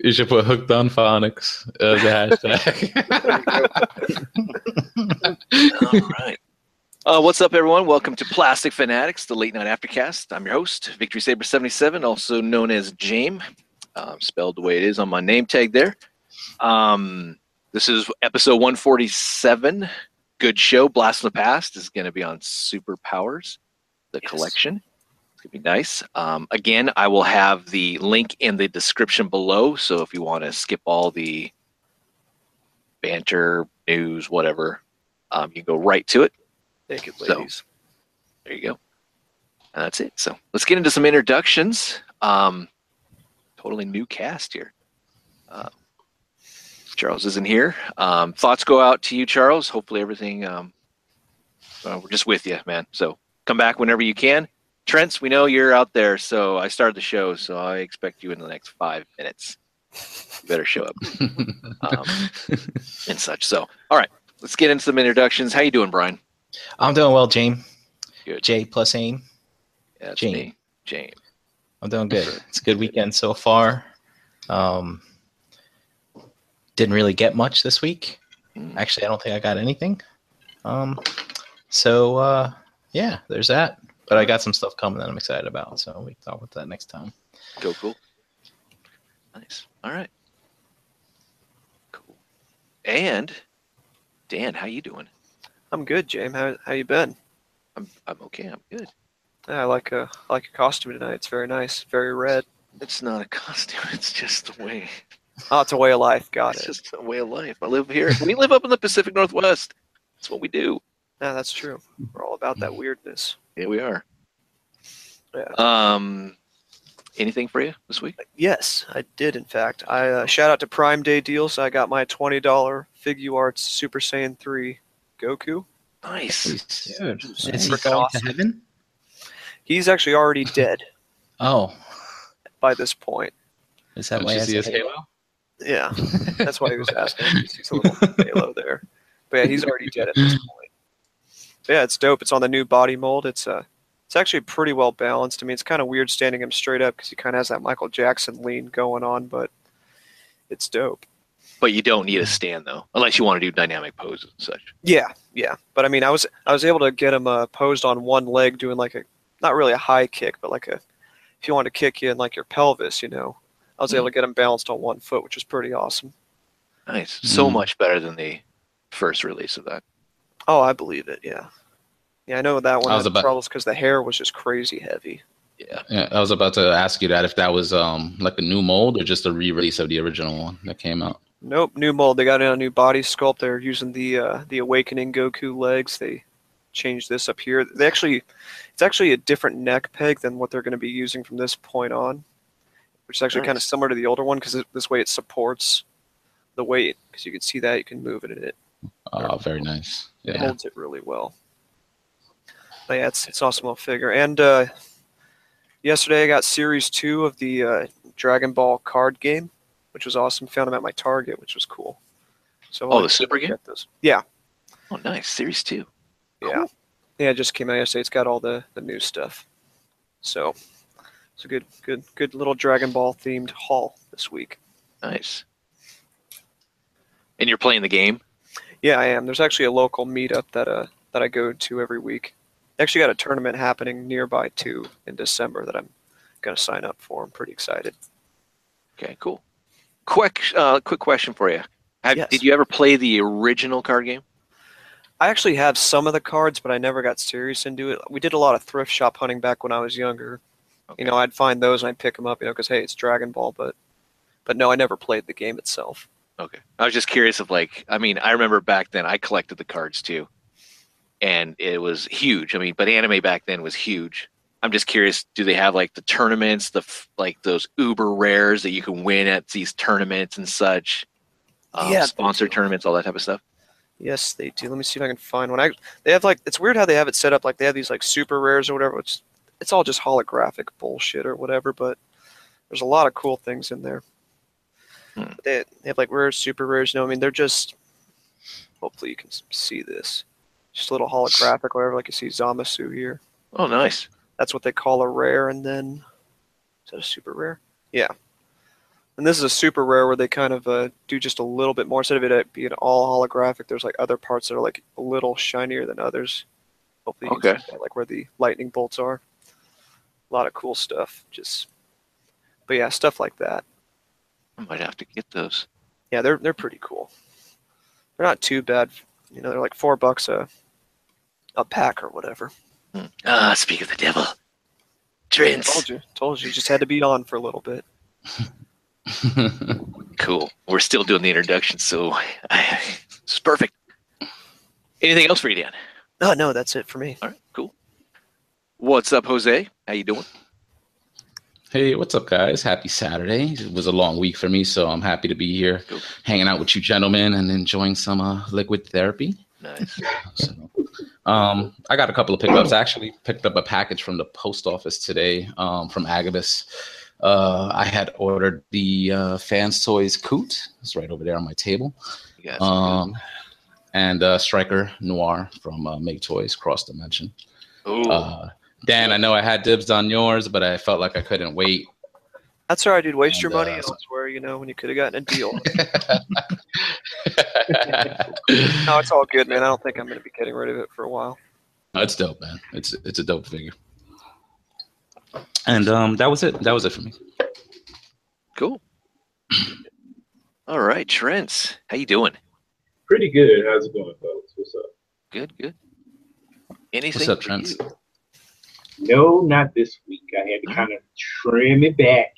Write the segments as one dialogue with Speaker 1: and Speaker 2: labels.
Speaker 1: You should put hooked on phonics as a
Speaker 2: All
Speaker 1: hashtag.
Speaker 2: right. Uh, what's up, everyone? Welcome to Plastic Fanatics, the late night aftercast. I'm your host, Victory Saber 77, also known as Jame, um, spelled the way it is on my name tag there. Um, this is episode 147. Good show. Blast from the Past is going to be on Superpowers, the
Speaker 3: Yes.
Speaker 2: collection. It's going to be nice. Um, again, I will have the link in the description below. So if you want to skip all the banter, news, whatever, um, you can go right to it.
Speaker 3: Thank you,
Speaker 2: So-
Speaker 3: ladies.
Speaker 2: There you go. And that's it. So let's get into some introductions. Um, totally new cast here. Uh, Charles isn't here. Um, thoughts go out to you, Charles. Hopefully everything. Um, uh, we're just with you, man. So come back whenever you can. Trents, we know you're out there. So I started the show. So I expect you in the next five minutes. You better show up um, and such. So all right, let's get into some introductions. How you doing, Brian?
Speaker 4: I'm doing well, James.
Speaker 2: Good.
Speaker 4: J plus aim.
Speaker 2: Yeah, that's
Speaker 4: Jane.
Speaker 2: me, Jane.
Speaker 4: I'm doing good. It's a good weekend so far. Um, didn't really get much this week.
Speaker 2: Mm.
Speaker 4: Actually, I don't think I got anything. Um, so uh, yeah, there's that. But I got some stuff coming that I'm excited about, so we can talk about that next time.
Speaker 2: Go cool. Nice. All right. Cool. And Dan, how you doing?
Speaker 3: I'm good, James. How how you been?
Speaker 2: I'm I'm okay. I'm good.
Speaker 3: Yeah, I like uh, I like your costume tonight. It's very nice, very red.
Speaker 2: It's not a costume. It's just the way.
Speaker 3: Oh, it's a way of life. Got
Speaker 2: It's
Speaker 3: it.
Speaker 2: just a way of life. I live here. we live up in the Pacific Northwest. That's what we do.
Speaker 3: No, that's true. We're all about that weirdness.
Speaker 2: Yeah, we are.
Speaker 3: Yeah.
Speaker 2: Um, anything for you this week?
Speaker 3: Yes, I did. In fact, I uh, shout out to Prime Day deals. I got my twenty dollar Figure Arts Super Saiyan three Goku.
Speaker 2: Nice.
Speaker 4: Dude,
Speaker 3: Nice.
Speaker 4: is he going to heaven?
Speaker 3: He's actually already dead
Speaker 4: Oh,
Speaker 3: by this point.
Speaker 4: is that
Speaker 1: Did
Speaker 4: why?
Speaker 1: you
Speaker 4: I
Speaker 1: see his
Speaker 4: said-
Speaker 1: halo?
Speaker 3: Yeah, that's why he was asking. He's a little halo there, but yeah, he's already dead at this point. But yeah, it's dope. It's on the new body mold. It's uh, it's actually pretty well balanced. I mean, it's kind of weird standing him straight up because he kind of has that Michael Jackson lean going on, but it's dope.
Speaker 2: But you don't need a stand though, unless you want to do dynamic poses and such.
Speaker 3: Yeah, yeah. But I mean, I was I was able to get him uh, posed on one leg, doing like a not really a high kick, but like a if you wanted to kick you in like your pelvis, you know. I was able to get him balanced on one foot, which was pretty awesome.
Speaker 2: Nice. So
Speaker 1: Mm.
Speaker 2: much better than the first release of that.
Speaker 3: Oh, I believe it. Yeah, yeah. I know that one
Speaker 1: I
Speaker 3: had
Speaker 1: was about-
Speaker 3: troubles because the hair was just crazy heavy.
Speaker 2: Yeah.
Speaker 1: Yeah, I was about to ask you that if that was um like a new mold or just a re-release of the original one that came out.
Speaker 3: Nope, new mold. They got in a new body sculpt. They're using the uh, the awakening Goku legs. They changed this up here. They actually, it's actually a different neck peg than what they're going to be using from this point on, which is actually kind of
Speaker 2: Nice.
Speaker 3: similar to the older one because this way it supports the weight because you can see that you can move it and it
Speaker 1: Oh, very nice. Yeah.
Speaker 3: holds it really well. But yeah, it's it's an awesome little figure. And uh, yesterday I got series two of the uh, Dragon Ball card game, which was awesome. Found them at my Target, which was cool. So
Speaker 2: Oh,
Speaker 3: I'll
Speaker 2: the super game.
Speaker 3: get those. Yeah,
Speaker 2: Oh, nice. Series two.
Speaker 3: yeah, yeah. It just came out yesterday. It's got all the the new stuff. So it's a good good good little Dragon Ball themed haul this week.
Speaker 2: Nice. And you're playing the game.
Speaker 3: Yeah, I am. There's actually a local meetup that uh that I go to every week. They Actually, got a tournament happening nearby too in December that I'm gonna sign up for. I'm pretty excited.
Speaker 2: Okay, cool. Quick, uh, quick question for you. Have,
Speaker 3: Yes.
Speaker 2: Did you ever play the original card game?
Speaker 3: I actually have some of the cards, but I never got serious into it. We did a lot of thrift shop hunting back when I was younger. You know, I'd find those and I'd pick them up. You know, because hey, it's Dragon Ball, but but no, I never played the game itself.
Speaker 2: Okay. I was just curious of like, I mean, I remember back then I collected the cards too, and it was huge. I mean, but anime back then was huge. I'm just curious, do they have like the tournaments, the f- like those uber rares that you can win at these tournaments and such? Um,
Speaker 3: Yeah, they
Speaker 2: sponsor
Speaker 3: do.
Speaker 2: tournaments, all that type of stuff.
Speaker 3: Yes, they do. Let me see if I can find one. I they have like it's weird how they have it set up like they have these like super rares or whatever. It's it's all just holographic bullshit or whatever, but there's a lot of cool things in there.
Speaker 2: Hmm.
Speaker 3: But They, they have like rares, super rares. You know, I mean, they're just hopefully you can s- see this. Just a little holographic, or whatever. Like you see Zamasu here.
Speaker 2: Oh, nice.
Speaker 3: That's what they call a rare, and then is that a super rare? Yeah. And this is a super rare where they kind of uh, do just a little bit more instead of it uh, being all holographic. There's like other parts that are like a little shinier than others. Hopefully, you can
Speaker 2: Okay.
Speaker 3: see that, like where the lightning bolts are. A lot of cool stuff. Just, but yeah, stuff like that.
Speaker 2: I might have to get those.
Speaker 3: Yeah, they're they're pretty cool. They're not too bad. You know, they're like four bucks a a pack or whatever.
Speaker 2: Hmm. Ah, speak of the devil.
Speaker 3: Told
Speaker 2: Trends.
Speaker 3: you, told you, just had to be on for a little bit.
Speaker 2: Cool. We're still doing the introduction, so I, it's perfect. Anything else for you, Dan?
Speaker 3: No, no, that's it for me.
Speaker 2: All right, cool. What's up, Jose? How you doing?
Speaker 1: Hey, what's up, guys? Happy Saturday. It was a long week for me, so I'm happy to be here
Speaker 2: Cool.
Speaker 1: hanging out with you gentlemen and enjoying some uh, liquid therapy.
Speaker 2: Nice.
Speaker 1: So, um, I got a couple of pickups. I actually picked up a package from the post office today um, from Agabus. Uh, I had ordered the uh, Fans Toys Coot. It's right over there on my table.
Speaker 2: You guys
Speaker 1: Um, and uh, Striker Noir from uh, Make Toys Cross Dimension.
Speaker 2: Ooh,
Speaker 1: Uh, Dan, I know I had dibs on yours, but I felt like I couldn't wait.
Speaker 3: That's all right, dude. Waste
Speaker 1: And,
Speaker 3: your money
Speaker 1: uh,
Speaker 3: elsewhere. You know, when you could have gotten a deal.
Speaker 1: no,
Speaker 3: no, it's all good, man. I don't think I'm going to be getting rid of it for a while.
Speaker 1: it's dope, man. It's it's a dope figure. And um, that was it. That was it for me.
Speaker 2: cool. All right, Trents. How you doing?
Speaker 5: Pretty good. How's it going, folks? What's up?
Speaker 2: Good, good. Anything?
Speaker 1: up,
Speaker 2: for
Speaker 1: Trents?
Speaker 2: you?
Speaker 5: No, not this week. I had to kind of trim it back.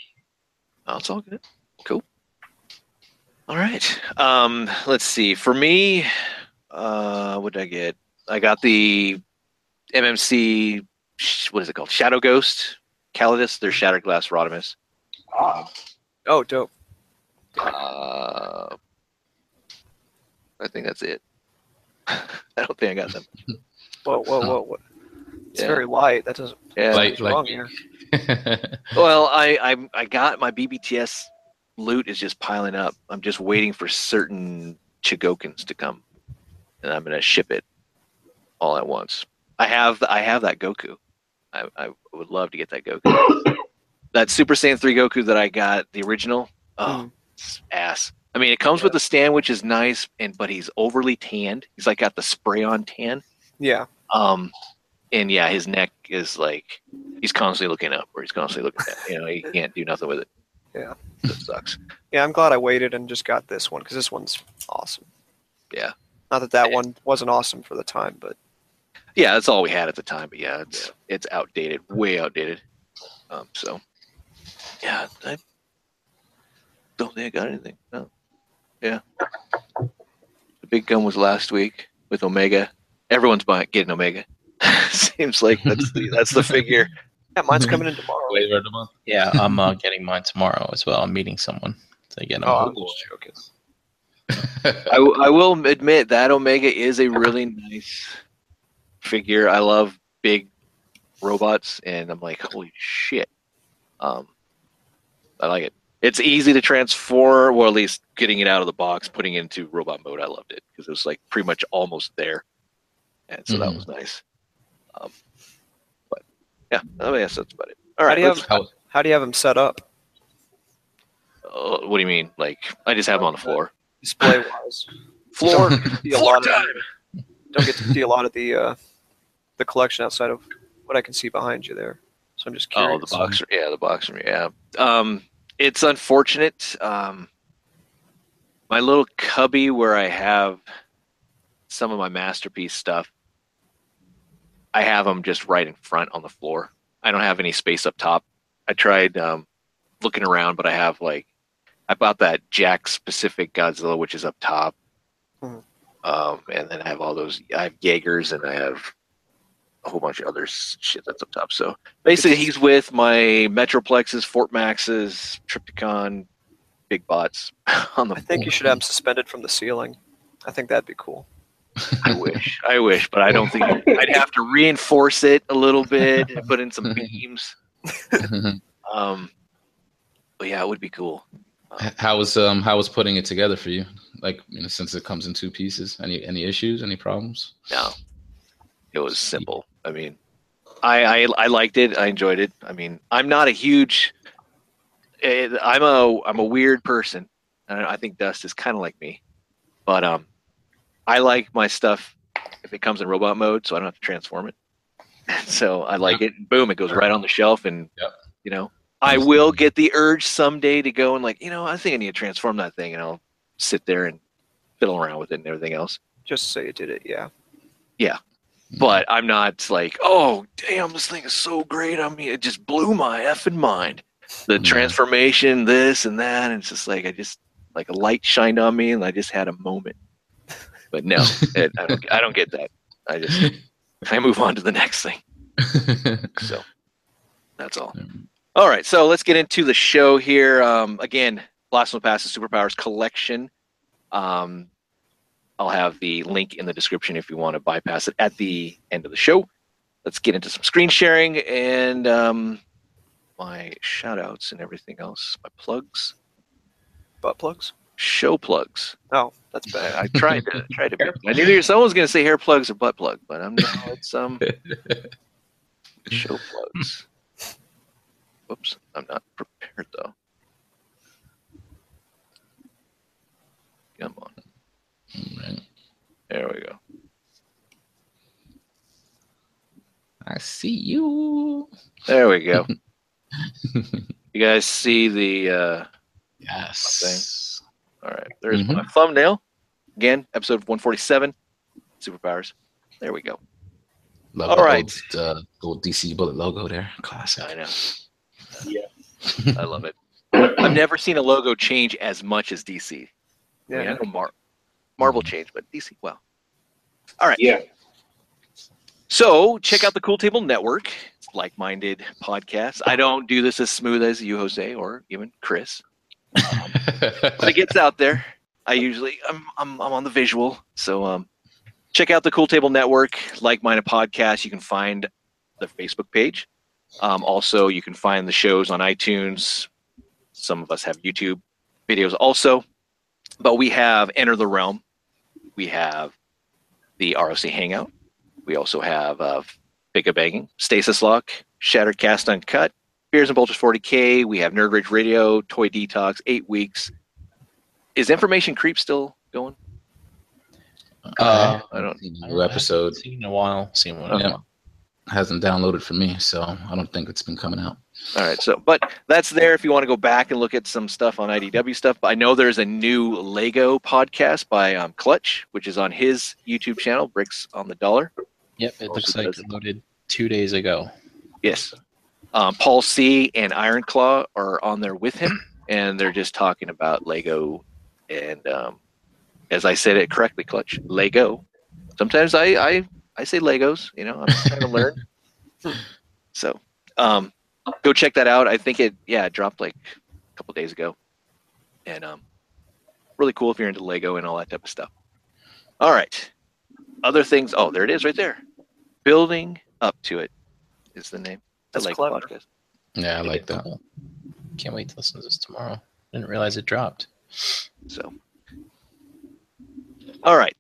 Speaker 2: Oh, it's all good. Cool. All right. Um, let's see. For me, uh, what did I get? I got the MMC. sh- What is it called? Shadow Ghost, Calidus, their Shattered Glass Rodimus.
Speaker 5: Ah,
Speaker 3: Oh, dope.
Speaker 2: Uh, I think that's it. I don't think I got them.
Speaker 3: Whoa, whoa, whoa. whoa. It's
Speaker 2: Oh. Yeah.
Speaker 3: very light. That doesn't.
Speaker 2: Yeah.
Speaker 1: Like-
Speaker 3: What's wrong here?
Speaker 2: Well, I, I I got my BBTS loot is just piling up. I'm just waiting for certain Chigokins to come, and I'm gonna ship it all at once. I have I have that Goku. I, I would love to get that Goku. that Super Saiyan three Goku that I got the original.
Speaker 3: Hmm.
Speaker 2: Oh, it's ass. I mean, it comes with the stand, which is nice, and but he's overly tanned. He's like got the spray on tan.
Speaker 3: Yeah.
Speaker 2: Um, and yeah, his neck is like he's constantly looking up or he's constantly looking down. You know, he can't do nothing with it.
Speaker 3: Yeah.
Speaker 2: So it sucks.
Speaker 3: Yeah, I'm glad I waited and just got this one because this one's awesome.
Speaker 2: Yeah.
Speaker 3: Not that that
Speaker 2: Yeah.
Speaker 3: one wasn't awesome for the time, but
Speaker 2: Yeah, that's all we had at the time. But yeah, it's it's outdated, way outdated. Um, so yeah, I don't think I got anything. No. Yeah. The big gun was last week with Omega. Everyone's buying getting Omega. Seems like that's the that's the figure.
Speaker 3: yeah, mine's coming in tomorrow.
Speaker 1: Flavor of the month.
Speaker 4: Yeah, I'm uh, getting mine tomorrow as well. I'm meeting someone to get them.
Speaker 3: Oh, I'm
Speaker 1: boy.
Speaker 3: just joking.
Speaker 2: I, w- I will admit that Omega is a really nice figure. I love big robots, and I'm like, holy shit. Um, I like it. It's easy to transform, or at least getting it out of the box, putting it into robot mode. I loved it because it was like pretty much almost there, and so that
Speaker 3: Mm-hmm.
Speaker 1: Mhm.
Speaker 2: was nice. Um, but yeah, I guess that's about it. All
Speaker 3: How
Speaker 2: right.
Speaker 3: do you
Speaker 2: let's-
Speaker 3: have How do you have them set up,
Speaker 2: uh, what do you mean? Like I just have them on the floor.
Speaker 3: display wise?
Speaker 2: Floor.
Speaker 3: See a lot of, don't get to see a lot of the uh, the collection outside of what I can see behind you there. So I'm just
Speaker 2: Oh,
Speaker 3: curious.
Speaker 2: the boxer. Yeah, the boxer. Yeah. Um, it's unfortunate. Um, my little cubby where I have some of my masterpiece stuff, I have them just right in front on the floor. I don't have any space up top. I tried um, looking around, but I have like, I bought that Jack specific Godzilla, which is up top.
Speaker 3: Mhm.
Speaker 2: Um, and then I have all those, I have Jaegers and I have a whole bunch of other s- shit that's up top. So basically, he's with my Metroplexes, Fort Maxes, Tripticon, Big Bots on the
Speaker 3: I think you should have them suspended from the ceiling. I think that'd be cool.
Speaker 2: I wish, I wish, but I don't think I'd have to reinforce it a little bit, and put in some beams. Um, but yeah, it would be cool.
Speaker 1: how was um how was putting it together for you? Like you know, since it comes in two pieces, any any issues, any problems?
Speaker 2: No, it was simple. I mean, I, I I liked it. I enjoyed it. I mean, I'm not a huge eh, I'm a I'm a weird person. And I think Dust is kind of like me, but um, I like my stuff if it comes in robot mode, so I don't have to transform it. so I like it. Boom, it goes right on the shelf, and
Speaker 1: Yep.
Speaker 2: you know, I will get the urge someday to go and like, you know, I think I need to transform that thing, and I'll sit there and fiddle around with it and everything else.
Speaker 3: Just so you did it, yeah.
Speaker 2: But I'm not like, oh, damn, this thing is so great. I mean, it just blew my effing mind. The
Speaker 1: Mhm.
Speaker 2: transformation, this and that, and it's just like I just like a light shined on me, and I just had a moment. But no, it, I don't. I don't get that. I just I move on to the next thing. So that's all. All right, so let's get into the show here. Um, again, Blossom Passes Superpowers Collection. Um, I'll have the link in the description if you want to bypass it at the end of the show. Let's get into some screen sharing and um, my shout outs and everything else, my plugs,
Speaker 3: Butt plugs?
Speaker 2: show plugs.
Speaker 3: Oh, that's
Speaker 2: But
Speaker 3: bad.
Speaker 2: I tried to tried to. I knew there someone was going to say hair plugs or butt plug, but I'm no, it's um show plugs. Whoops, I'm not prepared though. Come on, there we go.
Speaker 1: I see you.
Speaker 2: There we go. you guys see the? uh
Speaker 1: Yes.
Speaker 2: All right, there's
Speaker 1: Mhm.
Speaker 2: my thumbnail. Again, episode 147, superpowers. There we go.
Speaker 1: Love
Speaker 2: All
Speaker 1: the
Speaker 2: right.
Speaker 1: Old, uh, old DC Bullet logo there. Classic.
Speaker 2: I know.
Speaker 5: Yeah.
Speaker 2: I love it. I've never seen a logo change as much as DC. Yeah. I, mean, I
Speaker 3: Yeah.
Speaker 2: know Mar- Marvel change, but DC, wow. All right.
Speaker 5: Yeah.
Speaker 2: So check out the Cool Table Network. It's like-minded podcasts. I don't do this as smooth as you, Jose, or even Chris, but it gets out there. I usually I'm I'm, I'm on the visual, so um, check out the Cool Table Network, like-minded podcasts. You can find the Facebook page. Um, also, you can find the shows on iTunes. Some of us have YouTube videos also, but we have Enter the Realm. We have the ROC Hangout. We also have uh, Big A Banging, Stasis Lock, Shattercast Uncut, Beers and Bolters 40K. We have Nerd Rage Radio, Toy Detox, Eight Weeks. Is Information Creep still going?
Speaker 1: Uh,
Speaker 2: I don't.
Speaker 1: seen a new episode
Speaker 4: Seen in a while. Seen one. in a
Speaker 1: Yeah.
Speaker 4: while.
Speaker 1: hasn't downloaded for me, so I don't think it's been coming out.
Speaker 2: All right. So, but that's there if you want to go back and look at some stuff on IDW stuff. I know there's a new Lego podcast by um, Clutch, which is on his YouTube channel, Bricks on the Dollar.
Speaker 4: Yep. It looks
Speaker 2: Also
Speaker 4: like
Speaker 2: does-
Speaker 4: it loaded two days ago.
Speaker 2: Yes. Um, Paul C and Ironclaw are on there with him, and they're just talking about Lego. And um, as I said it correctly, Clutch Lego. Sometimes I I, I say Legos. You know, I'm just trying to learn. so, um, go check that out. I think it yeah it dropped like a couple days ago, and um, really cool if you're into Lego and all that type of stuff. All right, other things. Oh, there it is right there. Building up to it is the name. The
Speaker 3: That's
Speaker 2: Lego
Speaker 3: clever.
Speaker 2: podcast.
Speaker 1: Yeah, I like that.
Speaker 4: Can't wait to listen to this tomorrow. Didn't realize it dropped.
Speaker 2: So, all right.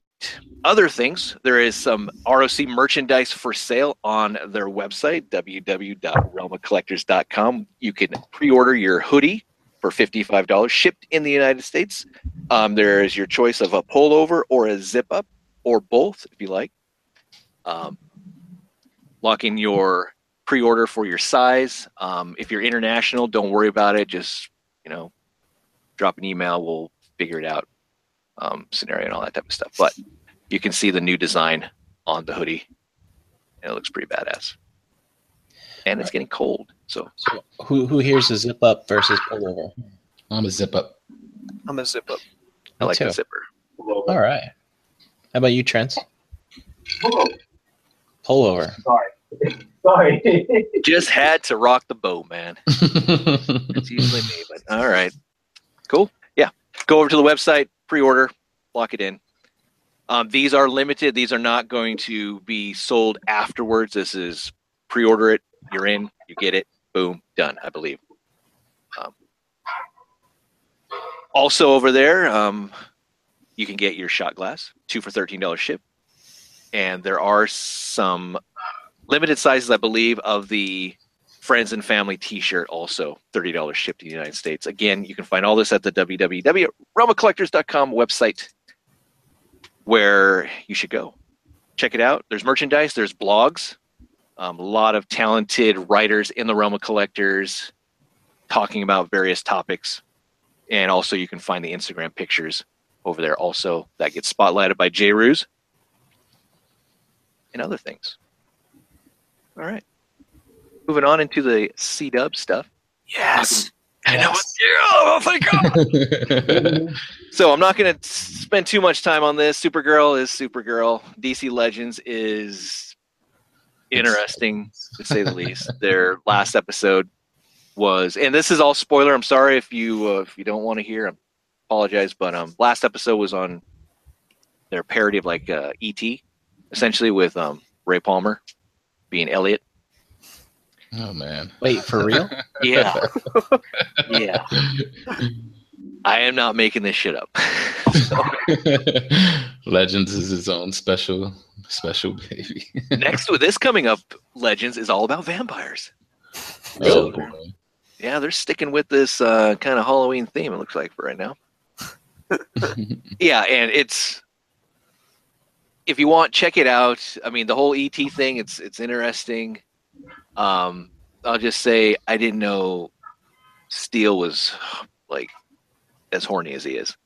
Speaker 2: Other things, there is some ROC merchandise for sale on their website, www.realmacollectors.com. You can pre order your hoodie for $55 shipped in the United States. Um, there is your choice of a pullover or a zip up or both if you like. Um, lock in your pre order for your size. Um, if you're international, don't worry about it. Just, you know, drop an email. We'll figure it out um, scenario and all that type of stuff. But you can see the new design on the hoodie, and it looks pretty badass. And it's getting cold, so
Speaker 4: So who who here's a zip up versus pullover?
Speaker 1: I'm a zip up.
Speaker 3: I'm a zip up.
Speaker 2: I
Speaker 4: Me
Speaker 2: like the
Speaker 4: too.
Speaker 2: zipper.
Speaker 5: Well,
Speaker 4: All right. How about you, Trent?
Speaker 5: oh,
Speaker 4: Pullover.
Speaker 5: sorry. Sorry.
Speaker 2: Just had to rock the boat, man. It's usually me, but uh, all right, cool. Yeah, go over to the website, pre-order, lock it in. Um, these are limited. These are not going to be sold afterwards. This is pre-order it. You're in. You get it. Boom. Done. I believe. Um, also over there, um, you can get your shot glass, two for thirteen dollars ship, and there are some limited sizes, I believe, of the friends and family t-shirt also $30 shipped to the united states again you can find all this at the www.realmcollectors.com website where you should go check it out there's merchandise there's blogs um, a lot of talented writers in the realm of collectors talking about various topics and also you can find the instagram pictures over there also that gets spotlighted by jay ruse and other things all right moving on into the c dub stuff
Speaker 3: Yes.
Speaker 2: I know what you oh my God. So I'm not going to spend too much time on this. Supergirl is Supergirl. DC Legends is interesting to say the least. Their last episode was, and this is all spoiler. I'm sorry if you uh, if you don't want to hear. I apologize, but um, last episode was on their parody of like uh, ET, essentially with um Ray Palmer being Elliot.
Speaker 1: Oh man.
Speaker 4: Wait, for real?
Speaker 2: Yeah, yeah. I am not making this shit up. So-
Speaker 1: Legends is its own special special baby.
Speaker 2: Next with this coming up, Legends is all about vampires.
Speaker 1: Oh,
Speaker 2: Really?
Speaker 1: boy.
Speaker 2: Yeah, they're sticking with this uh, kind of Halloween theme. It looks like for right now. yeah, and it's if you want, check it out. I mean, the whole ET thing. It's it's interesting. Um, I'll just say I didn't know Steele was like as horny as he is.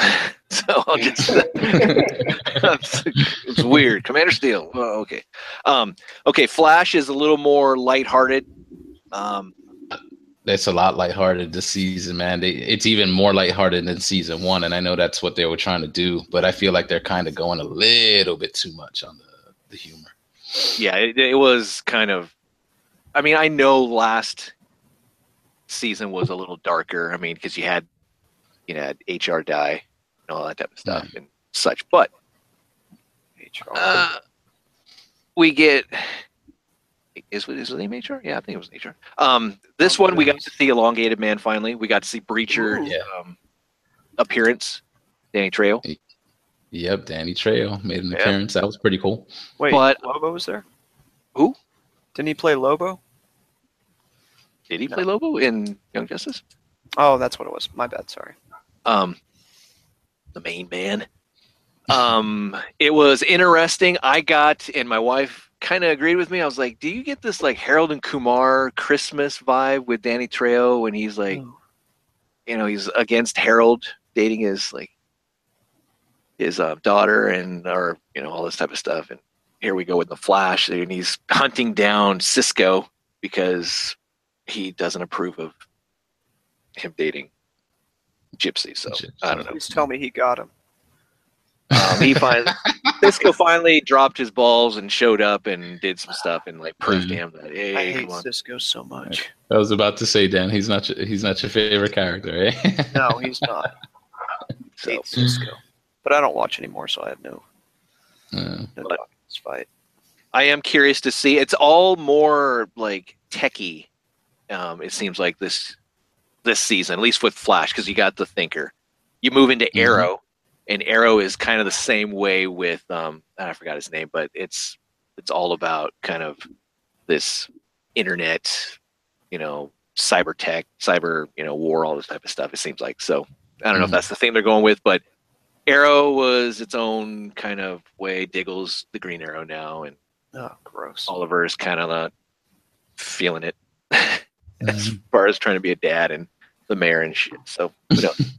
Speaker 2: so I'll just it's, it's weird. Commander Steel. Oh, okay. Um, okay. Flash is a little more lighthearted. Um,
Speaker 1: It's a lot lighthearted this season, man. They, it's even more lighthearted than season one, and I know that's what they were trying to do, but I feel like they're kind of going a little bit too much on the, the humor.
Speaker 2: yeah, it, it was kind of. I mean, I know last season was a little darker. I mean, because you had, you know, had HR die and all that type of stuff and such. But
Speaker 3: HR.
Speaker 2: Uh, we get is is his name HR? Yeah, I think it was HR. Um, this one we got to see elongated man finally. We got to see Breacher
Speaker 1: Ooh. Yeah.
Speaker 2: um, appearance, Danny Trejo.
Speaker 1: Yep, Danny Trejo made an
Speaker 3: Yeah.
Speaker 1: appearance. That was pretty cool.
Speaker 3: Wait,
Speaker 2: but-
Speaker 3: Lobo was there?
Speaker 2: Who?
Speaker 3: Didn't he play Lobo?
Speaker 2: Did he play Lobo in Young Justice?
Speaker 3: Oh, that's what it was. My bad. Sorry.
Speaker 2: Um, the main man. Um, it was interesting. I got and my wife kind of agreed with me. I was like, "Do you get this like Harold and Kumar Christmas vibe with Danny Trejo when he's like you know he's against Harold dating his like his uh, daughter and or you know all this type of stuff and here we go with the flash and he's hunting down Cisco because he doesn't approve of him dating Gypsy so I don't know
Speaker 3: Please tell me he got him.
Speaker 2: um, he finally Cisco finally dropped his balls and showed up and did some stuff and like proved to him that
Speaker 3: I
Speaker 2: hey
Speaker 3: hate
Speaker 2: come on
Speaker 3: Cisco so much.
Speaker 1: I was about to say, Dan, he's not your, he's not your favorite character, eh?
Speaker 3: No, he's not. I
Speaker 2: so
Speaker 3: hate Cisco. But I don't watch anymore, so I have no,
Speaker 1: Yeah.
Speaker 3: no
Speaker 2: But-
Speaker 3: dog in this fight.
Speaker 2: I am curious to see. It's all more like techie. Um, it seems like this this season, at least with Flash, because you got the Thinker. You move into
Speaker 1: Mhm.
Speaker 2: Arrow, and Arrow is kind of the same way with um, I forgot his name, but it's it's all about kind of this internet, you know, cyber tech, cyber, you know, war, all this type of stuff. It seems like so. I don't know if
Speaker 1: Mhm.
Speaker 2: that's the theme they're going with, but Arrow was its own kind of way. Diggle's the Green Arrow now, and
Speaker 3: Oh, gross.
Speaker 2: Oliver's kind of not feeling it as far as trying to be a dad and the mayor and shit. So, who knows?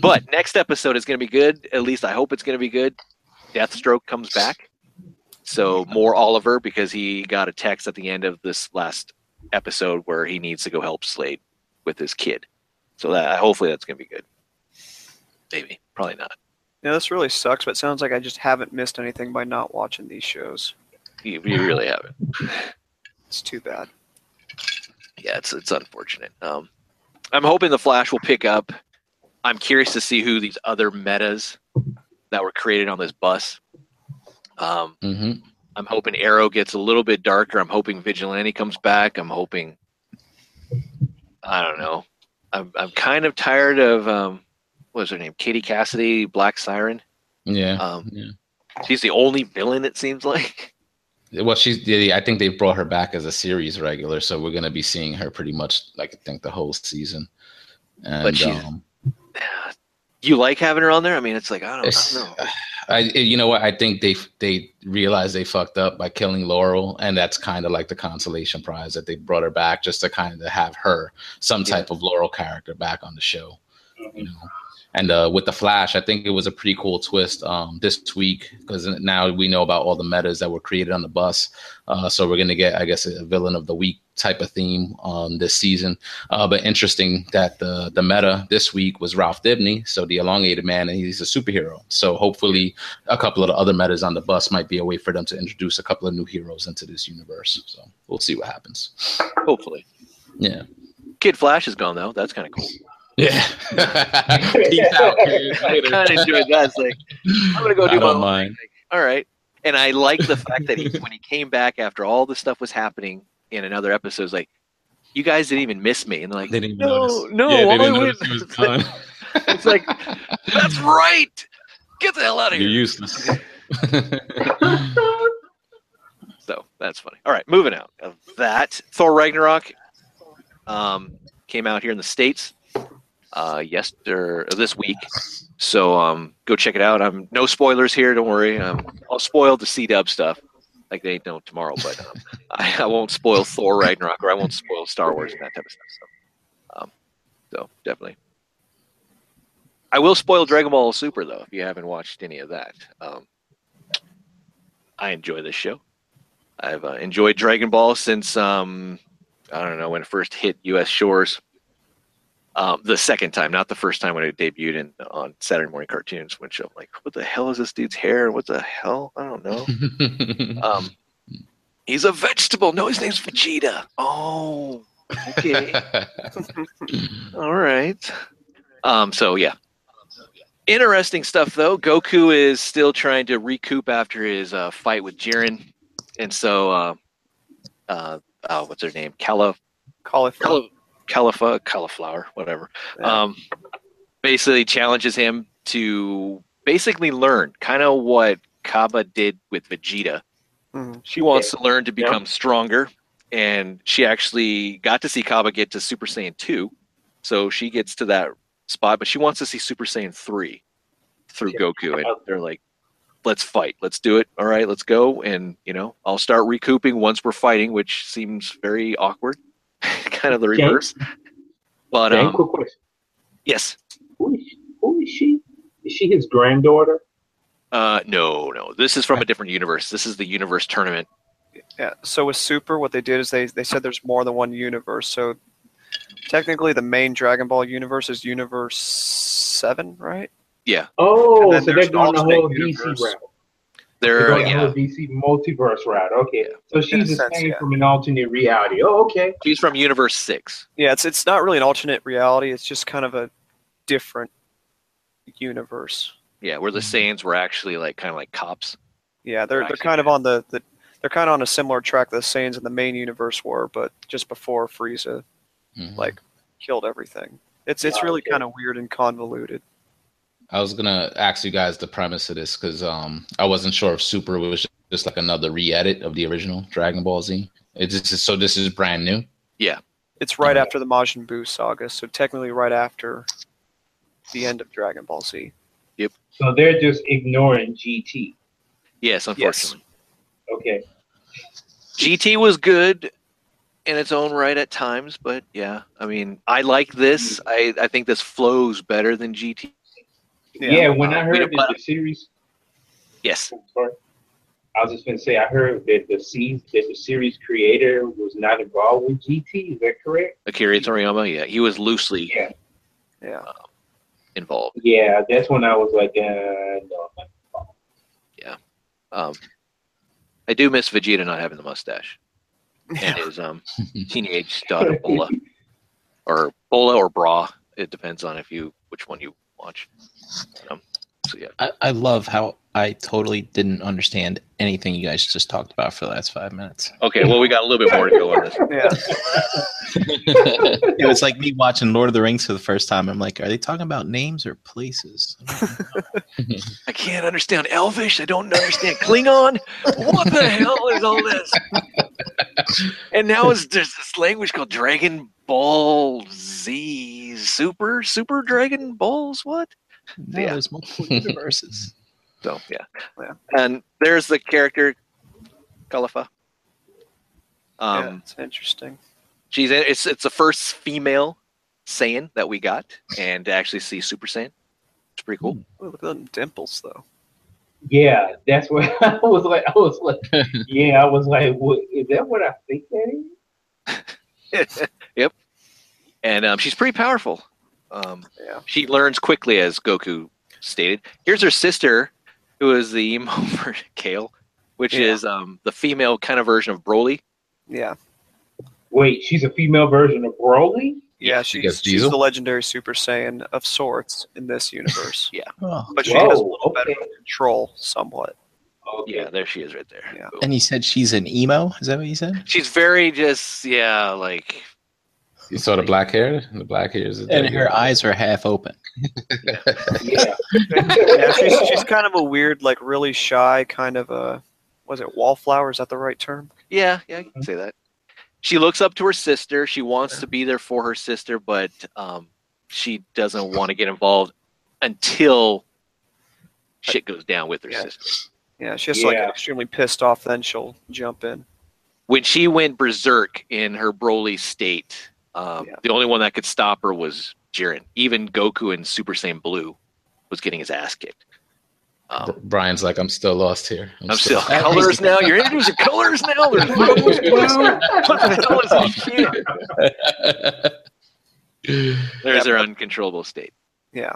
Speaker 2: but next episode is going to be good. At least I hope it's going to be good. Deathstroke comes back. So, more Oliver because he got a text at the end of this last episode where he needs to go help Slade with his kid. So, that hopefully that's going to be good. Maybe. Probably not.
Speaker 3: Yeah, this really sucks, but it sounds like I just haven't missed anything by not watching these shows.
Speaker 2: You, you really haven't.
Speaker 3: It's too bad.
Speaker 2: yeah, it's it's unfortunate. Um, I'm hoping the Flash will pick up. I'm curious to see who these other metas that were created on this bus. Um,
Speaker 1: hmm
Speaker 2: I'm hoping Arrow gets a little bit darker. I'm hoping Vigilante comes back. I'm hoping. I don't know. I'm I'm kind of tired of um, what was her name? Katie Cassidy, Black Siren.
Speaker 1: Yeah.
Speaker 2: Um,
Speaker 1: Yeah.
Speaker 2: She's the only villain it seems like.
Speaker 1: well, she's. Yeah, I think they brought her back as a series regular, so we're gonna be seeing her pretty much. Like I think the whole season. And,
Speaker 2: But she's-
Speaker 1: um,
Speaker 2: You like having her on there? I mean, it's like I don't, I
Speaker 1: It's-
Speaker 2: don't know.
Speaker 1: I, you know what? I think they they realized they fucked up by killing Laurel, and that's kind of like the consolation prize that they brought her back just to kind of have her some
Speaker 2: Yeah.
Speaker 1: type of Laurel character back on the show. You know, and uh, with the Flash, I think it was a pretty cool twist um, this week because now we know about all the metas that were created on the bus. Uh, so we're gonna get, I guess, a villain of the week type of theme um, this season. Uh, but interesting that the the meta this week was Ralph Dibney, so the elongated man, and he's a superhero. So hopefully, a couple of the other metas on the bus might be a way for them to introduce a couple of new heroes into this universe. So we'll see what happens.
Speaker 2: Hopefully,
Speaker 1: Yeah.
Speaker 2: Kid Flash is gone though. That's kind of cool.
Speaker 1: Yeah. Peace out, kids.
Speaker 2: I
Speaker 1: Later.
Speaker 2: kind of enjoyed that. It's like I'm gonna go
Speaker 1: I
Speaker 2: do my
Speaker 1: don't
Speaker 2: own
Speaker 1: mind.
Speaker 2: thing. Like, all right. And I like the fact that he, when he came back after all the stuff was happening in another episode, it's like, you guys didn't even miss me. And they're like,
Speaker 1: They didn't even
Speaker 2: No,
Speaker 1: notice.
Speaker 2: no,
Speaker 1: yeah,
Speaker 2: all
Speaker 1: they didn't
Speaker 2: I
Speaker 1: notice
Speaker 2: would-
Speaker 1: he was gone.
Speaker 2: it's like, that's right. Get the hell out of
Speaker 1: You're
Speaker 2: here.
Speaker 1: useless.
Speaker 2: So that's funny. All right, moving out of that. Thor Ragnarok um, came out here in the states uh, yester this week. So um, go check it out. I'm no spoilers here. Don't worry. Um, I'll spoil the C Dub stuff like they ain't no tomorrow, but um, I, I won't spoil Thor Ragnarok or I won't spoil Star Wars and that type of stuff. So, um, so definitely. I will spoil Dragon Ball Super though if you haven't watched any of that. Um, I enjoy this show. I've uh, enjoyed Dragon Ball since um, I don't know when it first hit U.S. shores. Um, the second time, not the first time when it debuted in on Saturday morning cartoons. Which I'm like, what the hell is this dude's hair? What the hell? I don't know. Um, he's a vegetable. No, his name's Vegeta. Oh, okay. All right. Um, so yeah. Interesting stuff though. Goku is still trying to recoup after his uh, fight with Jiren. And so uh, uh, uh, what's her name? Cala
Speaker 3: Cauliflower.
Speaker 2: Calif- Califa, cauliflower, whatever.
Speaker 3: Yeah.
Speaker 2: Um, basically challenges him to basically learn kind of what Kaba did with Vegeta.
Speaker 3: Mhm.
Speaker 2: She wants to learn to become stronger, and she actually got to see Kaba get to Super Saiyan 2, so she gets to that spot, but she wants to see Super Saiyan 3 through
Speaker 5: Yeah.
Speaker 2: Goku, and they're like, let's fight, let's do it, all right, let's go, and you know, I'll start recouping once we're fighting, which seems very awkward, kind of the
Speaker 5: Okay.
Speaker 2: reverse. But
Speaker 5: Dan,
Speaker 2: um,
Speaker 5: quick question.
Speaker 2: yes,
Speaker 5: Who is, she, who is she? Is she his granddaughter?
Speaker 2: uh, no, no, this is from a different universe. This is the universe tournament.
Speaker 3: Yeah. So with Super, what they did is they, they said there's more than one universe. So technically, the main Dragon Ball universe is Universe Seven, right? And
Speaker 5: Oh,
Speaker 3: then
Speaker 5: so they're
Speaker 3: there's
Speaker 5: going the
Speaker 3: alternate
Speaker 5: whole
Speaker 3: universe.
Speaker 5: DC route. They're
Speaker 2: They're
Speaker 5: going the
Speaker 2: yeah,
Speaker 5: whole DC multiverse route. Okay,
Speaker 3: In
Speaker 5: so
Speaker 3: a
Speaker 5: she's
Speaker 3: sense,
Speaker 5: escaped
Speaker 3: yeah.
Speaker 5: from an alternate reality. Oh, okay.
Speaker 2: she's from Universe Six.
Speaker 3: Yeah. It's it's not really an alternate reality. It's just kind of a different universe.
Speaker 2: Yeah, where the Saiyans were actually like kind of like cops.
Speaker 3: Yeah. They're they're
Speaker 2: Actually,
Speaker 3: kind of on the, the they're kind of on a similar track the Saiyans in the main universe were, but just before Frieza Like- killed everything. It's it's
Speaker 5: Oh,
Speaker 3: really
Speaker 5: okay.
Speaker 3: kind of weird and convoluted.
Speaker 1: I was gonna ask you guys the premise of this because um, I wasn't sure if Super was just like another re-edit of the original Dragon Ball Z. It just is, so this is brand new.
Speaker 3: It's right
Speaker 1: Yeah.
Speaker 3: after the Majin Buu saga, so technically right after the end of Dragon Ball Z.
Speaker 5: So they're just ignoring GT.
Speaker 2: Yes, unfortunately,
Speaker 5: Okay.
Speaker 2: GT was good in its own right at times, but yeah, I mean, I like this. I I think this flows better than GT.
Speaker 5: Yeah, when I
Speaker 2: uh,
Speaker 5: heard
Speaker 2: Peter
Speaker 5: that
Speaker 2: Pan.
Speaker 5: the series,
Speaker 2: Yes,
Speaker 5: I'm sorry. I was just gonna say I heard that the se- that the series creator was not involved with GT. Is that correct?
Speaker 2: Akira Toriyama. Yeah, he was loosely
Speaker 5: Yeah.
Speaker 3: Yeah.
Speaker 2: involved.
Speaker 5: Yeah, that's when I was like, uh, no.
Speaker 2: Um, I do miss Vegeta not having the mustache and his um teenage daughter Bola, or Bola or Bra. It depends on if you which one you watch. Um, so So yeah,
Speaker 4: I, I love how I totally didn't understand anything you guys just talked about for the last five minutes.
Speaker 2: okay. Well, we got a little bit more to go on this.
Speaker 3: Yeah.
Speaker 4: It was like me watching Lord of the Rings for the first time. I'm like, are they talking about names or places?
Speaker 2: I can't understand Elvish. I don't understand Klingon. What the hell is all this? And now it's, there's this language called Dragon Ball Z Super Super Dragon Balls. What?
Speaker 4: No,
Speaker 2: Yeah.
Speaker 4: there's multiple universes.
Speaker 2: So yeah.
Speaker 3: Yeah.
Speaker 2: And there's the character Khalifa. Um,
Speaker 3: yeah, it's interesting.
Speaker 2: she's it's it's the first female Saiyan that we got, and to actually see Super Saiyan, it's pretty cool.
Speaker 3: Ooh, look at them dimples, though.
Speaker 5: Yeah, that's what I was like. I was like, yeah, I was like, what, is that what I think that is?
Speaker 2: And um, she's pretty powerful. Um,
Speaker 3: Yeah.
Speaker 2: She learns quickly, as Goku stated. Here's her sister, who is the emo for Kale, which
Speaker 3: Yeah.
Speaker 2: is um, the female kind of version of Broly.
Speaker 3: Yeah.
Speaker 5: Wait, she's a female version of Broly.
Speaker 3: Yeah,
Speaker 1: she
Speaker 3: she's,
Speaker 1: gets
Speaker 3: she's
Speaker 1: Diesel.
Speaker 3: the legendary Super Saiyan of sorts in this universe.
Speaker 4: Oh.
Speaker 3: But she has a
Speaker 5: Whoa,
Speaker 3: little better
Speaker 5: okay.
Speaker 3: control, somewhat.
Speaker 5: Okay.
Speaker 2: Yeah, there she is right there.
Speaker 3: Yeah.
Speaker 2: Cool.
Speaker 4: And you said she's an emo? Is that what you said?
Speaker 2: she's very just yeah, like
Speaker 1: You saw the black hair. The black hair is.
Speaker 4: And her eyes are half open.
Speaker 5: yeah.
Speaker 3: yeah, she's, she's kind of a weird, like really shy kind of a. Was it wallflower? Is that the right term?
Speaker 2: yeah, yeah, you can say that. She looks up to her sister. She wants to be there for her sister, but um, she doesn't want to get involved until shit goes down with her
Speaker 3: Yeah.
Speaker 2: sister.
Speaker 3: Yeah, she has to like
Speaker 5: Yeah.
Speaker 3: get extremely pissed off. Then she'll jump in.
Speaker 2: when she went berserk in her Broly state, um,
Speaker 3: Yeah.
Speaker 2: the only one that could stop her was Jiren. Even Goku in Super Saiyan Blue was getting his ass kicked. Um,
Speaker 1: Brian's like, I'm still lost here.
Speaker 2: I'm still Oh, colors now. You're introducing colors now. There's purple's blue. What the hell is this shit? There's her uncontrollable state.
Speaker 3: Yeah,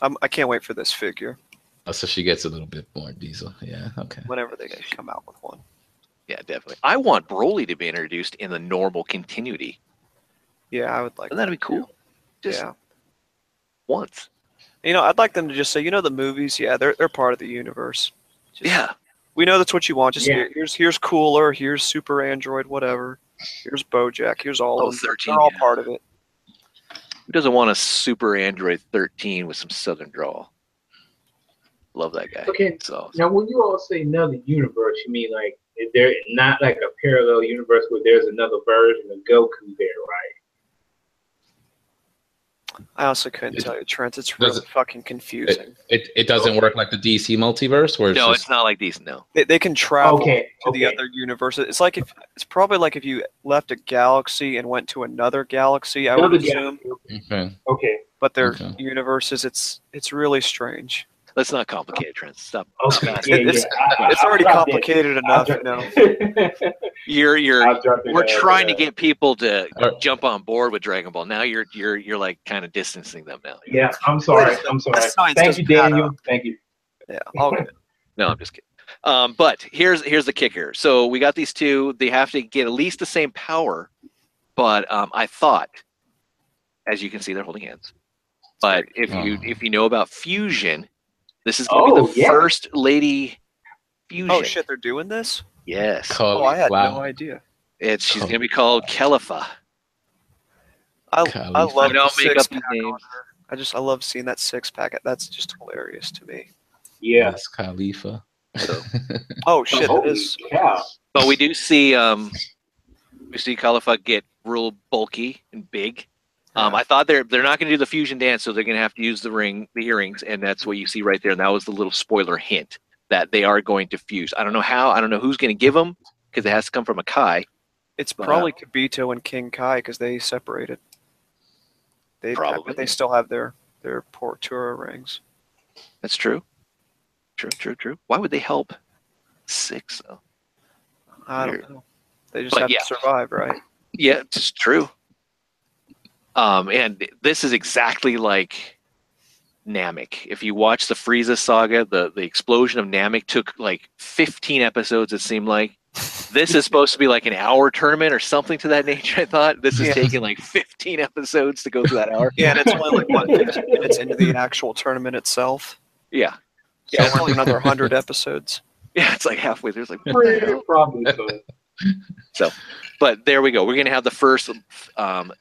Speaker 3: I'm, I can't wait for this figure
Speaker 1: Oh, so she gets a little bit more diesel. Yeah. Okay.
Speaker 3: whenever they come out with one.
Speaker 2: Yeah, definitely. I want Broly to be introduced in the normal continuity.
Speaker 3: Yeah, I would like.
Speaker 2: Wouldn't that be cool? Just
Speaker 3: Yeah,
Speaker 2: once.
Speaker 3: you know, I'd like them to just say, you know, the movies. Yeah, they're they're part of the universe. Just-
Speaker 2: Yeah.
Speaker 3: we know that's what you want. Just
Speaker 5: Yeah.
Speaker 3: here, here's here's cooler. Here's Super Android. Whatever. Here's BoJack. Here's all
Speaker 2: Oh,
Speaker 3: of them.
Speaker 2: 13,
Speaker 3: they're all
Speaker 2: yeah.
Speaker 3: part of it.
Speaker 2: Who doesn't want a super Android 13 with some Southern drawl? Love that guy.
Speaker 5: Okay.
Speaker 2: So
Speaker 5: Now, when you all say another universe, you mean like is there not like a parallel universe where there's another version of Goku there, right?
Speaker 3: I also couldn't
Speaker 1: It-
Speaker 3: tell you, Trent. It's
Speaker 1: does
Speaker 3: really fucking confusing.
Speaker 1: It, it doesn't work like the DC multiverse where it's
Speaker 2: no,
Speaker 1: just,
Speaker 2: it's not like these. No,
Speaker 3: They, they can travel
Speaker 5: okay.
Speaker 3: to the
Speaker 5: okay.
Speaker 3: other universe. It's like if it's probably like if you left a galaxy and went to another galaxy. I would
Speaker 5: Another
Speaker 3: assume,
Speaker 5: galaxy.
Speaker 1: Okay.
Speaker 5: Okay.
Speaker 3: but their
Speaker 1: Okay.
Speaker 3: universes. It's it's really strange.
Speaker 2: let's not complicate it, Trent. Stop.
Speaker 5: Okay.
Speaker 2: Stop.
Speaker 5: Yeah,
Speaker 3: It's-
Speaker 5: yeah. I- I-
Speaker 3: It's
Speaker 5: I'll
Speaker 3: already
Speaker 5: drop that.
Speaker 3: complicated
Speaker 5: I'll
Speaker 3: enough.
Speaker 5: drop-
Speaker 3: No,
Speaker 2: You're you're.
Speaker 5: I'll drop that
Speaker 2: We're
Speaker 5: out,
Speaker 2: trying to
Speaker 5: uh,
Speaker 2: get people to
Speaker 1: Alright.
Speaker 2: jump on board with Dragon Ball. Now you're you're you're like kind of distancing them now.
Speaker 5: Yeah, I'm sorry. I'm sorry.
Speaker 3: That science
Speaker 5: Thank you,
Speaker 3: doesn't matter.
Speaker 5: Daniel. Thank you.
Speaker 3: yeah, all good.
Speaker 2: No, I'm just kidding. Um, but here's here's the kicker. So we got these two. They have to get at least the same power. But um, I thought, as you can see, they're holding hands. But if you
Speaker 1: Oh.
Speaker 2: if you know about fusion, this is gonna
Speaker 5: Oh,
Speaker 2: be the
Speaker 5: yeah.
Speaker 2: first lady fusion.
Speaker 3: Oh shit, they're doing this.
Speaker 2: Yes,
Speaker 1: Call-
Speaker 3: Oh, I had
Speaker 1: Uh, wow.
Speaker 3: no idea.
Speaker 2: it's she's
Speaker 1: Cal-
Speaker 2: gonna be called Kelifa.
Speaker 3: I, I
Speaker 1: Khalifa.
Speaker 3: love
Speaker 2: I don't
Speaker 3: the
Speaker 2: make
Speaker 3: six
Speaker 2: up these
Speaker 3: pack on
Speaker 2: names.
Speaker 3: her. I just I love seeing that six pack. That's just hilarious to me.
Speaker 5: Yeah.
Speaker 1: Wiz Khalifa.
Speaker 2: So-
Speaker 3: Oh shit, that
Speaker 5: Holy
Speaker 3: is
Speaker 5: cow.
Speaker 2: But we do see um, we see Khalifa get real bulky and big. Um, I thought they're they're not going to do the fusion dance, so they're going to have to use the ring, the earrings, and that's what you see right there. And that was the little spoiler hint that they are going to fuse. I don't know how. I don't know who's going to give them because it has to come from a Kai.
Speaker 3: it's
Speaker 2: Wow.
Speaker 3: probably Kabito and King Kai because they separated. They
Speaker 2: Probably.
Speaker 3: but they still have their their Portura rings.
Speaker 2: That's true. True. True. True. Why would they help six Oh. though?
Speaker 3: I don't
Speaker 2: Weird.
Speaker 3: know. They just
Speaker 2: But
Speaker 3: have
Speaker 2: yeah.
Speaker 3: to survive, right?
Speaker 2: Yeah, it's true. Um, and this is exactly like Namek. If you watch the Frieza saga, the the explosion of Namek took like 15 episodes. It seemed like this is supposed to be like an hour tournament or something to that nature. I thought this is
Speaker 3: Yeah.
Speaker 2: taking like 15 episodes to go through that hour.
Speaker 3: Yeah, and it's only like what 15 minutes into the actual tournament itself.
Speaker 2: Yeah,
Speaker 3: Yeah, it's only another hundred episodes.
Speaker 2: Yeah, it's like halfway through. It's like, "Where the hell?"
Speaker 5: Probably so.
Speaker 2: but there we go. We're gonna have the first um,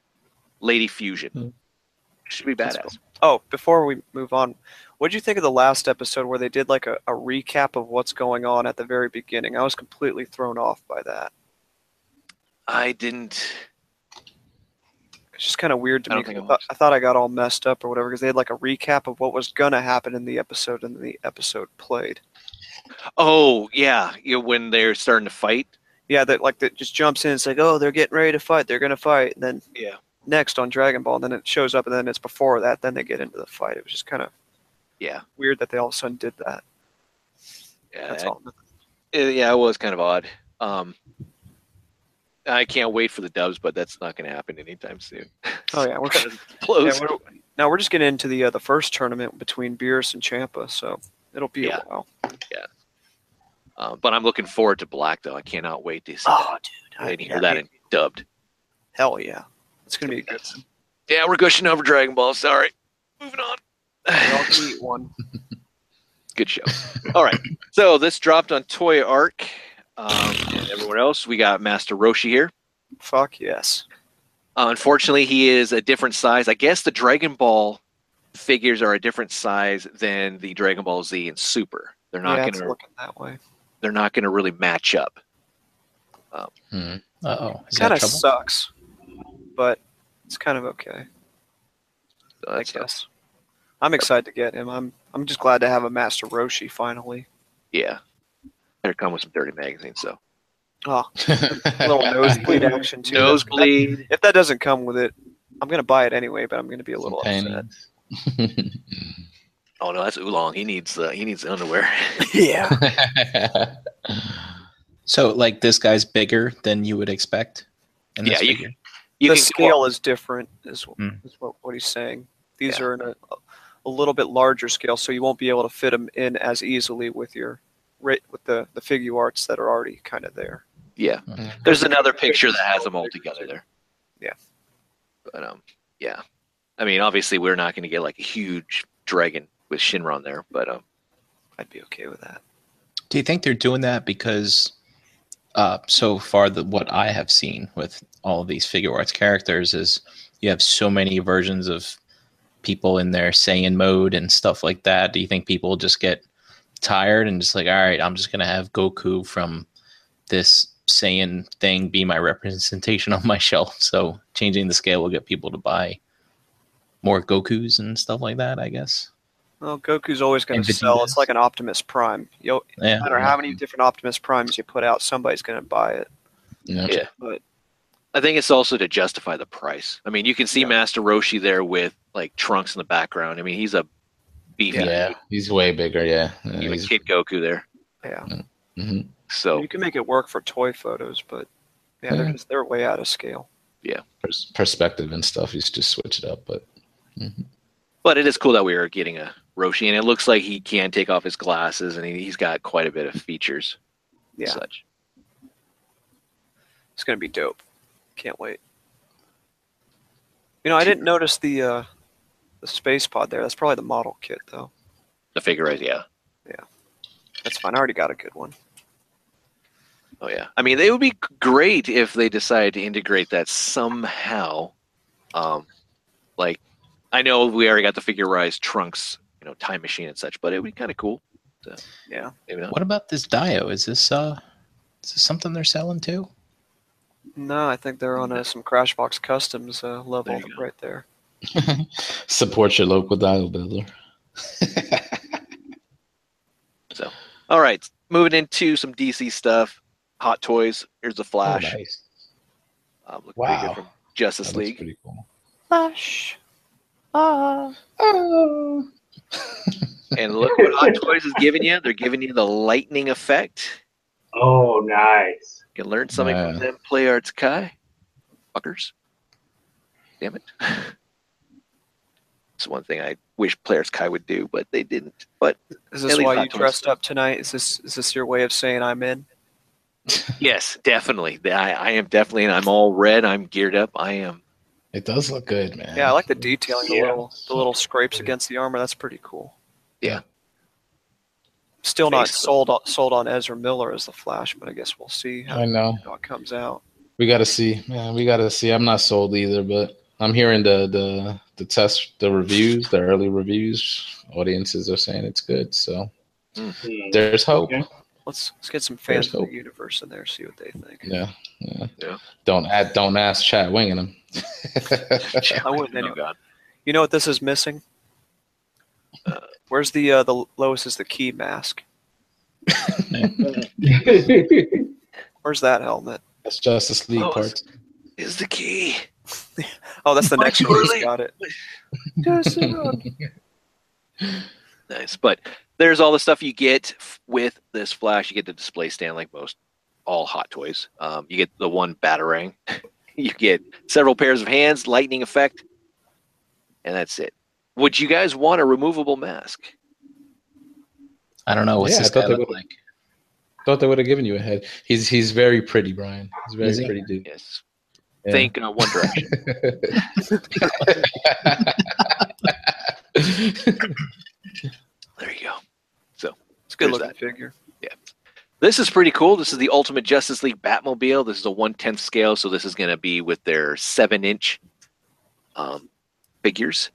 Speaker 2: Lady Fusion. Should be
Speaker 3: Hmm. That's
Speaker 2: badass.
Speaker 3: Oh, before we move on, what did you think of the last episode where they did like a, a recap of what's going on at the very beginning? I was completely thrown off by that.
Speaker 2: I didn't.
Speaker 3: It's just kind of weird to
Speaker 2: I
Speaker 3: me.
Speaker 2: don't think
Speaker 3: 'cause
Speaker 2: I
Speaker 3: I, thought, I thought I got all messed up or whatever because they had like a recap of what was gonna happen in the episode and the episode played.
Speaker 2: Oh yeah, you know, when they're starting to fight.
Speaker 3: Yeah, that like that just jumps in. It's like, oh, they're getting ready to fight. They're gonna fight. And then
Speaker 2: Yeah.
Speaker 3: next on Dragon Ball, and then it shows up, and then it's before that. Then they get into the fight. It was just kind of
Speaker 2: Yeah.
Speaker 3: weird that they all of a sudden did that.
Speaker 2: Yeah.
Speaker 3: That's
Speaker 2: I-
Speaker 3: all.
Speaker 2: Uh, yeah, it was kind of odd. Um, I can't wait for the dubs, but that's not going to happen anytime soon.
Speaker 3: Oh yeah, we're
Speaker 2: Kind of close.
Speaker 3: Yeah, we're- now we're just getting into the uh, the first tournament between Beerus and Champa, so it'll be
Speaker 2: Yeah.
Speaker 3: a while.
Speaker 2: Uh, but I'm looking forward to Black, though. I cannot wait to see.
Speaker 3: Oh, dude,
Speaker 2: I didn't hear that in dubbed.
Speaker 3: Hell yeah, it's gonna be a good.
Speaker 2: Yeah, we're gushing over Dragon Ball. Sorry. Moving
Speaker 3: We all
Speaker 2: on.
Speaker 3: can eat one.
Speaker 2: Good show. All right. So this dropped on Toy Arc um, and everyone else. We got Master Roshi here.
Speaker 3: Fuck yes.
Speaker 2: Uh, unfortunately, he is a different size. I guess the Dragon Ball figures are a different size than the Dragon Ball Z and Super. They're not
Speaker 3: yeah, it's
Speaker 2: going to
Speaker 3: looking that way.
Speaker 2: they're not going to really match up.
Speaker 4: Uh oh. Is
Speaker 3: Kind
Speaker 4: that trouble?
Speaker 3: of sucks, but it's kind of okay,
Speaker 2: So
Speaker 3: I
Speaker 2: that's-
Speaker 3: guess. I'm excited to get him. I'm I'm just glad to have a Master Roshi finally.
Speaker 2: yeah. Better come with some dirty magazines. So
Speaker 3: Oh, a little nosebleed action too.
Speaker 2: nosebleed.
Speaker 3: If that doesn't come with it, I'm gonna buy it anyway. But I'm gonna be a little
Speaker 1: Some
Speaker 3: upset.
Speaker 2: Oh no, that's oolong. He needs the he needs the underwear.
Speaker 3: Yeah.
Speaker 4: So like this guy's bigger than you would expect. in this
Speaker 2: Yeah, you
Speaker 4: figure?
Speaker 2: You
Speaker 3: the
Speaker 2: can-
Speaker 3: scale is different, is,
Speaker 4: Mm.
Speaker 3: is what, what he's saying. These
Speaker 2: Yeah.
Speaker 3: are in a, a little bit larger scale, so you won't be able to fit them in as easily with your ra- with the the figure arts that are already kind of there.
Speaker 2: yeah.
Speaker 1: Mhm.
Speaker 2: There's another picture that has them all together there.
Speaker 3: Yeah.
Speaker 2: But um, yeah. I mean, obviously, we're not going to get like a huge dragon with Shinron there, but um,
Speaker 3: I'd be okay with that.
Speaker 4: Do you think they're doing that because uh, so far the, what I have seen with all of these figure arts characters is you have so many versions of people in their Saiyan mode and stuff like that. Do you think people just get tired and just like, all right, I'm just gonna have Goku from this Saiyan thing be my representation on my shelf. So changing the scale will get people to buy more Gokus and stuff like that, I guess.
Speaker 3: Well, Goku's always going
Speaker 4: And
Speaker 3: to sell.
Speaker 4: Vegeta's.
Speaker 3: It's like an Optimus Prime. Yo,
Speaker 4: Yeah.
Speaker 3: no matter how many different Optimus Primes you put out, somebody's going to buy it.
Speaker 1: Yeah.
Speaker 2: Yeah.
Speaker 3: But
Speaker 2: I think it's also to justify the price. I mean, you can see
Speaker 3: Yeah.
Speaker 2: Master Roshi there with like Trunks in the background. I mean, he's a beefy
Speaker 1: Yeah, he's way bigger. Yeah, yeah
Speaker 2: even
Speaker 1: he's-
Speaker 2: Kid Goku there.
Speaker 3: yeah,
Speaker 1: mhm.
Speaker 2: So
Speaker 3: you can make it work for toy photos, but yeah, they're
Speaker 1: Yeah.
Speaker 3: just they're way out of scale.
Speaker 1: Pers- perspective and stuff. You should just switch it up, but
Speaker 2: But it is cool that we are getting a Roshi, and it looks like he can take off his glasses, and he, he's got quite a bit of features. and
Speaker 3: Yeah.
Speaker 2: Such.
Speaker 3: It's gonna be dope. Can't wait. You know, I didn't notice the uh, the space pod there. That's probably the model kit though.
Speaker 2: The figure is, yeah.
Speaker 3: That's fine. I already got a good one.
Speaker 2: Oh, yeah. I mean, it would be g- great if they decide to integrate that somehow. Um, like, I know we already got the figurized trunks, you know, time machine and such, but it would be kind of cool. So,
Speaker 3: Yeah.
Speaker 2: Maybe not.
Speaker 4: What about this Dio? Is this uh, is this something they're selling too?
Speaker 3: No, I think they're on uh, some Crashbox Customs uh, level
Speaker 2: There you
Speaker 3: right there.
Speaker 1: support your local dial builder.
Speaker 2: All right. Moving into some DC stuff. Hot Toys. Here's the Flash.
Speaker 1: Oh, nice.
Speaker 2: um, looking pretty good
Speaker 1: Wow.
Speaker 2: from
Speaker 1: That
Speaker 2: Justice
Speaker 1: looks
Speaker 2: League.
Speaker 1: pretty cool.
Speaker 3: Flash. Ah.
Speaker 1: Oh,
Speaker 2: And look what Hot Toys is giving you. They're giving you the lightning effect.
Speaker 5: Oh, nice.
Speaker 2: You can learn something
Speaker 1: Yeah.
Speaker 2: from them, Play Arts Kai. Fuckers. Damn it. It's one thing I wish Players Kai would do, but they didn't. But
Speaker 3: Is
Speaker 2: At
Speaker 3: this
Speaker 2: least
Speaker 3: why
Speaker 2: Hot
Speaker 3: you
Speaker 2: Toys.
Speaker 3: dressed up tonight? Is this is this your way of saying I'm in?
Speaker 2: yes, definitely. I, I am definitely, and I'm all red. I'm geared up. I am.
Speaker 1: it does look good, man.
Speaker 3: Yeah, I like the detailing, the
Speaker 5: Yeah.
Speaker 3: little the little scrapes against the armor. That's pretty cool. still not
Speaker 2: Basically.
Speaker 3: sold on, sold on Ezra Miller as the Flash, but I guess we'll see how,
Speaker 1: I know.
Speaker 3: how it comes out.
Speaker 1: We gotta see. Yeah, we gotta see. I'm not sold either, but I'm hearing the the the test, the reviews, the early reviews. Audiences are saying it's good, so
Speaker 5: Hmm.
Speaker 1: there's hope.
Speaker 5: Okay.
Speaker 3: Let's let's get some
Speaker 1: There's
Speaker 3: fans of the
Speaker 1: hope.
Speaker 3: universe in there, see what they think.
Speaker 1: Yeah, yeah.
Speaker 2: Yeah.
Speaker 1: Don't add, don't ask Chad winging him.
Speaker 3: I wouldn't anyway.
Speaker 2: God.
Speaker 3: You know what this is missing?
Speaker 2: Uh,
Speaker 3: Where's the uh, the Lois is the key mask? Where's that helmet?
Speaker 1: That's Justice League
Speaker 2: Oh,
Speaker 1: part.
Speaker 2: Is the key.
Speaker 3: Oh, that's the
Speaker 2: Why
Speaker 3: next
Speaker 2: you
Speaker 3: one.
Speaker 2: really-
Speaker 3: He's got it. uh, Too soon.
Speaker 2: Nice. But there's all the stuff you get f- with this Flash. You get the display stand like most all Hot Toys. Um, you get the one Batarang. you get several pairs of hands, lightning effect, and that's it. Would you guys want a removable mask?
Speaker 4: I don't know what's
Speaker 1: Yeah, I
Speaker 4: this
Speaker 1: thought
Speaker 4: guy
Speaker 1: they
Speaker 4: look
Speaker 1: would-
Speaker 4: like.
Speaker 1: Thought they would have given you a head. He's he's very pretty, Brian. He's a very
Speaker 4: Is he?
Speaker 1: pretty dude.
Speaker 2: Yes.
Speaker 1: Yeah.
Speaker 2: Think uh, One Direction. there you go.
Speaker 3: It's a good
Speaker 2: Where's
Speaker 3: looking figure.
Speaker 2: This is pretty cool. This is the Ultimate Justice League Batmobile. This is a one tenth scale, so this is going to be with their seven inch um, figures.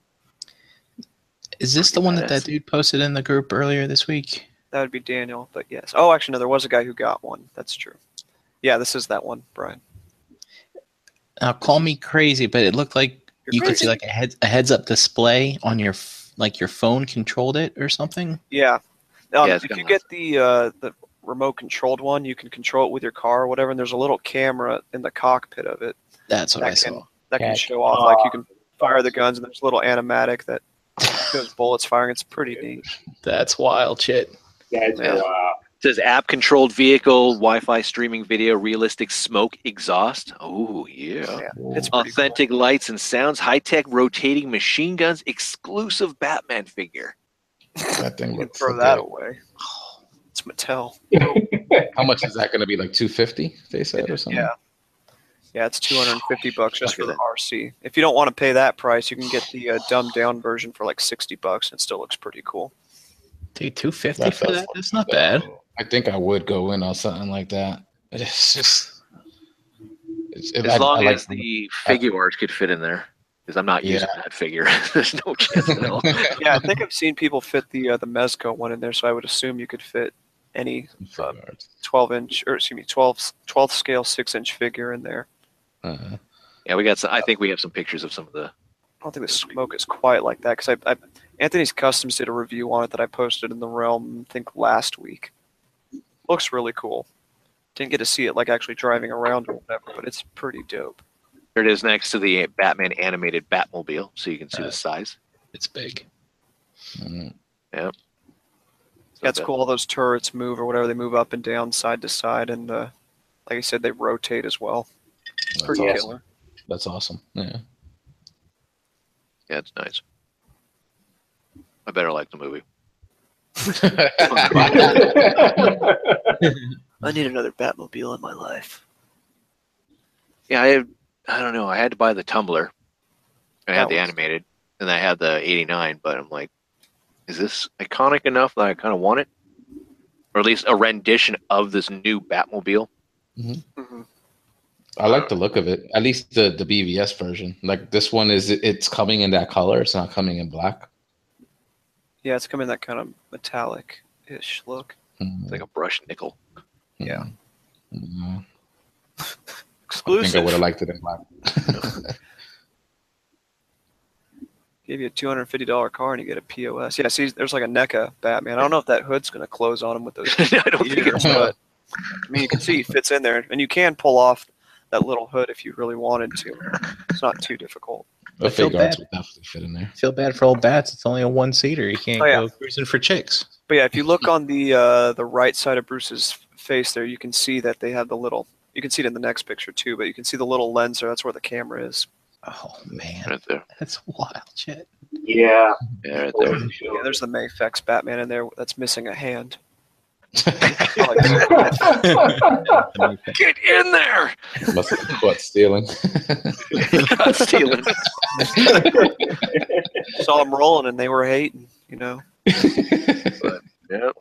Speaker 4: Is this the
Speaker 2: Pretty
Speaker 4: one that
Speaker 2: badass.
Speaker 4: that dude posted in the group earlier this week?
Speaker 3: That would be Daniel, but yes. Oh, actually, no, there was a guy who got one. That's true. Yeah, this is that one, Brian.
Speaker 4: Now call me crazy, but it looked like
Speaker 3: You're
Speaker 4: you could
Speaker 3: crazy.
Speaker 4: see like a head a heads up display on your f- like your phone controlled it or something.
Speaker 3: Yeah. Um,
Speaker 2: Yeah, it's
Speaker 3: if
Speaker 2: got
Speaker 3: you
Speaker 2: an
Speaker 3: get the uh, the remote controlled one, you can control it with your car or whatever. And there's a little camera in the cockpit of it
Speaker 4: That's what
Speaker 3: That
Speaker 4: I
Speaker 3: can-
Speaker 4: saw.
Speaker 3: that can
Speaker 1: Yeah.
Speaker 3: show off. Like you can fire the guns, and there's a little animatic that shows bullets firing. It's pretty neat.
Speaker 4: That's wild shit.
Speaker 5: That's
Speaker 2: Yeah.
Speaker 5: wow.
Speaker 2: It says app controlled vehicle, Wi Fi streaming video, realistic smoke exhaust. Oh, yeah.
Speaker 3: Yeah, it's pretty cool.
Speaker 2: Authentic lights and sounds, high tech rotating machine guns, exclusive Batman figure.
Speaker 1: that thing
Speaker 3: You can
Speaker 1: looks
Speaker 3: throw
Speaker 1: so
Speaker 3: that
Speaker 1: good.
Speaker 3: away. It's Mattel.
Speaker 1: How much is that going to be? Like two fifty? They said or something.
Speaker 3: Yeah. Yeah, it's 250 bucks just for
Speaker 1: Look
Speaker 3: the
Speaker 1: at
Speaker 3: RC. If you don't want to pay that price, you can get the uh, dumbed down version for like 60 bucks and it still looks pretty cool.
Speaker 4: Dude, two fifty
Speaker 1: That
Speaker 4: for
Speaker 1: sounds
Speaker 4: that? That's not bad.
Speaker 1: I think I would go in on something like that. It's just. It's, it-
Speaker 2: As
Speaker 1: I-
Speaker 2: long
Speaker 1: I like-
Speaker 2: as the figure art could fit in there. Because I'm not using that figure. There's no chance at all.
Speaker 3: Yeah, I think I've seen people fit the uh, the Mezco one in there, so I would assume you could fit any 12 inch or excuse me 12 12 scale 6 inch figure in there.
Speaker 1: Uh,
Speaker 2: Yeah, we got some. I think we have some pictures of some of the.
Speaker 3: I don't think the smoke is quite like that because I, I Anthony's Customs did a review on it that I posted in the realm I think last week. Looks really cool. Didn't get to see it like actually driving around or whatever, but it's pretty dope.
Speaker 2: There it is next to the Batman animated Batmobile, so you can see the size.
Speaker 4: It's big.
Speaker 1: mm.
Speaker 2: So
Speaker 3: That's
Speaker 2: the-
Speaker 3: cool. All those turrets move or whatever. They move up and down, side to side, and uh, like I said, they rotate as well.
Speaker 1: That's
Speaker 3: Pretty
Speaker 1: awesome.
Speaker 3: killer.
Speaker 1: That's awesome. Yeah.
Speaker 2: Yeah, it's nice. I better like the movie.
Speaker 3: I need another Batmobile in my life.
Speaker 2: Yeah, I I don't know. I had to buy the tumbler. I had
Speaker 3: That
Speaker 2: the
Speaker 3: was-
Speaker 2: animated, and I had the '89. But I'm like, is this iconic enough that I kind of want it, or at least a rendition of this new Batmobile?
Speaker 3: hmm
Speaker 1: I like the look of it. At least the the BVS version. Like this one is it's coming in that color. It's not coming in black.
Speaker 3: Yeah, it's coming that kind of metallic-ish look.
Speaker 1: Mm.
Speaker 2: It's like a brushed nickel.
Speaker 3: yeah.
Speaker 1: Mm. I think I
Speaker 3: Exclusive.
Speaker 1: would have liked it in black.
Speaker 3: Give you a two hundred fifty dollar car and you get a POS. Yeah, see, there's like a NECA Batman. I don't know if that hood's gonna close on him with those.
Speaker 2: I don't think it's.
Speaker 3: ears, but I mean, you can see he fits in there, and you can pull off that little hood if you really wanted to. It's not too difficult.
Speaker 1: The
Speaker 4: I feel
Speaker 1: fake arts
Speaker 4: bad.
Speaker 1: would definitely fit in there.
Speaker 4: Feel bad for old bats. It's only a one seater. You can't
Speaker 3: Oh, yeah.
Speaker 4: go cruising for chicks.
Speaker 3: But yeah, if you look on the uh, the right side of Bruce's face there, you can see that they have the little. You can see it in the next picture too, but you can see the little lens there. That's where the camera is.
Speaker 4: Oh man,
Speaker 2: Right there.
Speaker 4: that's wild shit.
Speaker 5: Yeah.
Speaker 2: Yeah, right there.
Speaker 3: Yeah, there's the Mayfex Batman in there that's missing a hand.
Speaker 2: Get in there!
Speaker 1: Must have been caught stealing.
Speaker 2: Not stealing.
Speaker 3: Saw them rolling and they were hating. You know,
Speaker 2: Yep.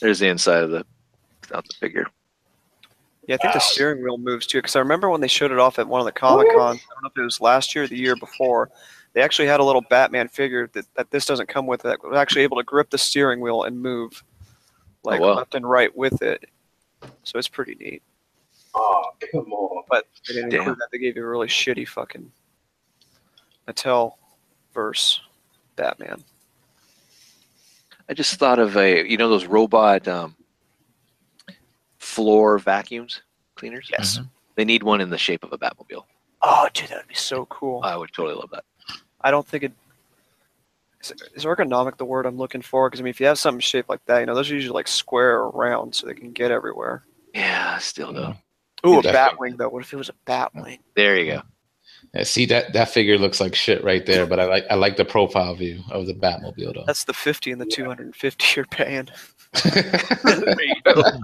Speaker 2: There's the inside of the of the figure.
Speaker 3: Yeah, I think the steering wheel moves too. Because I remember when they showed it off at one of the Comic Cons. I don't know if it was last year or the year before. They actually had a little Batman figure that, that this doesn't come with that was actually able to grip the steering wheel and move like
Speaker 2: wow.
Speaker 3: left and right with it. So it's pretty neat.
Speaker 5: Oh, come on.
Speaker 3: But they didn't
Speaker 2: Damn.
Speaker 3: include that. They gave you a really shitty fucking Mattel verse Batman.
Speaker 2: I just thought of a you know those robot um, floor vacuums cleaners.
Speaker 3: Yes.
Speaker 2: They need one in the shape of a Batmobile.
Speaker 3: Oh, dude, that'd be so cool.
Speaker 2: I would totally love that.
Speaker 3: I don't think it is, is ergonomic the word I'm looking for. Because I mean, if you have something shaped like that, you know, those are usually like square or round, so they can get everywhere.
Speaker 2: Yeah, still though.
Speaker 3: Ooh, a bat
Speaker 1: Definitely.
Speaker 3: wing though. What if it was a bat wing?
Speaker 2: There you go.
Speaker 1: Yeah, see that that figure looks like shit right there, but I like I like the profile view of the Batmobile though.
Speaker 3: That's the 50 and the 250 you're paying.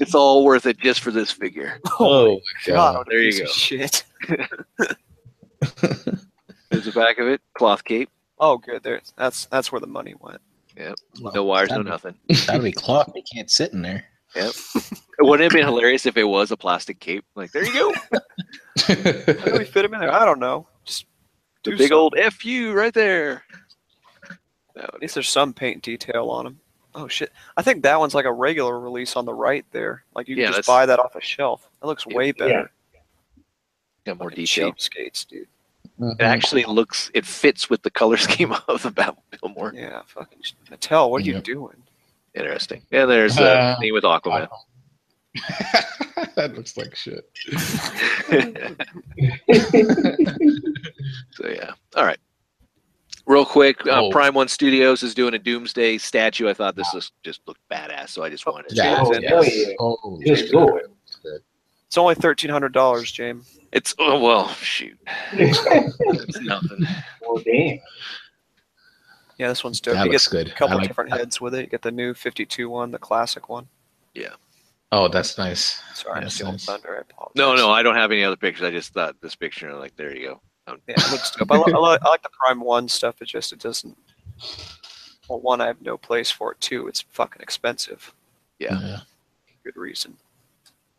Speaker 2: It's all worth it just for this figure.
Speaker 1: oh my
Speaker 3: God,
Speaker 1: god!
Speaker 3: what a
Speaker 2: there you
Speaker 3: piece of
Speaker 2: go.
Speaker 3: Shit.
Speaker 2: There's the back of it, cloth cape,
Speaker 3: Oh, good. There. That's that's where the money went.
Speaker 2: no wires, no
Speaker 4: That'd be-
Speaker 2: nothing.
Speaker 4: That'll be cloth. They can't sit in there.
Speaker 2: Wouldn't it be hilarious if it was a plastic cape? Like there you go,
Speaker 3: How do we fit him in there? I don't know. Just
Speaker 2: the
Speaker 3: do
Speaker 2: big
Speaker 3: something.
Speaker 2: old fu right there. That
Speaker 3: At
Speaker 2: would-
Speaker 3: least there's some paint detail on him. Oh shit! I think that one's like a regular release on the right there. Like you
Speaker 2: Yeah,
Speaker 3: can
Speaker 2: that's-
Speaker 3: just buy that off a shelf. That looks
Speaker 2: Yeah.
Speaker 3: way better.
Speaker 2: yeah, more
Speaker 3: Fucking
Speaker 2: detail.
Speaker 3: Cheapskates, dude.
Speaker 2: It actually looks, it fits with the color scheme of the Batmobile more.
Speaker 3: Yeah, fucking sh- Mattel. What are you
Speaker 1: Yeah.
Speaker 3: doing?
Speaker 2: Interesting. And there's the
Speaker 1: Uh,
Speaker 2: thing with Aquaman.
Speaker 1: that looks like shit.
Speaker 2: so yeah. All right. Real quick, uh,
Speaker 1: Oh.
Speaker 2: Prime One Studios is doing a Doomsday statue. I thought this was, just looked badass, so I just wanted to.
Speaker 1: Yeah.
Speaker 5: Oh,
Speaker 3: Yes.
Speaker 5: hell yeah.
Speaker 1: Oh,
Speaker 5: Just do it.
Speaker 3: It's only thirteen hundred dollars, James.
Speaker 2: It's oh well, shoot, it's nothing.
Speaker 5: well, damn.
Speaker 3: Yeah, this one's dope.
Speaker 1: that
Speaker 3: you
Speaker 1: looks
Speaker 3: get
Speaker 1: good.
Speaker 3: a couple
Speaker 1: I like
Speaker 3: different
Speaker 1: that.
Speaker 3: heads with it. You get the new fifty-two one, the classic one.
Speaker 1: Oh, that's nice.
Speaker 3: Sorry, I'm
Speaker 1: Yes,
Speaker 3: stealing
Speaker 1: nice.
Speaker 3: thunder. I apologize.
Speaker 2: No, no, I don't have any other pictures. I just thought this picture, and I'm like, there you go.
Speaker 3: Yeah, it looks dope. I, li- I, li- I like the Prime One stuff. It just it doesn't. Well, one, I have no place for it. Two, it's fucking expensive.
Speaker 2: Yeah.
Speaker 3: Good reason.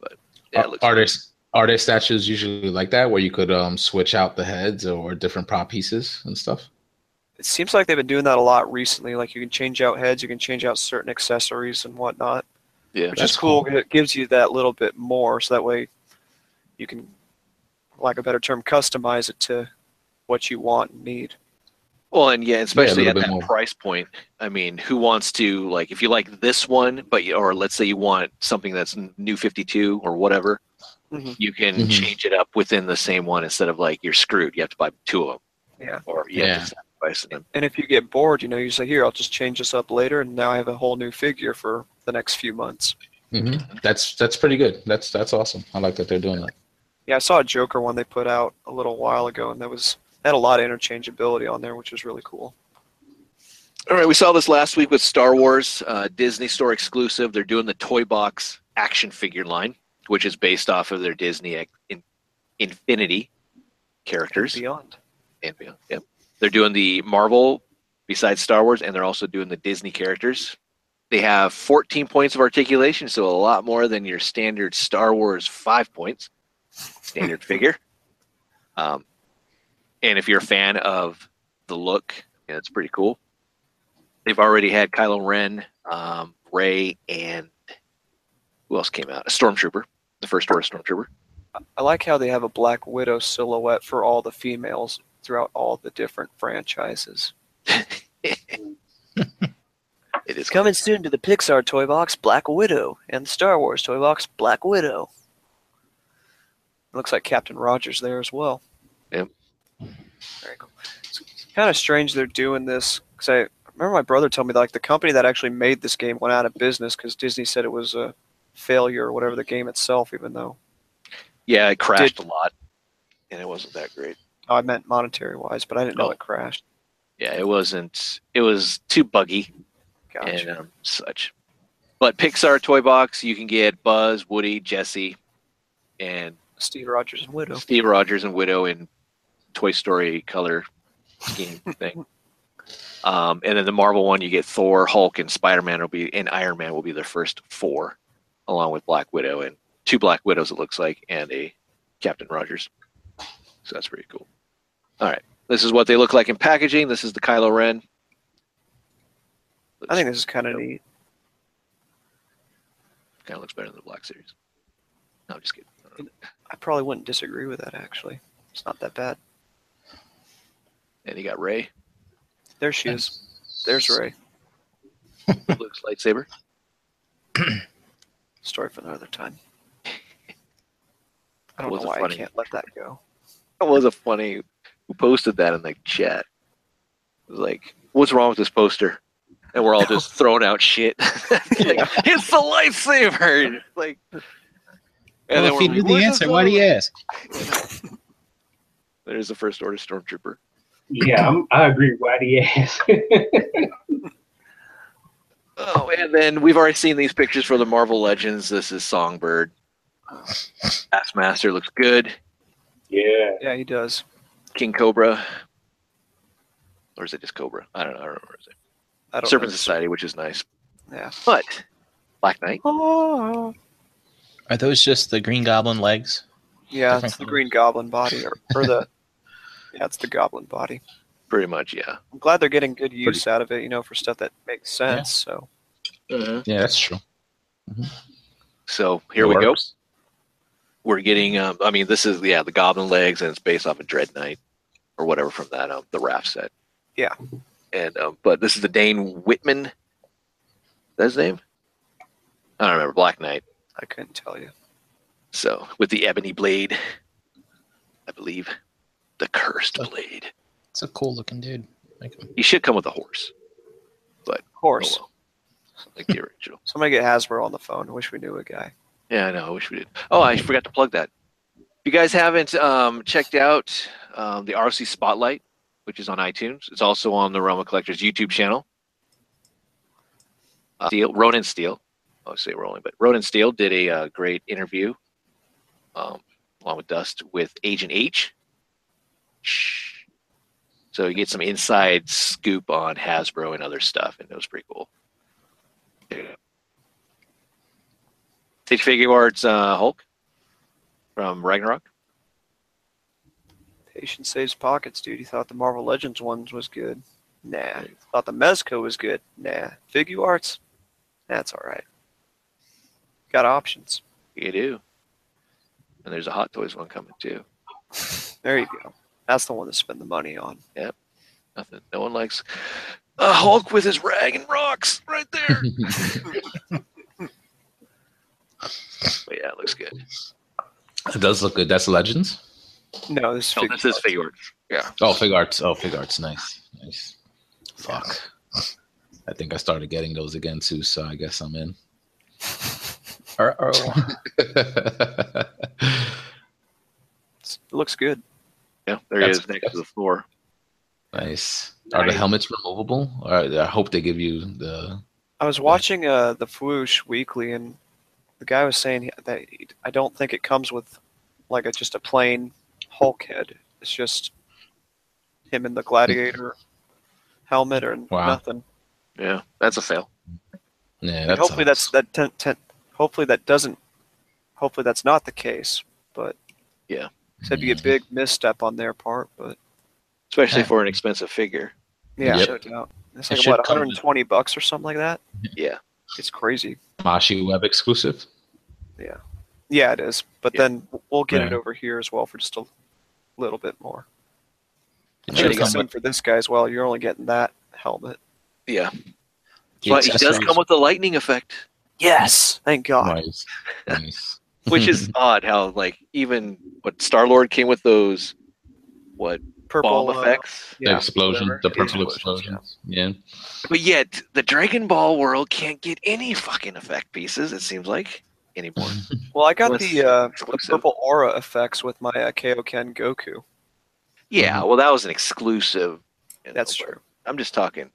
Speaker 2: Yeah, it
Speaker 1: Ar-
Speaker 2: looks
Speaker 1: are there are there statues usually like that where you could um switch out the heads or different prop pieces and stuff?
Speaker 3: It seems like they've been doing that a lot recently. Like you can change out heads, you can change out certain accessories and whatnot,
Speaker 2: Yeah,
Speaker 3: which
Speaker 1: That's
Speaker 3: is cool.
Speaker 1: cool.
Speaker 3: 'cause It gives you that little bit more, so that way you can, lack a better term, customize it to what you want and need.
Speaker 2: Well, and yeah, especially
Speaker 1: little
Speaker 2: at
Speaker 1: bit
Speaker 2: that
Speaker 1: more.
Speaker 2: price point. I mean, who wants to like if you like this one, but you, or let's say you want something that's n- new 52 or whatever,
Speaker 3: Mhm.
Speaker 2: you can
Speaker 1: Mhm.
Speaker 2: change it up within the same one instead of like you're screwed. You have to buy two of them.
Speaker 3: Yeah.
Speaker 2: Or you have to sacrifice them.
Speaker 3: And if you get bored, you know, you say, "Here, I'll just change this up later," and now I have a whole new figure for the next few months.
Speaker 1: Mhm. That's that's pretty good. That's that's awesome. I like that they're doing that.
Speaker 3: Yeah, I saw a Joker one they put out a little while ago, and that was that had a lot of interchangeability on there, which was really cool.
Speaker 2: All right, we saw this last week with Star Wars uh, Disney Store exclusive. They're doing the Toy Box action figure line, which is based off of their Disney ex- in- Infinity characters.
Speaker 3: Beyond,
Speaker 2: and beyond. Yep. They're doing the Marvel besides Star Wars, and they're also doing the Disney characters. They have 14 points of articulation, so a lot more than your standard Star Wars five points standard figure. Um, and if you're a fan of the look, yeah, it's pretty cool. They've already had Kylo Ren, um, Ray, and who else came out? A Stormtrooper, the first Star Wars Stormtrooper.
Speaker 3: I like how they have a Black Widow silhouette for all the females throughout all the different franchises.
Speaker 2: It is
Speaker 3: Coming soon to the Pixar toy box, Black Widow, and the Star Wars toy box, Black Widow. Looks like Captain Rogers there as well.
Speaker 2: Yep.
Speaker 3: Very cool. It's kind of strange they're doing this because I remember my brother told me that, like the company that actually made this game went out of business because Disney said it was a failure or whatever the game itself, even though
Speaker 2: Yeah, it crashed a lot, and it wasn't that great.
Speaker 3: no, oh, I meant monetary wise, but I didn't know
Speaker 2: Oh.
Speaker 3: it crashed.
Speaker 2: Yeah, it wasn't. It was too buggy
Speaker 3: Gotcha.
Speaker 2: and um, such. But Pixar Toy Box, you can get Buzz, Woody, Jesse, and
Speaker 3: Steve Rogers and Widow.
Speaker 2: Steve Rogers and Widow in Toy Story color scheme thing. Um, and then the Marvel one, you get Thor, Hulk, and Spider Man will be, and Iron Man will be their first four, along with Black Widow and two Black Widows, it looks like, and a Captain Rogers. So that's pretty cool. All right, this is what they look like in packaging. This is the Kylo Ren.
Speaker 3: I think this is kind of neat.
Speaker 2: kind of looks better than the Black Series. No, I'm just kidding. I don't know.
Speaker 3: I probably wouldn't disagree with that actually. It's not that bad.
Speaker 2: And you got Ray,
Speaker 3: There she is. There's Ray.
Speaker 2: Luke's lightsaber.
Speaker 3: Story for another time. I don't
Speaker 2: Was
Speaker 3: know
Speaker 2: it
Speaker 3: why
Speaker 2: funny?
Speaker 3: I can't let that go.
Speaker 2: That was a funny. Who posted that in the chat? It was like, what's wrong with this poster? And we're all just throwing out shit. Like, It's the lightsaber. Like, and then
Speaker 4: well, if
Speaker 2: we're
Speaker 4: he
Speaker 2: like,
Speaker 4: knew
Speaker 2: "What is
Speaker 4: the answer,
Speaker 2: that?"
Speaker 4: why do you ask?
Speaker 2: There's the first order stormtrooper.
Speaker 5: Yeah, I'm, I agree. Why the ass?
Speaker 2: Oh, and then we've already seen these pictures for the Marvel Legends. This is Songbird. Taskmaster looks good.
Speaker 5: yeah.
Speaker 3: Yeah, he does.
Speaker 2: King Cobra. Or is it just Cobra? I don't know. I don't remember. Is it?
Speaker 3: I don't
Speaker 2: Serpent Society, which is nice.
Speaker 3: know. Yeah.
Speaker 2: But Black Knight.
Speaker 3: Oh.
Speaker 4: Are those just the Green Goblin legs?
Speaker 3: Yeah,
Speaker 4: Different
Speaker 3: it's the
Speaker 4: colors.
Speaker 3: Green Goblin body, or, or the yeah, it's the Goblin body.
Speaker 2: Pretty much, yeah.
Speaker 3: I'm glad they're getting good use out of it, you know, for stuff that makes sense. So
Speaker 4: Mm-hmm.
Speaker 1: Yeah, that's true.
Speaker 2: So here
Speaker 1: It
Speaker 2: we go.
Speaker 1: works.
Speaker 2: We're getting. Um, I mean, this is yeah the Goblin legs, and it's based off of Dread Knight or whatever from that um the Raft set.
Speaker 3: Yeah.
Speaker 2: And um, but this is the Dane Whitman. Is that his name? I don't remember Black Knight.
Speaker 3: I couldn't tell you.
Speaker 2: So with the ebony blade, I believe, the cursed blade.
Speaker 4: It's a cool looking dude. Like,
Speaker 2: He should come with a horse.
Speaker 3: Of course.
Speaker 2: Oh, well. Like the original.
Speaker 3: Somebody get Hasbro on the phone. I wish we knew a guy.
Speaker 2: Yeah, I know. I wish we did. Oh, I forgot to plug that. If you guys haven't um, checked out um, the RC Spotlight, which is on iTunes, it's also on the Roma Collectors YouTube channel. Uh, Steel, Ronan Steele, I would say Ronan, but Ronan Steele did a uh, great interview um, along with Dust with Agent H. So you get some inside scoop on Hasbro and other stuff, and it was pretty cool. Did Figure Arts uh, Hulk from Ragnarok?
Speaker 3: Patient saves pockets, dude. He thought the Marvel Legends ones was good. Nah. Thought the Mezco was good. Nah. Figure Arts? That's all right. Got options.
Speaker 2: You do. And there's a Hot Toys one coming too.
Speaker 3: There you go. That's the one to spend the money on.
Speaker 2: Nothing. No one likes a Hulk with his rag and rocks right there. but yeah, it looks good.
Speaker 1: It does look good. That's Legends.
Speaker 3: No, this is
Speaker 2: Oh,
Speaker 3: Figure
Speaker 2: this is
Speaker 3: Arts.
Speaker 2: Figure Arts.
Speaker 1: Oh, Fig Arts. Oh, Fig Arts. Nice. Nice. Fuck. I think I started getting those again too, so I guess I'm in.
Speaker 4: are, are,
Speaker 3: It's- It looks good.
Speaker 2: Yeah, there he
Speaker 1: That's-
Speaker 2: is next to the floor.
Speaker 1: nice. Are the helmets removable? Or I hope they give you the.
Speaker 3: I was watching uh, the Floosh Weekly, and the guy was saying that he, I don't think it comes with like a, just a plain Hulk head. It's just him in the gladiator helmet or
Speaker 1: Wow.
Speaker 3: nothing.
Speaker 2: Yeah, that's a fail.
Speaker 1: Yeah.
Speaker 3: And
Speaker 1: That
Speaker 3: hopefully
Speaker 1: sucks.
Speaker 3: that's that ten, ten, Hopefully that doesn't. Hopefully that's not the case. But
Speaker 2: Yeah.
Speaker 3: so it'd be
Speaker 1: Mm.
Speaker 3: a big misstep on their part. But
Speaker 2: Especially
Speaker 4: Yeah.
Speaker 2: for an expensive figure.
Speaker 3: yeah,
Speaker 1: Yep.
Speaker 3: no doubt. It's
Speaker 4: It
Speaker 3: like
Speaker 4: should
Speaker 3: what
Speaker 4: come-
Speaker 3: 120 bucks or something like that.
Speaker 2: Yeah.
Speaker 3: It's crazy.
Speaker 1: Mashi Web exclusive.
Speaker 3: Yeah, it is. But
Speaker 2: Yeah.
Speaker 3: then we'll get it
Speaker 1: Right.
Speaker 3: over here as well for just a little bit more.
Speaker 4: it
Speaker 3: I think
Speaker 4: should
Speaker 3: it's
Speaker 4: come
Speaker 3: the same
Speaker 4: with,
Speaker 3: for this guy as well. You're only getting that helmet.
Speaker 2: Yeah.
Speaker 4: The
Speaker 2: But he does
Speaker 4: accessories-
Speaker 2: come with the lightning effect.
Speaker 3: Yes, thank God.
Speaker 1: Nice. nice.
Speaker 2: Which is odd how like even what Star Lord came with those what
Speaker 3: Purple
Speaker 2: bomb
Speaker 3: uh,
Speaker 2: effects.
Speaker 1: the
Speaker 3: yeah,
Speaker 1: explosion.
Speaker 3: whatever.
Speaker 1: The
Speaker 3: Yeah,
Speaker 1: purple
Speaker 3: explosions,
Speaker 1: explosion. Yeah.
Speaker 2: But yet, the Dragon Ball world can't get any fucking effect pieces. It seems like anymore.
Speaker 3: yeah. Well, I got
Speaker 2: Unless
Speaker 3: the, uh, the
Speaker 2: exclusive.
Speaker 3: purple aura effects with my uh, Kaioken Goku.
Speaker 2: Yeah, well, that was an exclusive. you know,
Speaker 3: Mm-hmm. That's
Speaker 2: but
Speaker 3: true.
Speaker 2: I'm just talking.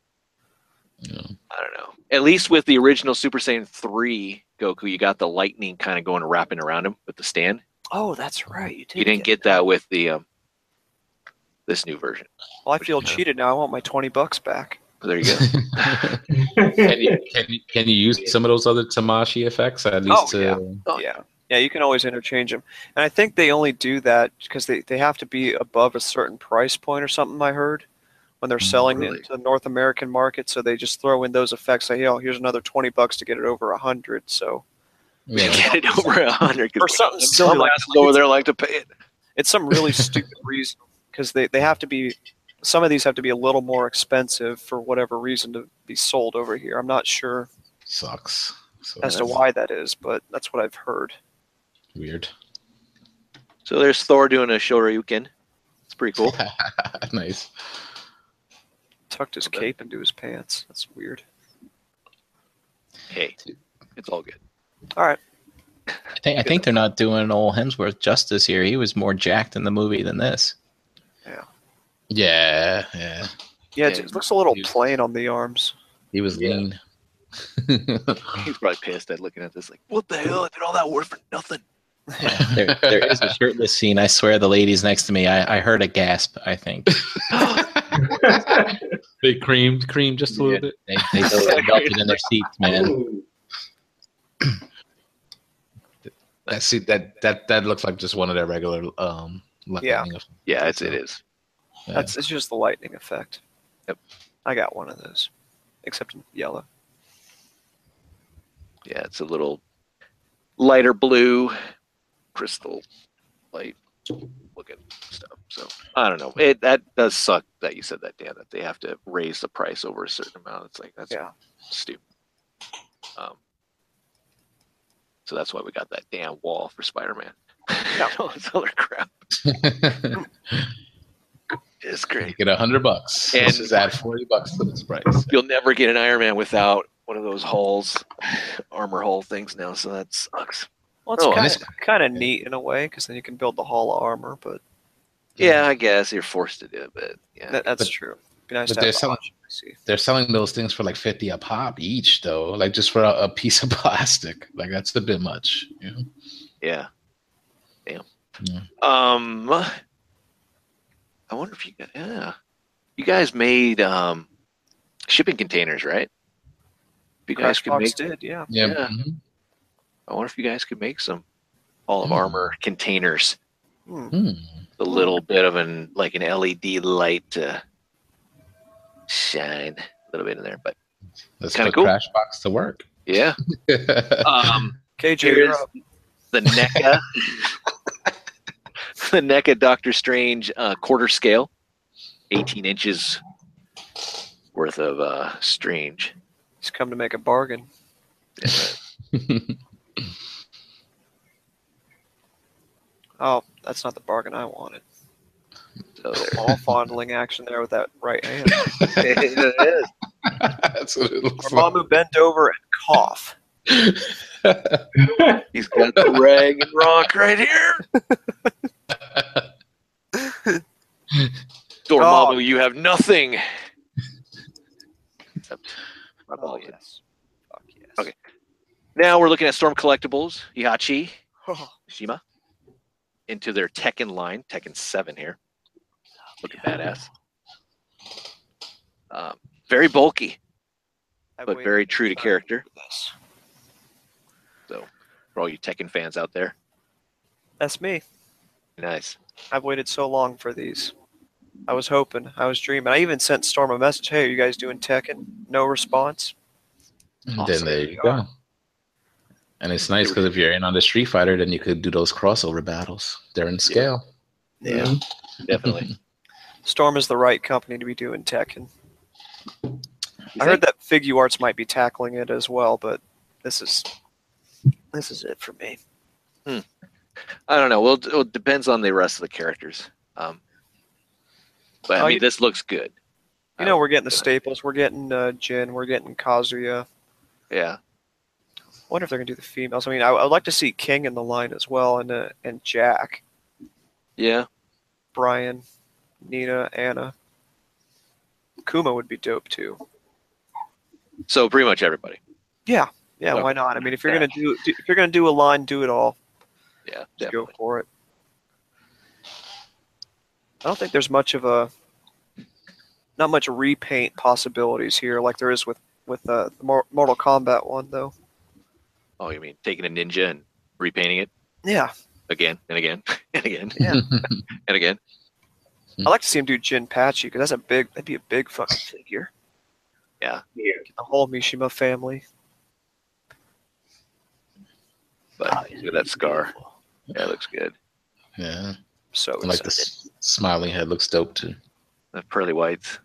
Speaker 1: Yeah.
Speaker 2: I don't know. At least with the original Super Saiyan three Goku, you got the lightning kind of going wrapping around him with the stand.
Speaker 3: Oh, that's right. You, did
Speaker 2: You didn't get that with the um this new version.
Speaker 3: Well, I feel
Speaker 1: Yeah.
Speaker 3: cheated now. I want my 20 bucks back.
Speaker 2: There you go.
Speaker 1: can, you, can, you, can you use some of those other Tamashi effects at least?
Speaker 3: Oh,
Speaker 1: to,
Speaker 3: yeah. yeah, yeah. You can always interchange them, and I think they only do that because they, they have to be above a certain price point or something. I heard when they're selling
Speaker 2: really?
Speaker 3: it to the North American market, so they just throw in those effects. Like, oh, here's another twenty bucks to get it over a hundred. So
Speaker 1: yeah.
Speaker 2: Get it over a hundred. 'cause
Speaker 3: Or something
Speaker 2: some
Speaker 3: silly like-
Speaker 2: asses over there like to pay it.
Speaker 3: it's some really stupid reason because they, they have to be. Some of these have to be a little more expensive for whatever reason to be sold over here. I'm not sure
Speaker 1: Sucks. So
Speaker 3: as to
Speaker 1: that's
Speaker 3: why that is, but that's what I've heard.
Speaker 1: Weird.
Speaker 2: So there's Thor doing a Shoryuken. It's pretty cool.
Speaker 1: nice.
Speaker 3: Tucked his
Speaker 2: Okay.
Speaker 3: cape into his pants. That's weird.
Speaker 2: Hey, it's all good.
Speaker 3: All right.
Speaker 4: I think I think they're not doing old Hemsworth justice here. He was more jacked in the movie than this.
Speaker 1: Yeah, yeah.
Speaker 3: Yeah, it
Speaker 2: Yeah.
Speaker 3: it looks a little
Speaker 1: Use-
Speaker 3: plain on the arms.
Speaker 1: He was
Speaker 5: Yeah.
Speaker 1: lean.
Speaker 2: He's probably pissed at looking at this. Like, what the hell? I did all that work for nothing.
Speaker 4: There, there is a shirtless scene. I swear, the ladies next to me, I, I heard a gasp. I think
Speaker 1: they creamed, creamed just a little bit.
Speaker 4: they they totally melted in their seats, man.
Speaker 5: Ooh.
Speaker 1: I see that that that looks like just one of their regular um. left
Speaker 3: Yeah.
Speaker 1: wing of-
Speaker 2: Yeah, it's, it is.
Speaker 1: Yeah.
Speaker 3: That's it's just the lightning effect.
Speaker 2: Yep.
Speaker 3: I got one of those, except in yellow.
Speaker 2: Yeah, it's a little lighter blue crystal light looking stuff. So I don't know. It that does suck that you said that, Dan, that they have to raise the price over a certain amount. It's like that's
Speaker 3: Yeah.
Speaker 2: stupid. Um, so that's why we got that damn wall for Spider Man. All this other crap is great.
Speaker 1: Get a hundred bucks. Let's
Speaker 2: And-
Speaker 1: just add forty bucks to this price.
Speaker 2: You'll never get an Iron Man without one of those hulls, armor hull things now, so that sucks.
Speaker 3: Well, it's
Speaker 2: Oh, and
Speaker 3: kind
Speaker 1: this-
Speaker 3: of kind of neat in a way because then you can build the hall of armor, but
Speaker 2: Yeah, I guess you're forced to do it, but yeah.
Speaker 3: that, that's
Speaker 1: But-
Speaker 3: true. Be nice
Speaker 1: but
Speaker 3: to have
Speaker 1: there's
Speaker 3: the
Speaker 1: some-
Speaker 3: option, I see.
Speaker 1: They're selling those things for like fifty a pop each, though. Like just for a, a piece of plastic. Like that's a bit much. You know?
Speaker 2: Yeah. Damn.
Speaker 1: Yeah.
Speaker 2: Um I wonder if you gu- yeah. You guys made um shipping containers, right? If You guys could
Speaker 3: Crashbox
Speaker 2: make
Speaker 3: did, yeah.
Speaker 1: Yeah.
Speaker 2: Yeah.
Speaker 1: mhm.
Speaker 2: I wonder if you guys could make some all of
Speaker 1: Hmm.
Speaker 2: armor containers.
Speaker 3: Hmm.
Speaker 1: Hmm.
Speaker 2: A little bit of an like an LED light to shine a little bit in there. But
Speaker 1: Let's
Speaker 2: Kinda
Speaker 1: put
Speaker 2: cool.
Speaker 1: Crash Box to work.
Speaker 2: yeah. Um
Speaker 3: KJ,
Speaker 2: Here
Speaker 3: you're
Speaker 2: is
Speaker 3: up.
Speaker 2: the NECA the NECA Doctor Strange uh, quarter scale, eighteen inches worth of uh, Strange.
Speaker 3: he's come to make a bargain. Oh, that's not the bargain I wanted.
Speaker 2: So there.
Speaker 3: All fondling action there with that right hand.
Speaker 2: it is.
Speaker 1: That's what it looks like.
Speaker 3: Dormammu bend over and cough.
Speaker 2: He's got the rag and rock right here. Dormammu,
Speaker 3: Oh.
Speaker 2: you have nothing. Except my
Speaker 3: Oh,
Speaker 2: ball.
Speaker 3: yes. Fuck yes.
Speaker 2: Okay. Now we're looking at Storm Collectibles, Yachi,
Speaker 3: Oh,
Speaker 2: Shima, into their Tekken line, Tekken 7 here. Looking badass. Um, very bulky,
Speaker 3: I
Speaker 2: but
Speaker 3: waited
Speaker 2: very true to
Speaker 3: for
Speaker 2: character
Speaker 3: this.
Speaker 2: for all you Tekken fans out there.
Speaker 3: That's me.
Speaker 2: Nice.
Speaker 3: I've waited so long for these. I was hoping. I was dreaming. I even sent Storm a message. Hey, are you guys doing Tekken? No response.
Speaker 1: And
Speaker 2: Awesome.
Speaker 1: Then there you go. And it's nice because if you're in on the Street Fighter, then you could do those crossover battles. They're in scale.
Speaker 3: Yeah.
Speaker 2: Definitely.
Speaker 3: Storm is the right company to be doing Tekken. I heard that Figure Arts might be tackling it as well, but this is this is it for me.
Speaker 2: I don't know. Well, it it depends on the rest of the characters. Um, but I
Speaker 3: Oh,
Speaker 2: mean,
Speaker 3: you-
Speaker 2: this looks good.
Speaker 3: You know, we're getting the
Speaker 2: good.
Speaker 3: staples. We're getting uh, Jin. We're getting Kazuya.
Speaker 2: Yeah.
Speaker 3: wonder if they're gonna do the females. I mean, I, I'd like to see King in the line as well, and uh, and Jack,
Speaker 2: Yeah.
Speaker 3: Brian, Nina, Anna. Kuma would be dope too.
Speaker 2: So pretty much everybody.
Speaker 3: Yeah,
Speaker 2: Okay.
Speaker 3: why not? I mean, if you're
Speaker 2: Yeah.
Speaker 3: gonna do, do if you're gonna do a line, do it all.
Speaker 2: Yeah.
Speaker 3: Just
Speaker 2: Definitely.
Speaker 3: go for it. I don't think there's much of a not much repaint possibilities here, like there is with with uh, the Mor- Mortal Kombat one, though.
Speaker 2: Oh, you mean taking a ninja and repainting it
Speaker 3: Yeah,
Speaker 2: again and again and again
Speaker 3: Yeah.
Speaker 2: and again? Hmm.
Speaker 3: I like to see him do Jinpachi because that's a big. That'd be a big fucking figure.
Speaker 5: Yeah.
Speaker 3: The whole Mishima family.
Speaker 2: But look at that scar. Yeah, it looks good.
Speaker 1: yeah.
Speaker 3: So
Speaker 1: I like
Speaker 3: excited.
Speaker 1: this smiling head looks dope too.
Speaker 2: The pearly whites.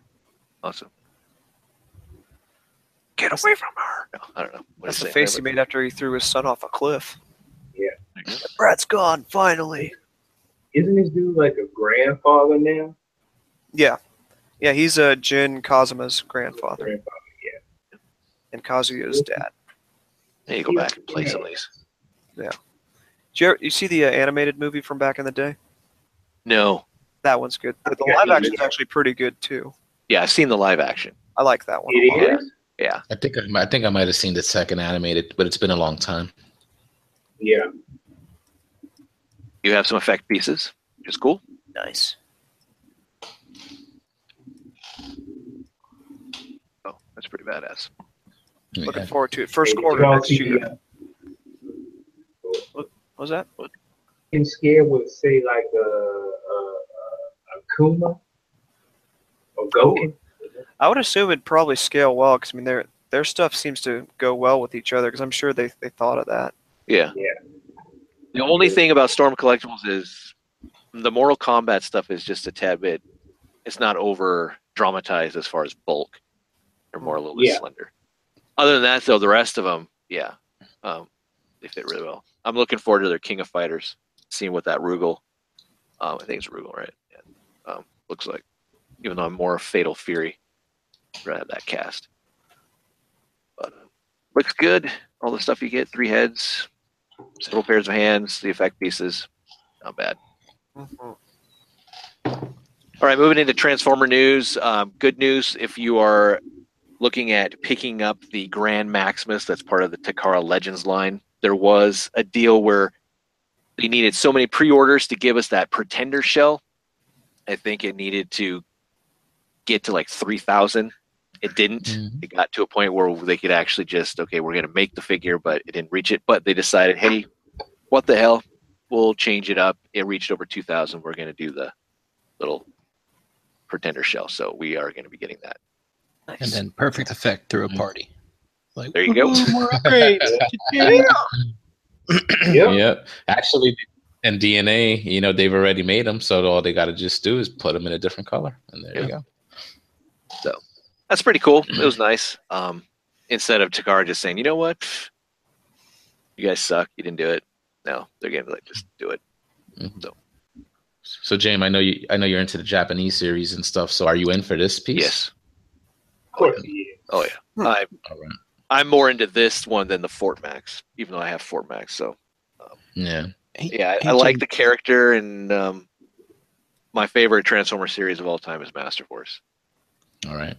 Speaker 2: Awesome. Get away from her. No, I don't know. What
Speaker 3: That's
Speaker 2: is
Speaker 3: the
Speaker 2: it?
Speaker 3: face he made after he threw his son off a cliff.
Speaker 2: There you go.
Speaker 3: Brad's gone finally.
Speaker 5: Isn't this dude like a grandfather now?
Speaker 3: Yeah, yeah. He's uh, Jin Kazuma's grandfather
Speaker 5: Grandfather.
Speaker 3: and Kazuya's dad.
Speaker 2: Hey, go back and play some of these.
Speaker 3: Did you, ever, you see the uh, animated movie from back in the day?
Speaker 2: No.
Speaker 3: That one's good. The
Speaker 5: Yeah,
Speaker 3: live
Speaker 5: yeah,
Speaker 3: action is
Speaker 5: yeah.
Speaker 3: actually pretty good too.
Speaker 2: Yeah, I've seen the live action.
Speaker 3: I like that one. a lot.
Speaker 5: It is?
Speaker 1: I think I, mi- I think I might have seen the second animated, but it's been a long time.
Speaker 5: Yeah.
Speaker 2: You have some effect pieces, which is cool.
Speaker 3: Nice.
Speaker 2: Oh, that's pretty badass.
Speaker 3: Looking
Speaker 1: Yeah.
Speaker 3: forward to it. First
Speaker 5: Did
Speaker 3: quarter
Speaker 5: y'all
Speaker 3: next
Speaker 5: see
Speaker 3: year.
Speaker 5: the, uh,
Speaker 3: What was that?
Speaker 5: Fucking scared would say like uh, a, a, a Kuma or Goku.
Speaker 3: I would assume it'd probably scale well because I mean their their stuff seems to go well with each other because I'm sure they, they thought of that.
Speaker 2: Yeah.
Speaker 5: Yeah.
Speaker 2: The only thing about Storm Collectibles is the Mortal Kombat stuff is just a tad bit. It's not over dramatized as far as bulk. They're more a little bit
Speaker 5: Yeah.
Speaker 2: slender. Other than that, though, the rest of them, yeah, um, they fit really well. I'm looking forward to their King of Fighters, seeing what that Rugal, um, I think it's Rugal, right? Yeah, um, looks like. Even though I'm more Fatal Fury rather than that cast. But uh, looks good. All the stuff you get three heads, several pairs of hands, the effect pieces. Not bad.
Speaker 3: Mm-hmm.
Speaker 2: All right, moving into Transformer news. Um, good news if you are looking at picking up the Grand Maximus that's part of the Takara Legends line. There was a deal where they needed so many pre orders to give us that Pretender shell. I think it needed to get to like 3,000. It didn't
Speaker 1: Mhm.
Speaker 2: it got to a point where they could actually just okay we're going to make the figure but it didn't reach it but they decided hey what the hell we'll change it up it reached over 2000 we're going to do the little pretender shell so we are going to be getting that
Speaker 4: And then perfect effect through a
Speaker 1: Mhm.
Speaker 4: party. Like
Speaker 2: There you go.
Speaker 4: "Woo, More upgrades.
Speaker 5: Yep.
Speaker 1: Yep. Actually, and DNA, you know, they've already made them, so all they got to just do is put them in a different color, and there you go.
Speaker 2: that's pretty cool it was nice um, instead of takara just saying you know what Pff, you guys suck you didn't do it no they're going to be like just do it
Speaker 1: So, James, I know you. I know you're into the Japanese series and stuff. So, are you in for this piece?
Speaker 2: yes
Speaker 5: Of course he is.
Speaker 2: oh yeah i
Speaker 1: All right.
Speaker 2: i'm more into this one than the fort max even though i have fort max so
Speaker 1: Yeah.
Speaker 2: Yeah, I, I like the character, and um, my favorite Transformer series of all time is Master Force.
Speaker 1: All right.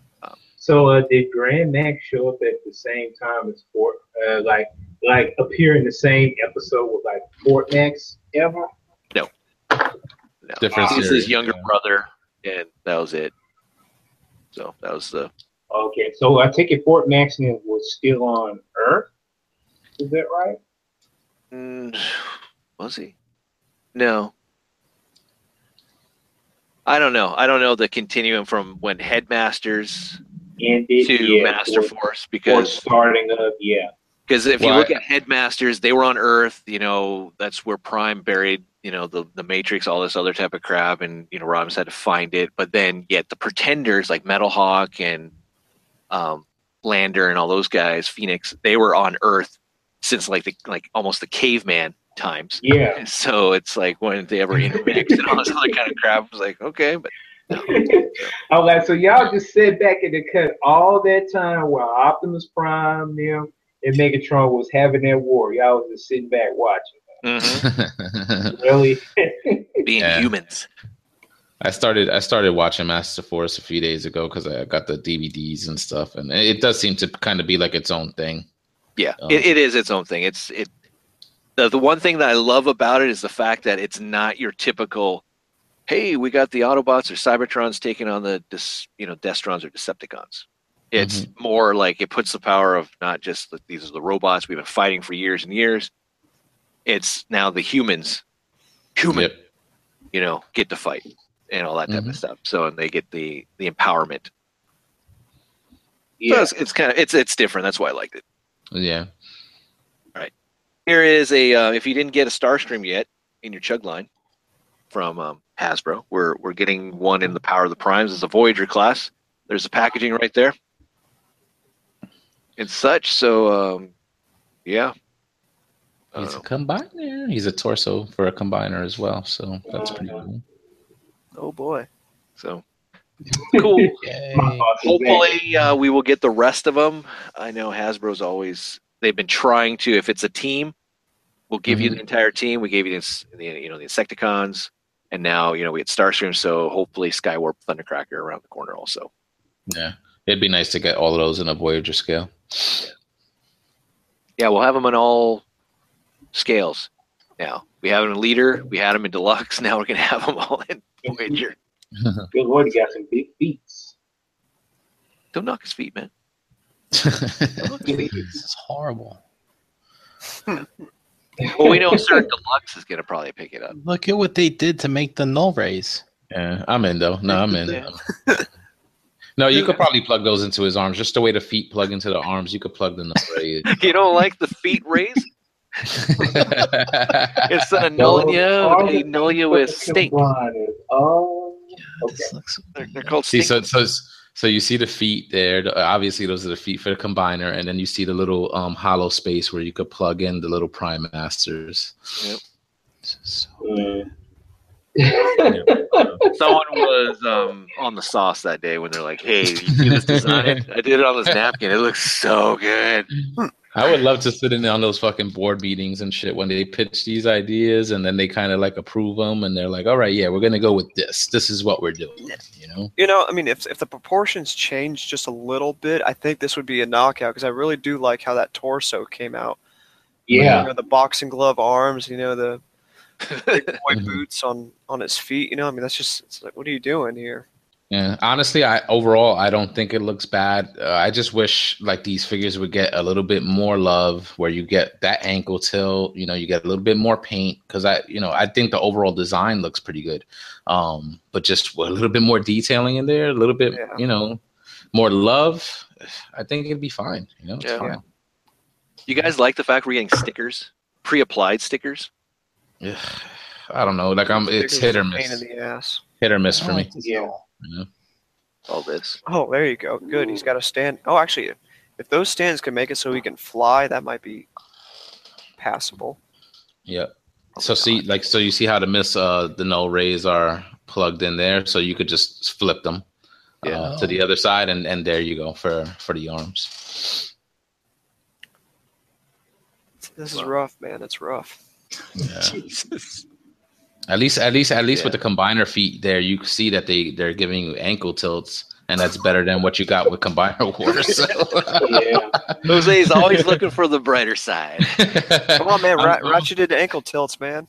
Speaker 5: So uh, did Grand Max show up at the same time as Fort, uh, like, like appear in the same episode with like Fort Max ever?
Speaker 2: No,
Speaker 1: Different
Speaker 2: he's
Speaker 1: series,
Speaker 2: his younger
Speaker 1: yeah.
Speaker 2: brother, and that was it. So that was the
Speaker 5: Okay, so I take it Fort Maximus was still on Earth. Is that right?
Speaker 2: Mm, was he? No. I don't know. I don't know the continuum from when Headmasters
Speaker 5: And did
Speaker 2: to
Speaker 5: yeah,
Speaker 2: Master
Speaker 5: Fort-
Speaker 2: Force
Speaker 5: Fort
Speaker 2: because
Speaker 5: starting up, yeah.
Speaker 2: Because if you
Speaker 1: Well,
Speaker 2: look
Speaker 1: I-
Speaker 2: at headmasters, they were on Earth. You know, that's where Prime buried. You know, the the Matrix, all this other type of crap, and you know, Robbins had to find it. But then, yet the Pretenders, like Metal Hawk and um, Lander and all those guys, Phoenix, they were on Earth since like the like almost the caveman times.
Speaker 5: Yeah.
Speaker 2: So it's like when did they ever intermix and all this other kind of crap. I was like, okay, but
Speaker 5: I was like, so y'all just sit back in the cut all that time while Optimus Prime, them, and Megatron was having that war. Y'all was just sitting back watching.
Speaker 2: mhm,
Speaker 5: Really?
Speaker 2: being
Speaker 1: Yeah.
Speaker 2: humans,
Speaker 1: I started. I started watching Master Force a few days ago because I got the DVDs and stuff, and it does seem to kind of be like its own thing.
Speaker 2: yeah,
Speaker 1: Um,
Speaker 2: it, it is its own thing. It's it the, the one thing that I love about it is the fact that it's not your typical hey, we got the Autobots or Cybertrons taking on the Des- you know Destrons or Decepticons. It's
Speaker 1: Mm-hmm.
Speaker 2: more like it puts the power of not just that these are the robots we've been fighting for years and years. It's now the humans, human,
Speaker 1: Yep.
Speaker 2: you know, get to fight and all that type
Speaker 1: Mhm.
Speaker 2: of stuff. So and they get the the empowerment.
Speaker 5: Yeah.
Speaker 2: So it's, it's kind of it's it's different. That's why I liked it.
Speaker 1: Yeah.
Speaker 2: Here is a uh, if you didn't get a Starstream yet in your chug line from um, Hasbro, we're we're getting one in the Power of the Primes. It's a Voyager class. There's the packaging right there, and such. So um, yeah, I don't
Speaker 1: He's a
Speaker 2: know.
Speaker 1: combiner. He's a torso for a combiner as well, so that's pretty cool.
Speaker 3: Oh boy.
Speaker 2: so cool.
Speaker 1: Yay.
Speaker 5: My boss is angry.
Speaker 2: Hopefully, uh, we will get the rest of them. I know Hasbro's always they've been trying to. If it's a team, we'll give you the entire team. We gave you the, ins- the you know the Insecticons, and now you know we had Starstream. So hopefully, Skywarp Thundercracker around the corner also.
Speaker 1: Yeah. It'd be nice to get all of those in a Voyager scale.
Speaker 2: Yeah, we'll have them in all scales. Now we have them in leader. We had them in deluxe. Now we're gonna have them all in Voyager.
Speaker 5: Good Lord, he got some big beats.
Speaker 2: Don't knock his feet, man. Don't knock his feet.
Speaker 4: This is horrible.
Speaker 2: well, we know certain deluxe is gonna probably pick it up.
Speaker 4: Look at what they did to make the null rays.
Speaker 1: yeah, I'm in though. No, I'm in.
Speaker 2: Yeah.
Speaker 1: No, you could probably plug those into his arms. Just the way the feet plug into the arms, you could plug them in.
Speaker 2: You don't like the feet raised? It's a Nullia. They Nullia with stink.
Speaker 5: Oh, okay.
Speaker 4: This looks
Speaker 2: They're, they're called
Speaker 1: see,
Speaker 2: stink.
Speaker 1: so, so so you see the feet there. The- Obviously, those are the feet for the combiner, and then you see the little um, hollow space where you could plug in the little prime masters.
Speaker 2: Yep.
Speaker 4: this is so-
Speaker 2: Someone was um, on the sauce that day when they're like, "Hey, you see this design? I did it on this napkin. It looks so good."
Speaker 1: I would love to sit in on those fucking board meetings and shit when they pitch these ideas and then they kind of like approve them and they're like, all right, yeah, we're going to go with this. This is what we're doing, you know?
Speaker 3: You know, I mean, if, if the proportions change just a little bit, I think this would be a knockout because I really do like how that torso came out.
Speaker 5: yeah.
Speaker 3: You know, the boxing glove arms, you know, the
Speaker 2: That's
Speaker 3: white
Speaker 1: Mhm.
Speaker 3: boots on on his feet. You know, I mean, that's just it's like, what are you doing here?
Speaker 1: Yeah. Honestly, I overall, I don't think it looks bad. Uh, I just wish like these figures would get a little bit more love where you get that ankle tilt, you know, you get a little bit more paint because I, you know, I think the overall design looks pretty good. Um, but just a little bit more detailing in there, a little bit,
Speaker 3: Yeah.
Speaker 1: you know, more love. I think it'd be fine, you know? It's
Speaker 2: Yeah.
Speaker 1: fine.
Speaker 2: You guys like the fact we're getting stickers, pre-applied stickers?
Speaker 1: Yeah, I don't know. Like I'm, it's
Speaker 3: Figures
Speaker 1: hit or
Speaker 3: are a Pain in
Speaker 1: miss.
Speaker 3: the ass.
Speaker 1: Hit or miss for
Speaker 4: Oh,
Speaker 1: me.
Speaker 4: this is
Speaker 5: Yeah.
Speaker 4: null.
Speaker 2: All this.
Speaker 3: Oh, there you go. Good. He's got a stand. Oh, actually, if those stands can make it so he can fly, that might be passable.
Speaker 1: Yeah. So see, like, so you see how the miss, uh, the null rays are plugged in there, so you could just flip them uh,
Speaker 4: Yeah.
Speaker 1: to the other side, and and there you go for for the arms.
Speaker 3: This is rough, man. It's rough.
Speaker 1: Yeah.
Speaker 4: Jesus.
Speaker 1: At least, at least, at least with
Speaker 2: Yeah.
Speaker 1: the combiner feet there, you see that they they're giving you ankle tilts, and that's better than what you got with combiner wars.
Speaker 5: yeah.
Speaker 2: Jose is always looking for the brighter side.
Speaker 3: Come on, man.
Speaker 1: I'm-
Speaker 3: Ra-
Speaker 1: I'm-
Speaker 3: Ratchet did ankle tilts, man.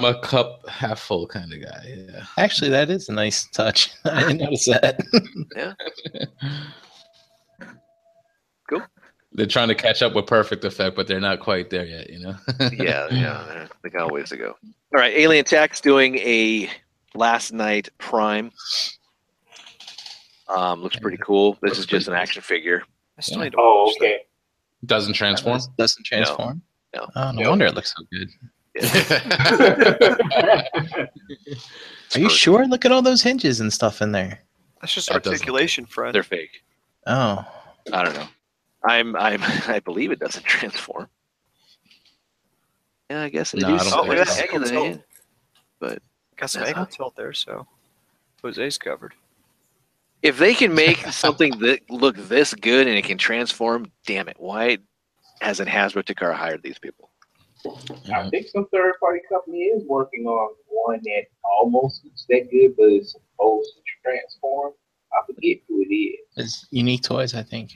Speaker 1: I'm a cup half full kind of guy. Yeah.
Speaker 4: Actually, that is a nice touch. I didn't notice that.
Speaker 2: Cool.
Speaker 1: They're trying to catch up with Perfect Effect, but they're not quite there yet, you know?
Speaker 2: yeah, yeah. They got ways to go. All right, Alien Attack's doing a last night prime. Um, looks pretty cool. This is just an action figure.
Speaker 3: I still
Speaker 1: Yeah.
Speaker 3: need to
Speaker 5: Oh,
Speaker 3: watch that.
Speaker 5: okay.
Speaker 1: Doesn't transform.
Speaker 4: Doesn't transform.
Speaker 2: No.
Speaker 4: Oh, no
Speaker 5: No.
Speaker 4: wonder it looks so good. Are you
Speaker 2: Perfect.
Speaker 4: sure? Look at all those hinges and stuff in there.
Speaker 3: That's just
Speaker 1: That doesn't-
Speaker 3: articulation, friend.
Speaker 2: They're fake.
Speaker 4: Oh,
Speaker 2: I don't know. I'm I'm I believe it doesn't transform. Yeah, I guess it
Speaker 1: No,
Speaker 2: is.
Speaker 1: I don't
Speaker 2: Oh,
Speaker 1: think
Speaker 2: look at
Speaker 1: so.
Speaker 2: that ankle there.
Speaker 3: Got some
Speaker 2: Yeah.
Speaker 3: ankle tilt there, so Jose's covered.
Speaker 2: If they can make something that look this good and it can transform, damn it, why hasn't Hasbro Takara hired these people?
Speaker 5: I think some third party company is working on one that almost looks that good, but it's supposed to transform. I forget who it is.
Speaker 4: it's unique toys, I think.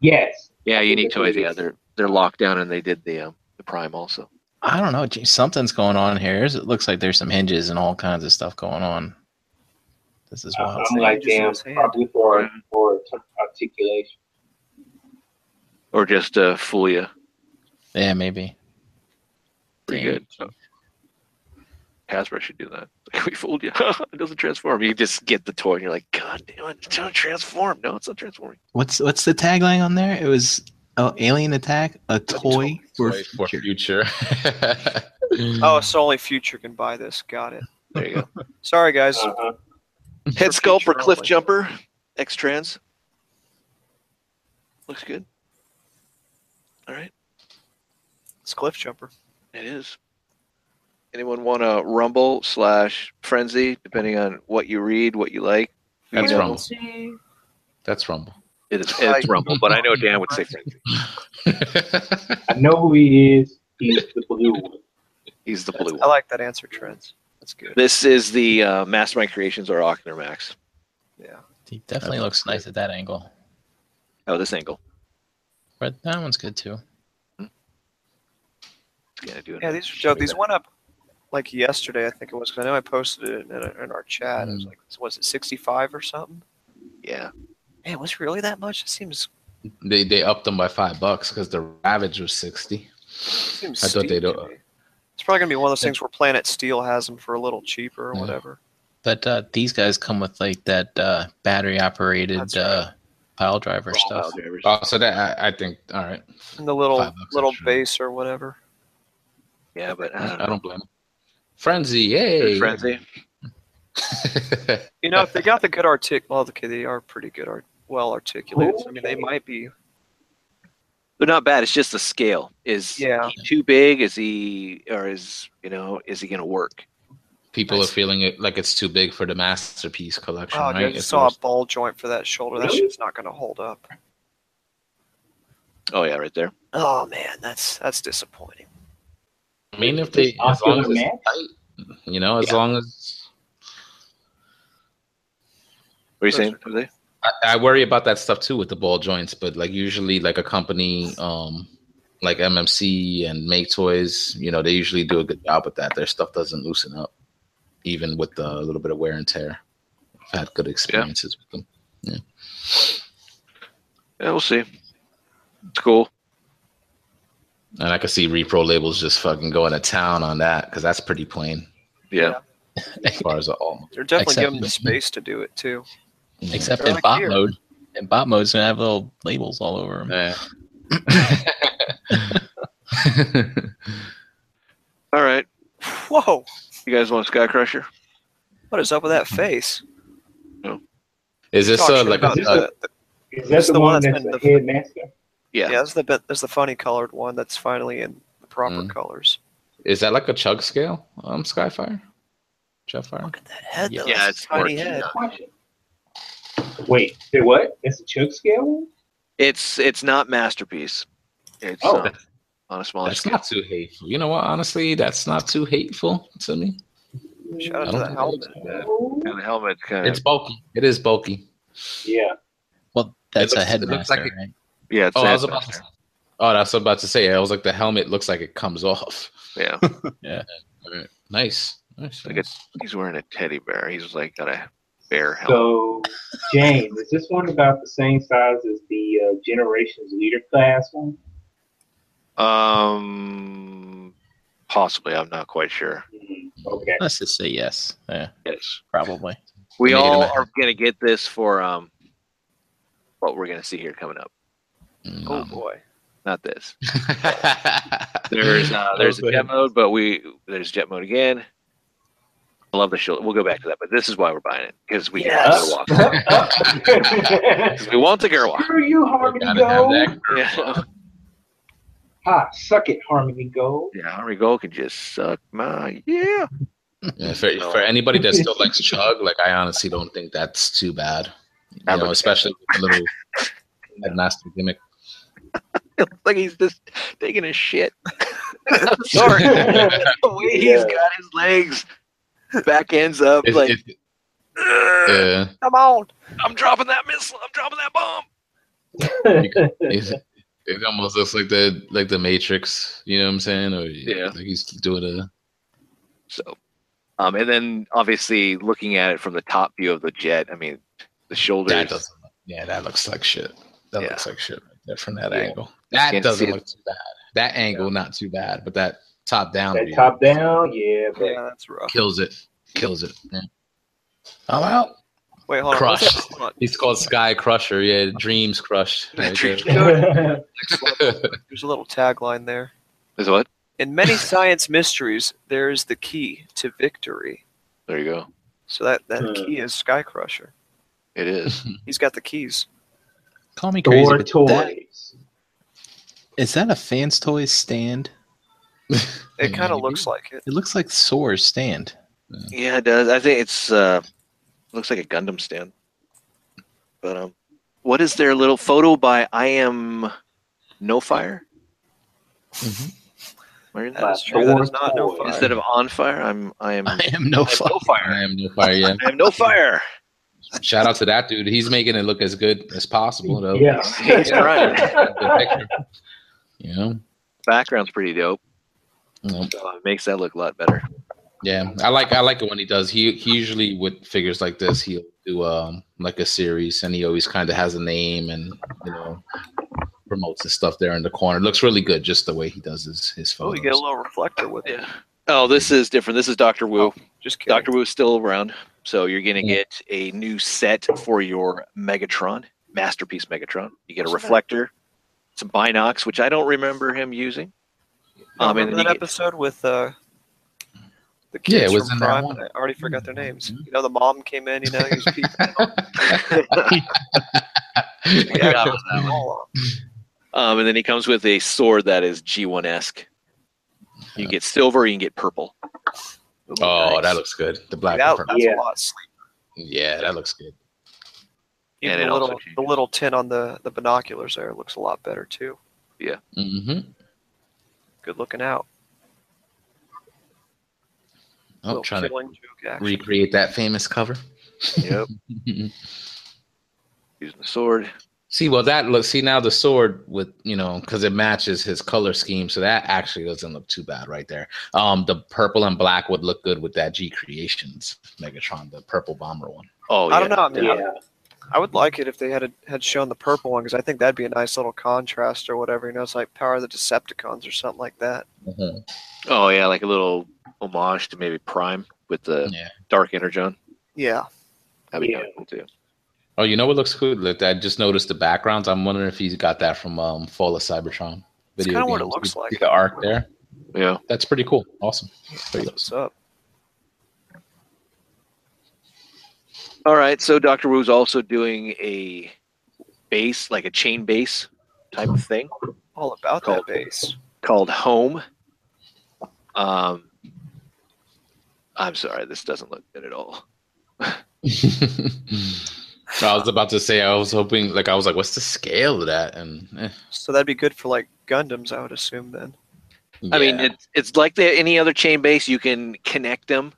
Speaker 5: Yes.
Speaker 2: Yeah, Unique
Speaker 5: Unique
Speaker 2: Toys.
Speaker 5: Toys.
Speaker 2: Yeah, they're they're locked down and they did the um, the Prime also.
Speaker 4: I don't know. Gee, something's going on here. There's- It looks like there's some hinges and all kinds of stuff going on. This is
Speaker 3: Oh,
Speaker 5: I'm
Speaker 4: wild.
Speaker 5: like,
Speaker 3: Just
Speaker 5: damn,
Speaker 3: his hand.
Speaker 5: probably for
Speaker 3: Mm-hmm.
Speaker 5: for t- articulation.
Speaker 2: or just uh, fool you.
Speaker 4: Yeah, maybe.
Speaker 2: Pretty
Speaker 4: Damn.
Speaker 2: good. So. Hasbro should do that. Like, we fooled you. it doesn't transform. You just get the toy and you're like, God damn it, it's not transform. No, it's not transforming.
Speaker 4: What's what's the tagline on there? It was oh, alien attack, a toy, for
Speaker 1: Toy for
Speaker 4: future.
Speaker 1: future. Hmm.
Speaker 3: Oh, so only future can buy this. Got it.
Speaker 2: There you go.
Speaker 3: Sorry, guys.
Speaker 5: Uh-huh.
Speaker 2: Head sculpt for
Speaker 3: future
Speaker 2: Cliff
Speaker 3: only.
Speaker 2: Jumper, X Trans. Looks good. All right,
Speaker 3: It's Cliff Jumper.
Speaker 2: it is. Anyone want to rumble slash frenzy, depending on what you read, what you like?
Speaker 1: That's
Speaker 2: You know,
Speaker 1: Rumble. That's Rumble.
Speaker 2: It is it's
Speaker 3: I-
Speaker 2: rumble, but I know Dan would say frenzy.
Speaker 5: I know who he is. He's the blue one.
Speaker 2: He's the blue
Speaker 3: That's-
Speaker 2: one.
Speaker 3: I like that answer, Trent. That's good.
Speaker 2: This is the uh, Mastermind Creations or Ochner Max.
Speaker 3: Yeah.
Speaker 4: He definitely looks nice at that angle.
Speaker 2: Oh, this angle.
Speaker 4: But that one's good too.
Speaker 2: It's gonna do it.
Speaker 3: Yeah, these are dope. These went up like yesterday, I think it was. 'cause I know I posted it in, in our chat. It
Speaker 1: Hmm.
Speaker 3: was like, was it 65 or something?
Speaker 2: Yeah.
Speaker 3: Man, was it really that much? It seems.
Speaker 1: They they upped them by five bucks because the Ravage was sixty.
Speaker 3: seems
Speaker 1: I thought
Speaker 3: steep
Speaker 1: they'd,
Speaker 3: to
Speaker 1: uh,
Speaker 3: me. It's probably gonna be one of those things where Planet Steel has them for a little cheaper or
Speaker 1: Yeah.
Speaker 3: whatever.
Speaker 4: But uh, these guys come with like that uh, battery operated
Speaker 3: That's right.
Speaker 4: uh, pile driver
Speaker 2: Wild
Speaker 4: stuff.
Speaker 2: drivers.
Speaker 1: Oh, so that I, I think all right.
Speaker 3: And the little
Speaker 1: Five bucks
Speaker 3: little
Speaker 1: extra.
Speaker 3: base or whatever.
Speaker 2: Yeah, but I don't
Speaker 1: I
Speaker 2: know.
Speaker 1: don't blame them. Frenzy,
Speaker 2: They're
Speaker 1: yay!
Speaker 2: Frenzy.
Speaker 3: You know, if they got the good artic, well, okay, they are pretty good art, well articulated. I mean, they might be.
Speaker 2: They're not bad. It's just the scale. Is
Speaker 3: Yeah.
Speaker 2: he too big? Is he or is you know is he gonna work?
Speaker 1: People are feeling it like it's too big for the masterpiece collection,
Speaker 3: Wow, dude,
Speaker 1: right?
Speaker 3: I Oh, just
Speaker 1: It's
Speaker 3: saw a
Speaker 1: worth-
Speaker 3: ball joint for that shoulder. That shit's not gonna hold up.
Speaker 2: Oh yeah, right there.
Speaker 3: Oh man, that's that's disappointing.
Speaker 1: I mean, if they as
Speaker 5: Oscar
Speaker 1: long as it's
Speaker 5: Mack?
Speaker 1: tight, you know, as
Speaker 2: Yeah.
Speaker 1: long as
Speaker 2: What are you
Speaker 3: Those
Speaker 2: saying?
Speaker 3: are-
Speaker 2: Jose?
Speaker 1: I, I worry about that stuff too with the ball joints, but like usually like a company um like MMC and Make Toys, you know, they usually do a good job with that. Their stuff doesn't loosen up even with a little bit of wear and tear. I've had good experiences with them.
Speaker 2: Yeah, we'll see. It's cool.
Speaker 1: And I could see repro labels just fucking going to town on that because that's pretty plain
Speaker 2: Yeah.
Speaker 3: Yeah.
Speaker 1: as far as all.
Speaker 3: They're definitely
Speaker 4: Except-
Speaker 3: giving the space to do it too.
Speaker 4: Except
Speaker 3: They're
Speaker 4: in
Speaker 3: like
Speaker 4: bot
Speaker 3: here.
Speaker 4: mode. In bot mode's gonna have little labels all over them.
Speaker 1: Yeah.
Speaker 2: All right.
Speaker 3: Whoa,
Speaker 2: You guys want Sky Crusher?
Speaker 3: what is up with that face?
Speaker 1: Is this
Speaker 3: Talk
Speaker 1: uh,
Speaker 3: shit
Speaker 1: like a,
Speaker 3: about
Speaker 1: a,
Speaker 3: the- the-
Speaker 5: Is
Speaker 3: That's
Speaker 5: that the,
Speaker 3: the one
Speaker 5: one
Speaker 3: that's
Speaker 5: that's
Speaker 3: been
Speaker 5: the
Speaker 3: the-
Speaker 5: headmaster?
Speaker 2: Yeah.
Speaker 3: yeah, that's the bit. That's the funny colored one. That's finally in the proper
Speaker 1: Mm.
Speaker 3: colors.
Speaker 1: is that like a chug scale? Um, Skyfire, Jetfire.
Speaker 3: Look at that head.
Speaker 4: Yeah.
Speaker 3: though.
Speaker 2: Yeah,
Speaker 3: that's
Speaker 2: it's
Speaker 3: a tiny
Speaker 2: gorgeous.
Speaker 3: head.
Speaker 5: Wait, say what? That's a chug scale one?
Speaker 2: It's it's not masterpiece. It's
Speaker 5: Oh.
Speaker 2: uh, on a smaller
Speaker 1: That's
Speaker 2: scale.
Speaker 1: not too hateful. You know what? Honestly, that's not too hateful to me.
Speaker 3: Shout out
Speaker 1: I
Speaker 3: to
Speaker 1: don't
Speaker 3: that
Speaker 1: think
Speaker 3: helmet.
Speaker 2: And the helmet's kind
Speaker 1: It's
Speaker 2: of
Speaker 1: bulky. It is bulky.
Speaker 5: Yeah.
Speaker 4: Well, that's
Speaker 1: looks-
Speaker 4: a
Speaker 1: it looks
Speaker 4: headmaster,
Speaker 1: like
Speaker 4: right?
Speaker 2: yeah. It's
Speaker 1: Oh, I was
Speaker 2: it's
Speaker 1: about to.
Speaker 2: faster.
Speaker 1: Say, oh, that's what I was about to say. I was like, the helmet looks like it comes off.
Speaker 2: Yeah.
Speaker 1: Alright. Nice. Nice.
Speaker 2: Like it's- He's wearing a teddy bear. He's like got a bear helmet.
Speaker 5: So, James, is this one about the same size as the uh, Generations Leader class one?
Speaker 2: Um, possibly. I'm not quite sure.
Speaker 5: Mhm. Okay.
Speaker 4: Let's just say yes. Yeah,
Speaker 2: Yes,
Speaker 4: probably.
Speaker 2: we
Speaker 1: Made
Speaker 2: all
Speaker 1: him a-
Speaker 2: are gonna get this for um, what we're gonna see here coming up.
Speaker 1: Mm,
Speaker 3: Oh
Speaker 1: um,
Speaker 3: boy.
Speaker 2: Not this. There's uh, there's a
Speaker 1: Go
Speaker 2: jet
Speaker 1: ahead.
Speaker 2: mode, but we there's jet mode again. I love the shield. We'll go back to that, but this is why we're buying it because we
Speaker 5: Yes.
Speaker 2: can have the Gerwalk. 'Cause we want the Gerwalk.
Speaker 5: Screw you,
Speaker 1: We're
Speaker 5: Harmony
Speaker 1: gonna have
Speaker 5: Gold.
Speaker 1: that.
Speaker 2: Yeah,
Speaker 5: Ha, suck it, Harmony Gold.
Speaker 2: yeah. Henry Gold can just suck my yeah.
Speaker 1: Yeah, for, for anybody that still likes chug, like I honestly don't think that's too bad. You
Speaker 2: That
Speaker 1: know,
Speaker 2: looks-
Speaker 1: especially with the little headmaster gimmick.
Speaker 2: It looks like he's just taking a shit.
Speaker 3: Sorry.
Speaker 1: It-
Speaker 3: the way
Speaker 5: Yeah.
Speaker 3: Oh, he's
Speaker 2: He's got his legs. Back ends up like
Speaker 1: it- uh,
Speaker 2: "Ugh,
Speaker 1: yeah.
Speaker 3: come on.
Speaker 2: I'm dropping that missile. I'm dropping that bomb.
Speaker 1: He's- It almost looks like the like the Matrix. You know what I'm saying? Or
Speaker 2: Yeah.
Speaker 1: like he's doing a.
Speaker 2: So, um, and then obviously looking at it from the top view of the jet, I mean, the
Speaker 1: That
Speaker 2: shoulders.
Speaker 1: doesn't. look- Yeah, that looks like shit. That
Speaker 2: Yeah.
Speaker 1: looks like shit right there from that
Speaker 2: Yeah.
Speaker 1: angle. That
Speaker 2: Can't
Speaker 1: doesn't
Speaker 2: see it.
Speaker 1: look too bad. That angle not too bad, but that top down
Speaker 5: That
Speaker 1: view
Speaker 5: top down, yeah, but
Speaker 3: Yeah, that's rough.
Speaker 1: kills it. Kills it. Yeah. I'm
Speaker 4: Oh,
Speaker 1: out.
Speaker 3: Wait, hold on. what's
Speaker 1: Crushed.
Speaker 3: that- hold on.
Speaker 1: He's called Sky Crusher. Yeah, dreams crushed. Right
Speaker 2: Dreams
Speaker 1: there.
Speaker 3: There's a little tagline there.
Speaker 2: Is what?
Speaker 3: In many science mysteries, there is the key to victory.
Speaker 2: There you go.
Speaker 3: So that, that
Speaker 5: Hmm.
Speaker 3: key is Sky Crusher.
Speaker 2: It is.
Speaker 3: He's got the keys.
Speaker 4: Call me crazy.
Speaker 5: Thor
Speaker 4: but That,
Speaker 5: toys.
Speaker 4: is that a fans toys stand?
Speaker 3: It kind of
Speaker 1: Maybe.
Speaker 3: looks like it.
Speaker 4: It looks like Sora's stand.
Speaker 2: Yeah, it does. I think it's uh, looks like a Gundam stand. But um, what is their little photo by I am No Fire? Mm-hmm.
Speaker 1: Mhm.
Speaker 2: Where is
Speaker 3: That
Speaker 2: that?
Speaker 3: is true. That is
Speaker 5: Thor
Speaker 3: not no
Speaker 5: toys.
Speaker 3: fire.
Speaker 2: Instead of on fire, I'm I am I
Speaker 4: I am no
Speaker 2: have no
Speaker 4: fuck.
Speaker 2: fire.
Speaker 1: I am no fire. Yeah.
Speaker 2: I have no fire.
Speaker 1: Shout out to that dude. He's making it look as good as possible. Though.
Speaker 5: Yeah.
Speaker 2: He's trying.
Speaker 1: The picture. You know.
Speaker 2: Background's pretty dope.
Speaker 1: Um,
Speaker 2: So it makes that look a lot better.
Speaker 1: Yeah, I like I like it when he does. He he usually with figures like this, he'll do um like a series, and he always kind of has a name and you know promotes his stuff there in the corner. looks really good, just the way he does his his
Speaker 3: Oh,
Speaker 1: photos.
Speaker 3: you get a little reflector with it.
Speaker 2: Oh, this is different. This is Doctor Wu.
Speaker 3: Just kidding.
Speaker 2: Doctor Wu's still around, so you're gonna get a new set for your Megatron masterpiece Megatron. You get a reflector, some binocs, which I don't remember him using.
Speaker 3: Oh,
Speaker 2: Um, and then
Speaker 3: remember that
Speaker 2: you get-
Speaker 3: episode with uh, the
Speaker 1: Yeah, it
Speaker 3: kids
Speaker 1: was
Speaker 3: from
Speaker 1: in that
Speaker 3: Prime?
Speaker 1: one. Mm-hmm.
Speaker 3: I already forgot their names. You know, the mom came in. You know, he was peeping.
Speaker 2: Yeah, that was
Speaker 3: all off.
Speaker 2: um, and then he comes with a sword that is G1 esque. You can get silver, you can get purple.
Speaker 1: oh, that looks good. The black.
Speaker 3: That-
Speaker 1: pepper.
Speaker 3: that's
Speaker 5: Yeah.
Speaker 3: a lot of sleep.
Speaker 1: yeah, that looks good.
Speaker 3: Even
Speaker 2: And it
Speaker 3: the
Speaker 2: also
Speaker 3: little the
Speaker 2: changes.
Speaker 3: little tint on the the binoculars there looks a lot better too.
Speaker 1: hmm
Speaker 3: Good looking out.
Speaker 1: Oh,
Speaker 3: Little
Speaker 1: trying to
Speaker 3: killing joke action.
Speaker 1: Oh, recreate that famous cover.
Speaker 2: Yep. Using the sword.
Speaker 1: See, well, that look. See now the sword with you know because it matches his color scheme, so that actually doesn't look too bad right there. Um, the purple and black would look good with that G Creations Megatron, the purple bomber one.
Speaker 2: Oh,
Speaker 3: I don't
Speaker 2: yeah.
Speaker 3: know. I mean,
Speaker 5: Yeah.
Speaker 3: I would like it if they had a, had shown the purple one because I think that'd be a nice little contrast or whatever. You know, it's like Power of the Decepticons or something like that. Mm-hmm.
Speaker 1: Mhm.
Speaker 2: Oh yeah, like a little homage to maybe Prime with the
Speaker 1: Yeah.
Speaker 2: dark energon.
Speaker 3: Yeah,
Speaker 2: That'd be
Speaker 5: Yeah.
Speaker 2: kind of cool too.
Speaker 1: Oh, you know what looks good? Look, I just noticed the backgrounds. I'm wondering if he's got that from um Fall of Cybertron.
Speaker 3: That's
Speaker 1: video
Speaker 3: kinda what it
Speaker 1: games.
Speaker 3: looks
Speaker 1: You
Speaker 3: like.
Speaker 1: see The arc there.
Speaker 2: Yeah.
Speaker 1: That's pretty cool. Awesome. There you go.
Speaker 3: what's up?
Speaker 2: All right. So Doctor Wu's also doing a base, like a chain base type of thing
Speaker 3: All about
Speaker 2: Cool.
Speaker 3: that base.
Speaker 2: called Home. Um, I'm sorry, this doesn't look good at all.
Speaker 1: I was about to say I was hoping like I was like, what's the scale of that? And eh,
Speaker 3: So that'd be good for like Gundams, I would assume then.
Speaker 2: I mean,
Speaker 1: yeah.
Speaker 2: it's it's like the, any other chain base. You can connect them,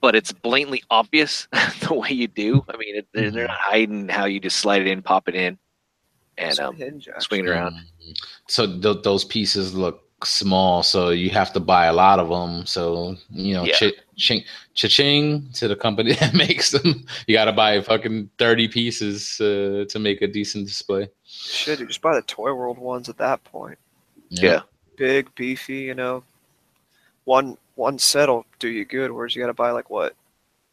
Speaker 2: but it's blatantly obvious the way you do. I mean, it, they're, they're not hiding how you just slide it in, pop it in, and
Speaker 3: Some
Speaker 2: um,
Speaker 3: hinge action.
Speaker 2: swing it around.
Speaker 1: Mhm. So th- those pieces look small, so you have to buy a lot of them. So you know,
Speaker 2: Yeah.
Speaker 1: chi ching, cha-ching to the company that makes them. You got to buy fucking thirty pieces uh, to make a decent display.
Speaker 3: Shit, you just buy the Toy World ones at that point.
Speaker 2: Yeah.
Speaker 3: Big, beefy, you know. One one set'll do you good, whereas you gotta buy like what?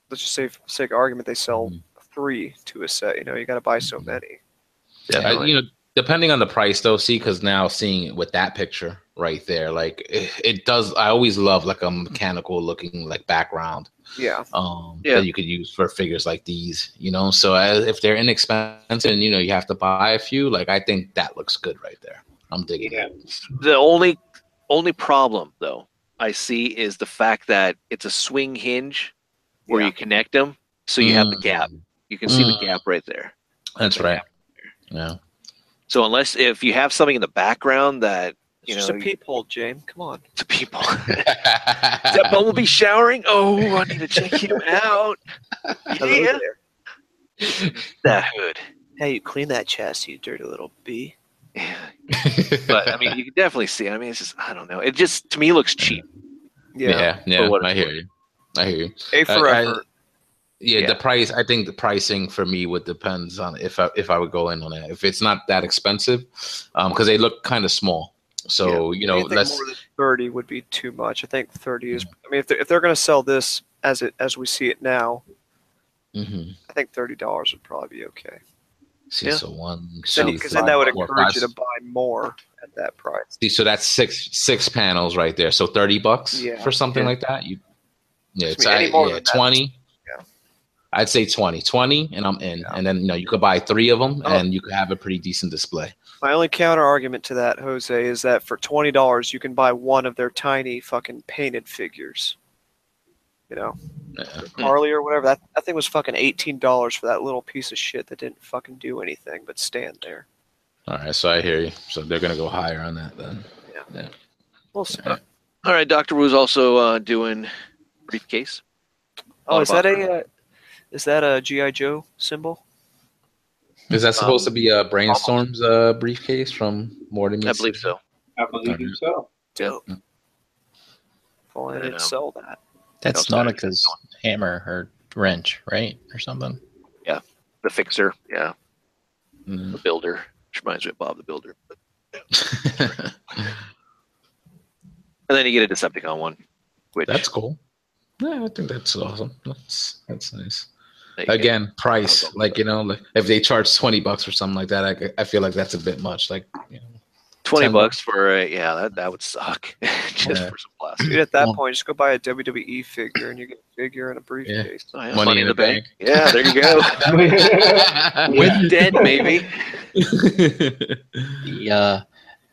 Speaker 3: Let's just say for sake of argument they
Speaker 2: Mm-hmm.
Speaker 3: sell
Speaker 1: Mhm.
Speaker 3: three to a set, you know, you gotta buy so many.
Speaker 1: Mm-hmm. I, you know, depending on the price though, see, because now seeing it with that picture right there, like it, it does. I always love like a mechanical looking like background.
Speaker 3: Yeah.
Speaker 1: um
Speaker 2: Yeah.
Speaker 1: that you could use for figures like these you know so as, if they're inexpensive and you know you have to buy a few like i think that looks good right there i'm digging
Speaker 5: Yeah.
Speaker 1: it
Speaker 2: The only only problem though I see is the fact that it's a swing hinge where
Speaker 3: Yeah.
Speaker 2: you connect them, so you have the
Speaker 1: Mm.
Speaker 2: gap. You can see
Speaker 1: Mm.
Speaker 2: the gap right there.
Speaker 1: that's right yeah
Speaker 2: So unless if you have something in the background that
Speaker 3: It's
Speaker 2: you
Speaker 3: just
Speaker 2: know
Speaker 3: a peephole, James. Come on.
Speaker 2: to people. Is that Bumblebee showering? Oh, I need to check him out.
Speaker 3: Hello
Speaker 2: Yeah.
Speaker 3: there.
Speaker 2: That hood.
Speaker 3: Hey, you clean that chassis, you dirty little bee.
Speaker 2: but I mean, you can definitely see. It. I mean, it's just I don't know. It just to me looks cheap.
Speaker 3: Yeah.
Speaker 1: yeah, yeah,
Speaker 2: For what
Speaker 1: I
Speaker 2: it's
Speaker 1: hear you. I hear you.
Speaker 3: A for
Speaker 1: I- I-
Speaker 3: effort.
Speaker 1: Yeah,
Speaker 2: Yeah.
Speaker 1: the price. I think the pricing for me would depends on if I if I would go in on that. If it's not that expensive, um, because they look kind of small. So you know, Mm.
Speaker 3: Anything
Speaker 1: let's
Speaker 3: more than thirty would be too much. I think thirty is. I mean, if they're, if they're going to sell this as it as we see it now,
Speaker 1: Mhm.
Speaker 3: I think thirty dollars would probably be okay.
Speaker 1: see.
Speaker 2: Yeah.
Speaker 1: So one,
Speaker 3: Because
Speaker 1: two,
Speaker 3: then, 'cause then that
Speaker 1: three,
Speaker 3: would
Speaker 1: four,
Speaker 3: encourage you
Speaker 1: five,
Speaker 3: to buy more at that price.
Speaker 1: See, so that's six six panels right there. So thirty bucks
Speaker 3: Yeah.
Speaker 1: for something
Speaker 3: Yeah.
Speaker 1: like that. You, yeah, it's,
Speaker 3: mean,
Speaker 1: I,
Speaker 3: any more
Speaker 1: yeah,
Speaker 3: than that.
Speaker 1: twenty.
Speaker 3: Yeah.
Speaker 1: I'd say 20, 20, and I'm in.
Speaker 3: Yeah.
Speaker 1: And then you know you could buy three of them,
Speaker 3: Oh.
Speaker 1: and you could have a pretty decent display.
Speaker 3: My only counter argument to that, Jose, is that for twenty dollars you can buy one of their tiny fucking painted figures. You know,
Speaker 1: Yeah. hmm.
Speaker 3: Harley or whatever. That that thing was fucking eighteen dollars for that little piece of shit that didn't fucking do anything but stand there.
Speaker 1: All right, so I hear you. So they're gonna go higher on that then.
Speaker 3: We'll see.
Speaker 2: All right, Doctor Wu's also uh, doing briefcase.
Speaker 3: Oh, is that
Speaker 2: Autobot.
Speaker 3: a uh, is that a GI Joe symbol?
Speaker 1: Is that supposed
Speaker 2: Um,
Speaker 1: to be a brainstorms uh, briefcase from More Than
Speaker 2: I
Speaker 1: Meets
Speaker 2: believe so.
Speaker 5: I believe you so.
Speaker 3: Dope.
Speaker 1: Yeah.
Speaker 3: Well,
Speaker 2: I
Speaker 3: I didn't
Speaker 2: know.
Speaker 3: sell that.
Speaker 4: That's
Speaker 2: Outside.
Speaker 4: Nautica's hammer or wrench, right, or something.
Speaker 2: The fixer, yeah,
Speaker 1: Mm.
Speaker 2: the builder. Which reminds me of Bob the Builder.
Speaker 1: Mm.
Speaker 2: And then you get a Decepticon one, which
Speaker 1: that's cool. Yeah, I think that's awesome. That's that's nice.
Speaker 2: they get-
Speaker 1: Again,
Speaker 2: I was
Speaker 1: price.
Speaker 2: all
Speaker 1: Like you know, like if they charge twenty bucks or something like that, I, I feel like that's a bit much. Like you know,
Speaker 2: twenty
Speaker 1: 10
Speaker 2: bucks for a yeah, that, that would suck just
Speaker 1: Yeah.
Speaker 2: for some plastic.
Speaker 3: Dude, at that
Speaker 1: Well-
Speaker 3: point, just go buy a WWE figure and you get a figure and a briefcase.
Speaker 2: Oh, yeah,
Speaker 1: Money in the
Speaker 2: Yeah, there you go. With dead, maybe.
Speaker 4: The uh,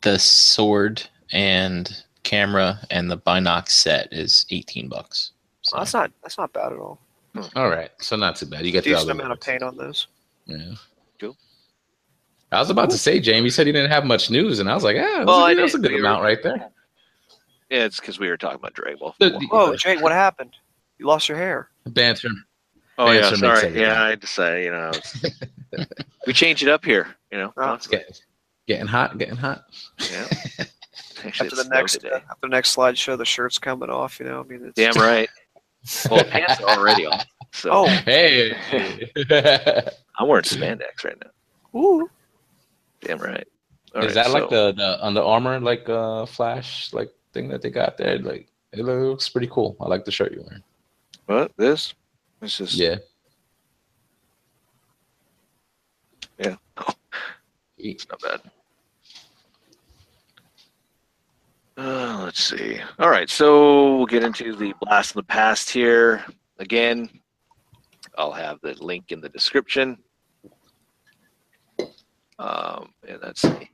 Speaker 4: the sword and camera and the binoc set is eighteen bucks. So
Speaker 3: Well, that's not that's not bad at all.
Speaker 1: All right, so not too bad. You get the
Speaker 3: Decent
Speaker 1: other
Speaker 3: amount of
Speaker 1: ones.
Speaker 3: paint on those.
Speaker 1: Yeah.
Speaker 2: Cool.
Speaker 1: I was about to say, Jamie said he didn't have much news, and I was like, yeah, that's,
Speaker 2: Well, I
Speaker 1: a, that's a
Speaker 2: did.
Speaker 1: good
Speaker 2: We were-
Speaker 1: amount right there.
Speaker 2: Yeah, it's because we were talking about Dragon Ball.
Speaker 1: The- the-
Speaker 3: Whoa, Jake, what happened? You lost your hair.
Speaker 1: Banter.
Speaker 2: Oh
Speaker 1: Thanks
Speaker 2: yeah,
Speaker 1: for
Speaker 2: sorry.
Speaker 1: mixing it
Speaker 2: Yeah,
Speaker 1: up.
Speaker 2: I decided. You know, I was- we change it up here. You know,
Speaker 3: Oh.
Speaker 2: constantly.
Speaker 1: Get- getting hot, getting hot.
Speaker 2: Yeah. Actually,
Speaker 3: After
Speaker 2: it's
Speaker 3: the
Speaker 2: snow
Speaker 3: next
Speaker 2: today.
Speaker 3: uh, after the next slideshow, the shirt's coming off. You know, I mean, it's
Speaker 2: Damn right. Well, pants are already on. So
Speaker 3: Oh,
Speaker 1: Hey.
Speaker 2: I'm wearing spandex right now.
Speaker 3: ooh.
Speaker 2: Damn right. All
Speaker 1: Is
Speaker 2: right,
Speaker 1: that like the,
Speaker 2: so-
Speaker 1: the on the armor like uh flash like thing that they got there? Like it looks pretty cool. I like the shirt you're wearing.
Speaker 2: what this? This is
Speaker 1: Yeah.
Speaker 2: Yeah.
Speaker 1: Eat.
Speaker 2: Not bad. Uh, let's see. All right, so we'll get into the blast in the past here again. I'll have the link in the description. Um, and that's it.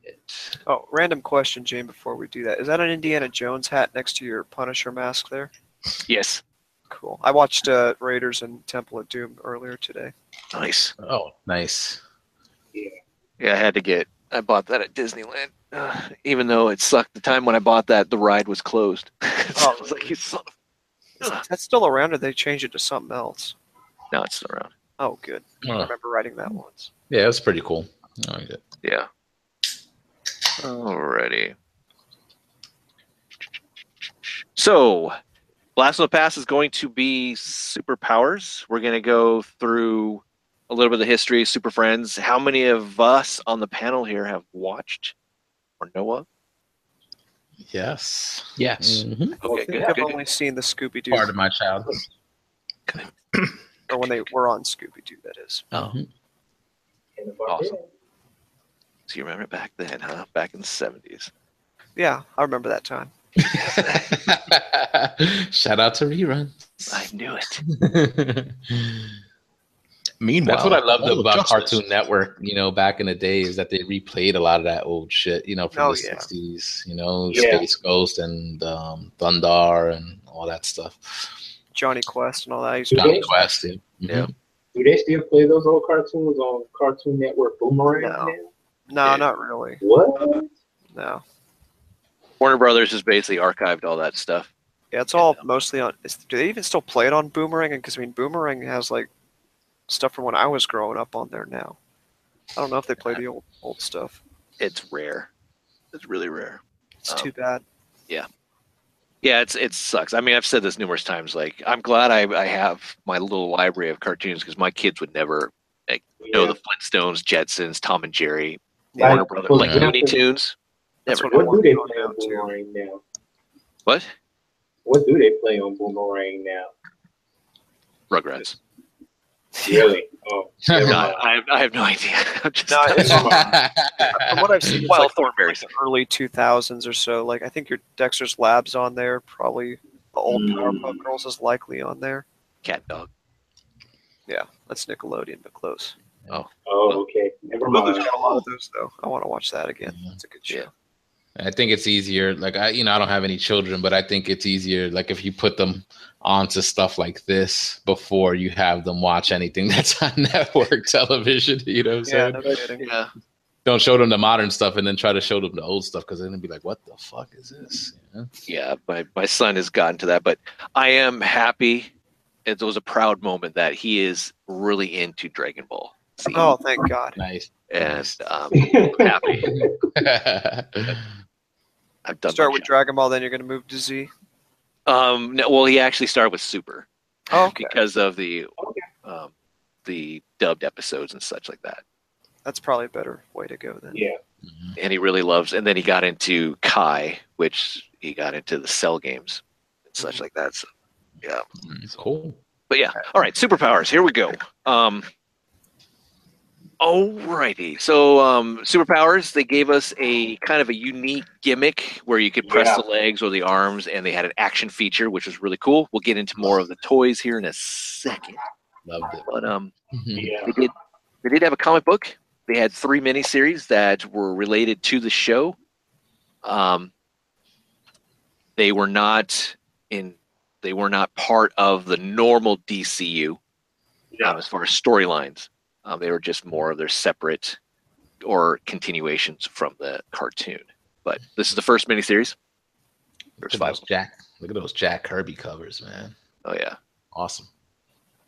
Speaker 3: Oh, random question, Jane. Before we do that, is that an Indiana Jones hat next to your Punisher mask there?
Speaker 2: Yes,
Speaker 3: Cool. I watched uh, Raiders and Temple of Doom earlier today.
Speaker 2: nice.
Speaker 1: Oh, nice.
Speaker 2: Yeah, I had to get. I bought that at Disneyland. Uh, even though it sucked, the time when I bought that, the ride was closed. so I was like, you son of
Speaker 3: Is
Speaker 2: Ugh.
Speaker 3: that still around, or they changed it to something else?
Speaker 2: a- No, it's still around.
Speaker 3: Oh, good. I
Speaker 1: Huh.
Speaker 3: remember writing that once.
Speaker 1: Yeah, that's pretty cool. I like it.
Speaker 2: Yeah. Alrighty. So, Blast from the Past is going to be superpowers. We're going to go through a little bit of the history, Super Friends. How many of us on the panel here have watched or know of?
Speaker 1: Yes.
Speaker 4: yes,
Speaker 1: Mhm.
Speaker 2: Okay,
Speaker 3: I think
Speaker 2: good,
Speaker 3: I've
Speaker 2: good,
Speaker 3: only seen the Scooby Doo,
Speaker 1: Part of my childhood.
Speaker 3: or when they were on Scooby Doo, that is.
Speaker 4: oh,
Speaker 2: Awesome. So you remember back then, huh? Back in the 70s.
Speaker 3: Yeah, I remember that time.
Speaker 1: Mm-hmm. Shout out to reruns.
Speaker 2: I knew it.
Speaker 4: meanwhile,
Speaker 1: That's what I loved
Speaker 4: Roll of
Speaker 1: about
Speaker 4: Justice.
Speaker 1: Cartoon Network, you know, back in the day is that they replayed a lot of that old shit, you know, from
Speaker 3: Oh,
Speaker 1: the
Speaker 3: yeah.
Speaker 1: 60s, you know,
Speaker 5: Yeah.
Speaker 1: Space Ghost and um, Thundar and all that stuff.
Speaker 3: Johnny Quest and all that. I used to
Speaker 1: Johnny
Speaker 5: Yeah.
Speaker 1: Quest, yeah.
Speaker 2: Yeah.
Speaker 1: Mhm.
Speaker 5: Do they still play those old cartoons on Cartoon Network Boomerang?
Speaker 3: No.
Speaker 5: now?
Speaker 3: No,
Speaker 2: Yeah.
Speaker 3: not really.
Speaker 5: What?
Speaker 3: No.
Speaker 2: Warner Brothers has basically archived all that stuff.
Speaker 3: Yeah, it's all mostly on. Is, do they even still play it on Boomerang? Because I mean, Boomerang has like stuff from when I was growing up on there now. I don't know if they play the old old stuff.
Speaker 2: it's rare. It's really rare.
Speaker 3: It's
Speaker 2: Um,
Speaker 3: too bad.
Speaker 2: Yeah, it's it sucks. I mean, I've said this numerous times. Like, I'm glad I, I have my little library of cartoons because my kids would never know the Flintstones, Jetsons, Tom and Jerry,
Speaker 5: Like,
Speaker 2: Warner Brothers,
Speaker 5: for
Speaker 2: like
Speaker 1: example-
Speaker 2: Looney Tunes.
Speaker 3: That's
Speaker 2: Never.
Speaker 3: what I
Speaker 5: What do
Speaker 3: want to
Speaker 5: they play on
Speaker 3: go down to.
Speaker 5: Boomerang now?
Speaker 2: What?
Speaker 5: What do they play on Boomerang now?
Speaker 2: Rugrats.
Speaker 5: Really? Oh, never
Speaker 2: No,
Speaker 5: mind.
Speaker 2: I, have, I have no idea. I'm just,
Speaker 3: No, it's- From
Speaker 1: What
Speaker 3: what I've seen, it's
Speaker 2: well,
Speaker 3: like
Speaker 2: Thornberries.
Speaker 3: the early 2000s or so. Like I think your Dexter's Lab's on there. Probably the old
Speaker 5: Mm.
Speaker 3: Powerpuff Girls is likely on there.
Speaker 2: Cat dog.
Speaker 3: Yeah, that's Nickelodeon, but close.
Speaker 5: Oh, okay. Never
Speaker 3: Boomer's
Speaker 5: mind.
Speaker 3: got a lot of those though. I want to watch that again. It's a good show.
Speaker 2: Yeah.
Speaker 1: I think it's easier. Like I, you know, I don't have any children, but I think it's easier. Like if you put them onto stuff like this before you have them watch anything that's on network television. You know, what I'm saying?
Speaker 3: Yeah, no kidding.
Speaker 2: Yeah.
Speaker 1: don't show them the modern stuff and then try to show them the old stuff because they're gonna be like, "What the fuck is this?" You know?
Speaker 2: yeah my, my son has gotten to that but i am happy it was a proud moment that he is really into dragon ball Z.
Speaker 3: Oh, thank God.
Speaker 1: Nice.
Speaker 2: and um, I'm
Speaker 5: yeah,
Speaker 2: happy i've done
Speaker 3: Start
Speaker 2: my
Speaker 3: with
Speaker 2: job.
Speaker 3: Dragon Ball, then you're going to move to Z.
Speaker 2: um no, well he actually started with super
Speaker 3: Oh, okay.
Speaker 2: because of the
Speaker 5: Okay.
Speaker 2: um, the dubbed episodes and such like that
Speaker 3: That's probably a better way to go then.
Speaker 2: and he really loves and then he got into kai which he got into the cell games and such like that so
Speaker 1: It's cool.
Speaker 2: But yeah, all right, superpowers. Here we go. Um, all righty. So um, superpowers. They gave us a kind of a unique gimmick where you could press
Speaker 5: Yeah.
Speaker 2: the legs or the arms, and they had an action feature, which was really cool. We'll get into more of the toys here in a second.
Speaker 1: Loved it.
Speaker 2: But um,
Speaker 1: Mhm.
Speaker 5: yeah.
Speaker 2: they did they did have a comic book. They had three miniseries that were related to the show. Um, they were not in they were not part of the normal DCU um, as far as storylines. Um, they were just more of their separate or continuations from the cartoon. But this is the first miniseries.
Speaker 1: Look
Speaker 2: There's
Speaker 1: at
Speaker 2: five.
Speaker 1: those Jack. Look at those Jack Kirby covers, man.
Speaker 2: Oh yeah.
Speaker 1: Awesome.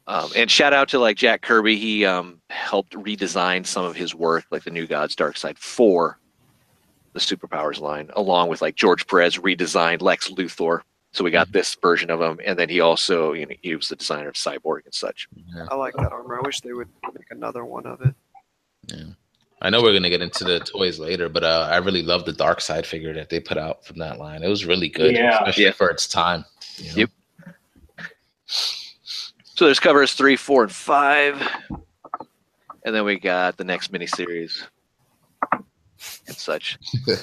Speaker 2: Um, and shout out to like Jack Kirby. He um, helped redesign some of his work, like the New Gods Dark Side for the Superpowers line, along with like George Perez redesigned Lex Luthor. So we got this version of him, and then he also you know, he was the designer of Cyborg and such.
Speaker 1: Yeah.
Speaker 3: I like that armor. I wish they would make another one of it.
Speaker 1: I know we're gonna get into the toys later, but uh, I really love the Dark Side figure that they put out from that line. It was really good,
Speaker 5: Yeah.
Speaker 1: especially
Speaker 2: Yeah.
Speaker 1: for its time. you know?
Speaker 2: Yep. So there's covers three, four, and five, and then we got the next miniseries and such.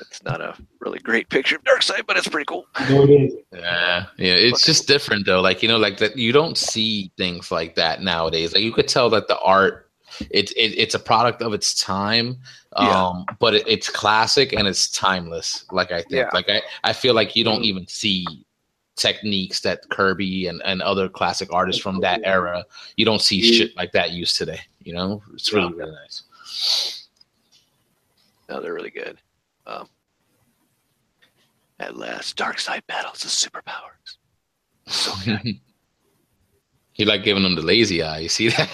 Speaker 2: It's not a really great picture of Dark Side, but it's pretty cool.
Speaker 5: No, it isn't.
Speaker 1: yeah, yeah. It's just different though. Like you know, like that you don't see things like that nowadays. Like you could tell that the art, it's it, it's a product of its time.
Speaker 2: Yeah.
Speaker 1: Um, but it, it's classic and it's timeless. Like I think,
Speaker 3: Yeah.
Speaker 1: like I, I feel like you don't even see techniques that Kirby and, and other classic artists from that era. You don't see shit like that used today. You know, it's really really nice.
Speaker 2: No, they're really good. Um, at last, Dark Side battles the superpowers. So good.
Speaker 1: He like giving them the lazy eye. You see that?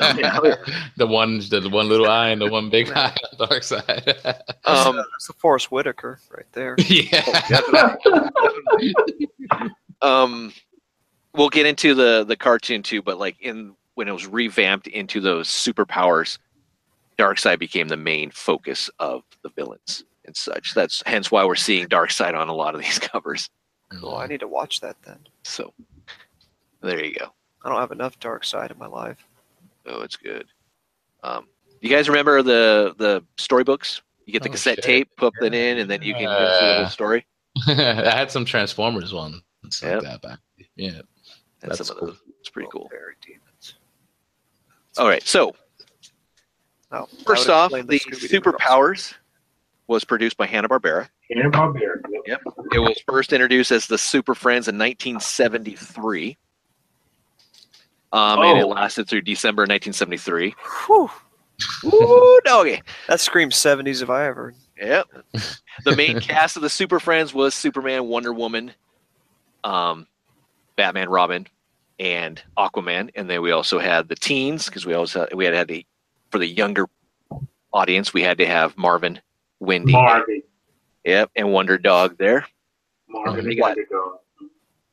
Speaker 2: Oh, yeah, oh,
Speaker 1: the one, the one little eye and the one big eye on the dark side.
Speaker 3: That's,
Speaker 2: Um,
Speaker 3: uh, that's the Forrest Whitaker right there.
Speaker 1: yeah.
Speaker 2: um, we'll get into the the cartoon too, but like in when it was revamped into those superpowers, Dark Side became the main focus of the villains and such. That's hence why we're seeing Dark Side on a lot of these covers.
Speaker 3: Well, I need to watch that then.
Speaker 2: So there you go.
Speaker 3: I don't have enough Dark Side in my life.
Speaker 2: Oh, it's good. Um, you guys remember the the storybooks? You get the
Speaker 1: Oh,
Speaker 2: cassette
Speaker 1: shit.
Speaker 2: tape, put that in, and then you can go through the whole
Speaker 1: Uh,
Speaker 2: story.
Speaker 1: I had some Transformers ones like
Speaker 2: Yep.
Speaker 1: that back. Yeah,
Speaker 2: And
Speaker 1: that's
Speaker 2: some of
Speaker 1: cool.
Speaker 2: those. It's pretty cool.
Speaker 3: Fairy demons.
Speaker 2: All right, so
Speaker 3: Oh, that
Speaker 2: First
Speaker 3: would
Speaker 2: off, the
Speaker 3: explain Scooby-Doo girls.
Speaker 2: Superpowers was produced by Hanna Barbera.
Speaker 5: Hanna Barbera.
Speaker 2: It was first introduced as the Super Friends in 1973, um, and it
Speaker 5: Oh.
Speaker 2: lasted through December 1973.
Speaker 3: Whew,
Speaker 2: Ooh, doggy!
Speaker 3: that screams '70s if I ever.
Speaker 2: Yep. The main cast of the Super Friends was Superman, Wonder Woman, um, Batman, Robin, and Aquaman, and then we also had the teens because we always had, we had had the for the younger audience, we had to have Marvin, Wendy,
Speaker 5: Marvin.
Speaker 2: yep, and Wonder Dog there.
Speaker 5: Marvin
Speaker 2: Oh,
Speaker 5: the
Speaker 2: yeah.
Speaker 5: Wonder Dog.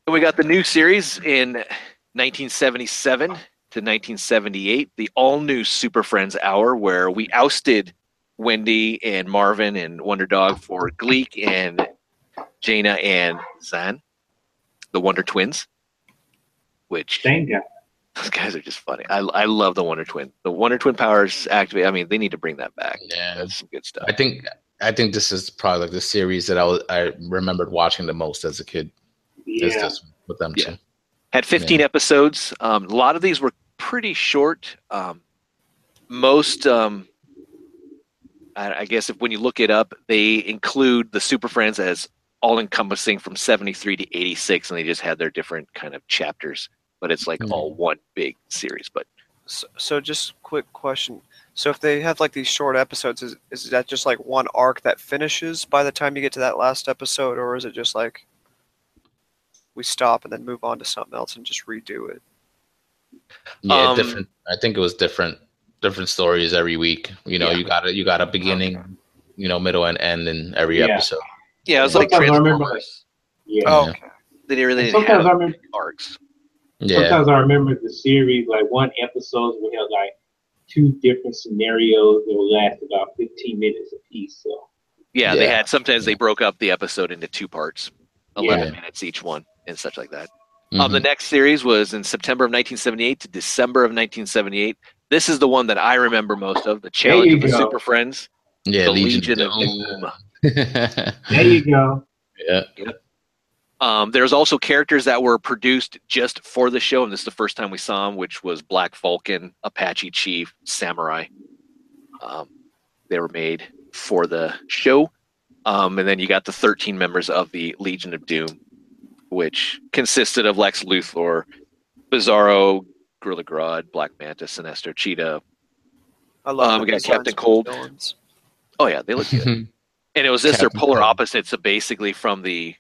Speaker 2: We got the new series in 1977 to 1978, the all new Super Friends Hour, where we ousted Wendy and Marvin and Wonder Dog for Gleek and Jaina and Zan, the Wonder Twins, which
Speaker 5: Thank God.
Speaker 2: those guys are just funny. I, I love the Wonder Twin. The Wonder Twin powers activate. I mean, they need to bring that back.
Speaker 1: Yeah,
Speaker 2: That's some good stuff.
Speaker 1: I think I think this is probably like the series that I was, I remembered watching the most as a kid. Is
Speaker 5: Yeah.
Speaker 1: this one with them
Speaker 2: Yeah.
Speaker 1: too.
Speaker 2: had 15 episodes um, a lot of these were pretty short um, most um, I, I guess if when you look it up they include the super friends as all encompassing from 73 to 86 and they just had their different kind of chapters but it's like
Speaker 1: Mhm.
Speaker 2: all one big series but
Speaker 3: So, so just quick question. So if they have like these short episodes, is, is that just like one arc that finishes by the time you get to that last episode, or is it just like we stop and then move on to something else and just redo it?
Speaker 1: Yeah,
Speaker 2: Um,
Speaker 1: different. I think it was different different stories every week. You know,
Speaker 2: Yeah.
Speaker 1: you got a you got a beginning, you know, middle and end in every
Speaker 5: Yeah.
Speaker 1: episode.
Speaker 2: yeah it was like
Speaker 5: Sometimes I remember,
Speaker 2: transformers
Speaker 5: Yeah.
Speaker 3: Oh,
Speaker 1: Yeah.
Speaker 3: okay.
Speaker 2: they didn't really didn't
Speaker 5: Sometimes I
Speaker 2: have
Speaker 5: remember.
Speaker 2: arcs
Speaker 1: Yeah,
Speaker 5: Sometimes I remember the series, like one episode we had like two different scenarios that would last about 15 minutes apiece. So
Speaker 2: yeah, they
Speaker 1: Yeah.
Speaker 2: had sometimes they broke up the episode into two parts 11
Speaker 1: Yeah.
Speaker 2: minutes each one and such like that Um,
Speaker 1: Mhm.
Speaker 2: the next series was in September of 1978 to December of 1978. This is the one that I remember most of the Challenge
Speaker 5: you
Speaker 2: of the
Speaker 5: go.
Speaker 2: Super Friends,
Speaker 1: yeah,
Speaker 2: the Legion, of
Speaker 1: Doom.
Speaker 2: Doom.
Speaker 5: there you go.
Speaker 1: yeah,
Speaker 2: Um, there's also characters that were produced just for the show, and this is the first time we saw them, which was Black Falcon, Apache Chief, Samurai. Um, they were made for the show. Um, and then you got the 13 members of the Legion of Doom, which consisted of Lex Luthor, Bizarro, Gorilla Grodd, Black Manta, Sinestro, Cheetah.
Speaker 3: I love.
Speaker 2: Um,
Speaker 3: the
Speaker 2: we got
Speaker 3: designs
Speaker 2: Captain
Speaker 3: for the
Speaker 2: Cold.
Speaker 3: villains.
Speaker 2: Oh, yeah, they look good. and it was just their
Speaker 1: Captain
Speaker 2: polar
Speaker 1: Cold.
Speaker 2: opposites of basically from the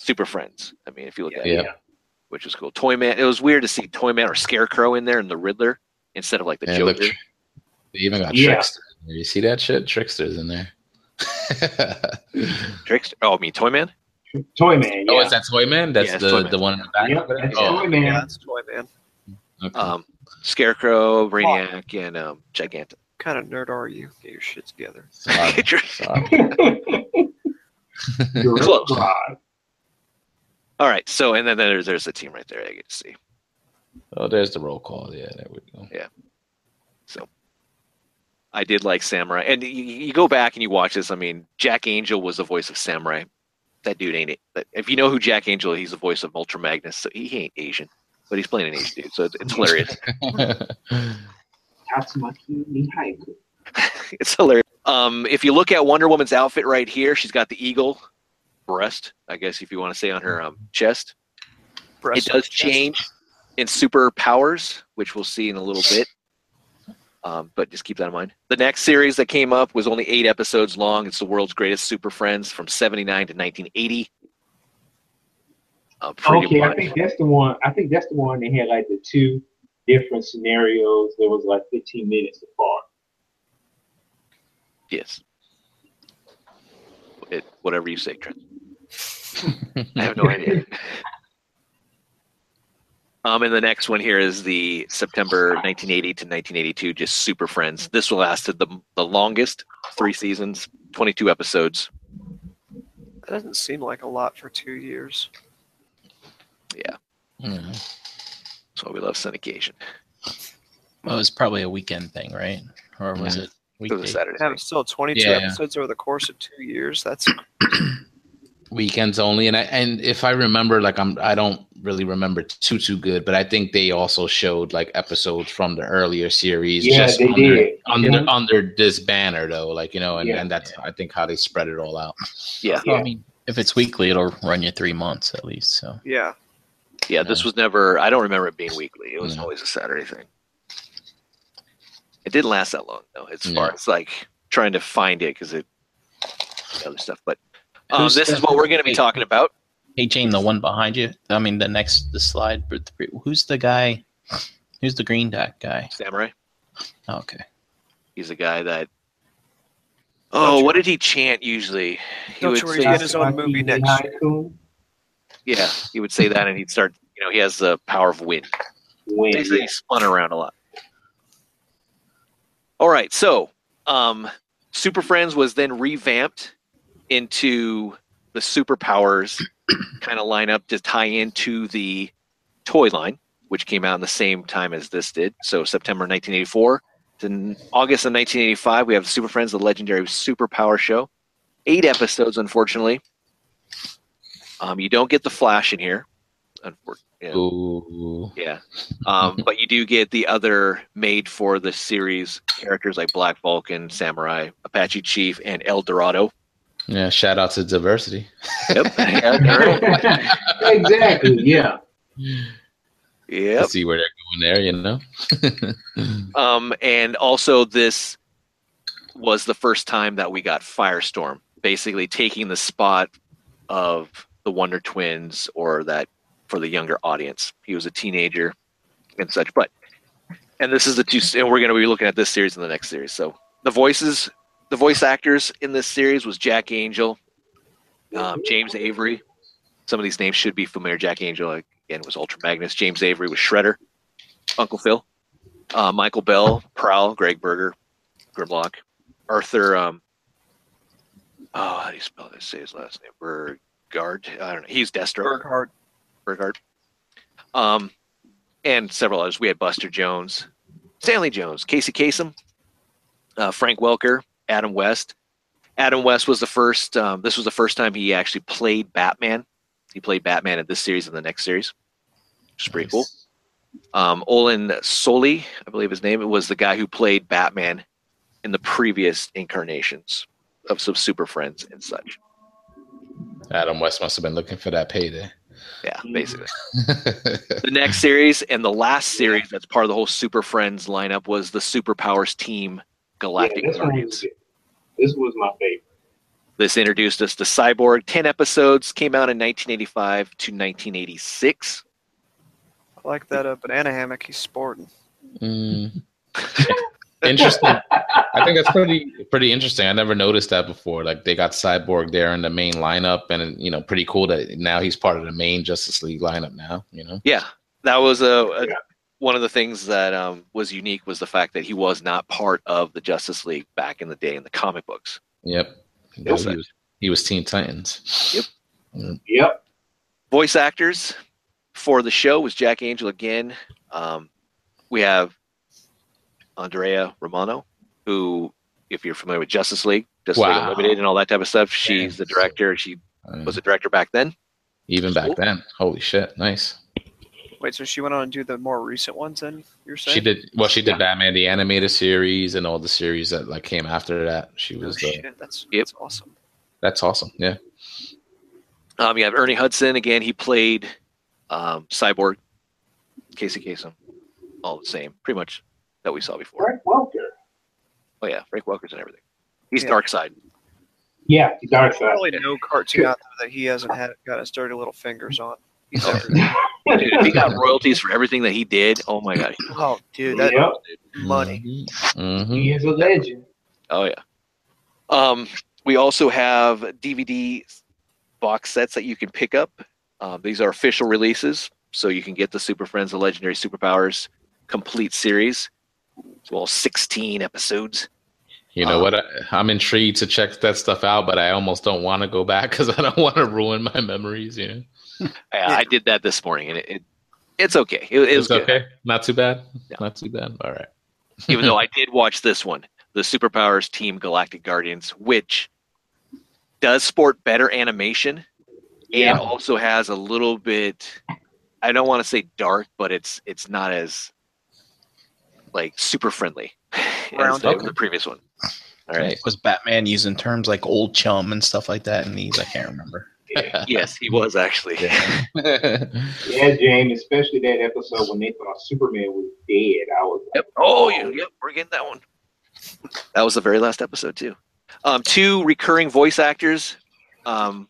Speaker 2: Super Friends. I mean, if you look at it,
Speaker 1: Yeah.
Speaker 2: which was cool. Toyman, it was weird to see Toyman or Scarecrow in there and the Riddler instead of like the
Speaker 1: Yeah, look,
Speaker 2: Joker.
Speaker 1: they even got
Speaker 5: Yeah.
Speaker 1: tricksters. You see that shit? Tricksters in there.
Speaker 2: Trickster. Oh, I mean Toyman.
Speaker 5: Toy Man. Yeah.
Speaker 1: Oh, is that Toy Man? That's
Speaker 2: Yeah, it's
Speaker 1: the
Speaker 2: Toy Man.
Speaker 1: the one in the back.
Speaker 5: Yep, that's
Speaker 1: oh,
Speaker 5: Toy
Speaker 3: Yeah,
Speaker 5: Man.
Speaker 3: that's toy man.
Speaker 1: okay.
Speaker 2: Um, Scarecrow, Brainiac, and um, Giganta.
Speaker 3: What kind of nerd are you? Get your shit together.
Speaker 1: Sorry. Sorry.
Speaker 5: Gorilla
Speaker 2: Close.
Speaker 5: Grodd.
Speaker 2: All right. So, and then there's there's the team right there. I get to see.
Speaker 1: Oh, there's the roll call. Yeah, there we go.
Speaker 2: I did like Samurai, and you, you go back and you watch this. I mean, Jack Angel was the voice of Samurai. That dude ain't it. But If you know who Jack Angel, is, he's the voice of Ultra Magnus. So he, he ain't Asian, but he's playing an Asian dude. So it's, it's hilarious.
Speaker 5: Tatsumaki Mihaiku.
Speaker 2: it's hilarious. Um, if you look at Wonder Woman's outfit right here, she's got the eagle breast, I guess if you want to say, on her um, chest.
Speaker 3: Breast
Speaker 2: it does
Speaker 3: chest.
Speaker 2: change in super powers, which we'll see in a little bit. Um, but just keep that in mind. The next series that came up was only eight episodes long. It's the world's greatest super friends from 79 to 1980. Uh, pretty
Speaker 5: Okay, I
Speaker 2: much.
Speaker 5: think that's the one. I think that's the one they had like the two different scenarios that was like 15 minutes apart.
Speaker 2: Yes. It, whatever you say, Trent. I have no idea. Um, and the next one here is the September 1980 to 1982, just Super Friends. This one lasted the, the longest, three seasons, 22 episodes.
Speaker 3: That doesn't seem like a lot for two years.
Speaker 4: Mm-hmm.
Speaker 1: Yeah.
Speaker 2: So we love syndication.
Speaker 4: Well, it was probably a weekend thing, right? Or was it
Speaker 2: It was a
Speaker 4: weekday?
Speaker 2: Saturday.
Speaker 3: Have still 22
Speaker 1: Yeah.
Speaker 3: episodes over the course of two years. That's
Speaker 1: weekends only and I, and if i remember like i'm i don't really remember too too good but i think they also showed like episodes from the earlier series
Speaker 5: Yeah,
Speaker 1: just
Speaker 5: they
Speaker 1: under,
Speaker 5: did.
Speaker 1: under
Speaker 5: Yeah.
Speaker 1: under this banner though like you know and,
Speaker 5: Yeah.
Speaker 1: and that's i think how they spread it all out
Speaker 2: Yeah.
Speaker 4: Well, I mean, if it's weekly, it'll run you three months at least. So
Speaker 3: yeah.
Speaker 2: Yeah, this was never, I don't remember it being weekly. It was
Speaker 1: No.
Speaker 2: always a Saturday thing. It didn't last that long, though, as far
Speaker 1: No.
Speaker 2: as like trying to find it because it, other stuff. But um,
Speaker 4: Who's
Speaker 2: this
Speaker 4: the-
Speaker 2: is what we're going to be talking about.
Speaker 4: hey, Jane, the one behind you. I mean, the next the slide. but the- Who's the guy? Who's the green dot guy?
Speaker 2: Samurai.
Speaker 4: Oh, okay.
Speaker 2: He's a guy that Oh, what did he chant usually? He
Speaker 3: Not
Speaker 2: would
Speaker 3: sure he's
Speaker 2: say,
Speaker 3: getting his own movie next
Speaker 5: year.
Speaker 2: yeah, he would say that, and he'd start. You know, he has the power of wind.
Speaker 5: Win.
Speaker 2: Basically, he spun around a lot. All right, so um, Super Friends was then revamped into the superpowers kind of lineup to tie into the toy line, which came out in the same time as this did. So September 1984 to n- August of 1985, we have the Super Friends, the legendary Superpower Show. Eight episodes, unfortunately. Um, you don't get the Flash in here, unfortunately.
Speaker 1: Ooh.
Speaker 2: Yeah. Um, but you do get the other made for the series characters like Black Vulcan, Samurai, Apache Chief, and El Dorado.
Speaker 1: Yeah, shout out to diversity.
Speaker 2: Yep. Yeah, they're-
Speaker 5: exactly. Yeah.
Speaker 1: To
Speaker 2: yep.
Speaker 1: see where they're going there, you know?
Speaker 2: Um, and also, this was the first time that we got Firestorm, basically taking the spot of the Wonder Twins or that for the younger audience. He was a teenager and such. But, and this is the two, and we're going to be looking at this series in the next series. So the voices, the voice actors in this series was Jack Angel, um, James Avery. Some of these names should be familiar. Jack Angel, again, was Ultra Magnus. James Avery was Shredder, Uncle Phil, uh, Michael Bell, Prowl, Greg Berger, Grimlock, Arthur. Um, oh, how do you spell this? Say his last name. Bergard. I don't know. He's Destro.
Speaker 3: Burghardt.
Speaker 2: Burghardt. Um, and several others. We had Buster Jones, Stanley Jones, Casey Kasem, uh, Frank Welker, Adam West. Adam West was the first. Um, this was the first time he actually played Batman. He played Batman in this series and the next series, which is pretty cool. Um, Olin Soli, I believe his name, was the guy who played Batman in the previous incarnations of some Super Friends and such.
Speaker 1: Adam West must have been looking for that payday.
Speaker 2: Yeah, basically. the next series and the last series that's part of the whole Super Friends lineup was the Superpowers Team Galactic
Speaker 5: Yeah, this one was
Speaker 2: Guardians.
Speaker 5: good. This was my favorite.
Speaker 2: This introduced us to Cyborg. Ten episodes came out in 1985 to 1986.
Speaker 3: I like that uh, banana hammock he's sporting.
Speaker 1: Mm. interesting. I think that's pretty pretty interesting. I never noticed that before. Like they got Cyborg there in the main lineup, and you know, pretty cool that now he's part of the main Justice League lineup now. You know,
Speaker 2: Yeah, that was a, a-
Speaker 5: Yeah.
Speaker 2: one of the things that um, was unique was the fact that he was not part of the Justice League back in the day in the comic books.
Speaker 1: yep. He
Speaker 5: Yes,
Speaker 1: was, he was Teen Titans.
Speaker 2: Yep.
Speaker 5: Yep.
Speaker 2: voice actors for the show was Jack Angel again. Um, we have Andrea Romano, who, if you're familiar with Justice League, Justice League
Speaker 1: Wow.
Speaker 2: Unlimited, and all that type of stuff, she's
Speaker 1: Yes.
Speaker 2: the director. She
Speaker 1: I mean,
Speaker 2: was a director back then.
Speaker 1: Uh, even back
Speaker 2: cool.
Speaker 1: then, holy shit, nice.
Speaker 3: Wait, so she went on to do the more recent ones then, you're saying?
Speaker 1: She did well. She did Batman the animated series and all the series that like came after that. She
Speaker 3: Oh,
Speaker 1: was the,
Speaker 3: shit, that's,
Speaker 2: Yep.
Speaker 3: that's awesome.
Speaker 1: that's awesome. Yeah,
Speaker 2: Um, you have Ernie Hudson again. He played um, Cyborg, Casey Kasem, all the same, pretty much that we saw before.
Speaker 5: Frank Welker.
Speaker 2: Oh yeah, Frank Welker's and everything. He's
Speaker 3: Yeah.
Speaker 2: Dark Side.
Speaker 5: Yeah, Dark Side.
Speaker 3: Probably no cartoon out there that he hasn't had got his dirty little fingers on. He's
Speaker 1: Oh.
Speaker 3: everywhere.
Speaker 2: Dude, if he got royalties for everything that he did, oh my god.
Speaker 3: oh, dude, that
Speaker 5: yep.
Speaker 3: money.
Speaker 1: hmm
Speaker 5: He is a legend.
Speaker 2: Oh yeah. Um, we also have DVD box sets that you can pick up. Um, these are official releases, so you can get the Super Friends: The Legendary Superpowers complete series, as well as 16 episodes.
Speaker 1: You know
Speaker 2: Uh,
Speaker 1: what? I, I'm intrigued to check that stuff out, but I almost don't want to go back because I don't want to ruin my memories. You know,
Speaker 2: I, I did that this morning, and it, it it's okay. It, it was
Speaker 1: it's
Speaker 2: good,
Speaker 1: okay. Not too bad.
Speaker 2: Yeah.
Speaker 1: Not too bad. All right.
Speaker 2: even though I did watch this one, the Superpowers Team Galactic Guardians, which does sport better animation.
Speaker 5: Yeah.
Speaker 2: and also has a little bit i don't want to say dark but it's it's not as like super friendly as the,
Speaker 1: Rounded.
Speaker 2: the previous one all
Speaker 4: Right.
Speaker 2: right
Speaker 4: Was Batman using terms like old chum and stuff like that in these? I can't remember.
Speaker 2: yes he was actually
Speaker 1: Yeah.
Speaker 5: Yeah, James, especially that episode when they thought Superman was dead. I was
Speaker 2: yep. oh yeah, yep we're getting that one that was the very last episode too um, two recurring voice actors um,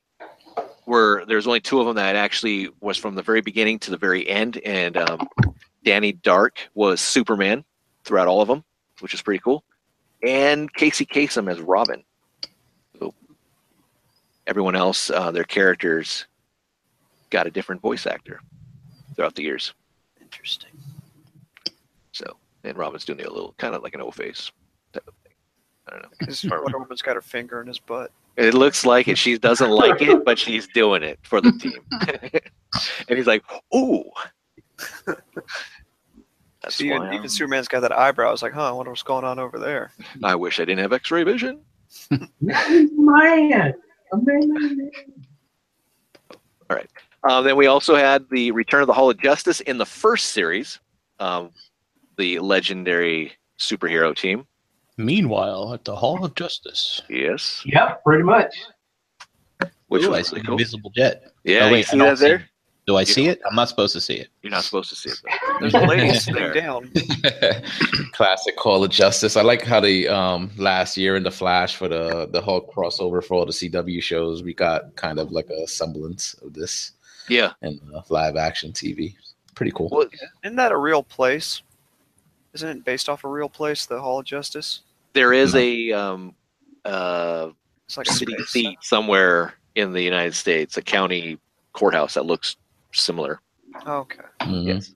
Speaker 2: were there's only two of them that actually was from the very beginning to the very end and um, danny dark was superman throughout all of them which is pretty cool and casey Kasem as robin everyone else, uh, their characters got a different voice actor throughout the years.
Speaker 1: Mm-hmm.
Speaker 6: Interesting.
Speaker 2: So, and Robin's doing a little kind of like an old face type of thing. I don't know.
Speaker 3: This Wonder Woman's got her finger in his butt.
Speaker 2: It looks like it. She doesn't like it, but she's doing it for the team. and he's like, "Ooh." That's
Speaker 3: See,
Speaker 2: why
Speaker 3: even,
Speaker 2: I'm-
Speaker 3: even Superman's got that eyebrow. I was like, huh, I wonder what's going on over there.
Speaker 2: I wish I didn't have X-ray vision.
Speaker 5: Man, man.
Speaker 2: Uh, then we also had the Return of the Hall of Justice in the first series, um, the legendary superhero team.
Speaker 4: Meanwhile, at the Hall of Justice,
Speaker 2: Yes,
Speaker 5: Yep, pretty much.
Speaker 2: which
Speaker 4: Ooh, I
Speaker 2: was
Speaker 4: see
Speaker 2: really
Speaker 4: an
Speaker 2: cool.
Speaker 4: invisible jet.
Speaker 2: Yeah,
Speaker 4: Oh, wait,
Speaker 2: you
Speaker 4: I
Speaker 2: see
Speaker 4: don't
Speaker 2: that
Speaker 4: see
Speaker 2: there?
Speaker 4: Do I see it? I'm not supposed to see it.
Speaker 2: You're not supposed to see it. Though.
Speaker 3: There's a lady sitting
Speaker 2: There.
Speaker 3: down.
Speaker 1: Classic Call of Justice. I like how the um last year in the Flash for the the Hulk crossover for all the CW shows, we got kind of like a semblance of this
Speaker 2: Yeah.
Speaker 1: in uh, live action TV. Pretty cool.
Speaker 2: Well,
Speaker 3: Isn't that a real place? Isn't it based off a real place, the Hall of Justice?
Speaker 2: there is a um, uh,
Speaker 3: It's like a
Speaker 2: city
Speaker 3: space.
Speaker 2: seat somewhere in the United States, a county courthouse that looks similar.
Speaker 3: Oh, Okay.
Speaker 1: Mhm.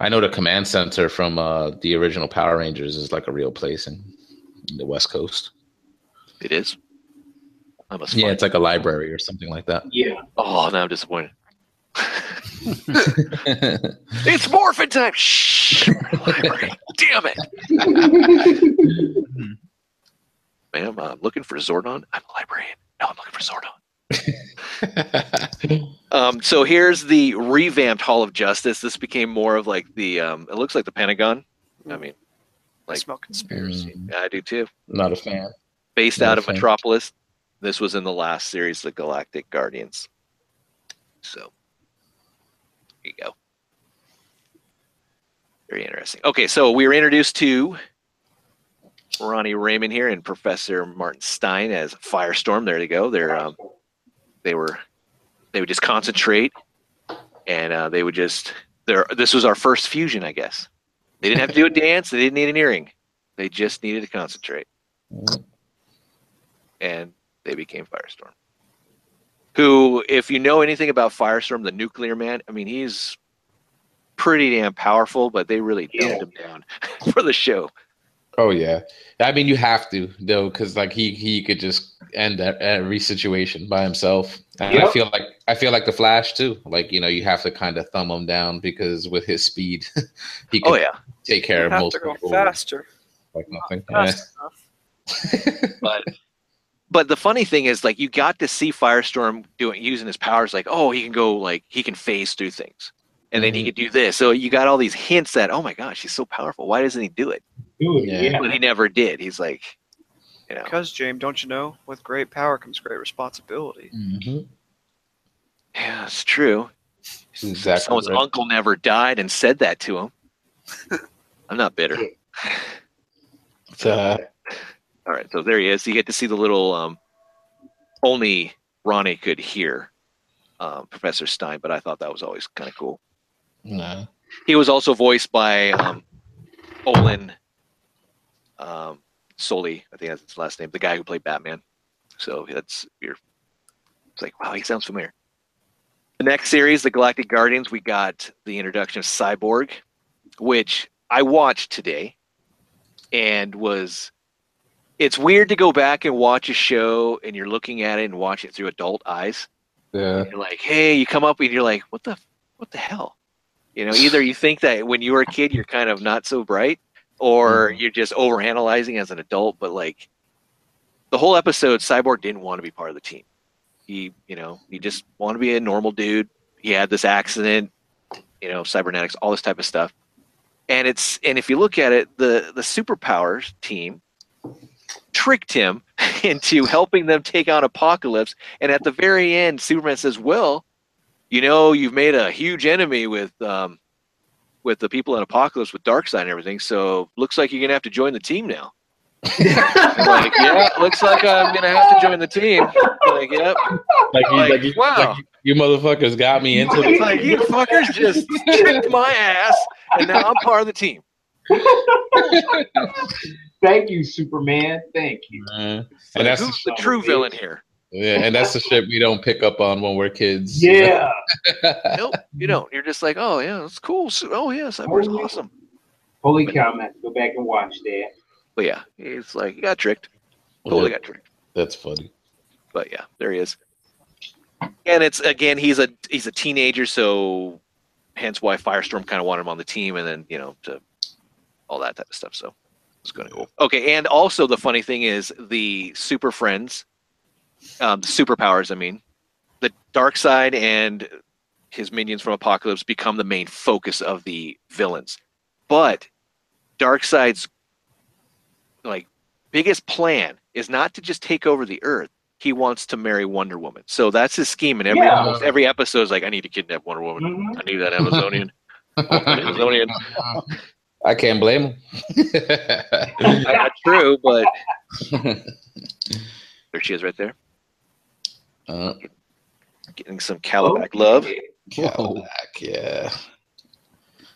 Speaker 1: I know the command center from uh, the original Power Rangers is like a real place in, in the West Coast.
Speaker 2: It is. I must.
Speaker 1: Yeah,
Speaker 2: find
Speaker 1: it's like a library or something like that.
Speaker 5: Yeah.
Speaker 2: Oh, now I'm disappointed. It's morphin time. Shh. Library. Damn it, ma'am. I'm looking for Zordon. I'm a librarian. No, I'm looking for Zordon. Um, so here's the revamped Hall of Justice. This became more of like the. Um, it looks like the Pentagon. I mean,
Speaker 3: I
Speaker 2: Like-
Speaker 3: smell conspiracy.
Speaker 2: I do too.
Speaker 1: Mm. Not a fan.
Speaker 2: Based out of
Speaker 1: Okay.
Speaker 2: Metropolis. This was in the last series, the Galactic Guardians. So there you go. Very interesting. Okay, so we were introduced to Ronnie Raymond here and Professor Martin Stein as Firestorm. There they go. They're um, they were they would just concentrate and uh, they would just their this was our first fusion, I guess. They didn't have to do a dance, they didn't need an earring. They just needed to concentrate. And they became Firestorm. Who, if you know anything about Firestorm, the nuclear man, I mean he's pretty damn powerful, but they really
Speaker 5: Yeah.
Speaker 2: dumbed him down for the show.
Speaker 1: Oh yeah, I mean you have to though, because like he he could just end that- every situation by himself. And I
Speaker 5: Yep.
Speaker 1: feel like I feel like the Flash too. Like you know you have to kind of thumb him down because with his speed, he can
Speaker 2: Oh yeah.
Speaker 1: take
Speaker 3: You
Speaker 1: care of
Speaker 3: have
Speaker 1: most
Speaker 3: to go
Speaker 1: people
Speaker 3: faster.
Speaker 1: like nothing. Yeah.
Speaker 3: Fast enough.
Speaker 2: but but the funny thing is like you got to see firestorm doing using his powers like oh he can go like he can phase through things and then he
Speaker 1: Mhm.
Speaker 2: could do this so you got all these hints that oh my gosh he's so powerful why doesn't he do it
Speaker 5: Dude,
Speaker 1: Yeah.
Speaker 5: yeah.
Speaker 2: but he never did he's like you know
Speaker 3: Because, James, don't you know? With great power comes great responsibility.
Speaker 1: Mhm.
Speaker 2: yeah it's true
Speaker 1: Exactly.
Speaker 2: someone's
Speaker 1: right.
Speaker 2: uncle never died and said that to him i'm not bitter
Speaker 1: It's, uh,
Speaker 2: all right so there he is you get to see the little um only ronnie could hear um, professor stein but i thought that was always kind of cool
Speaker 1: nah.
Speaker 2: He was also voiced by um, Olin um, Soli, I think that's his last name, the guy who played Batman. So that's your. It's like wow, he sounds familiar. The next series, the Galactic Guardians, we got the introduction of Cyborg, which I watched today, and was. It's weird to go back and watch a show, and you're looking at it and watch it through adult eyes
Speaker 1: Yeah.
Speaker 2: you're like, hey, you come up and you're like, what the, what the hell? You know, either you think that when you were a kid, you're kind of not so bright, or you're just overanalyzing as an adult. But like, the whole episode, Cyborg didn't want to be part of the team. He, you know, he just wanted to be a normal dude. He had this accident, you know, cybernetics, all this type of stuff. And it's and if you look at it, the the superpowers team tricked him into helping them take on Apocalypse and at the very end, Superman says, "Well, you know, you've made a huge enemy with um, with the people in Apocalypse with Darkseid and everything. So looks like you're gonna have to join the team now." I'm like, yeah, looks like I'm gonna have to join the team. I'm like, yep.
Speaker 1: Like, you,
Speaker 2: Like,
Speaker 1: like, you,
Speaker 2: wow.
Speaker 1: like, you motherfuckers got me into the
Speaker 2: It's like you fuckers just kicked my ass, and now I'm part of the team.
Speaker 5: Thank you, Superman. Thank you.
Speaker 1: and
Speaker 2: Like,
Speaker 1: that's
Speaker 2: who's the true villain here?
Speaker 1: Yeah, and that's the shit we don't pick up on when we're kids.
Speaker 5: Yeah.
Speaker 2: Nope, you don't. You're just like, oh yeah, it's cool. So- Oh yeah, Cyborg's
Speaker 5: Holy-
Speaker 2: awesome.
Speaker 5: Holy cow, man. Go back and watch that.
Speaker 2: But yeah, it's like you got tricked.
Speaker 1: Well,
Speaker 2: Totally
Speaker 1: that-
Speaker 2: got tricked.
Speaker 1: that's funny.
Speaker 2: But yeah, there he is. And it's again, he's a he's a teenager, so hence why Firestorm kind of wanted him on the team, and then you know to all that type of stuff. So it's kind of cool. Okay, and also the funny thing is the Super Friends, um, the superpowers. I mean, the Dark Side and his minions from Apocalypse become the main focus of the villains, but Dark Side's like biggest plan is not to just take over the Earth. He wants to marry Wonder Woman, so that's his scheme. And every
Speaker 5: Yeah.
Speaker 2: almost every episode is like, I need to kidnap Wonder Woman.
Speaker 5: Mhm.
Speaker 2: I need that Amazonian. I want that Amazonian.
Speaker 1: I can't blame him.
Speaker 2: Not true, but there she is right there,
Speaker 1: uh,
Speaker 2: getting some Calabac love.
Speaker 1: Cadillac, yeah.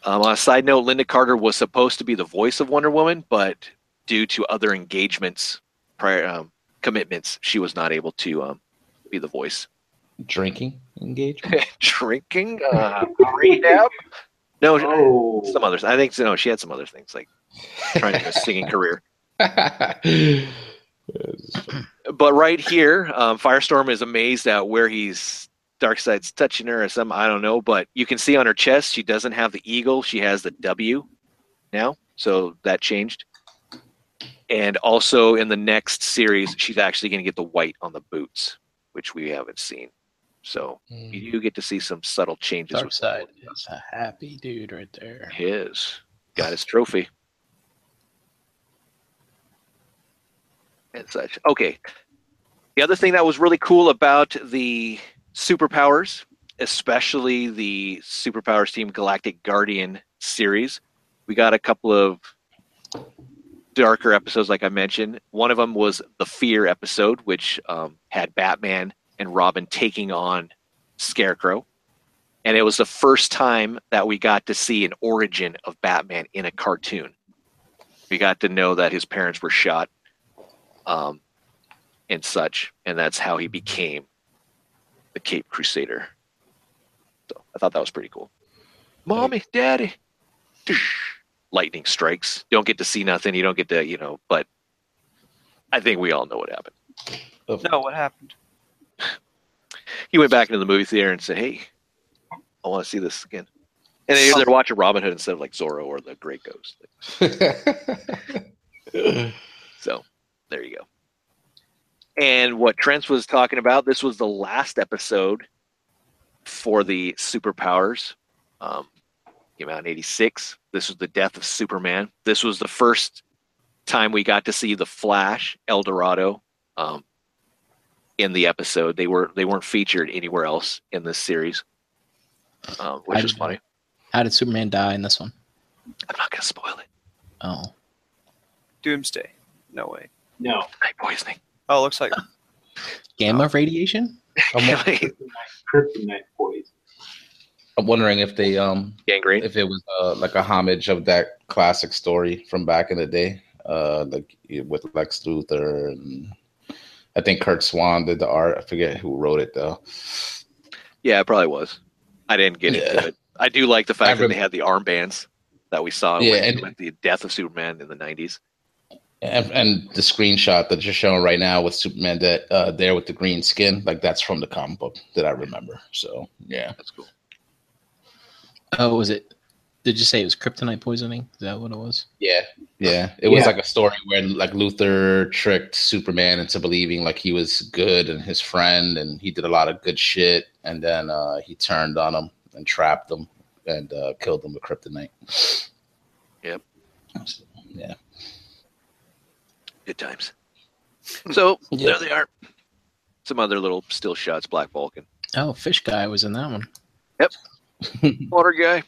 Speaker 2: Um, on a side note, Linda Carter was supposed to be the voice of Wonder Woman, but due to other engagements, prior um, commitments, she was not able to um, be the voice.
Speaker 1: Drinking engagement.
Speaker 2: Drinking, uh, rehab. No,
Speaker 5: Oh.
Speaker 2: some others. I think no, she had some other things like trying to do a singing career. but right here, um, Firestorm is amazed at where he's Darkseid's touching her or some I don't know, but you can see on her chest she doesn't have the eagle, she has the W now, so that changed. And also in the next series, she's actually going to get the white on the boots, which we haven't seen. So you do get to see some subtle changes.
Speaker 4: Dark
Speaker 2: with
Speaker 4: side is a happy dude right there.
Speaker 2: his got his trophy and such okay the other thing that was really cool about the superpowers especially the superpowers team galactic guardian series we got a couple of darker episodes like i mentioned one of them was the fear episode which um, had batman and robin taking on scarecrow and it was the first time that we got to see an origin of Batman in a cartoon. We got to know that his parents were shot, um, and such, and that's how he became the Cape Crusader. So I thought that was pretty cool. Mommy, Daddy, lightning strikes. You don't get to see nothing. You don't get to, you know. But I think we all know what happened.
Speaker 3: No, what happened?
Speaker 2: He went back into the movie theater and said, "Hey, I want to see this again." And they're, they're watching Robin Hood instead of like Zorro or the Great Ghost. So there you go. And what Trent was talking about, this was the last episode for the superpowers. Um, came out in 86. This was the death of Superman. This was the first time we got to see the Flash, El Dorado, um, in the episode. They were they weren't featured anywhere else in this series, um, which
Speaker 4: I
Speaker 2: was
Speaker 4: didn't-
Speaker 2: funny.
Speaker 4: How did Superman die in this one?
Speaker 2: I'm not gonna spoil it.
Speaker 4: Oh,
Speaker 3: Doomsday. No way.
Speaker 5: No.
Speaker 2: Night poisoning.
Speaker 3: Oh, it looks like
Speaker 4: gamma radiation.
Speaker 5: Kryptonite poison.
Speaker 1: I'm wondering if they um
Speaker 2: Gangrene.
Speaker 1: if it was uh, like a homage of that classic story from back in the day, uh, like with Lex Luthor and I think Kurt Swan did the art. I forget who wrote it though.
Speaker 2: Yeah, it probably was. I didn't get
Speaker 1: Yeah.
Speaker 2: into it. I do like the fact
Speaker 1: I
Speaker 2: that
Speaker 1: rem-
Speaker 2: they had the armbands that we saw
Speaker 1: Yeah,
Speaker 2: with,
Speaker 1: and-
Speaker 2: with the death of Superman in the '90s.
Speaker 1: And, and the screenshot that you're showing right now with Superman that uh, there with the green skin, like that's from the comic book that I remember. So yeah,
Speaker 2: That's cool.
Speaker 4: Oh, was it? Did you say it was kryptonite poisoning? Is that what it was?
Speaker 1: yeah, yeah. It was
Speaker 5: Yeah.
Speaker 1: like a story where like Luther tricked Superman into believing like he was good and his friend, and he did a lot of good shit, and then uh, he turned on him and trapped him and uh, killed him with kryptonite.
Speaker 2: Yep.
Speaker 1: Yeah.
Speaker 2: Good times.
Speaker 5: Hmm.
Speaker 2: So
Speaker 1: Yeah.
Speaker 2: there they are. Some other little still shots. Black Vulcan,
Speaker 4: Oh, fish guy was in that one.
Speaker 2: water guy.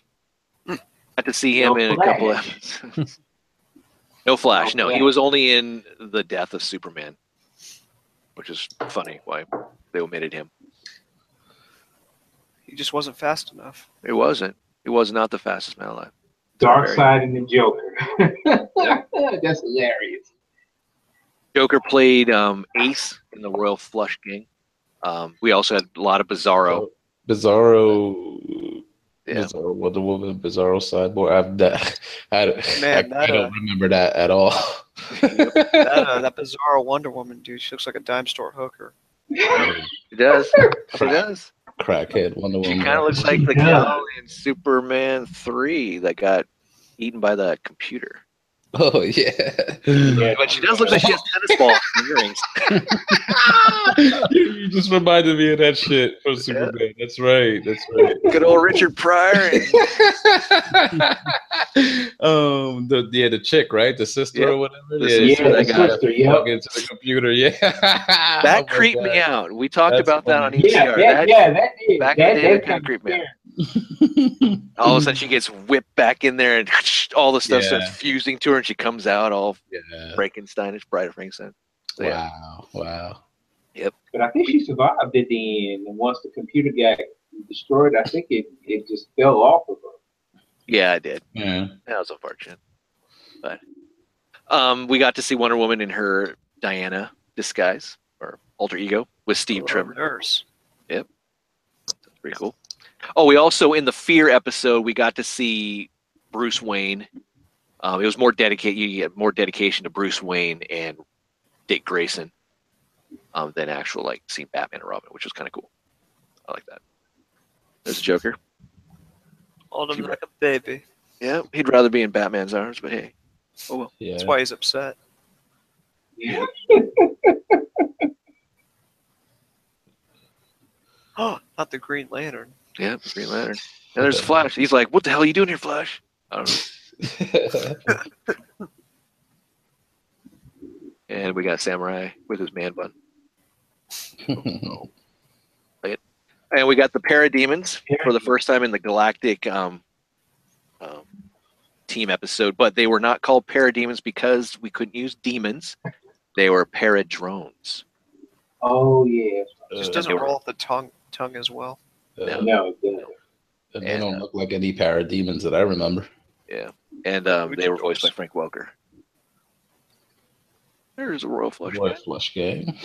Speaker 2: Got to see him
Speaker 5: No
Speaker 2: in a couple of episodes. no Flash.
Speaker 5: No
Speaker 2: No, he
Speaker 5: Flash.
Speaker 2: was only in the death of Superman, which is funny why they omitted him.
Speaker 3: he just wasn't fast enough.
Speaker 2: It wasn't. He was not the fastest man alive.
Speaker 5: Dark Side and the Joker. That's hilarious.
Speaker 2: Joker played um, Ace in the Royal Flush Gang. Um, we also had a lot of Bizarro.
Speaker 1: Bizarro.
Speaker 2: Yeah.
Speaker 1: Bizarro Wonder Woman, Bizarro Cyborg. I've that, I,
Speaker 3: Man,
Speaker 1: I, I
Speaker 3: that,
Speaker 1: don't
Speaker 3: uh,
Speaker 1: remember that at all.
Speaker 3: That, uh, that bizarre Wonder Woman dude, she looks like a dime store hooker.
Speaker 2: He does. He
Speaker 1: Crack-
Speaker 2: does.
Speaker 1: crackhead Wonder
Speaker 2: She
Speaker 1: Woman.
Speaker 2: kind of looks like the
Speaker 5: Yeah.
Speaker 2: gal in Superman 3 that got eaten by the computer.
Speaker 1: Oh yeah.
Speaker 5: Yeah.
Speaker 2: But she does look like she has tennis balls and earrings.
Speaker 1: you, you just reminded me of that shit from Superman. That's right. That's right.
Speaker 2: Good old Richard Pryor. And,
Speaker 1: um, the yeah, the chick, right? The sister
Speaker 2: Yeah.
Speaker 1: or whatever.
Speaker 2: The
Speaker 1: she
Speaker 2: sister
Speaker 5: Yeah,
Speaker 1: got
Speaker 5: the
Speaker 1: got
Speaker 5: sister,
Speaker 1: plugged
Speaker 5: yep.
Speaker 1: into the computer. Yeah,
Speaker 5: Oh
Speaker 1: Oh
Speaker 2: that creeped me out. We talked
Speaker 1: That's
Speaker 2: about that on
Speaker 1: funny.
Speaker 2: ECR.
Speaker 5: Yeah, that,
Speaker 2: That-
Speaker 5: yeah, that did.
Speaker 2: back in
Speaker 5: that,
Speaker 2: the day,
Speaker 5: that
Speaker 2: that
Speaker 5: kind of
Speaker 2: creeped me out.
Speaker 5: scared
Speaker 1: out.
Speaker 2: All of a sudden, she gets whipped back in there, and all the stuff
Speaker 1: Yeah.
Speaker 2: starts fusing to her, and she comes out all
Speaker 1: yeah.
Speaker 2: Frankensteinish, Bride of Frankenstein. So, yeah.
Speaker 1: Wow. Wow.
Speaker 5: But I think she survived at the end. And once the computer got destroyed, I think it, it just fell off of her.
Speaker 2: yeah, I did.
Speaker 1: Yeah.
Speaker 2: That was unfortunate. But um, we got to see Wonder Woman in her Diana disguise or alter ego with Steve
Speaker 3: Oh,
Speaker 2: Trevor.
Speaker 3: Nurse.
Speaker 2: That's pretty cool. Oh, we also in the Fear episode we got to see Bruce Wayne. Um, it was more dedicated. You get more dedication to Bruce Wayne and Dick Grayson um, than actual like seeing Batman and Robin, which was kind of cool. I like that. There's a Joker.
Speaker 3: Hold him
Speaker 2: She-
Speaker 3: like a baby.
Speaker 2: Yeah, he'd rather be in Batman's arms, but hey,
Speaker 1: Yeah.
Speaker 3: That's why he's upset.
Speaker 5: Yeah.
Speaker 3: Oh, not the Green Lantern.
Speaker 2: yeah, Green Lantern. And there's Flash. He's like, "What the hell are you doing here, Flash?" Um, I don't know. And we got Samurai with his man bun. And we got the Parademons for the first time in the Galactic um, um, team episode, but they were not called Parademons because we couldn't use demons. They were Paradrones.
Speaker 5: Oh, yeah.
Speaker 3: Just
Speaker 1: Uh,
Speaker 3: doesn't
Speaker 2: Joker.
Speaker 3: roll off the tongue tongue as well.
Speaker 1: uh,
Speaker 5: No, it didn't.
Speaker 1: and they don't look like any parademons that I remember.
Speaker 2: And um,
Speaker 3: Which
Speaker 2: they were
Speaker 3: is
Speaker 2: voiced by Frank Welker. There's a Royal Flush.
Speaker 1: Boy,
Speaker 2: Man.
Speaker 1: flush gang.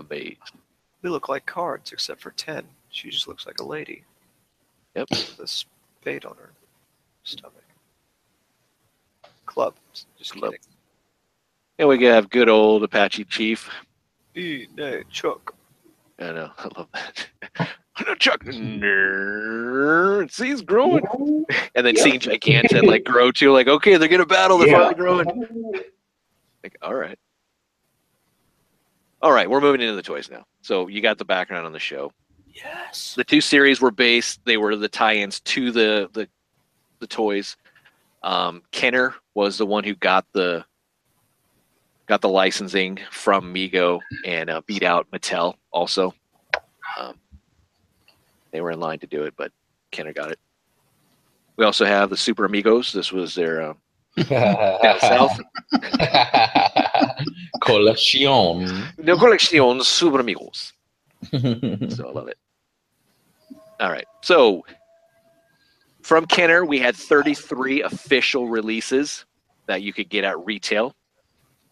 Speaker 2: Amazed.
Speaker 3: They look like cards except for ten. She just looks like a lady.
Speaker 2: Yep.
Speaker 3: With a spade on her stomach. Club. Just
Speaker 2: Club.
Speaker 3: kidding.
Speaker 2: And we have good old Apache Chief.
Speaker 3: E, nay, Chuck.
Speaker 2: I know. I love that. I know Chuck. Nerd. See, he's growing. And then
Speaker 5: Yeah.
Speaker 2: seeing Gigantan like grow too. Like, okay, they're gonna battle. They're
Speaker 5: Yeah.
Speaker 2: finally growing. Like, all right. All right, we're moving into the toys now. So you got the background on the show.
Speaker 3: Yes.
Speaker 2: The two series were based; they were the tie-ins to the the, the toys. Um, Kenner was the one who got the got the licensing from Mego and uh, beat out Mattel. Also, um, they were in line to do it, but Kenner got it. We also have the Super Amigos. This was their um, down south.
Speaker 1: Collection.
Speaker 2: No colección Super Amigos. so I love it. All right. So from Kenner, we had 33 official releases that you could get at retail.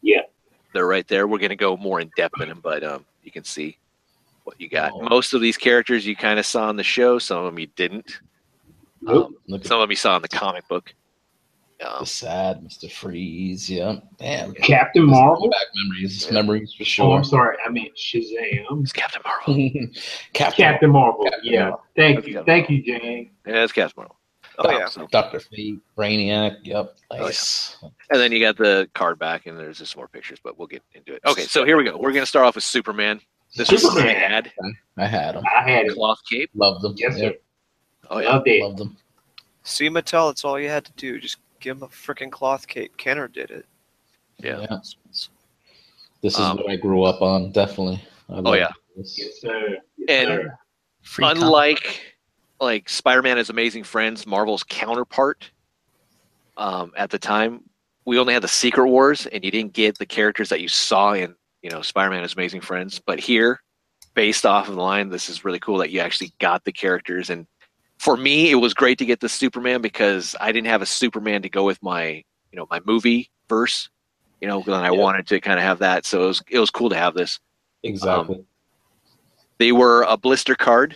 Speaker 5: Yeah.
Speaker 2: They're right there. We're going to go more in depth in them, but um, you can see what you got.
Speaker 1: Oh.
Speaker 2: Most of these characters you kind of saw on the show, some of them you didn't. Um,
Speaker 1: Look at
Speaker 2: some of them you saw in the comic book. Um,
Speaker 1: the sad Mr. Freeze. Yeah. Damn.
Speaker 5: Captain Marvel?
Speaker 1: Back memories. Memories for
Speaker 5: Oh,
Speaker 1: sure.
Speaker 5: I'm sorry. I meant Shazam.
Speaker 2: it's Captain Marvel.
Speaker 1: Captain.
Speaker 5: Captain Marvel.
Speaker 1: Captain
Speaker 5: yeah.
Speaker 1: Marvel.
Speaker 5: Thank
Speaker 2: That's
Speaker 5: you.
Speaker 2: Captain
Speaker 5: Thank you, Jane.
Speaker 2: Yeah, it's Captain Marvel.
Speaker 3: Oh yeah.
Speaker 2: So-
Speaker 1: Dr. Fate, Brainiac. Yep. Nice.
Speaker 2: And then you got the card back, and there's just more pictures, but we'll get into it. Okay, so here we go. We're going to start off with Superman. This is what I
Speaker 5: Superman.
Speaker 2: had.
Speaker 1: I had them.
Speaker 5: I had it.
Speaker 2: Cloth cape.
Speaker 1: Loved them.
Speaker 5: Yes, sir.
Speaker 2: Oh, yeah.
Speaker 5: Loved it.
Speaker 1: Loved them.
Speaker 3: See Mattel, that's all you had to do. Just give him a freaking cloth cape. Kenner did it.
Speaker 2: Yeah.
Speaker 1: This is
Speaker 2: Um, oh,
Speaker 1: what I grew up on. Definitely. I love
Speaker 2: yeah.
Speaker 1: This.
Speaker 5: Yes, sir. Yes,
Speaker 2: And-
Speaker 5: sir.
Speaker 4: Free comic.
Speaker 2: Unlike like Spider-Man is Amazing Friends, Marvel's counterpart um, at the time, we only had the Secret Wars, and you didn't get the characters that you saw in you know Spider-Man is Amazing Friends. But here, based off of the line, this is really cool that you actually got the characters. And for me, it was great to get the Superman because I didn't have a Superman to go with my you know my movie verse. You know, and I
Speaker 1: Yeah.
Speaker 2: wanted to kind of have that, so it was it was cool to have this.
Speaker 1: Exactly.
Speaker 2: They were a blister card.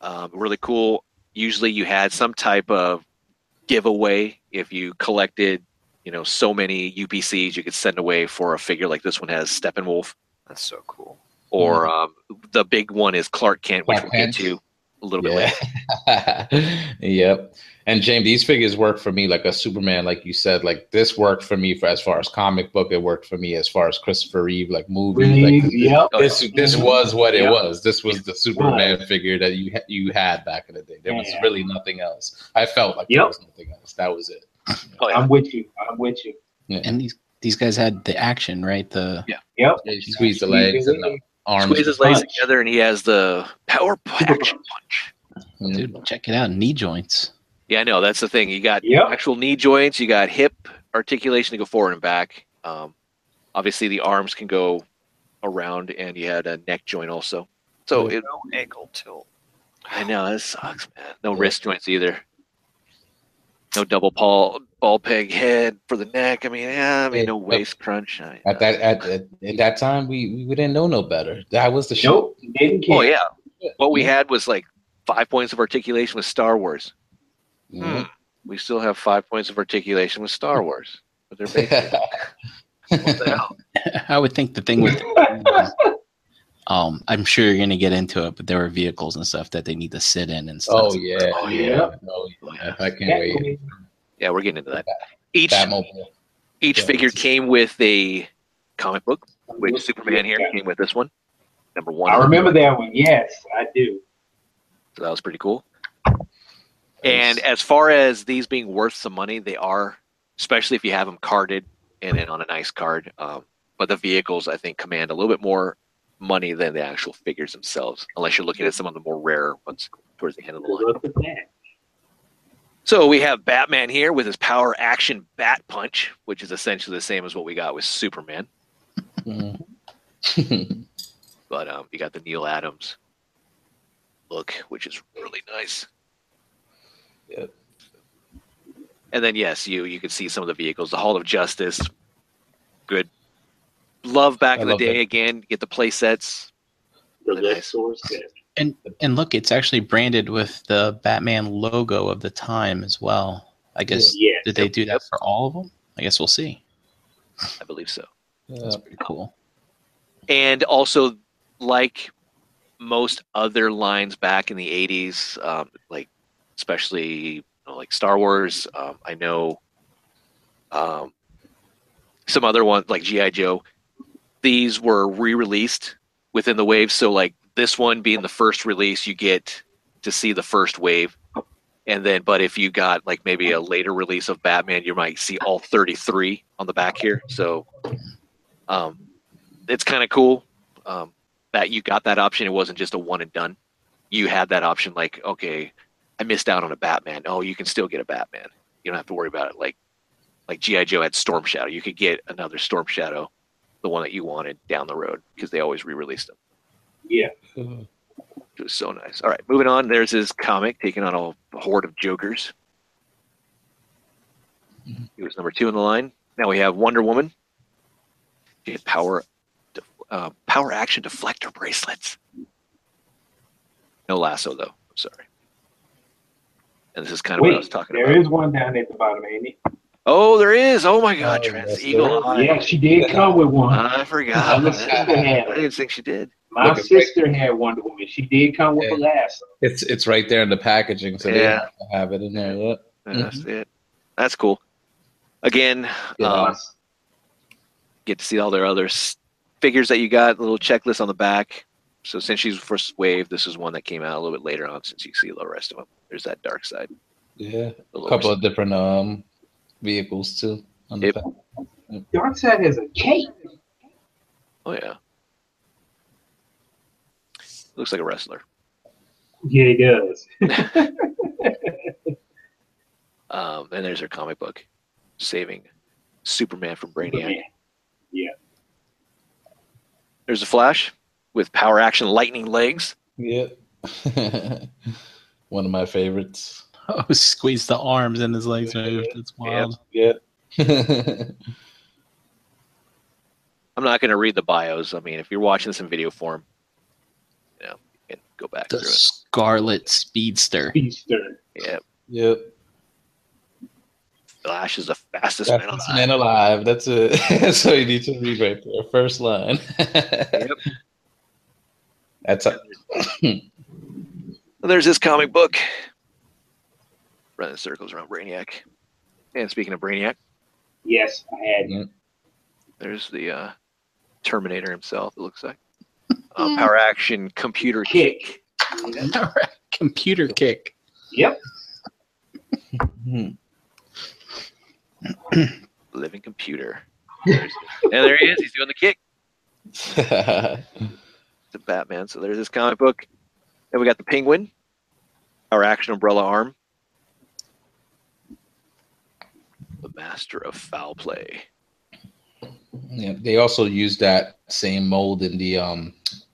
Speaker 2: Um, really cool. Usually you had some type of giveaway if you collected, you know, so many UPCs you could send away for a figure like this one has Steppenwolf
Speaker 3: That's so cool.
Speaker 2: or
Speaker 1: Hmm.
Speaker 2: um, the big one is Clark Kent, which
Speaker 1: Clark
Speaker 2: we'll get
Speaker 1: Kent.
Speaker 2: to a little bit
Speaker 1: Yeah.
Speaker 2: later.
Speaker 1: Um, yep. And James, these figures work for me like a Superman, like you said. Like this worked for me for as far as comic book. It worked for me as far as Christopher Reeve, like movies.
Speaker 5: Reeves,
Speaker 1: like,
Speaker 5: yep.
Speaker 2: Oh,
Speaker 1: This this was what it
Speaker 5: Yep.
Speaker 1: was. This was the Superman figure that you ha- you had back in the day. There was
Speaker 5: Yeah.
Speaker 1: really nothing else. I felt like there
Speaker 5: Yep.
Speaker 1: was nothing else. That was it.
Speaker 2: Oh, yeah.
Speaker 5: I'm with you. I'm with you.
Speaker 1: Yeah.
Speaker 6: And these these guys had the action, right? The
Speaker 5: Yep.
Speaker 1: They squeezed the legs and the arms.
Speaker 2: Squeeze his legs together and he has the power action punch.
Speaker 1: Mhm.
Speaker 6: dude, check it out, knee joints.
Speaker 2: Yeah, I know. That's the thing. You got
Speaker 5: Yep.
Speaker 2: actual knee joints, you got hip articulation to go forward and back. Um, obviously, the arms can go around, and you had a neck joint also. So it,
Speaker 3: No ankle tilt.
Speaker 2: I know that sucks, man. No
Speaker 1: Yeah.
Speaker 2: wrist joints either. No double ball ball peg head for the neck. I mean, yeah, I mean, no
Speaker 1: Yeah.
Speaker 2: waist crunch. I-
Speaker 1: At that at, at, at that time, we we didn't know no better. That was the show.
Speaker 5: Nope. Didn't care.
Speaker 2: oh yeah, what we had was like five points of articulation with Star Wars. Hmm.
Speaker 1: Mhm.
Speaker 2: We still have five points of articulation with Star Wars. But they're basically what the hell?
Speaker 6: I would think the thing with um, I'm sure you're gonna get into it, but there were vehicles and stuff that they need to sit in and stuff.
Speaker 1: Oh yeah,
Speaker 2: Oh,
Speaker 1: yeah.
Speaker 5: yeah.
Speaker 1: Oh,
Speaker 2: Oh, yeah.
Speaker 1: yeah. I can't wait.
Speaker 5: Batmobile.
Speaker 2: Yeah, we're getting into that. Each
Speaker 1: Batmobile.
Speaker 2: each
Speaker 1: Yeah.
Speaker 2: figure came with a comic book. Which Superman here
Speaker 5: Yeah.
Speaker 2: came with this one, number one.
Speaker 5: I remember that one. Yes, I do.
Speaker 2: So that was pretty cool. And as far as these being worth some money, they are, especially if you have them carded and then on a nice card. Um, but the vehicles, I think, command a little bit more money than the actual figures themselves, unless you're looking at some of the more rare ones towards the end of the line.
Speaker 5: Look at that.
Speaker 2: So we have Batman here with his power action bat punch, which is essentially the same as what we got with Superman.
Speaker 1: Mhm.
Speaker 2: But um, you got the Neil Adams look, which is really nice.
Speaker 1: Yep.
Speaker 2: And then yes, you you can see some of the vehicles, the Hall of Justice, good. Love back
Speaker 1: I
Speaker 2: in the
Speaker 1: love
Speaker 2: day
Speaker 1: that.
Speaker 2: again. Get the play sets.
Speaker 5: The
Speaker 2: Really nice.
Speaker 5: Lexus set.
Speaker 6: And and look, it's actually branded with the Batman logo of the time as well. I guess
Speaker 5: Yeah.
Speaker 6: did they do that for all of them? I guess we'll see.
Speaker 2: I believe so.
Speaker 6: That's pretty cool.
Speaker 2: And also, like most other lines back in the '80s, um, like especially you know, like Star Wars. Um, I know um, some other ones like GI Joe. These were re-released within the wave. So like this one being the first release, you get to see the first wave. And then, but if you got like maybe a later release of Batman, you might see all 33 on the back here. So, um, it's kind of cool um, that you got that option. It wasn't just a one and done. You had that option, like, okay, I missed out on a Batman. Oh, you can still get a Batman. You don't have to worry about it. Like, like GI Joe had Storm Shadow. You could get another Storm Shadow, the one that you wanted down the road because they always re-released them.
Speaker 5: Yeah.
Speaker 2: It was so nice. All right, moving on. There's his comic taking on a horde of jokers. He was number two in the line. Now we have Wonder Woman. She had power, def- uh, power action deflector bracelets. No lasso though. I'm sorry. And this is kind of what I was
Speaker 5: Wait,
Speaker 2: talking
Speaker 5: there
Speaker 2: about.
Speaker 5: is one down at the bottom, ain't it?
Speaker 2: Oh, there is. Oh my God,
Speaker 1: Oh,
Speaker 2: Trans
Speaker 1: yes,
Speaker 2: Eagle
Speaker 1: there
Speaker 2: Eye.
Speaker 5: Yeah, she did come with one.
Speaker 2: I forgot.
Speaker 5: My sister
Speaker 2: I
Speaker 5: had
Speaker 2: didn't think she did.
Speaker 5: My
Speaker 1: Look at-
Speaker 5: sister had Wonder Woman. She did come with
Speaker 1: Yeah.
Speaker 5: a lasso.
Speaker 1: It's it's right there in the packaging, so they
Speaker 2: Yeah.
Speaker 1: have to have it in there. Yeah.
Speaker 2: Yeah,
Speaker 5: Mm-hmm.
Speaker 2: That's it. That's cool. Again, um, get to see all their other s- figures that you got, little checklist on the back. So since she's first wave, this is one that came out a little bit later on since you see the rest of them. There's that dark side.
Speaker 1: Yeah,
Speaker 2: the
Speaker 1: a
Speaker 2: lower
Speaker 1: couple
Speaker 2: side.
Speaker 1: of different um vehicles too. On the
Speaker 2: Yep.
Speaker 1: back.
Speaker 5: Darkseid has a cape.
Speaker 2: Oh, yeah. Looks like a wrestler.
Speaker 5: Yeah, he does.
Speaker 2: Um, and there's her comic book, Saving Superman from Brainiac.
Speaker 5: Yeah. Yeah.
Speaker 2: There's a Flash with power action lightning legs.
Speaker 1: Yep. One of my favorites.
Speaker 6: Oh, squeeze the arms and his legs. Right? That's wild.
Speaker 1: Yep.
Speaker 2: I'm not going to read the bios. I mean, if you're watching this in video form, you know, you can go back
Speaker 6: The
Speaker 2: through it.
Speaker 6: Scarlet Speedster.
Speaker 5: Eastern.
Speaker 2: Yeah,
Speaker 7: Yep.
Speaker 2: Flash is the fastest man
Speaker 7: Fastest
Speaker 2: alive.
Speaker 7: man alive. That's it. so you need to read right there. First line. That's a,
Speaker 2: Well, there's this comic book. Running circles around Brainiac. And speaking of Brainiac,
Speaker 5: Yes, I had it.
Speaker 2: there's the uh, Terminator himself. It looks like um, Power Action Computer Kick.
Speaker 5: kick.
Speaker 6: Computer kick.
Speaker 5: Yep.
Speaker 1: hmm.
Speaker 2: living computer. There's- and there he is. He's doing the kick to Batman. So there's this comic book. Then we got the Penguin, our action umbrella arm, the master of foul play.
Speaker 1: Yeah, they also used that same mold in the um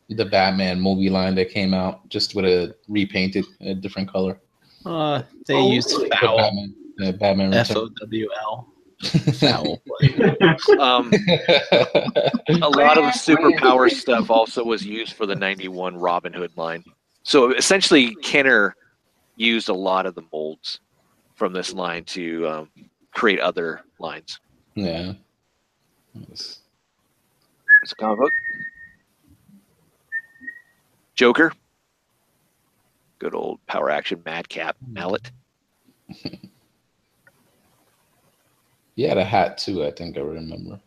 Speaker 1: the Batman movie line that came out just with a repainted a different color.
Speaker 6: Uh, they
Speaker 5: Oh,
Speaker 6: used
Speaker 5: really?
Speaker 1: The
Speaker 6: foul.
Speaker 1: Batman, the Batman
Speaker 6: F
Speaker 1: Return.
Speaker 6: O W L.
Speaker 1: Foul.
Speaker 2: Um, a lot of the superpower stuff also was used for the 91 Robin Hood line. So essentially, Kenner used a lot of the molds from this line to um, create other lines.
Speaker 1: yeah.
Speaker 2: It's a comic book. Joker. Good old power action madcap mallet.
Speaker 1: He had a hat too, I think I remember.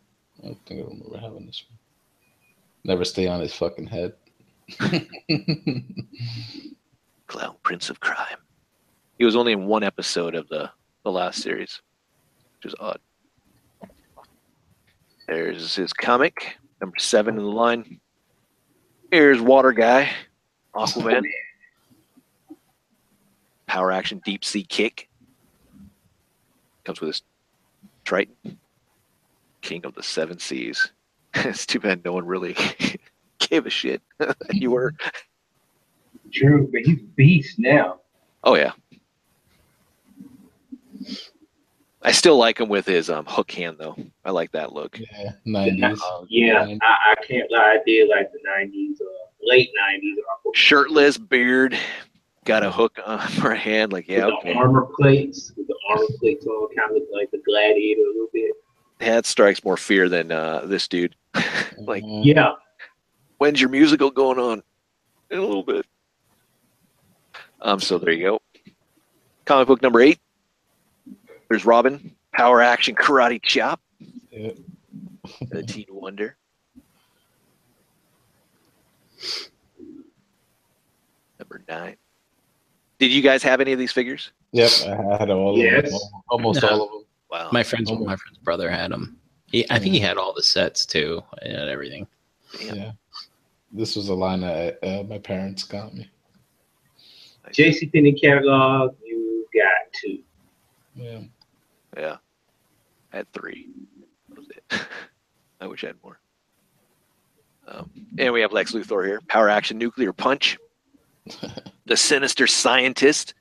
Speaker 1: I think I remember having this one. Never stay on his fucking head.
Speaker 2: Clown Prince of Crime. He was only in one episode of the, the last series, which is odd. There's his comic, number seven in the line. Here's Water Guy, Aquaman. Power action deep sea kick. Comes with his Triton, King of the Seven Seas. it's too bad no one really gave a shit. you were.
Speaker 5: True, but he's a beast now.
Speaker 2: Oh yeah. I still like him with his um, hook hand though. I like that look.
Speaker 1: Yeah, nineties. Uh-huh.
Speaker 5: Yeah, I, I can't lie. I did like the '90s, uh, late '90s. Aquaman.
Speaker 2: Shirtless beard, got a hook on for a hand. Like yeah,
Speaker 5: with
Speaker 2: okay.
Speaker 5: the armor plates, with the armor plates on, kind of look like the gladiator a little bit.
Speaker 2: That strikes more fear than uh, this dude. like
Speaker 5: Yeah,
Speaker 2: when's your musical going on? In a little bit. Um. So there you go. Comic book number eight. There's Robin. Power action karate chop.
Speaker 1: Yeah.
Speaker 2: the Teen Wonder. Number nine. Did you guys have any of these figures?
Speaker 1: Yep, I had all of
Speaker 5: Yes.
Speaker 1: them. Almost
Speaker 6: No.
Speaker 1: all of them.
Speaker 2: Wow.
Speaker 6: My friend's my friend's brother had him. He, I think he had all the sets too and everything.
Speaker 1: This was a line that uh, my parents got me.
Speaker 5: J.C. Penney catalog, you got to.
Speaker 1: Yeah.
Speaker 2: yeah. I had three. That was it. I wish I had more. Um, and we have Lex Luthor here. Power action nuclear punch. the sinister scientist.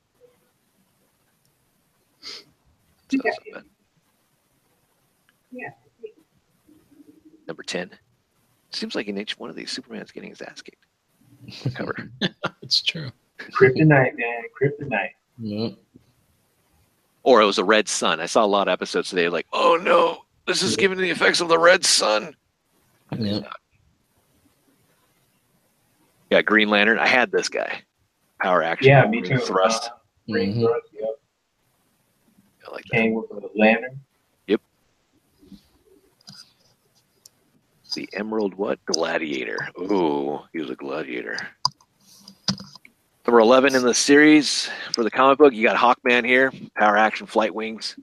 Speaker 2: So, so bad.
Speaker 5: Yeah.
Speaker 2: Number 10. Seems like in each one of these, Superman's getting his ass kicked. Cover.
Speaker 6: It's true.
Speaker 5: Kryptonite, man, kryptonite.
Speaker 1: Yeah.
Speaker 2: or it was a red sun. I saw a lot of episodes today like, oh no, this is giving the effects of the red sun.
Speaker 1: Yeah.
Speaker 2: Yeah, Green Lantern. I had this guy. Power action.
Speaker 5: Yeah, me too.
Speaker 2: Thrust. Mm-hmm.
Speaker 5: Uh, ring
Speaker 1: Mhm.
Speaker 5: thrust, yep.
Speaker 2: I like that.
Speaker 5: Came with a lantern.
Speaker 2: The Emerald what? Gladiator. Ooh, he was a gladiator. Number 11 in the series for the comic book, you got Hawkman here. Power action, flight wings.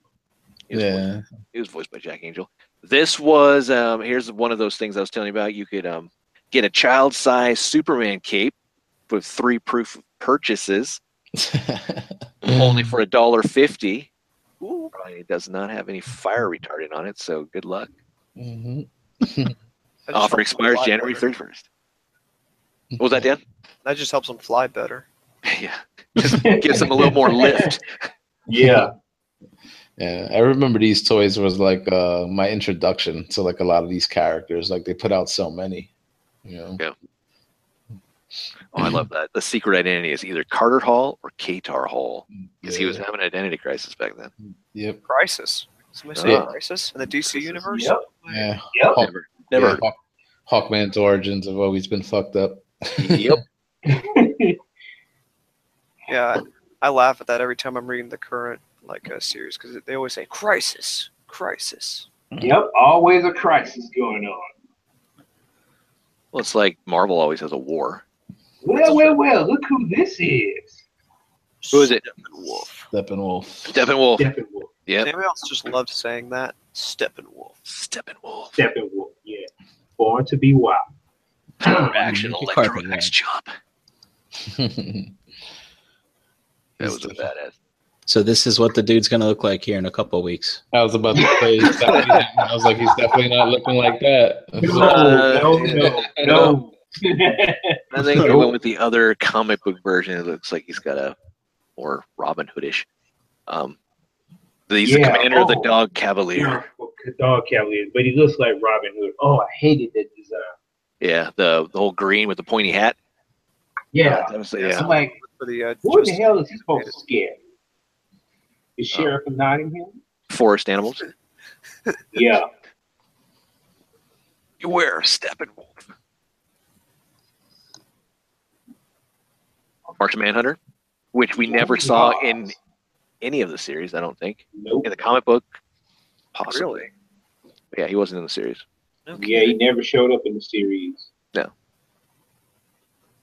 Speaker 2: He was voiced-
Speaker 1: Yeah.
Speaker 2: He was voiced by Jack Angel. This was, um, here's one of those things I was telling you about. You could um, get a child size Superman cape with three proof purchases. only for a dollar fifty. Ooh, probably does not have any fire retardant on it, so good luck.
Speaker 1: Mhm.
Speaker 3: That just
Speaker 2: Offer
Speaker 3: helps them
Speaker 2: expires
Speaker 3: fly
Speaker 2: January
Speaker 3: better.
Speaker 2: thirty first. What was that, Dan?
Speaker 3: That just helps them fly better.
Speaker 2: yeah, gives them a little more lift.
Speaker 5: Yeah,
Speaker 1: Yeah, I remember these toys was like uh, my introduction to like a lot of these characters. Like they put out so many, you know.
Speaker 2: Oh, I love that. The secret identity is either Carter Hall or Katar Hall because he was
Speaker 1: Yeah.
Speaker 2: having an identity crisis back then.
Speaker 1: Yep.
Speaker 3: Crisis. Somebody say
Speaker 2: Yeah.
Speaker 3: Crisis in the DC universe.
Speaker 5: Yep.
Speaker 1: Yeah.
Speaker 5: Yep.
Speaker 1: Hulk-
Speaker 2: Never,
Speaker 1: Oh, yeah,
Speaker 2: never.
Speaker 1: Hawk- Hawkman's origins have always been fucked up.
Speaker 2: yep.
Speaker 3: Yeah, I, I laugh at that every time I'm reading the current like uh, series because they always say Crisis, Crisis.
Speaker 5: Yep. Always a crisis going on.
Speaker 2: Well, it's like Marvel always has a war.
Speaker 5: Well, well, well. Look who this is.
Speaker 2: Who is it?
Speaker 1: Steppenwolf.
Speaker 2: Steppenwolf.
Speaker 5: Steppenwolf.
Speaker 2: Yep.
Speaker 3: Anybody else just loved saying that? Steppenwolf.
Speaker 2: Steppenwolf.
Speaker 5: Steppenwolf. Yeah. Born to be wild.
Speaker 2: Action
Speaker 8: Carpet,
Speaker 2: Electro
Speaker 8: yeah.
Speaker 2: X job.
Speaker 1: that
Speaker 2: That was a badass.
Speaker 4: So this is what the dude's gonna look like here in a couple of weeks.
Speaker 1: I was about to say. he's definitely not- I was like, he's definitely not looking like that.
Speaker 5: No,
Speaker 2: Uh,
Speaker 5: no, no, no.
Speaker 2: I think they went with the other comic book version. It looks like he's got a more Robin Hoodish. Um, he's the
Speaker 5: Yeah,
Speaker 2: commander of the
Speaker 5: oh.
Speaker 2: dog cavalier.
Speaker 5: Dog Cavalier, but he looks like Robin Hood. Oh, I hated that design.
Speaker 2: Yeah, the the whole green with the pointy hat.
Speaker 5: Yeah.
Speaker 2: that was,
Speaker 5: I'm
Speaker 2: yeah.
Speaker 5: like,
Speaker 3: For the uh,
Speaker 5: who in the
Speaker 3: just-
Speaker 5: hell is he supposed to scare? The
Speaker 2: Uh,
Speaker 5: sheriff of Nottingham?
Speaker 2: Forest animals.
Speaker 5: Yeah.
Speaker 2: You wear a Steppenwolf. Martian Manhunter, which we
Speaker 5: Oh,
Speaker 2: never saw in any of the series, I don't think.
Speaker 5: Nope.
Speaker 2: In the comic book, possibly.
Speaker 3: Oh, really?
Speaker 2: Yeah, he wasn't in the series.
Speaker 5: Yeah, he never showed up in the series.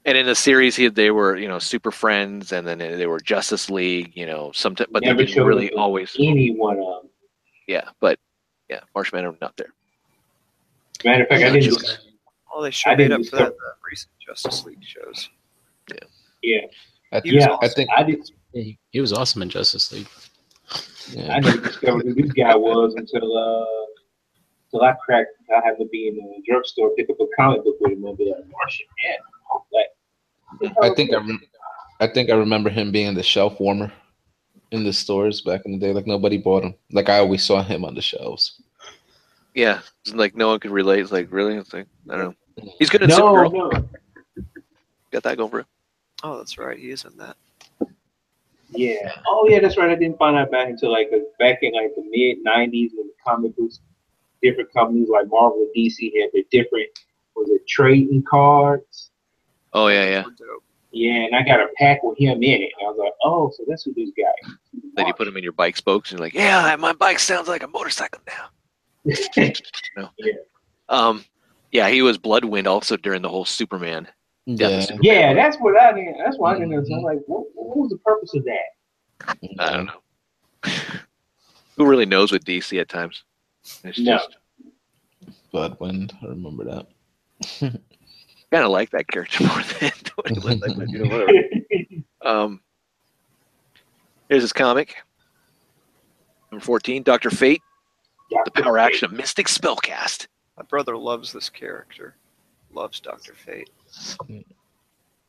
Speaker 2: And in the series, he, they were, you know, Super Friends, and then they were Justice League, you know, sometimes, but they
Speaker 5: Never
Speaker 2: didn't
Speaker 5: showed
Speaker 2: really
Speaker 5: up in
Speaker 2: always.
Speaker 5: Any one of them.
Speaker 2: Yeah, but yeah, Martian Manhunter not there.
Speaker 5: Matter of fact, I didn't.
Speaker 3: Oh, they
Speaker 5: I
Speaker 3: sure made
Speaker 5: didn't
Speaker 3: up
Speaker 5: use
Speaker 3: for that in the recent Justice League shows.
Speaker 1: I
Speaker 3: He
Speaker 1: think.
Speaker 3: was
Speaker 5: Yeah.
Speaker 1: I
Speaker 3: awesome.
Speaker 1: think.
Speaker 5: I didn't.
Speaker 4: He, he was awesome in Justice League.
Speaker 5: I
Speaker 1: Yeah.
Speaker 5: didn't discover who this guy was until uh, until I cracked. I had to be in a drugstore, pick up a comic book with him, and be like, "Martian man." Like,
Speaker 1: I think I, rem- I think I remember him being the shelf warmer in the stores back in the day. Like nobody bought him. Like I always saw him on the shelves.
Speaker 2: Yeah, it's like no one could relate. It's like, really? It's like, I don't know. He's good at
Speaker 5: no,
Speaker 2: Supergirl.
Speaker 5: no,
Speaker 2: Got that going for him.
Speaker 3: Oh, that's right. He is in that.
Speaker 5: Yeah. Oh yeah, that's right. I didn't find out about him until like uh, back in like the mid '90s when the comic books, different companies like Marvel and DC had their different was it trading cards.
Speaker 2: Oh, yeah, yeah.
Speaker 3: Dope.
Speaker 5: Yeah, and I got a pack with him in it. And I was like, oh, so that's who this guy. is.
Speaker 2: Then you put them in your bike spokes, and you're like, yeah, my bike sounds like a motorcycle now. Um, yeah, he was Bloodwind also during the whole Superman. Yeah, the
Speaker 1: Yeah.
Speaker 2: Superman
Speaker 5: Yeah, that's what I didn't. That's why I
Speaker 2: Mm-hmm.
Speaker 5: didn't. understand. like, what, what was the purpose of that?
Speaker 2: I don't know. uh, Who really knows with DC at times? It's
Speaker 5: No.
Speaker 2: just
Speaker 1: Bloodwind. I remember that.
Speaker 2: kind of like that character more than what he looked like, but, you know, whatever. Um, here's his comic. Number 14, Dr. Fate, the power action of Mystic Spellcast.
Speaker 3: My brother loves this character. Loves Doctor Fate.
Speaker 2: Hmm.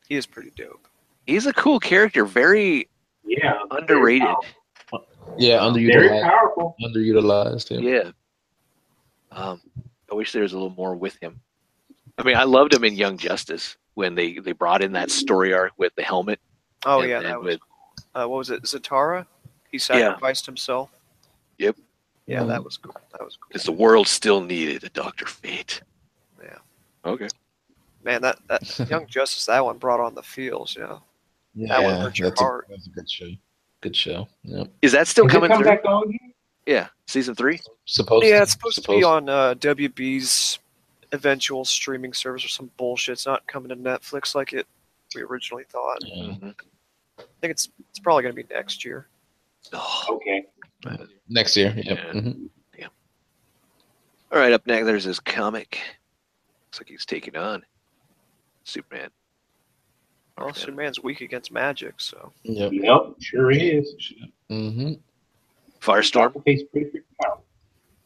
Speaker 3: He is pretty dope.
Speaker 2: He's a cool character, very
Speaker 5: Yeah,
Speaker 2: underrated.
Speaker 1: Yeah,
Speaker 5: Very
Speaker 1: underutilized.
Speaker 5: powerful.
Speaker 1: Underutilized. Yeah.
Speaker 2: Yeah. Um, I wish there was a little more with him. I mean, I loved him in Young Justice when they, they brought in that story arc with the helmet.
Speaker 3: Oh
Speaker 2: and-
Speaker 3: yeah,
Speaker 2: and
Speaker 3: that was.
Speaker 2: with-
Speaker 3: Uh, what was it? Zatara. He sacrificed himself.
Speaker 2: Yep.
Speaker 3: Yeah,
Speaker 1: Mhm.
Speaker 3: that was cool. That was cool.
Speaker 2: Does the world still needed a Doctor Fate?
Speaker 3: Yeah.
Speaker 2: Okay.
Speaker 3: Man, that, that Young Justice, that one brought on the feels. You know,
Speaker 1: Yeah,
Speaker 3: That one hurt your
Speaker 1: that's, a,
Speaker 3: heart.
Speaker 1: that's a good show. Good show. Yeah.
Speaker 2: Is that still
Speaker 5: Did it
Speaker 2: coming
Speaker 5: come
Speaker 2: through?
Speaker 5: back on you?
Speaker 2: Yeah, season three.
Speaker 1: Supposed.
Speaker 3: yeah,
Speaker 1: to,
Speaker 3: it's supposed to be on uh, WB's eventual streaming service or some bullshit. It's not coming to Netflix like it we originally thought.
Speaker 1: Yeah.
Speaker 2: Mm-hmm.
Speaker 3: I think it's it's probably going to be next year.
Speaker 2: Oh.
Speaker 5: Okay.
Speaker 1: Next year. Yep.
Speaker 2: Yeah.
Speaker 1: Mhm.
Speaker 2: All right, up next, there's his comic. Looks like he's taking on Superman.
Speaker 3: Well,
Speaker 2: Martian
Speaker 3: Superman's weak against magic, so
Speaker 1: Yep.
Speaker 5: Yep, sure is.
Speaker 1: hmm
Speaker 2: Firestorm.
Speaker 5: Face pretty freaking powerful.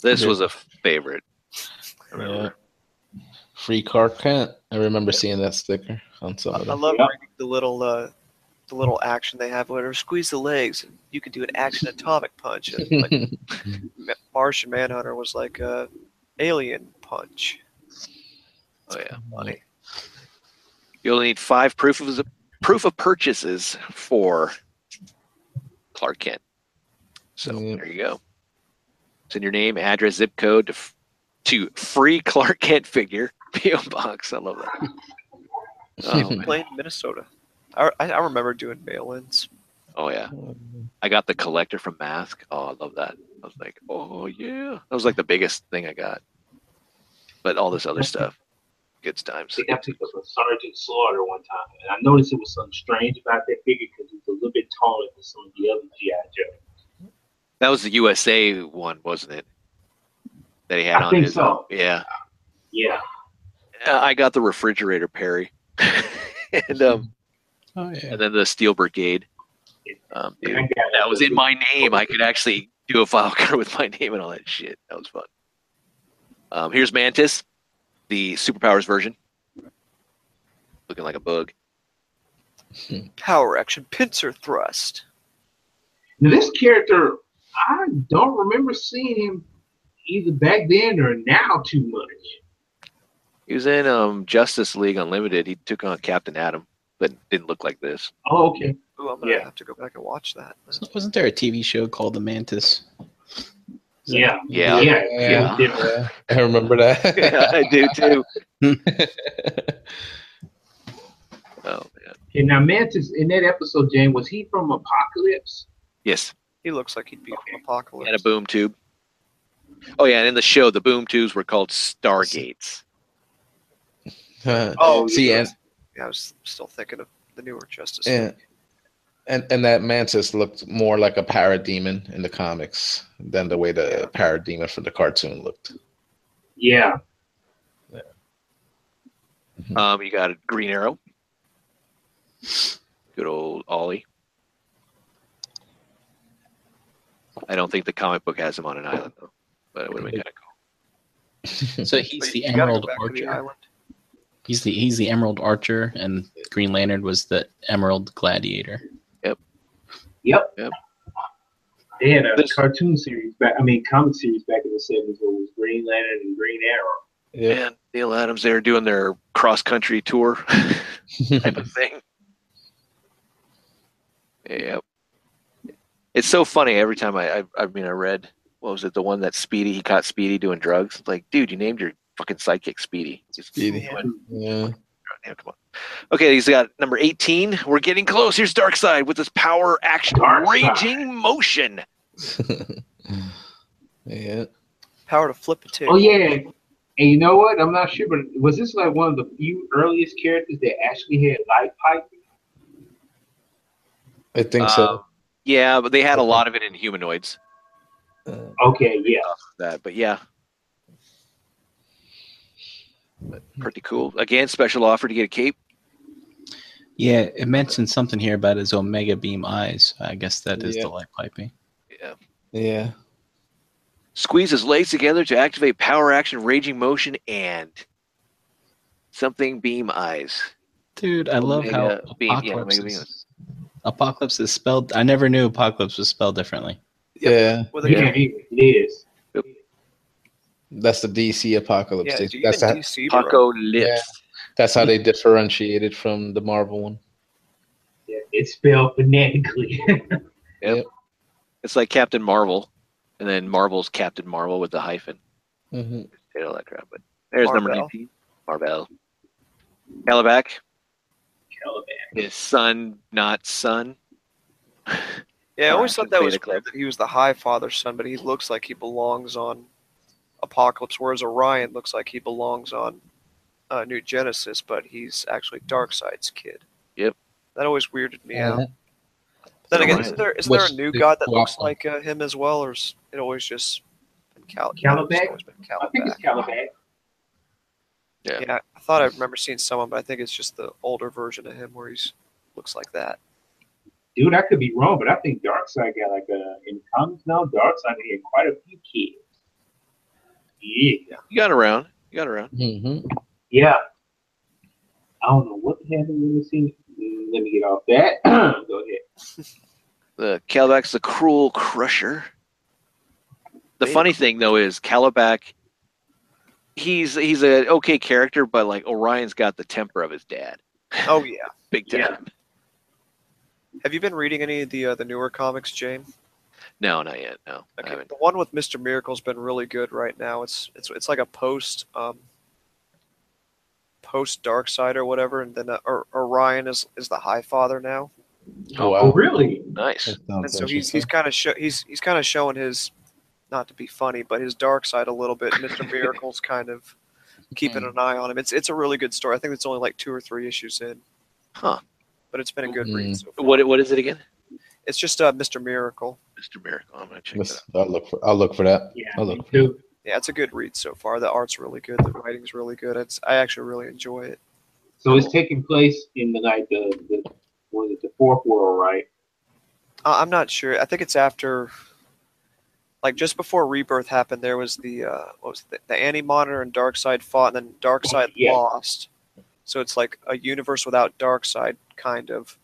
Speaker 2: This
Speaker 1: Yeah.
Speaker 2: was a favorite.
Speaker 1: Yeah. Free car count. I remember seeing that sticker on
Speaker 3: I, I
Speaker 1: somebody.
Speaker 3: love
Speaker 5: Yep.
Speaker 3: reading the little uh, the little action they have, whatever, squeeze the legs, and you could do an action atomic punch. And like Ma- Martian Manhunter was like a alien punch.
Speaker 2: Oh yeah, money. You only need five proof of proof of purchases for Clark Kent. So
Speaker 1: Yeah.
Speaker 2: there you go. Send your name, address, zip code to, f- to free Clark Kent figure PO box. I love that. Oh, man.
Speaker 3: Plain Minnesota. I, I I remember doing mail-ins.
Speaker 2: oh yeah,
Speaker 5: Um,
Speaker 2: I got the collector from Mask. Oh, I love that. I was like, oh yeah, that was like the biggest thing I got. But all this other stuff, good times.
Speaker 5: think I picked up a Sergeant Slaughter one time, and I noticed it was something strange about that figure because it was a little bit taller than some of the other GI Joe.
Speaker 2: That was the USA one, wasn't it? That he had
Speaker 5: I
Speaker 2: on
Speaker 5: think
Speaker 2: his.
Speaker 5: so.
Speaker 2: Yeah,
Speaker 5: Yeah,
Speaker 2: Uh, I got the refrigerator Perry, and um,
Speaker 4: Oh yeah.
Speaker 2: and then the Steel Brigade. Um, dude,
Speaker 5: I got
Speaker 2: that was in my name. I could actually do a file card with my name and all that shit. That was fun. Um, here's Mantis, the superpowers version, looking like a bug.
Speaker 3: Power action, pincer thrust.
Speaker 5: Now, this character, I don't remember seeing him either back then or now too much.
Speaker 2: He was in um, Justice League Unlimited. He took on Captain Atom, but didn't look like this.
Speaker 5: Oh, okay.
Speaker 3: Ooh, I'm gonna
Speaker 5: Yeah.
Speaker 3: have to go back and watch that.
Speaker 4: So wasn't there a TV show called The Mantis?
Speaker 5: Yeah.
Speaker 2: Yeah,
Speaker 5: Yeah.
Speaker 1: Yeah.
Speaker 5: Yeah. different.
Speaker 1: Yeah, I remember that.
Speaker 2: I do too. Oh man,
Speaker 5: And now Mantis in that episode, Jane, was he from Apocalypse?
Speaker 2: yes,
Speaker 3: He looks like he'd be
Speaker 5: Okay.
Speaker 3: from Apocalypse.
Speaker 2: and a boom tube. Oh yeah, and in the show, the boom tubes were called stargates.
Speaker 5: Oh,
Speaker 1: Uh, See,
Speaker 5: yeah.
Speaker 1: and,
Speaker 3: Yeah, I was still thinking of the newer Justice.
Speaker 1: and and and that mantis looked more like a parademon in the comics than the way the parademon from the cartoon looked.
Speaker 5: Yeah.
Speaker 2: Um, you got a Green Arrow. Good old Ollie. I don't think the comic book has him on an island though, but it would have been kind of cool.
Speaker 4: So
Speaker 3: But
Speaker 4: he's the
Speaker 3: you gotta go
Speaker 4: Emerald
Speaker 3: back to the
Speaker 4: Archer.
Speaker 3: island.
Speaker 4: He's the he's the Emerald Archer, and Green Lantern was the Emerald Gladiator.
Speaker 5: Yep.
Speaker 2: Yep.
Speaker 5: They had a
Speaker 2: This-
Speaker 5: cartoon series back, I mean, comic series back in the 70s where it was Green Lantern and Green Arrow.
Speaker 1: Yeah.
Speaker 2: And Neil Adams there doing their cross country tour type of thing. Yep. It's so funny every time I, I I mean I read what was it, the one that Speedy he caught Speedy doing drugs. Like, dude, you named your fucking sidekick Speedy. Just
Speaker 1: Speedy.
Speaker 2: went
Speaker 1: yeah.
Speaker 2: Yeah, come on. Okay, he's got number 18. We're getting close. Here's Dark Side with his power action
Speaker 5: Darkseid.
Speaker 2: raging motion.
Speaker 1: yeah.
Speaker 3: Power to flip a tick.
Speaker 5: Oh, yeah. And you know what? I'm not sure, but was this like one of the few earliest characters that actually had light pipe?
Speaker 1: I think so.
Speaker 2: Um, yeah, but they had a lot of it in humanoids.
Speaker 1: Uh,
Speaker 5: Okay, yeah.
Speaker 2: That, but yeah. But pretty cool. Again, special offer to get a cape.
Speaker 4: Yeah, it mentioned something here about his Omega Beam eyes. I guess that is
Speaker 1: Yeah.
Speaker 4: the light piping.
Speaker 2: Yeah.
Speaker 1: yeah.
Speaker 2: Squeeze his legs together to activate power action raging motion and something beam eyes.
Speaker 4: Dude, I love how
Speaker 2: Omega Beam, yeah,
Speaker 4: Apocalypse,
Speaker 2: Omega Beam.
Speaker 4: is, Apocalypse is spelled. I never knew Apocalypse was spelled differently.
Speaker 1: Oh, Yeah.
Speaker 3: Well, they-
Speaker 5: Yeah, it it is.
Speaker 1: That's the DC apocalypse.
Speaker 3: yeah,
Speaker 1: They-
Speaker 3: do you
Speaker 1: that's
Speaker 3: even
Speaker 1: how,
Speaker 3: DC, bro?
Speaker 2: Paco lips.
Speaker 1: that's how they differentiate it from the Marvel one.
Speaker 5: Yeah, it's spelled phonetically.
Speaker 2: It's like Captain Marvel, and then Marvel's Captain Marvel with the hyphen.
Speaker 1: hmm
Speaker 2: Hate all that crap. But there's number
Speaker 3: Marvel.
Speaker 2: 19. Marvel. Calabac,
Speaker 5: Caliban.
Speaker 2: his son, not son.
Speaker 3: Yeah, I always
Speaker 2: Alright,
Speaker 3: thought
Speaker 2: Beta
Speaker 3: that was
Speaker 2: Club.
Speaker 3: weird that he was the High Father's son, but he looks like he belongs on Apocalypse, whereas Orion looks like he belongs on uh, New Genesis, but he's actually Darkseid's kid.
Speaker 2: Yep.
Speaker 3: That always weirded me out.
Speaker 1: Yeah.
Speaker 3: Then again,
Speaker 2: Alright.
Speaker 3: isn't there isn't there
Speaker 1: Uh-huh. Which
Speaker 3: a new
Speaker 1: they
Speaker 3: god that looks
Speaker 1: swap on.
Speaker 3: like uh, him as well, or is it always just been Cal-
Speaker 5: Caliban?
Speaker 3: it's always been
Speaker 5: I think
Speaker 3: Caliban.
Speaker 5: it's Caliban.
Speaker 2: Yeah.
Speaker 3: Yeah, I thought I remember seeing someone, but I think it's just the older version of him where he's looks like that.
Speaker 5: Dude, I could be wrong, but I think Darkseid got like a in comics now. Darkseid had quite a few kids. Yeah,
Speaker 2: You got around. You got around.
Speaker 1: hmm
Speaker 5: yeah. I don't know what the hell we really seen. Mm, let me get off that. Go ahead.
Speaker 2: The Calabac's the cruel crusher. The
Speaker 3: Beta.
Speaker 2: funny thing though is Calabac. He's he's a okay character, but like Orion's got the temper of his dad,
Speaker 3: Oh yeah.
Speaker 2: big time.
Speaker 5: Yeah.
Speaker 3: Have you been reading any of the uh, the newer comics, James?
Speaker 2: No, not yet. No, I
Speaker 3: Okay.
Speaker 2: haven't.
Speaker 3: The one with Mister Miracle's been really good right now. It's it's it's like a post um, post Dark Side or whatever, and then uh, or, Orion is is the High Father now,
Speaker 1: Oh,
Speaker 5: Oh,
Speaker 1: wow.
Speaker 5: really?
Speaker 2: Nice.
Speaker 3: and so he's he's kind of sho- he's he's kind of showing his not to be funny, but his dark side a little bit. Mister Miracle's kind of keeping
Speaker 2: Hmm.
Speaker 3: an eye on him. It's it's a really good story. I think it's only like two or three issues in,
Speaker 2: Huh. Hmm.
Speaker 3: but it's been a good read. So far.
Speaker 2: What what is it again?
Speaker 3: It's just uh, Mister Miracle.
Speaker 2: Mr. Miracle. I'm gonna check that
Speaker 1: Let's- I'll
Speaker 2: out.
Speaker 1: look for I'll look for that.
Speaker 5: Yeah.
Speaker 1: I'll
Speaker 5: me
Speaker 1: look.
Speaker 5: too.
Speaker 3: Yeah, it's a good read so far. The art's really good. The writing's really good. It's I actually really enjoy it.
Speaker 5: So it's taking place in the like the, the was it the fourth world, right?
Speaker 3: Uh, I'm not sure. I think it's after, like just before Rebirth happened. There was the uh, what was it? the, the Anti Monitor and Darkseid fought, and then Darkseid
Speaker 5: Yeah.
Speaker 3: lost. So it's like a universe without Darkseid, kind of.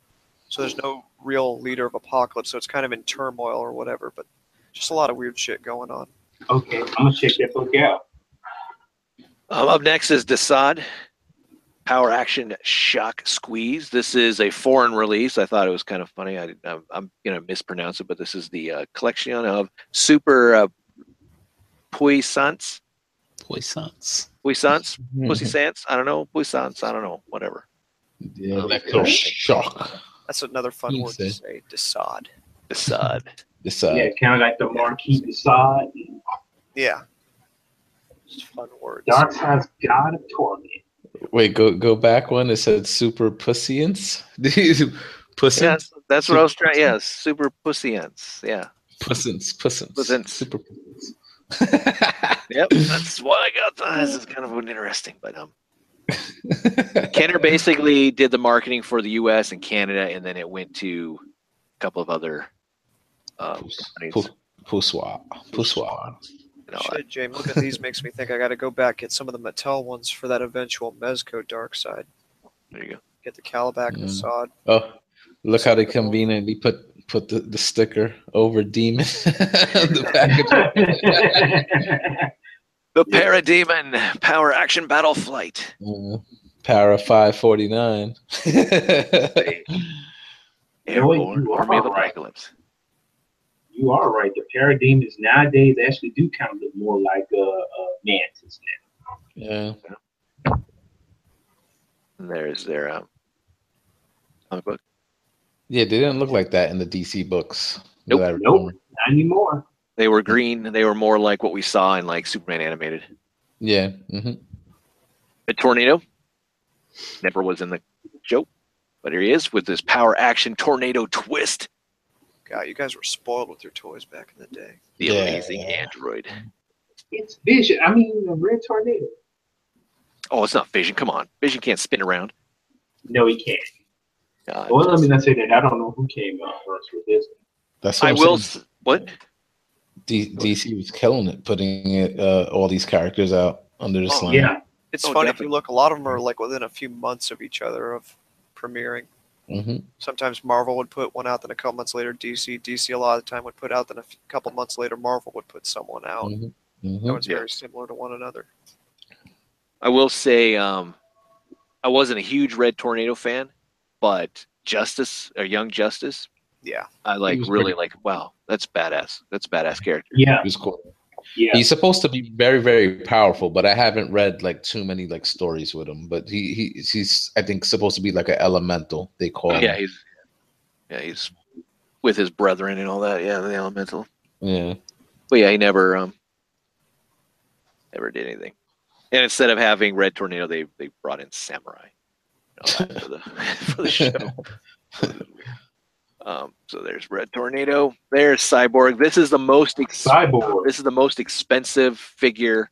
Speaker 3: So there's no real leader of Apocalypse. So it's kind of in turmoil or whatever. But just a lot of weird shit going on.
Speaker 5: Okay, I'm gonna check that book out.
Speaker 2: Um, up next is Desaad. Power Action Shock Squeeze. This is a foreign release. I thought it was kind of funny. I, I'm, I'm going to mispronounce it, but this is the uh, collection of Super uh, Puissance.
Speaker 4: Poissons.
Speaker 2: Puissance? Pussy Sans? I don't know. Puissance? I don't know. Whatever.
Speaker 1: Yeah, electroshock.
Speaker 3: That's another fun
Speaker 1: You
Speaker 3: word to say. Desaad.
Speaker 2: Desaad.
Speaker 1: This uh,
Speaker 5: yeah, kind of like the Marquis de Sade and
Speaker 3: Yeah. Just fun words.
Speaker 5: Dark Side's God of Torment.
Speaker 1: wait, go go back one. It said super pussians. pussins,
Speaker 2: That's, that's what I was trying. Yeah, Super Pussiance. Yeah.
Speaker 1: pussins, pussins,
Speaker 2: Pussins.
Speaker 1: super pussins.
Speaker 2: Yep. That's what I got. This is kind of interesting, but um, Kenner basically did the marketing for the U.S. and Canada, and then it went to a couple of other uh, companies.
Speaker 1: Puswa, puswa.
Speaker 2: and all that.
Speaker 3: Shit, James, look at these makes me think I got to go back get some of the Mattel ones for that eventual Mezco Dark Side.
Speaker 2: There you go.
Speaker 3: Get the Calabac
Speaker 1: Yeah.
Speaker 3: and Assad.
Speaker 1: Oh, look how they conveniently put put the, the sticker over demon on the package.
Speaker 2: The
Speaker 5: Yeah.
Speaker 2: Parademon Power Action Battle Flight.
Speaker 1: Uh, Para five forty nine.
Speaker 2: Airborne
Speaker 5: you are
Speaker 2: Army of the
Speaker 5: right.
Speaker 2: Apocalypse.
Speaker 5: you are right. The parademons nowadays actually do kind of look more like uh, uh mantis now.
Speaker 1: yeah,
Speaker 2: And there's their um, comic book.
Speaker 1: yeah, they didn't look like that in the DC books.
Speaker 2: Nope.
Speaker 1: that I
Speaker 5: Nope.
Speaker 1: remember.
Speaker 5: Not anymore.
Speaker 2: They were green. They were more like what we saw in like Superman animated.
Speaker 1: Yeah. hmm
Speaker 2: A tornado. Never was in the joke, but here he is with this Power Action Tornado Twist.
Speaker 3: God, you guys were spoiled with your toys back in the day.
Speaker 2: the
Speaker 1: Yeah.
Speaker 2: amazing android.
Speaker 5: It's vision. I mean, a red tornado.
Speaker 2: Oh, it's not Vision. Come on, Vision can't spin around.
Speaker 5: No, he can't.
Speaker 2: God.
Speaker 5: Well, let me not say that. I don't know who came out first with this.
Speaker 1: That's what
Speaker 2: I
Speaker 1: I'm
Speaker 2: will.
Speaker 1: saying.
Speaker 2: s- What?
Speaker 1: D- DC was killing it, putting it, uh, all these characters out under the
Speaker 3: Oh,
Speaker 1: slime.
Speaker 5: Yeah,
Speaker 3: It's
Speaker 2: Oh,
Speaker 3: funny if
Speaker 2: definitely.
Speaker 3: you look, a lot of them are like within a few months of each other of premiering.
Speaker 1: hmm
Speaker 3: Sometimes Marvel would put one out, then a couple months later DC. DC a lot of the time would put out, then a f- couple months later Marvel would put someone out.
Speaker 1: hmm
Speaker 3: That one's
Speaker 2: Yeah.
Speaker 3: very similar to one another.
Speaker 2: I will say, um, I wasn't a huge Red Tornado fan, but Justice or Young Justice,
Speaker 3: Yeah.
Speaker 2: I like
Speaker 1: was
Speaker 2: really like. Wow, that's badass. That's a badass character.
Speaker 5: yeah,
Speaker 1: He's cool.
Speaker 5: yeah.
Speaker 1: He's supposed to be very, very powerful, but I haven't read like too many like stories with him. But he, he he's I think supposed to be like an elemental. They call him.
Speaker 2: Yeah, he's yeah he's with his brethren and all that. Yeah, the elemental.
Speaker 1: Yeah.
Speaker 2: But yeah, he never um never did anything. And instead of having Red Tornado, they they brought in Samurai and all that for the for the show. Um, so there's Red Tornado. There's Cyborg. This is the most ex-
Speaker 5: Cyborg.
Speaker 2: this is the most expensive figure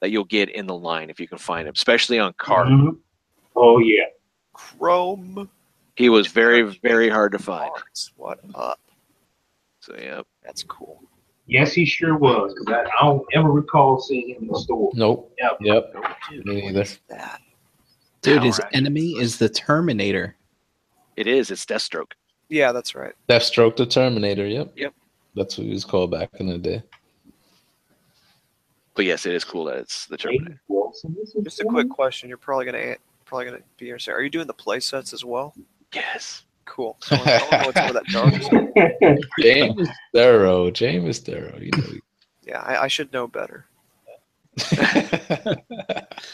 Speaker 2: that you'll get in the line if you can find him, especially on card.
Speaker 5: Mhm. Oh yeah.
Speaker 3: Chrome
Speaker 2: He was very very hard to find.
Speaker 3: Arts. What up?
Speaker 2: So yeah,
Speaker 3: That's cool.
Speaker 5: Yes, he sure was. 'cause I, I don't ever recall seeing him in the store.
Speaker 1: Nope.
Speaker 5: Yep.
Speaker 1: Yep. Me neither.
Speaker 3: That.
Speaker 4: Dude, his
Speaker 5: Power
Speaker 4: enemy is the Terminator.
Speaker 2: It is. It's Deathstroke.
Speaker 3: Yeah, that's right.
Speaker 1: Deathstroke the Terminator. Yep.
Speaker 3: Yep.
Speaker 1: That's what he was called back in the day.
Speaker 2: But yes, it is cool that it's the Terminator.
Speaker 5: Agent Wilson is in
Speaker 3: Just a
Speaker 5: film?
Speaker 3: quick question. You're probably gonna an- probably gonna be interested. Are you doing the play sets as well?
Speaker 2: Yes.
Speaker 3: Cool. So I wanna- I wanna know what's some of that dark side.
Speaker 1: James Thorough. James Thorough. You know.
Speaker 3: Yeah, I, I should know better.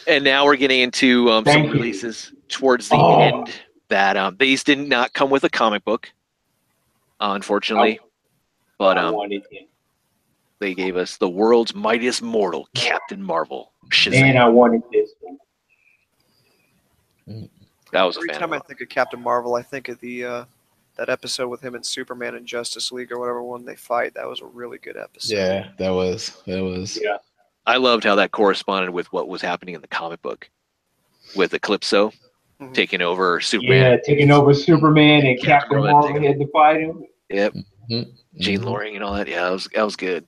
Speaker 2: And now we're getting into um, some
Speaker 5: Thank you.
Speaker 2: releases towards the
Speaker 5: Oh.
Speaker 2: end that um, these did not come with a comic book, uh, unfortunately.
Speaker 5: Oh.
Speaker 2: But
Speaker 5: I
Speaker 2: um,
Speaker 5: wanted him.
Speaker 2: they gave us the world's mightiest mortal, Captain Marvel.
Speaker 5: And
Speaker 2: Shazam.
Speaker 5: I wanted this one.
Speaker 2: That was a
Speaker 3: Every
Speaker 2: fan. of
Speaker 3: time I
Speaker 2: mine.
Speaker 3: think of Captain Marvel, I think of the uh, that episode with him and Superman and Justice League or whatever one they fight. That was a really good episode.
Speaker 1: yeah, that was that was.
Speaker 5: Yeah.
Speaker 2: I loved how that corresponded with what was happening in the comic book with Eclipso
Speaker 3: Mhm.
Speaker 2: taking over Superman.
Speaker 5: Yeah, taking over Superman and
Speaker 2: Captain
Speaker 5: Captain
Speaker 2: Marvel
Speaker 5: Marvel
Speaker 2: taking-
Speaker 5: had to fight him.
Speaker 2: Yep. Gene
Speaker 1: Mhm.
Speaker 2: Loring and all that. Yeah, that was that was good.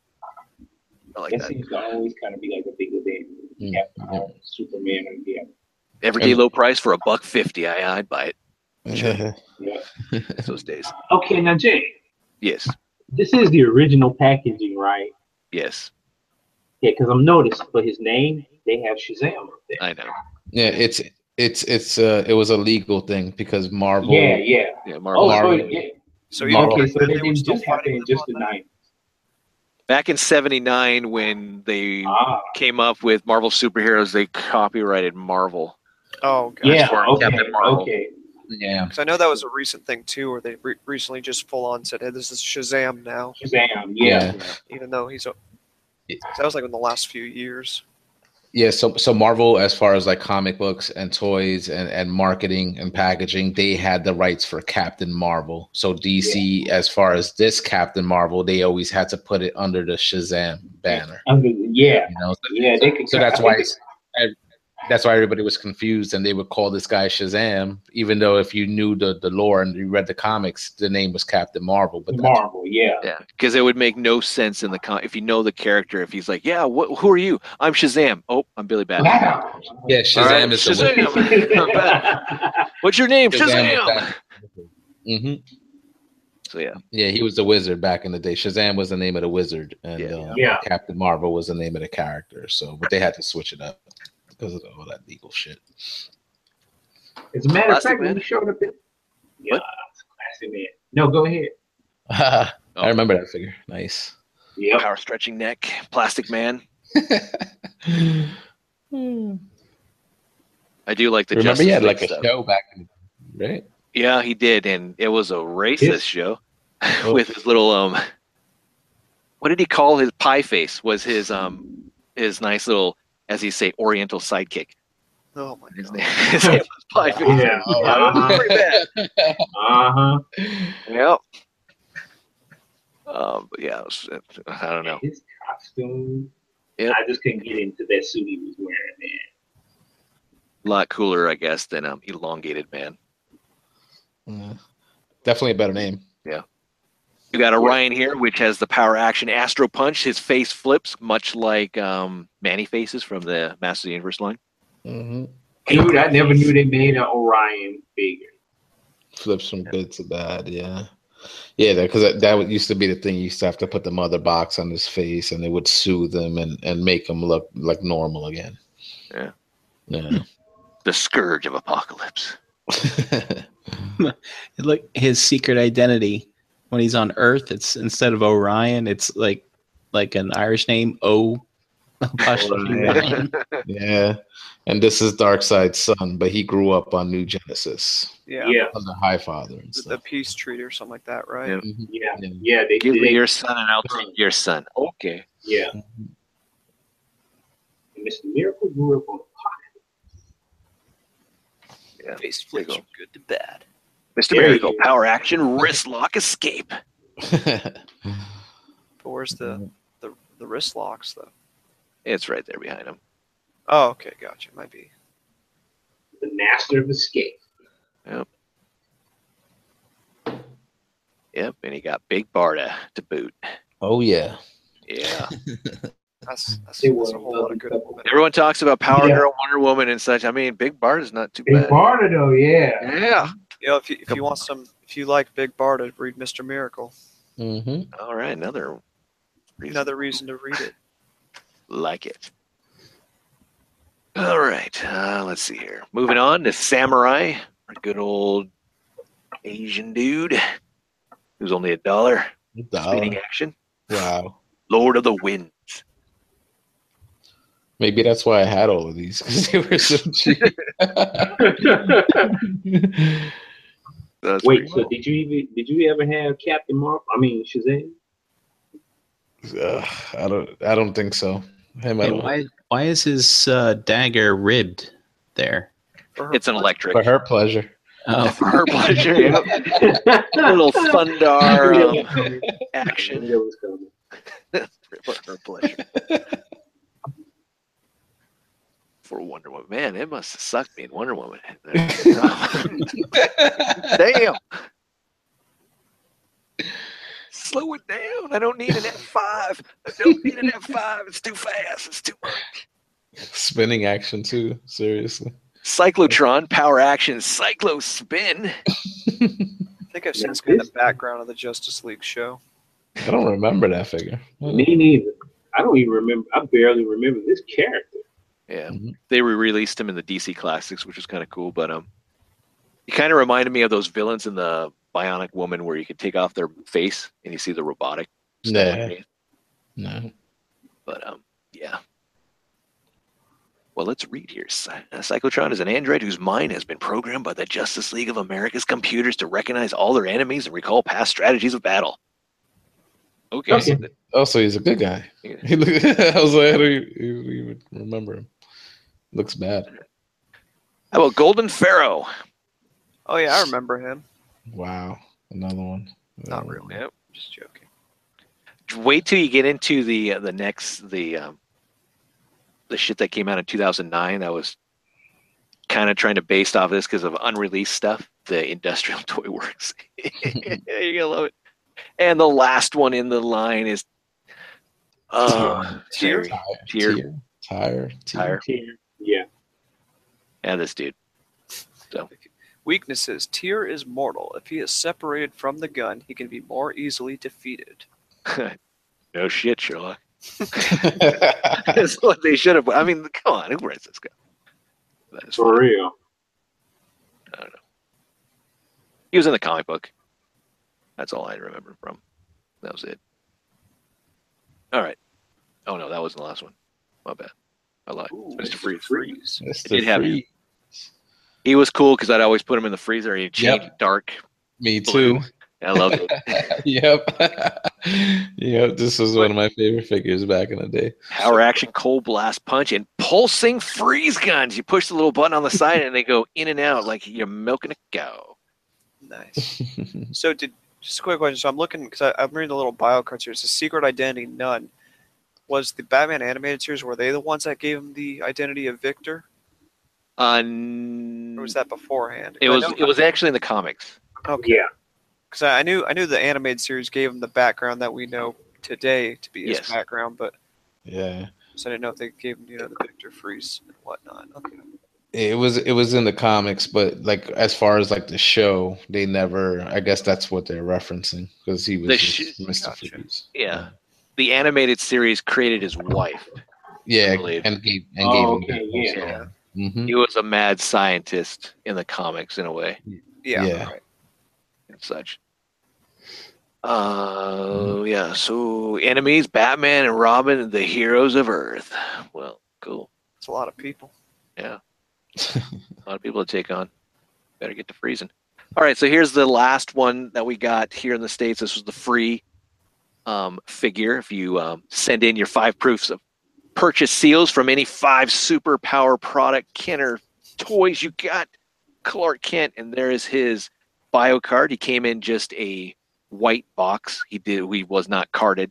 Speaker 2: I like
Speaker 5: That
Speaker 2: that.
Speaker 5: seems to always kind of be like a big event.
Speaker 1: Mm.
Speaker 5: Captain Marvel, uh, Superman, and yeah.
Speaker 2: Everyday low price for a buck fifty. I I'd buy it
Speaker 1: Mm-hmm. yeah.
Speaker 2: those days.
Speaker 5: Okay, now Jay,
Speaker 2: Yes,
Speaker 5: this is the original packaging, right?
Speaker 2: yes,
Speaker 5: Yeah, because I'm noticed, but his name, they have Shazam up there.
Speaker 2: I know.
Speaker 1: it's it's it's uh it was a legal thing because Marvel
Speaker 5: Yeah, yeah.
Speaker 2: Yeah,
Speaker 5: Oh,
Speaker 2: Marvel.
Speaker 5: so,
Speaker 1: Marvel.
Speaker 5: yeah.
Speaker 3: So
Speaker 1: Yeah,
Speaker 3: even
Speaker 1: Marvel.
Speaker 5: okay,
Speaker 3: back
Speaker 5: so
Speaker 3: then,
Speaker 5: they
Speaker 3: were
Speaker 5: didn't
Speaker 3: still
Speaker 5: just happen
Speaker 3: fighting
Speaker 5: in
Speaker 3: those
Speaker 5: just
Speaker 3: on
Speaker 5: the
Speaker 3: that?
Speaker 5: night.
Speaker 2: oh, Back in '79, when they
Speaker 5: Ah,
Speaker 2: came up with Marvel superheroes, they copyrighted Marvel.
Speaker 3: Oh, gosh.
Speaker 5: yeah,
Speaker 2: for
Speaker 5: okay,
Speaker 2: Captain Marvel.
Speaker 5: okay.
Speaker 1: yeah.
Speaker 3: 'Cause I know that was a recent thing too, where they re- recently just full on said, "Hey, this is Shazam now,"
Speaker 5: Shazam, yeah.
Speaker 3: even though he's. A- that was like in the last few years.
Speaker 1: Yeah, so so Marvel, as far as like comic books and toys and, and marketing and packaging, they had the rights for Captain Marvel. So DC, as far as this Captain Marvel, they always had to put it under the Shazam banner.
Speaker 5: Under the- Yeah,
Speaker 1: You know,
Speaker 5: yeah. They could,
Speaker 1: so that's
Speaker 5: I
Speaker 1: why
Speaker 5: think
Speaker 1: it's, ev- that's why everybody was confused, and they would call this guy Shazam, even though if you knew the the lore and you read the comics, the name was Captain Marvel. But
Speaker 5: it's
Speaker 1: that's-
Speaker 5: Marvel, yeah.
Speaker 2: Yeah, because it would make no sense in the con. If you know the character, if he's like, "Yeah, what? Who are you? I'm Shazam. Oh, I'm Billy Batson.
Speaker 5: Wow.
Speaker 1: yeah, Shazam
Speaker 2: All right,
Speaker 1: is the
Speaker 2: Shazam. Not What's your name? Shazam."
Speaker 1: hmm
Speaker 2: So yeah,
Speaker 1: Yeah, he was the wizard back in the day. Shazam was the name of the wizard, and
Speaker 2: Yeah.
Speaker 1: uh,
Speaker 5: Yeah.
Speaker 1: Captain Marvel was the name of the character. So, but they had to switch it up because of all that legal shit.
Speaker 5: As a matter of
Speaker 2: Classic
Speaker 5: fact, when
Speaker 2: Man.
Speaker 5: we showed up, in- yeah,
Speaker 2: What?
Speaker 5: it's classic man. No, go ahead.
Speaker 2: Oh.
Speaker 1: I remember that figure. Nice.
Speaker 5: Yep.
Speaker 2: power stretching neck, Plastic Man. I do like the
Speaker 1: remember,
Speaker 2: Justice
Speaker 1: he had like a
Speaker 2: League stuff.
Speaker 1: show back in the day, right?
Speaker 2: Yeah, he did, and it was a racist
Speaker 5: Yes.
Speaker 2: show
Speaker 1: Oh.
Speaker 2: with his little um. What did he call his pie face? Was his um his nice little as he say Oriental sidekick?
Speaker 3: Oh my
Speaker 2: His
Speaker 3: god!
Speaker 2: name, his name was pie face.
Speaker 5: Yeah. uh-huh.
Speaker 2: Yeah,
Speaker 5: Uh huh.
Speaker 2: Yep. Um, but yeah, it was- I don't know.
Speaker 5: His costume.
Speaker 2: Yep.
Speaker 5: I just couldn't get into that suit he was wearing, man.
Speaker 2: A lot cooler, I guess, than um, elongated man.
Speaker 1: Yeah. Definitely a better name.
Speaker 2: You got Orion here, which has the power action Astro Punch. His face flips, much like um, Manny faces from the Master of the Universe line. Mm-hmm.
Speaker 1: hmm
Speaker 5: Dude, I never knew they made an Orion figure.
Speaker 1: Flips from good to bad. Yeah. Yeah, because that, that would- used to be the thing. You used to have to put the mother box on his face, and it would soothe him and, and make him look like normal again.
Speaker 2: Yeah.
Speaker 1: Yeah.
Speaker 2: The Scourge of Apocalypse.
Speaker 4: Look, his secret identity when he's on Earth, it's instead of Orion, it's like like an Irish name, O. apostrophe Orion.
Speaker 1: Yeah, and this is Darkseid's son, but he grew up on New Genesis
Speaker 3: Yeah,
Speaker 5: yeah,
Speaker 1: under High Father and
Speaker 3: The- the
Speaker 1: stuff.
Speaker 3: peace treaty or something like that, right?
Speaker 2: Yeah.
Speaker 5: yeah,
Speaker 1: Yeah.
Speaker 5: yeah. They
Speaker 2: Give
Speaker 5: did.
Speaker 2: me your son and I'll take your son. Okay.
Speaker 5: yeah. And Mr. Miracle grew up on
Speaker 3: Face
Speaker 2: flips from
Speaker 3: good to bad.
Speaker 2: Mr.
Speaker 5: There
Speaker 2: Miracle,
Speaker 5: you go.
Speaker 2: power action, wrist lock, escape.
Speaker 3: But where's the the, the wrist locks though?
Speaker 2: It's right there behind him.
Speaker 3: Oh, okay, gotcha. Might be.
Speaker 5: the Master of Escape.
Speaker 2: Yep. And he got Big Barda to boot.
Speaker 1: oh yeah,
Speaker 2: Yeah.
Speaker 3: That's that's,
Speaker 5: It
Speaker 3: that's
Speaker 5: was
Speaker 3: a whole lot of good.
Speaker 5: lovely.
Speaker 2: Everyone talks about Power
Speaker 5: Yeah.
Speaker 2: Girl, Wonder Woman, and such. I mean, Big Barda's not too
Speaker 5: Big
Speaker 2: bad.
Speaker 5: Barda, though, yeah.
Speaker 2: Yeah.
Speaker 3: You know, if you, if you want some, if you like Big Barda, read Mister Miracle.
Speaker 1: Mm-hmm.
Speaker 2: All right, another reason.
Speaker 3: Another reason to read it.
Speaker 2: like it. All right, uh, let's see here. Moving on to Samurai, our good old Asian dude who's only a dollar. Speeding action.
Speaker 1: Wow.
Speaker 2: Lord of the Winds.
Speaker 1: Maybe that's why I had all of these because they were so cheap.
Speaker 2: That's Uh,
Speaker 5: Wait,
Speaker 2: pretty
Speaker 5: so
Speaker 2: cool.
Speaker 5: did you even did you ever have Captain Marvel? I mean Shazam.
Speaker 1: Ugh, I don't. I don't think so. Him, I
Speaker 4: Hey,
Speaker 1: don't-
Speaker 4: why why is his uh, dagger ribbed there?
Speaker 3: Or-
Speaker 2: it's an electric.
Speaker 1: For her pleasure.
Speaker 4: Oh,
Speaker 2: For her pleasure. yeah. A little Thundar um, action. For her pleasure. For Wonder Woman. Man, it must have sucked being Wonder Woman. Damn. Slow it down. I don't need an F5. I don't need an F5. It's too fast. It's too much.
Speaker 1: Spinning action too. Seriously.
Speaker 2: Cyclotron power action cyclo spin.
Speaker 3: I think I've seen this guy in the background of the Justice League show.
Speaker 1: I don't remember that figure.
Speaker 5: Me neither. I don't even remember. I barely remember this character.
Speaker 2: Yeah.
Speaker 1: Mhm.
Speaker 2: They re released him in the DC classics, which was kind of cool, but um he kind of reminded me of those villains in the Bionic Woman where you could take off their face and you see the robotic. stuff
Speaker 1: Yeah.
Speaker 2: underneath.
Speaker 1: No.
Speaker 2: But um, yeah. Well, let's read here. Cy- uh, Cyclotron is an android whose mind has been programmed by the Justice League of America's computers to recognize all their enemies and recall past strategies of battle. Okay.
Speaker 1: Okay.
Speaker 2: so
Speaker 1: Oh, so he's a good guy.
Speaker 2: the-
Speaker 1: He look, I was like, I don't even even remember him. Looks bad.
Speaker 2: How about Golden Pharaoh?
Speaker 3: Oh yeah, I remember him.
Speaker 1: Wow. Another one.
Speaker 3: Not really. Nope, just joking.
Speaker 2: Wait till you get into the uh, the next the um, the shit that came out in 2009. That was kind of trying to based off this because of unreleased stuff. The Industrial Toy Works. You're gonna love it. And the last one in the line is uh,
Speaker 3: Tear?
Speaker 2: Terry. Tear.
Speaker 1: Tire.
Speaker 2: Tire.
Speaker 5: Yeah.
Speaker 2: Yeah, this dude.
Speaker 3: Weaknesses: Tyr is mortal. If he is separated from the gun, he can be more easily defeated.
Speaker 2: no shit, Sherlock. That's what they should have. I mean, come on, who writes this guy? That is
Speaker 5: For real.
Speaker 2: He was in the comic book. That's all I remember from. That was it. All right. Oh no, that wasn't the last one. My bad. I lied. Mr. Freeze.
Speaker 1: That's
Speaker 2: It
Speaker 1: the
Speaker 2: did happen.
Speaker 1: free-
Speaker 2: He was cool because I'd always put him in the freezer. He'd change dark.
Speaker 1: Me too.
Speaker 2: I love it.
Speaker 1: yep. yep. This was one of my favorite figures back in the day.
Speaker 2: Power action, cold blast punch, and pulsing freeze guns. You push the little button on the side and they go in and out like you're milking a cow.
Speaker 3: Nice. so did just a quick question. So I'm looking because I'm reading the little bio cards here. It's a secret identity none. Was the Batman animated series were they the ones that gave him the identity of Victor,
Speaker 2: On
Speaker 3: or was that beforehand?
Speaker 2: it
Speaker 3: 'Cause
Speaker 2: was
Speaker 3: I know-
Speaker 2: it was actually in the comics.
Speaker 3: okay.
Speaker 5: Yeah.
Speaker 3: Because I I knew I knew the animated series gave him the background that we know today to be his
Speaker 2: Yes.
Speaker 3: background, but
Speaker 1: Yeah.
Speaker 3: so I didn't know if they gave him you know the Victor Freeze and whatnot. Okay.
Speaker 1: It was it was in the comics, but like as far as like the show, they never. I guess that's what they're referencing because he was
Speaker 2: The
Speaker 1: just
Speaker 2: sh-
Speaker 1: Mr.
Speaker 3: Gotcha.
Speaker 1: Freeze.
Speaker 2: Yeah. The animated series created his wife.
Speaker 1: Yeah,
Speaker 2: I believe.
Speaker 1: and gave and
Speaker 5: Oh,
Speaker 1: gave him.
Speaker 5: okay, yeah.
Speaker 1: hmm
Speaker 2: he was a mad scientist in the comics in a way
Speaker 3: Yeah.
Speaker 1: Yeah.
Speaker 3: Right.
Speaker 2: and such uh yeah so enemies batman and robin the heroes of earth well cool
Speaker 3: It's a lot of people.
Speaker 2: a lot of people to take on better get to freezing all right so here's the last one that we got here in the states this was the free um figure if you um, send in your five proofs of purchase seals from any five superpower product Kenner toys you got Clark Kent, and there is his bio card. He came in just a white box. He did. He was not carded.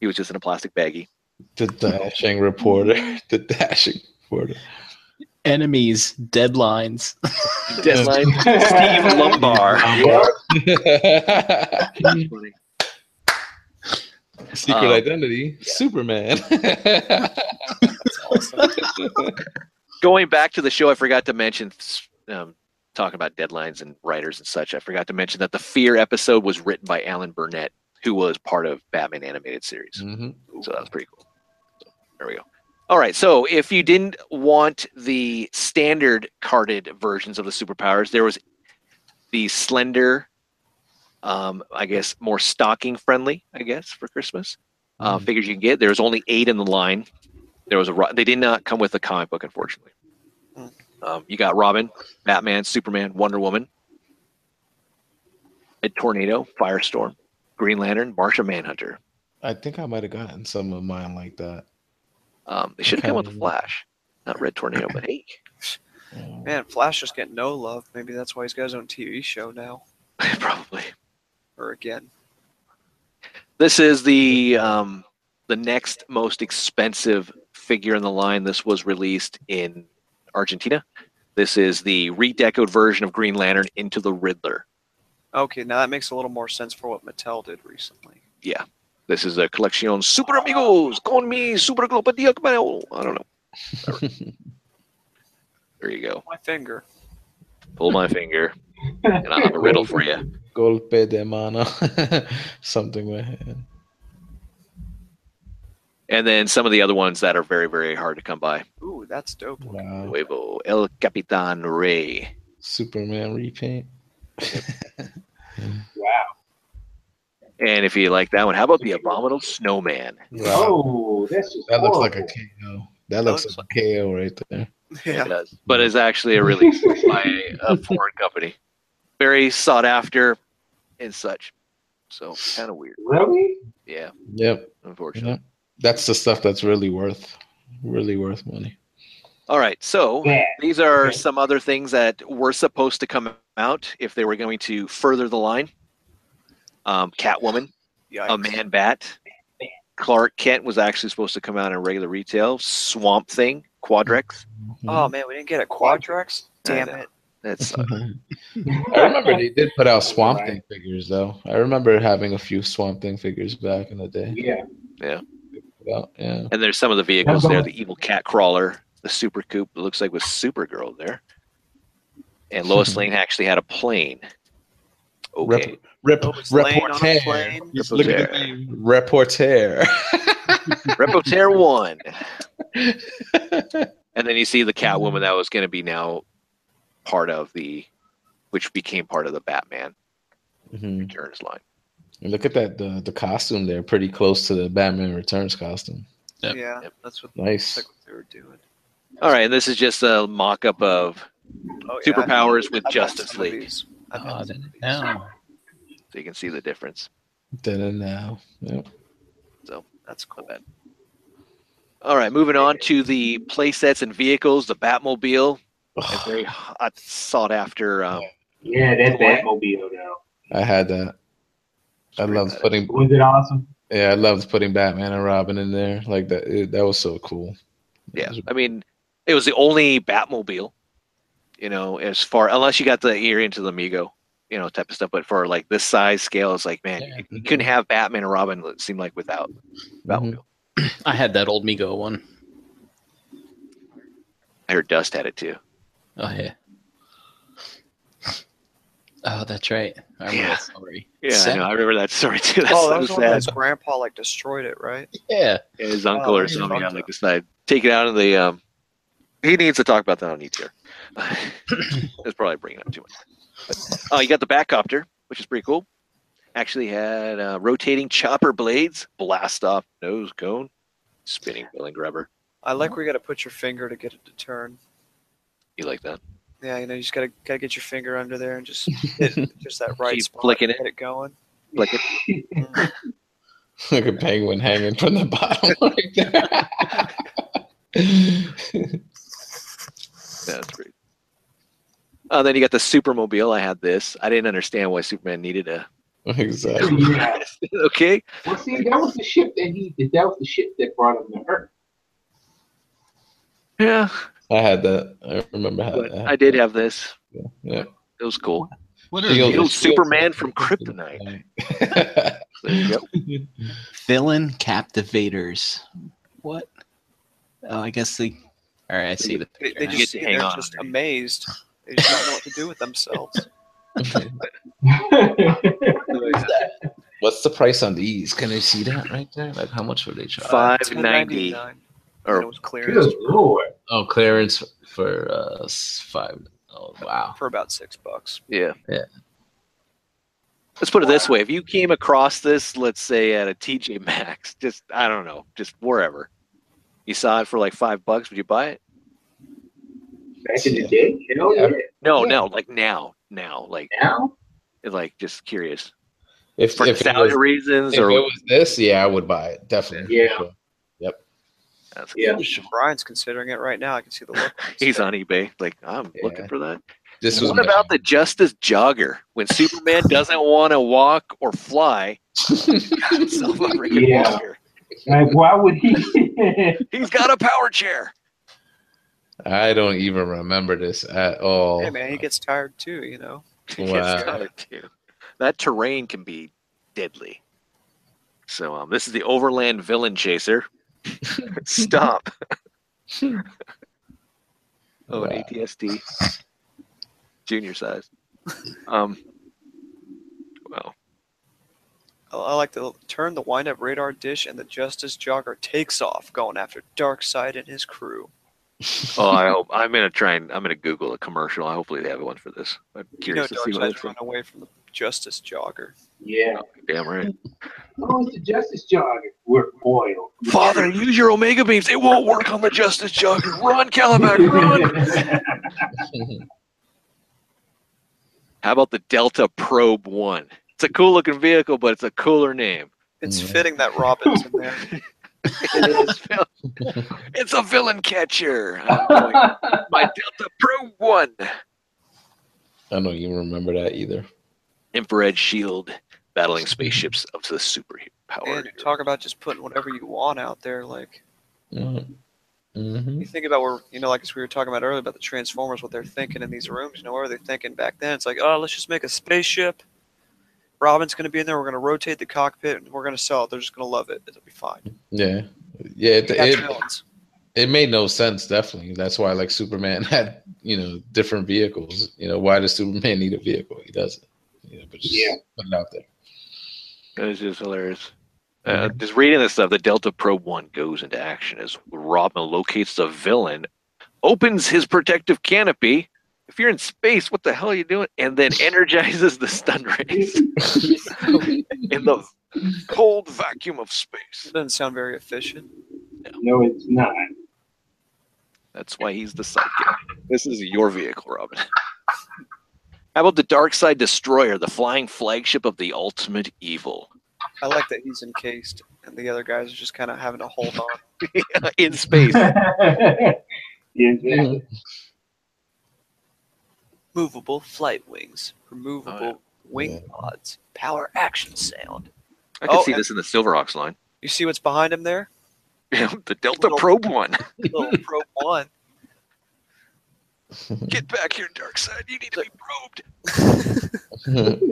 Speaker 2: He was just in a plastic baggie.
Speaker 1: The dashing reporter, the dashing reporter.
Speaker 4: enemies, deadlines.
Speaker 2: Deadline: Steve Lumbar.
Speaker 1: Secret
Speaker 2: Um,
Speaker 1: identity, Superman.
Speaker 2: Going back to the show, I forgot to mention um, talking about deadlines and writers and such, I forgot to mention that the Fear episode was written by Alan Burnett, who was part of Batman animated series.
Speaker 1: Mm-hmm.
Speaker 2: So that was pretty cool. So, there we go. All right. So if you didn't want the standard carded versions of the superpowers, there was the slender, um, I guess, more stocking friendly, I guess, for Christmas
Speaker 4: Oh,
Speaker 2: uh,
Speaker 4: Mm-hmm.
Speaker 2: figures you can get. There was only eight in the line. There was a Ro- they did not come with a comic book, unfortunately.
Speaker 3: Mm.
Speaker 2: Um, you got Robin, Batman, Superman, Wonder Woman, a tornado, Firestorm, Green Lantern, Martian Manhunter.
Speaker 1: I think I might have gotten some of mine like that.
Speaker 2: Um, they should have come with the Flash, not Red Tornado, but hey,
Speaker 3: Man, Flash just getting no love. Maybe that's why he's got his own TV show now,
Speaker 2: probably.
Speaker 3: or again.
Speaker 2: This is the um, the next most expensive figure in the line. This was released in Argentina. This is the redecoed version of Green Lantern into the Riddler.
Speaker 3: Okay, now that makes a little more sense for what Mattel did recently.
Speaker 2: This is a collection Super Amigos con mi Super Glopadia. I don't know. Whatever. there you go.
Speaker 3: My finger.
Speaker 2: Pull my finger, and I'll have a riddle for you.
Speaker 1: Golpe de mano, something with hand.
Speaker 2: And then some of the other ones that are very, very hard to come by.
Speaker 3: Ooh, that's dope.
Speaker 1: Wow.
Speaker 2: Nuevo El Capitan Rey.
Speaker 1: Superman repaint.
Speaker 5: Wow.
Speaker 2: And if you like that one, how about the Abominable Snowman?
Speaker 1: Wow.
Speaker 5: Oh, that's just
Speaker 1: that looks like a
Speaker 5: horrible.
Speaker 1: KO. That looks
Speaker 3: looks
Speaker 1: like a KO right there.
Speaker 2: It does. But it's actually a release by a foreign company. Very sought after and such. So kind of weird.
Speaker 5: Really?
Speaker 2: Yeah,
Speaker 1: Yep.
Speaker 2: unfortunately.
Speaker 1: yep. That's the stuff that's really worth, really worth money.
Speaker 2: All right. So
Speaker 5: Yeah.
Speaker 2: these are
Speaker 5: Okay.
Speaker 2: some other things that were supposed to come out if they were going to further the line um, Catwoman,
Speaker 3: Yikes.
Speaker 2: A Oh, Man Bat. Clark Kent was actually supposed to come out in regular retail. Swamp Thing, Quadrex.
Speaker 1: Mm-hmm.
Speaker 3: Oh man, we didn't get a Quadrex. Damn
Speaker 2: I know.
Speaker 3: it.
Speaker 2: That's
Speaker 1: I remember they did put out Swamp
Speaker 5: Right.
Speaker 1: Thing figures though. I remember having a few Swamp Thing figures back in the day.
Speaker 5: Yeah.
Speaker 1: Well, yeah.
Speaker 2: and there's some of the vehicles there. The evil cat crawler, the super coupe. It looks like was Supergirl there, and Lois Lane actually had a plane. Okay,
Speaker 1: Rep, rep,
Speaker 3: Lois Lane on a
Speaker 1: reporter.
Speaker 3: plane.
Speaker 1: Just look at the name. Reporter.
Speaker 2: Repoterre one. and then you see the Catwoman that was going to be now part of the, which became part of the Batman
Speaker 1: Mhm.
Speaker 2: Returns line.
Speaker 1: And Look at that the the costume there, pretty close to the Batman Returns costume.
Speaker 4: Yep.
Speaker 3: Yeah,
Speaker 2: Yep.
Speaker 3: that's what
Speaker 1: Nice.
Speaker 3: that's what they were doing.
Speaker 2: All right, and this is just a mock-up of
Speaker 3: Oh, yeah, I've-
Speaker 2: superpowers with
Speaker 3: I've had
Speaker 2: Justice
Speaker 3: some of
Speaker 2: League,
Speaker 3: these. I've
Speaker 4: Oh,
Speaker 3: had some of these.
Speaker 4: now.
Speaker 2: so you can see the difference.
Speaker 1: Then and now. Yep.
Speaker 3: That's cool.
Speaker 2: All right, moving on to the playsets and vehicles, the Batmobile, a very hot, sought-after. Um,
Speaker 5: Yeah, that
Speaker 2: Why?
Speaker 5: Batmobile though.
Speaker 1: I had that. I loved putting
Speaker 5: Was it awesome?
Speaker 1: yeah, I loved putting Batman and Robin in there. Like that it, that was so cool.
Speaker 2: Yeah, I mean, it was the only Batmobile, you know, as far unless you got the ear into the Mego, you know, type of stuff. But for like this size scale, it's like, man, you, you couldn't have Batman and Robin. It seemed like without
Speaker 3: Um,
Speaker 1: Mm-hmm.
Speaker 2: Batmobile.
Speaker 4: I had that old Mego one.
Speaker 2: I heard Dust had it too.
Speaker 4: Oh yeah. Oh, that's right. I remember
Speaker 2: Yeah.
Speaker 4: that story.
Speaker 2: Yeah, I,
Speaker 4: Sad.
Speaker 2: know. I remember that story too. That's
Speaker 3: Oh, that was the
Speaker 2: so
Speaker 3: one that
Speaker 2: sad.
Speaker 3: his grandpa like destroyed it, right?
Speaker 4: Yeah.
Speaker 2: Yeah, his uncle
Speaker 3: Oh,
Speaker 2: or
Speaker 3: that's
Speaker 2: something
Speaker 3: fucked
Speaker 2: on like
Speaker 3: up.
Speaker 2: this night. Take it out of the. Um, he needs to talk about that on each year. That's probably bringing up too much. But, uh, you got the backcopter, which is pretty cool. Actually had uh, rotating chopper blades, blast off nose cone, spinning billing grabber.
Speaker 3: I like where you got to put your finger to get it to turn.
Speaker 2: You like that?
Speaker 3: Yeah, you know, you just gotta gotta get your finger under there and just hit just that right
Speaker 2: Keep
Speaker 3: spot.
Speaker 2: flicking it.
Speaker 3: Get it going.
Speaker 2: Like it?
Speaker 1: Like a penguin hanging from the bottom right there.
Speaker 2: Yeah, that's great. Uh, then you got the supermobile. I had this. I didn't understand why Superman needed a.
Speaker 1: exactly.
Speaker 5: Yeah.
Speaker 2: okay,
Speaker 5: Well, see, that was the ship that he. That was the ship that brought him to Earth.
Speaker 2: yeah,
Speaker 1: I had that. I remember how
Speaker 2: but I did have this.
Speaker 1: Yeah.
Speaker 2: It was cool.
Speaker 7: Hmm.
Speaker 4: What
Speaker 1: Field-
Speaker 2: The old Superman from Kryptonite. There you go.
Speaker 9: Villain captivators. What? Oh, I guess the. All right, I see the.
Speaker 3: They, they
Speaker 9: now.
Speaker 2: You
Speaker 3: just
Speaker 2: get to
Speaker 3: see-
Speaker 2: hang
Speaker 3: they're
Speaker 2: on,
Speaker 3: just
Speaker 2: right?
Speaker 3: amazed. They just don't know what to do with themselves.
Speaker 7: What's the price on these? Can I see that right there? Like how much were they charging?
Speaker 2: Five ninety.
Speaker 3: $10.99,
Speaker 2: Or-
Speaker 3: and it was clearance
Speaker 5: Good lord.
Speaker 7: Oh, clearance for uh s- five. Oh wow.
Speaker 3: for about six bucks.
Speaker 2: Yeah.
Speaker 7: Yeah.
Speaker 2: Let's put it this way: if you came across this, let's say at a TJ Maxx, just I don't know, just wherever, you saw it for like five bucks, would you buy it?
Speaker 5: Back in the day, hell yeah.
Speaker 7: Yeah.
Speaker 2: No, no, like now, now, like
Speaker 5: Now,
Speaker 2: like just curious
Speaker 7: If,
Speaker 2: for
Speaker 7: if, it
Speaker 2: nostalgia
Speaker 7: was,
Speaker 2: reasons
Speaker 7: if it
Speaker 2: or
Speaker 7: was this, yeah, I would buy it definitely.
Speaker 5: Yeah.
Speaker 2: That's-
Speaker 5: yeah.
Speaker 3: Brian's considering it right now. I can see the look. on his
Speaker 2: he's
Speaker 3: face.
Speaker 2: on eBay. Like I'm looking
Speaker 7: Yeah.
Speaker 2: for that.
Speaker 7: This was
Speaker 2: what about the Justice Jogger when Superman doesn't want to walk or fly? got himself a freaking
Speaker 5: Yeah.
Speaker 2: walker.
Speaker 5: Like, why would he?
Speaker 2: He's got a power chair.
Speaker 7: I don't even remember this at all.
Speaker 3: Hey man, he gets tired too. You know.
Speaker 2: It's
Speaker 7: Wow.
Speaker 2: gotta do. That terrain can be deadly. So um, this is the Overland Villain Chaser. Stop. oh,
Speaker 7: Wow.
Speaker 2: an ATSD. Junior size. Um. Well,
Speaker 3: I- I like to turn the wind-up radar dish, and the Justice Jogger takes off, going after Darkseid and his crew.
Speaker 2: oh, I hope I'm gonna try and I'm gonna Google a commercial. Hopefully they have one for this. I'm
Speaker 3: You know,
Speaker 2: curious to see what
Speaker 3: Darkseid's
Speaker 2: it's
Speaker 3: running away from the Justice Jogger.
Speaker 5: yeah.
Speaker 2: Damn right.
Speaker 5: Who's the justice jog? We're foiled.
Speaker 2: Father, use your Omega beams. It won't work on the Justice Jogger. Run, Calimac, run! How about the Delta Probe One? It's a cool looking vehicle, but it's a cooler name.
Speaker 3: It's
Speaker 7: Yeah.
Speaker 3: fitting that Robin's in there.
Speaker 2: It is vil- it's a villain catcher. I'm going, My Delta Probe One.
Speaker 7: I don't even remember that either.
Speaker 2: Infrared shield battling spaceships of the superpower.
Speaker 3: And talk about just putting whatever you want out there. Like
Speaker 7: Mm-hmm.
Speaker 3: you think about where you know, like as we were talking about earlier about the Transformers, what they're thinking in these rooms. You know, what were they thinking back then? It's like, oh, let's just make a spaceship. Robin's going to be in there. We're going to rotate the cockpit, and we're going to sell it. They're just going to love it. It'll be fine.
Speaker 7: Yeah. Yeah, it,
Speaker 3: We got
Speaker 7: it,
Speaker 3: trillions.
Speaker 7: it made no sense, definitely. That's why, like, Superman had, you know, different vehicles. You know, why does Superman need a vehicle? He doesn't. You know, but just
Speaker 5: Yeah.
Speaker 7: put it out there.
Speaker 2: It's just hilarious. Uh, just reading this stuff, the Delta Probe One goes into action as Robin locates the villain, opens his protective canopy. If you're in space, what the hell are you doing? And then energizes the stun rays in the cold vacuum of space.
Speaker 3: It doesn't sound very efficient.
Speaker 5: No, it's not.
Speaker 2: That's why he's the sidekick. This is your vehicle, Robin. How about the Dark Side Destroyer, the flying flagship of the ultimate evil?
Speaker 3: I like that he's encased, and the other guys are just kind of having to hold on.
Speaker 2: Uh, in space.
Speaker 5: Yes, man.
Speaker 3: Movable flight wings, removable
Speaker 2: Oh, yeah.
Speaker 3: wing
Speaker 7: Yeah.
Speaker 3: pods, power action sound.
Speaker 2: I can
Speaker 3: Oh,
Speaker 2: see
Speaker 3: and-
Speaker 2: this in the Silverhawks line.
Speaker 3: You see what's behind him there?
Speaker 2: the Delta Probe One.
Speaker 3: Little probe one.
Speaker 2: Get back here, Dark Side. You need to be probed.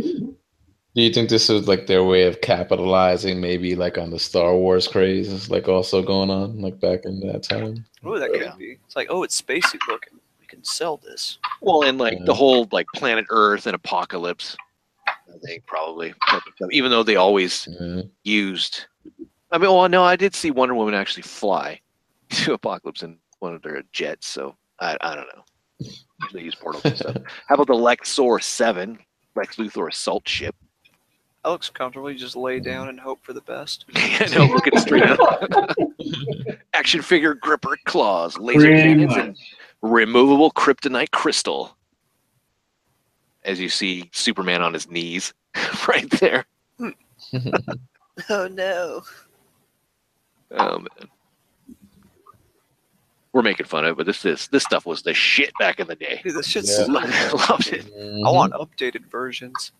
Speaker 7: Do you think this is like their way of capitalizing, maybe like on the Star Wars craze, is like also going on like back in that time?
Speaker 3: Ooh, that could be. It's like, oh, it's spacey looking. We can sell this.
Speaker 2: Well, and like the
Speaker 7: Yeah.
Speaker 2: whole like planet Earth and apocalypse, I think probably. Even though they always
Speaker 7: Yeah.
Speaker 2: used, I mean, well, no, I did see Wonder Woman actually fly to apocalypse in one of their jets. So I, I don't know. Usually use portals and stuff. How about the Lexor Seven, Lex Luthor assault ship?
Speaker 3: That looks comfortable. You just
Speaker 7: Mm-hmm.
Speaker 3: lay down and hope for the best.
Speaker 2: no, looking straight up. Action figure gripper claws, laser
Speaker 5: Pretty
Speaker 2: cannons, and
Speaker 5: much.
Speaker 2: removable kryptonite crystal. As you see Superman on his knees right there.
Speaker 3: Oh no.
Speaker 2: Oh man. We're making fun of it, but this is this stuff was the shit back in the day.
Speaker 3: Dude, this shit's
Speaker 7: Yeah. Mm-hmm.
Speaker 3: so-
Speaker 2: Loved it.
Speaker 3: I want updated versions.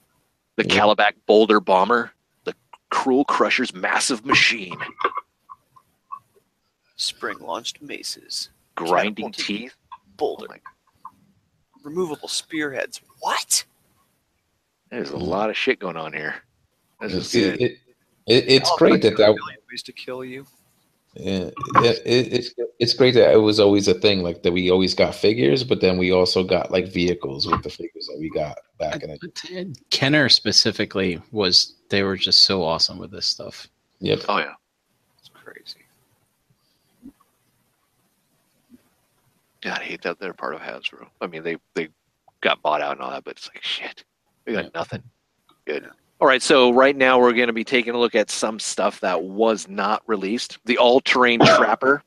Speaker 2: The Calabac Boulder Bomber, the Cruel Crusher's massive machine,
Speaker 3: Spring launched maces.
Speaker 2: grinding
Speaker 3: Catapult.
Speaker 2: teeth, Oh
Speaker 3: Boulder.
Speaker 2: my-
Speaker 3: Removable spearheads. What?
Speaker 2: There's a lot of shit going on here. This is
Speaker 7: See,
Speaker 2: good.
Speaker 7: it, it, it's
Speaker 3: Oh,
Speaker 7: great that
Speaker 3: fucking
Speaker 7: that
Speaker 3: million ways to kill you.
Speaker 1: Yeah, it, it, it's it's great that it was always a thing like that. We always got figures, but then we also got like vehicles with the figures that we got back in the
Speaker 4: But Ted- Kenner specifically was they were just so awesome with this stuff.
Speaker 1: yep.
Speaker 2: Oh yeah.
Speaker 3: It's crazy.
Speaker 2: God, I hate that they're part of Hasbro. I mean, they they got bought out and all that, but it's like shit. We got nothing. Good. All right, so right now we're going to be taking a look at some stuff that was not released. The all-terrain trapper,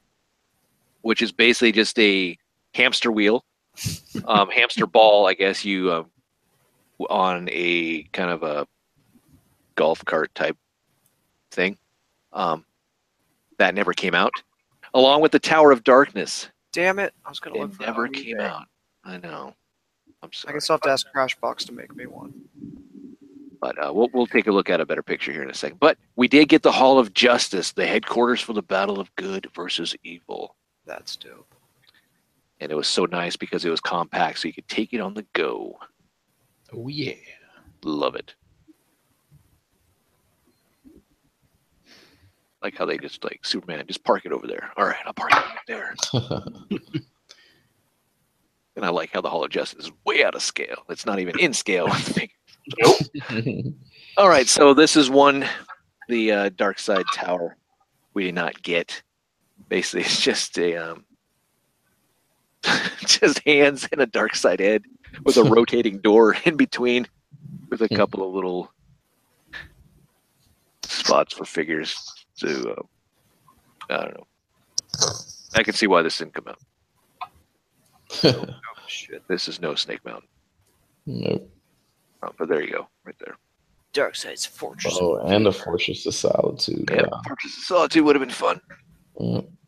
Speaker 2: which is basically just a hamster wheel, um, hamster ball, I guess you uh, on a kind of a golf cart type thing. Um, that never came out. Along with the Tower of Darkness,
Speaker 3: Damn it! I was gonna look
Speaker 2: it
Speaker 3: for that
Speaker 2: never
Speaker 3: on
Speaker 2: came
Speaker 3: eBay.
Speaker 2: out. I know. I'm
Speaker 3: I
Speaker 2: sorry.
Speaker 3: guess I'll have to ask Crashbox to make me one.
Speaker 2: But uh, we'll, we'll take a look at a better picture here in a second. But we did get the Hall of Justice, the headquarters for the battle of good versus evil.
Speaker 3: That's dope.
Speaker 2: And it was so nice because it was compact, so you could take it on the go.
Speaker 4: Oh yeah.
Speaker 2: Love it. Like how they just like Superman, just park it over there. All right, I'll park it over there. And I like how the Hall of Justice is way out of scale. It's not even in scale. with the big All right, so this is one, the uh, Dark Side Tower. We did not get. Basically, it's just a um, just hands and a dark side head with a rotating door in between, with a couple of little spots for figures. To uh, I don't know. I can see why this didn't come out.
Speaker 3: Oh shit!
Speaker 2: This is no Snake Mountain,
Speaker 1: Nope.
Speaker 2: oh, but there you go, right there.
Speaker 3: Dark Side's Fortress.
Speaker 1: Oh, and the Fortress of Solitude.
Speaker 2: Yeah,
Speaker 1: wow.
Speaker 2: Purchase of Solitude would have been fun.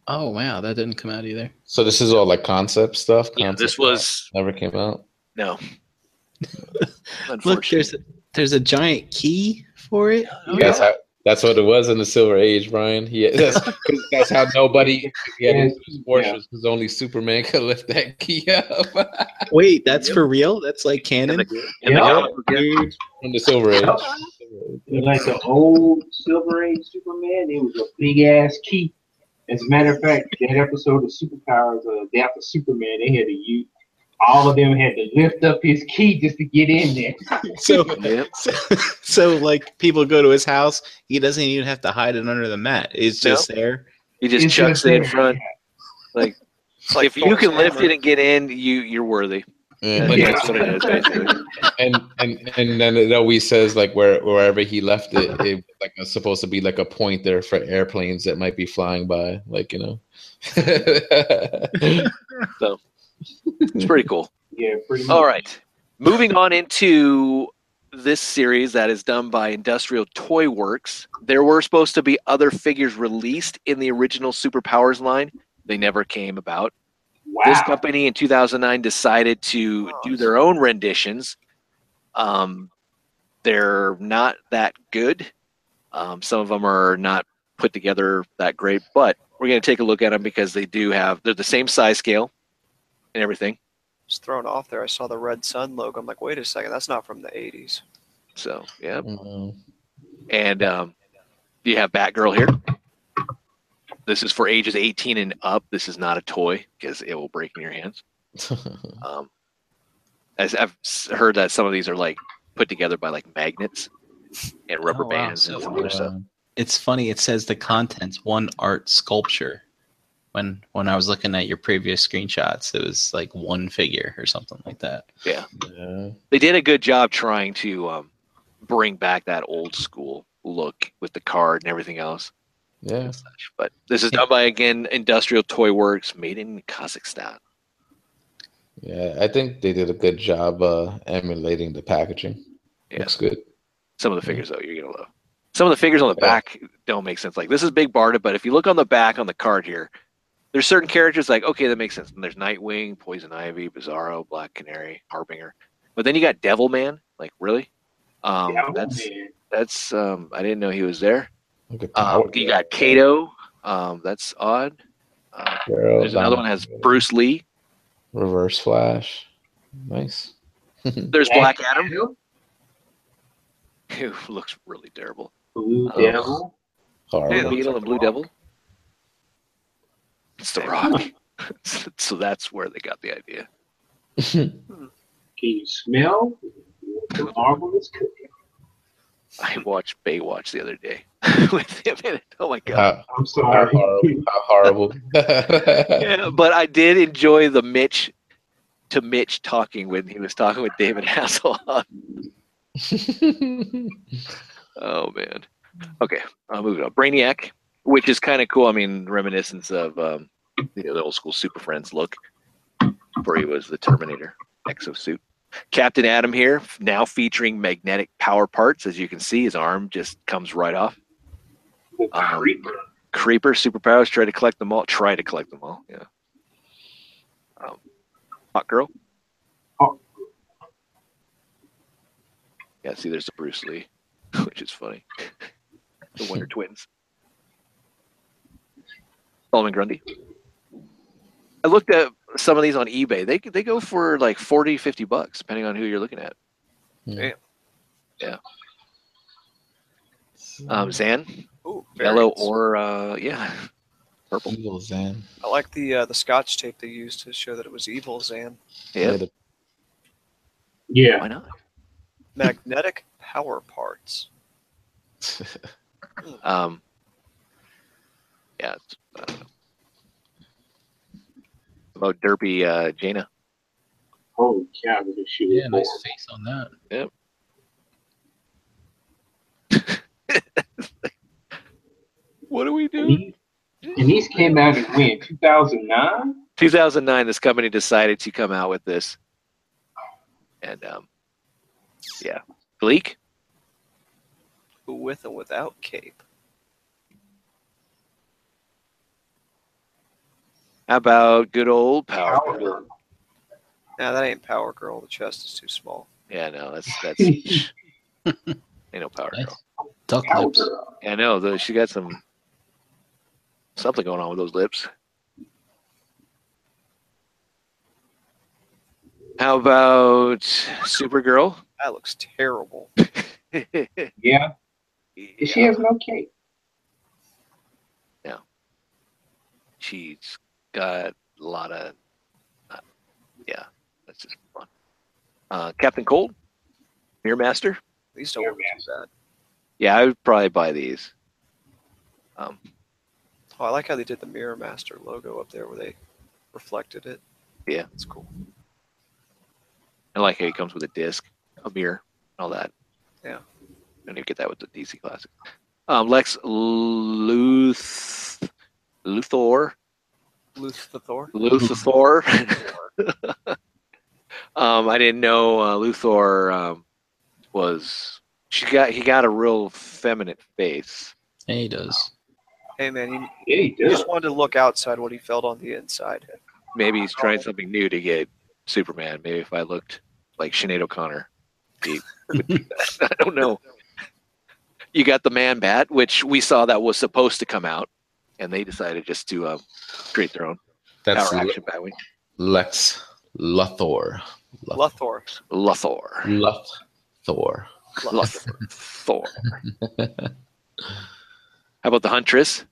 Speaker 4: Oh wow, that didn't come out either.
Speaker 1: So this is all like concept stuff.
Speaker 2: Yeah,
Speaker 1: concept
Speaker 2: this was
Speaker 1: art never came out.
Speaker 2: no.
Speaker 10: Look,
Speaker 2: Unfortunately.
Speaker 10: there's a, there's a giant key for it.
Speaker 1: That's how. That's what it was in the Silver Age, Brian. Yeah, that's, 'cause that's how nobody yeah, his Fortress because only Superman could lift that key up
Speaker 10: Wait, that's for real? That's like canon.
Speaker 2: And the
Speaker 5: Yeah.
Speaker 2: comic book-
Speaker 5: Dude,
Speaker 1: from the Silver Age.
Speaker 2: Oh.
Speaker 5: you like the old Silver Age Superman, it was a big ass key. As a matter of fact, that episode of Superpowers of Death of Superman, they had to use all of them had to lift up his key just to get in there.
Speaker 10: So,
Speaker 2: Yep.
Speaker 10: so, so like people go to his house. He doesn't even have to hide it under the mat. It's
Speaker 2: No.
Speaker 10: just there.
Speaker 2: He just
Speaker 5: It's
Speaker 2: chucks
Speaker 5: just
Speaker 2: it in
Speaker 5: there.
Speaker 2: front.
Speaker 3: It's like
Speaker 2: if you
Speaker 3: Thor's
Speaker 2: can lift
Speaker 3: hammer.
Speaker 2: it and get in, you you're worthy.
Speaker 1: Yeah.
Speaker 2: Like,
Speaker 5: Yeah.
Speaker 2: That's what it is. Basically.
Speaker 1: and and and then it always says like where wherever he left it, it like it's supposed to be like a pointer for airplanes that might be flying by, like you know.
Speaker 2: It's pretty cool.
Speaker 5: Yeah, pretty much.
Speaker 2: All right, moving on into this series that is done by Industrial Toy Works. There were supposed to be other figures released in the original Superpowers line. They never came about.
Speaker 5: Wow.
Speaker 2: This company in 2009 decided to do their own renditions. Um, they're not that good. Um, some of them are not put together that great, but we're going to take a look at them because they do have, they're the same size scale and everything.
Speaker 3: was thrown off there. I saw the Red Sun logo. I'm like, wait a second, that's not from the 80s.
Speaker 2: So, yeah.
Speaker 1: Mm.
Speaker 2: And um, you have Batgirl here. This is for ages 18 and up. This is not a toy because it will break in your hands. Um, as I've s- heard that some of these are like put together by like magnets and rubber
Speaker 10: Oh, wow.
Speaker 2: bands and
Speaker 10: So-
Speaker 2: some other stuff.
Speaker 4: It's funny. It says the contents one art sculpture. When when I was looking at your previous screenshots, it was like one figure or something like that.
Speaker 1: Yeah.
Speaker 2: They did a good job trying to um, bring back that old school look with the card and everything else.
Speaker 1: Yeah.
Speaker 2: But this is done by again Industrial Toy Works, made in Kazakhstan.
Speaker 1: Yeah. I think they did a good job uh emulating the packaging.
Speaker 2: Yeah.
Speaker 1: Looks good.
Speaker 2: Some of the figures though, you're gonna love. Some of the figures on the back don't make sense. Like this is Big Barda, but if you look on the back on the card here, there's certain characters like okay, that makes sense. And there's Nightwing, Poison Ivy, Bizarro, Black Canary, Harbinger, but then you got Devil Man. Like really? Um,
Speaker 5: Yeah,
Speaker 2: that's
Speaker 5: man.
Speaker 2: that's um, I didn't know he was there.
Speaker 1: Look at
Speaker 2: Um,
Speaker 1: Power
Speaker 2: you
Speaker 1: Girl.
Speaker 2: got Kato. Um, that's odd. Uh,
Speaker 1: Girl,
Speaker 2: there's another one
Speaker 1: Donna
Speaker 2: that has
Speaker 1: Girl.
Speaker 2: Bruce Lee.
Speaker 1: Reverse Flash. Nice.
Speaker 2: There's
Speaker 5: Black
Speaker 2: Black Adam, who looks really terrible.
Speaker 5: Blue
Speaker 2: Oh.
Speaker 5: Devil.
Speaker 1: Horrible.
Speaker 2: Beetle and Blue Devil. It's the Rock. so that's where they got the idea.
Speaker 5: Can you smell what the marble is cooking?
Speaker 2: I watched Baywatch the other day with him in it. Oh my
Speaker 1: Uh,
Speaker 2: god!
Speaker 7: How,
Speaker 5: I'm
Speaker 7: how
Speaker 5: sorry.
Speaker 7: horrible! How horrible.
Speaker 2: Yeah, but I did enjoy the Mitch to Mitch talking when he was talking with David Hasselhoff. oh man. Okay, I'm moving on. Brainiac, which is kind of cool. I mean, reminiscence of um, you know, the old school Super Friends look, where he was the Terminator exosuit. Captain Adam here, now featuring magnetic power parts. As you can see, his arm just comes right off.
Speaker 5: The
Speaker 2: Um,
Speaker 5: creeper.
Speaker 2: Creeper superpowers. Try to collect them all. Try to collect them all. Yeah. Um, hot girl.
Speaker 5: Hot
Speaker 2: Yeah. See, there's the Bruce Lee, which is funny. the Wonder Twins. Solomon Grundy. I looked at some of these on eBay. They they go for like 40, 50 bucks, depending on who you're looking at.
Speaker 3: Yeah.
Speaker 2: Yeah. Um, Zan,
Speaker 3: Ooh,
Speaker 2: yellow
Speaker 3: variants.
Speaker 2: or uh, yeah, purple.
Speaker 7: Evil Zan.
Speaker 3: I like the uh, the Scotch tape they used to show that it was evil Zan.
Speaker 2: Yeah,
Speaker 7: the-
Speaker 5: Yeah.
Speaker 2: why not?
Speaker 3: Magnetic power parts.
Speaker 2: Um, yeah. It's, I don't know. About Derpy uh, Jaina.
Speaker 5: Holy cow, this shit is
Speaker 4: Yeah, nice face on that.
Speaker 2: What do we
Speaker 5: And these- and these came out in when? 2009?
Speaker 2: 2009, this company decided to come out with this. And um, yeah. Bleak?
Speaker 3: With and without cape.
Speaker 2: How about good old Power?
Speaker 5: Power Girl.
Speaker 3: Nah, that ain't Power Girl. The chest is too small.
Speaker 2: Yeah, no, that's that's ain't no Power
Speaker 4: Nice.
Speaker 2: Girl.
Speaker 4: Duck
Speaker 5: Power
Speaker 4: lips.
Speaker 5: Girl.
Speaker 2: Yeah, no, though she got some something going on with those lips. How about Supergirl?
Speaker 3: That looks terrible.
Speaker 5: Yeah. And She
Speaker 2: yeah,
Speaker 5: has no cape.
Speaker 2: she's got a lot of, uh, yeah, that's just fun. Uh, Captain Cold, Mirror Master.
Speaker 3: These don't
Speaker 5: Yeah,
Speaker 3: look too bad.
Speaker 2: Yeah, I would probably buy these. Um,
Speaker 3: Oh, I like how they did the Mirror Master logo up there where they reflected it.
Speaker 2: Yeah.
Speaker 3: it's cool.
Speaker 2: I like how he comes with a disc, a mirror, and all that.
Speaker 3: Yeah.
Speaker 2: And you get that with the DC classic. Um, Lex Luth Luthor.
Speaker 3: Luthor.
Speaker 2: Luthor. um, I didn't know uh, Luthor um, was she got he got a real feminine face.
Speaker 4: Yeah, he does.
Speaker 3: Hey man, he,
Speaker 5: Yeah, he
Speaker 3: he
Speaker 5: does.
Speaker 3: just wanted to look outside what he felt on the inside.
Speaker 2: Maybe he's trying something new to get Superman. Maybe if I looked like Sinead O'Connor, he would do that. I don't know. You got the Man Bat, which we saw that was supposed to come out, and they decided just to um, create their own
Speaker 7: That's
Speaker 2: power action Batwing.
Speaker 7: Lex Luthor. Luth-
Speaker 3: Luthor.
Speaker 2: Luthor.
Speaker 7: Luthor.
Speaker 2: Luthor. Thor. How about the Huntress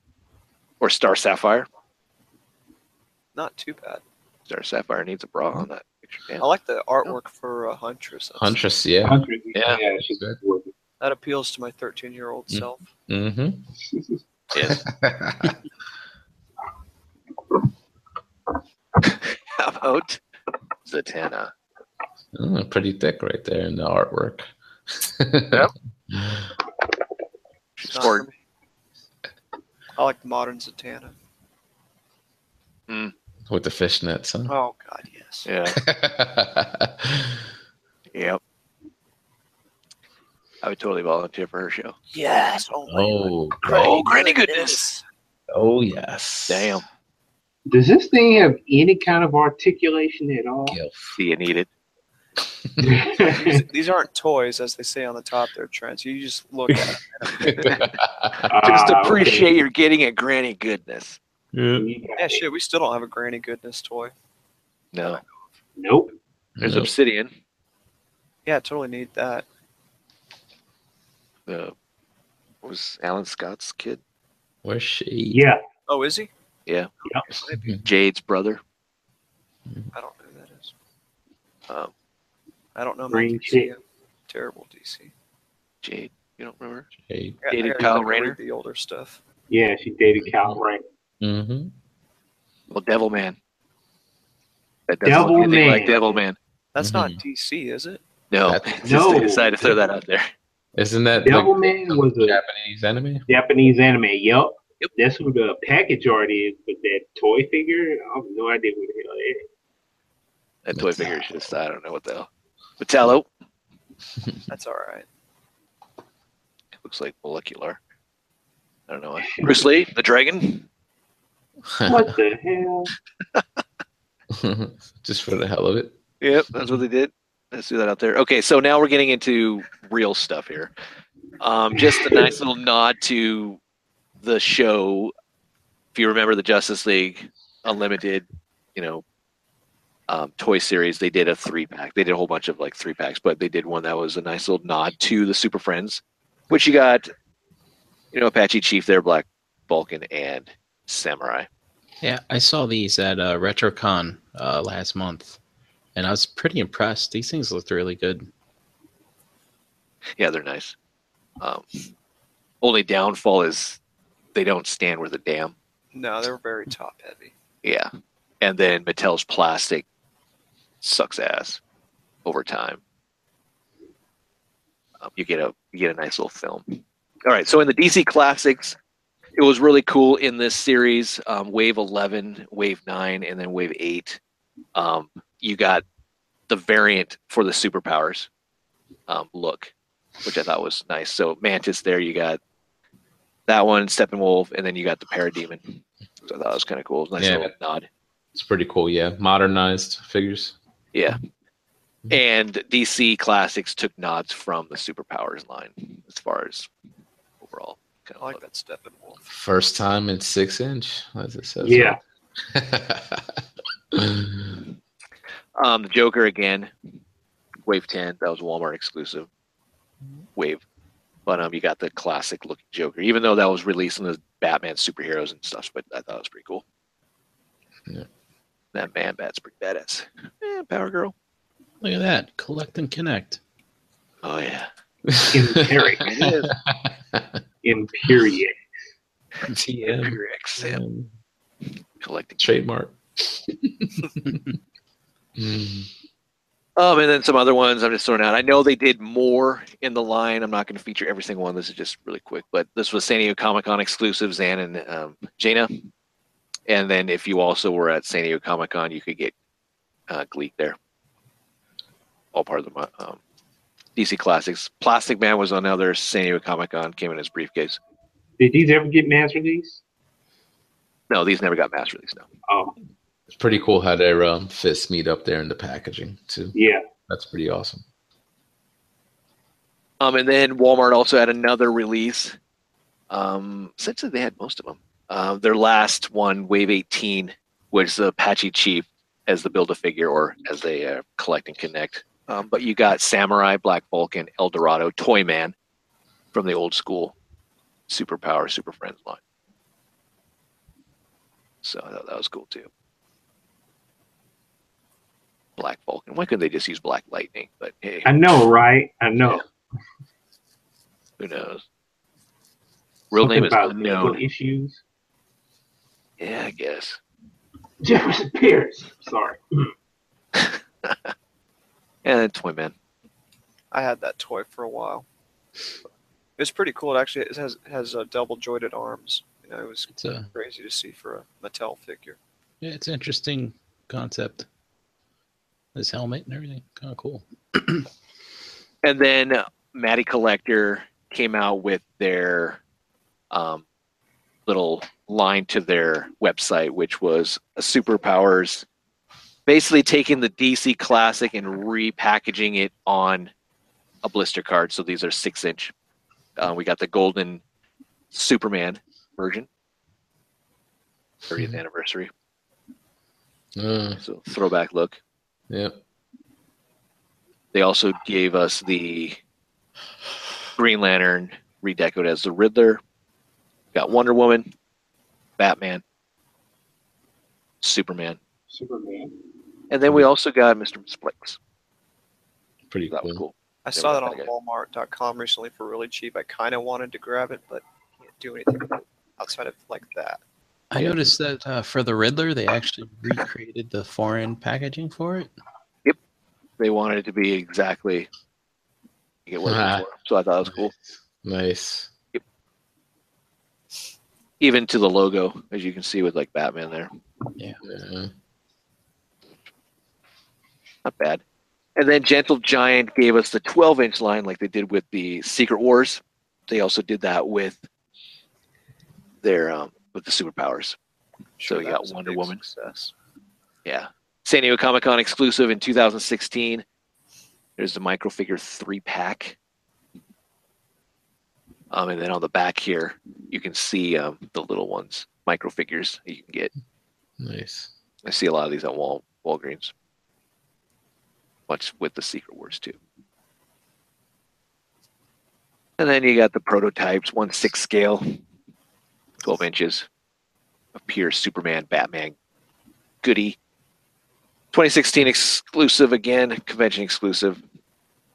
Speaker 2: or Star Sapphire?
Speaker 3: Not too bad.
Speaker 2: Star Sapphire needs a bra on that picture. Damn.
Speaker 3: I like the artwork for uh, Huntress. That's-
Speaker 7: Huntress. Yeah.
Speaker 5: Hundred-
Speaker 2: Yeah.
Speaker 5: yeah, she's
Speaker 7: Good.
Speaker 5: working.
Speaker 3: That appeals to my 13 year old
Speaker 7: Mm.
Speaker 3: self.
Speaker 7: Mm-hmm.
Speaker 2: How about Zatanna?
Speaker 7: Mm, pretty thick right there in the artwork.
Speaker 3: Not
Speaker 2: Or-
Speaker 3: for me. I like the modern Zatanna.
Speaker 7: With the fishnets. Huh?
Speaker 3: Oh God, yes.
Speaker 2: yeah. Yep. I would totally volunteer for her show.
Speaker 3: Yes. Oh, my
Speaker 7: oh,
Speaker 2: Oh,
Speaker 7: great.
Speaker 2: granny goodness.
Speaker 7: Oh, yes.
Speaker 2: Damn.
Speaker 5: Does this thing have any kind of articulation at all?
Speaker 7: Gilf.
Speaker 2: Do you need it?
Speaker 3: These, these aren't toys, as they say on the top. They're trends. You just look at them.
Speaker 2: Just
Speaker 5: Ah, okay.
Speaker 2: appreciate you're getting a granny goodness.
Speaker 3: Yeah, shit. We still don't have a Granny Goodness toy.
Speaker 2: No.
Speaker 5: Nope.
Speaker 2: There's
Speaker 7: Nope.
Speaker 2: Obsidian,
Speaker 3: Yeah, totally need that.
Speaker 2: the was Alan Scott's kid.
Speaker 7: Where's she?
Speaker 5: Yeah.
Speaker 3: Oh, is he?
Speaker 2: Yeah.
Speaker 5: Yep.
Speaker 2: Jade's brother.
Speaker 3: I don't know who that is. Um, I don't know. my
Speaker 5: Green
Speaker 3: DC.
Speaker 5: chick.
Speaker 3: Terrible DC.
Speaker 2: Jade. You don't remember?
Speaker 7: Hey.
Speaker 3: I- I
Speaker 2: Dated
Speaker 3: gotta
Speaker 2: Kyle
Speaker 3: read
Speaker 2: Rayner?
Speaker 3: The older stuff.
Speaker 5: Yeah, she dated Cal Rayner.
Speaker 7: Mm-hmm.
Speaker 2: Well, Devil Man. That doesn't look
Speaker 5: Devil
Speaker 2: anything
Speaker 5: Man.
Speaker 2: like Devil Man.
Speaker 3: That's
Speaker 7: Mhm.
Speaker 3: not DC, is it?
Speaker 2: No.
Speaker 7: That's-
Speaker 2: Just
Speaker 5: No.
Speaker 2: decided to throw that out there.
Speaker 7: Isn't that like
Speaker 5: Devilman was a
Speaker 7: Japanese anime?
Speaker 5: Japanese anime. Yep.
Speaker 2: Yep.
Speaker 5: That's who the package art is, but that toy figure, I have no idea who the hell it is.
Speaker 2: That toy figure is just, I don't know what the hell. Oh, Metallo.
Speaker 3: That's all right.
Speaker 2: Looks like molecular. I don't know. Bruce Lee, the dragon.
Speaker 5: What the hell?
Speaker 7: Just for the hell of it.
Speaker 2: Yep, that's what they did. Let's do that out there. Okay, so now we're getting into real stuff here. Um, just a nice little nod to the show. If you remember the Justice League Unlimited, you know, um, toy series, they did a three pack. They did a whole bunch of like three packs, but they did one that was a nice little nod to the Super Friends, which you got, you know, Apache Chief there, Black Vulcan, and Samurai.
Speaker 4: Yeah, I saw these at uh, RetroCon uh, last month, and I was pretty impressed. These things looked really good.
Speaker 2: Yeah, they're nice. Um, only downfall is they don't stand with a damn.
Speaker 3: No, they're very top heavy.
Speaker 2: Yeah. And then Mattel's plastic sucks ass over time. Um, you get a you get a nice little film. All right, so in the DC classics, it was really cool in this series, um, Wave Eleven, Wave Nine, and then Wave Eight. Um, you got the variant for the superpowers um, look, which I thought was nice. So Mantis, there you got that one, Steppenwolf, and then you got the Parademon. So I thought it was kind of cool. Nice
Speaker 7: Yeah.
Speaker 2: little nod.
Speaker 7: It's pretty cool, yeah. Modernized figures.
Speaker 2: Yeah. And DC Classics took nods from the Superpowers line as far as overall. Kind
Speaker 3: I like that Steppenwolf.
Speaker 7: First time in six inch, as it says.
Speaker 5: yeah.
Speaker 2: um, the Joker again, Wave 10. That was Walmart exclusive wave. But um, you got the classic looking Joker, even though that was released in the Batman superheroes and stuff. But I thought it was pretty cool.
Speaker 7: Yeah.
Speaker 2: That man bat's pretty badass. Yeah, Power Girl.
Speaker 4: Look at that. Collect and connect.
Speaker 2: Oh yeah.
Speaker 5: Imperic. Imperic.
Speaker 7: TM.
Speaker 2: Sam collecting.
Speaker 7: Trademark. Mm.
Speaker 2: Um, and then some other ones I'm just throwing out. I know they did more in the line. I'm not going to feature every single one. This is just really quick, but this was San Diego Comic Con exclusive, Zan and um, Jaina. And then if you also were at San Diego Comic Con, you could get uh, Gleek there. All part of the mo- um, DC Classics. Plastic Man was another San Diego Comic Con, came in his briefcase.
Speaker 5: Did these ever get mass release?
Speaker 2: No, these never got mass release. No.
Speaker 5: Oh,
Speaker 7: It's pretty cool how their um, fists meet up there in the packaging, too.
Speaker 5: yeah.
Speaker 7: That's pretty awesome.
Speaker 2: Um, and then Walmart also had another release. Um, essentially, they had most of them. Uh, their last one, Wave 18, was the Apache Chief as the build a figure or as they uh, collect and connect. Um, but you got Samurai, Black Vulcan, El Dorado, Toy Man from the old school Superpower, Super Friends line. So I thought that was cool too. Black Vulcan. Why couldn't they just use Black Lightning? But hey,
Speaker 5: I know, right? I know.
Speaker 2: who knows? Real
Speaker 5: Something
Speaker 2: name is
Speaker 5: about legal
Speaker 2: unknown.
Speaker 5: Issues.
Speaker 2: Yeah, I guess.
Speaker 5: Jefferson Pierce. Sorry.
Speaker 2: And then Toy Man.
Speaker 3: I had that toy for a while. It's pretty cool. It actually it has has uh, double jointed arms. You know, it was
Speaker 4: It's a
Speaker 3: crazy to see for a Mattel figure.
Speaker 4: yeah, it's an interesting concept. This helmet and everything, kind of cool.
Speaker 2: And then uh, Matty Collector came out with their um, little line to their website, which was a superpowers, basically taking the DC Classic and repackaging it on a blister card. So these are six inch. Uh, we got the golden Superman version,
Speaker 5: Hmm.
Speaker 2: 30th anniversary.
Speaker 7: Uh,
Speaker 2: So throwback look.
Speaker 7: yeah.
Speaker 2: They also gave us the Green Lantern redecoed as the Riddler. Got Wonder Woman, Batman, Superman,
Speaker 5: Superman.
Speaker 2: and then we also got Mister Splinks.
Speaker 11: Pretty
Speaker 2: That was
Speaker 11: cool.
Speaker 2: cool.
Speaker 3: I
Speaker 2: Yeah,
Speaker 3: saw
Speaker 2: we
Speaker 3: that
Speaker 2: got
Speaker 3: on
Speaker 2: that
Speaker 3: Walmart.com recently for really cheap. I kind of wanted to grab it, but can't do anything outside of like that.
Speaker 4: I noticed that uh, for the Riddler, they actually recreated the foreign packaging for it.
Speaker 2: They wanted it to be exactly get what it was
Speaker 1: Ah.
Speaker 2: for, so I thought it was cool.
Speaker 1: Nice.
Speaker 2: Even to the logo, as you can see with like Batman there.
Speaker 1: Yeah.
Speaker 2: not bad. And then Gentle Giant gave us the 12 inch line like they did with the Secret Wars. They also did that with their um, with the superpowers.
Speaker 3: Sure,
Speaker 2: you
Speaker 3: that
Speaker 2: got
Speaker 3: was a
Speaker 2: Wonder
Speaker 3: big
Speaker 2: Woman.
Speaker 3: Success.
Speaker 2: Yeah. San Diego Comic Con exclusive in 2016. There's the microfigure three pack. Um, and then on the back here, you can see um, the little ones, microfigures that you can get.
Speaker 1: Nice.
Speaker 2: I see a lot of these at Wal Walgreens. Much with the Secret Wars too. And then you got the prototypes, one six scale, twelve inches, of pure Superman, Batman, goody. 2016 exclusive again, convention exclusive.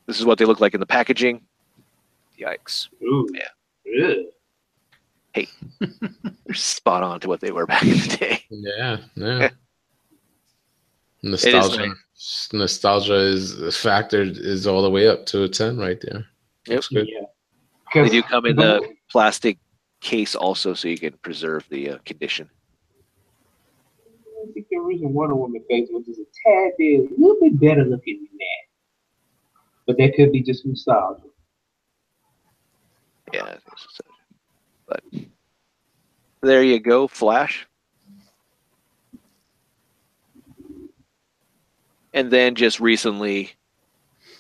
Speaker 2: This is what they look like in the packaging.
Speaker 3: Yikes.
Speaker 5: Ooh.
Speaker 2: Yeah.
Speaker 5: Good.
Speaker 2: They're spot on to what they were back in the day.
Speaker 1: Yeah. Yeah. Nostalgia. Nostalgia is factored is all the way up to a ten right there.
Speaker 2: Yep.
Speaker 1: Looks good.
Speaker 5: Yeah.
Speaker 2: They do come in
Speaker 5: Mm-hmm.
Speaker 2: the plastic case also, so you can preserve the uh, condition.
Speaker 5: I think the reason Wonder Woman face was just a tad bit, a little bit better looking than that. But that could be just nostalgia.
Speaker 2: Yeah, I think so. but there you go, Flash. And then just recently,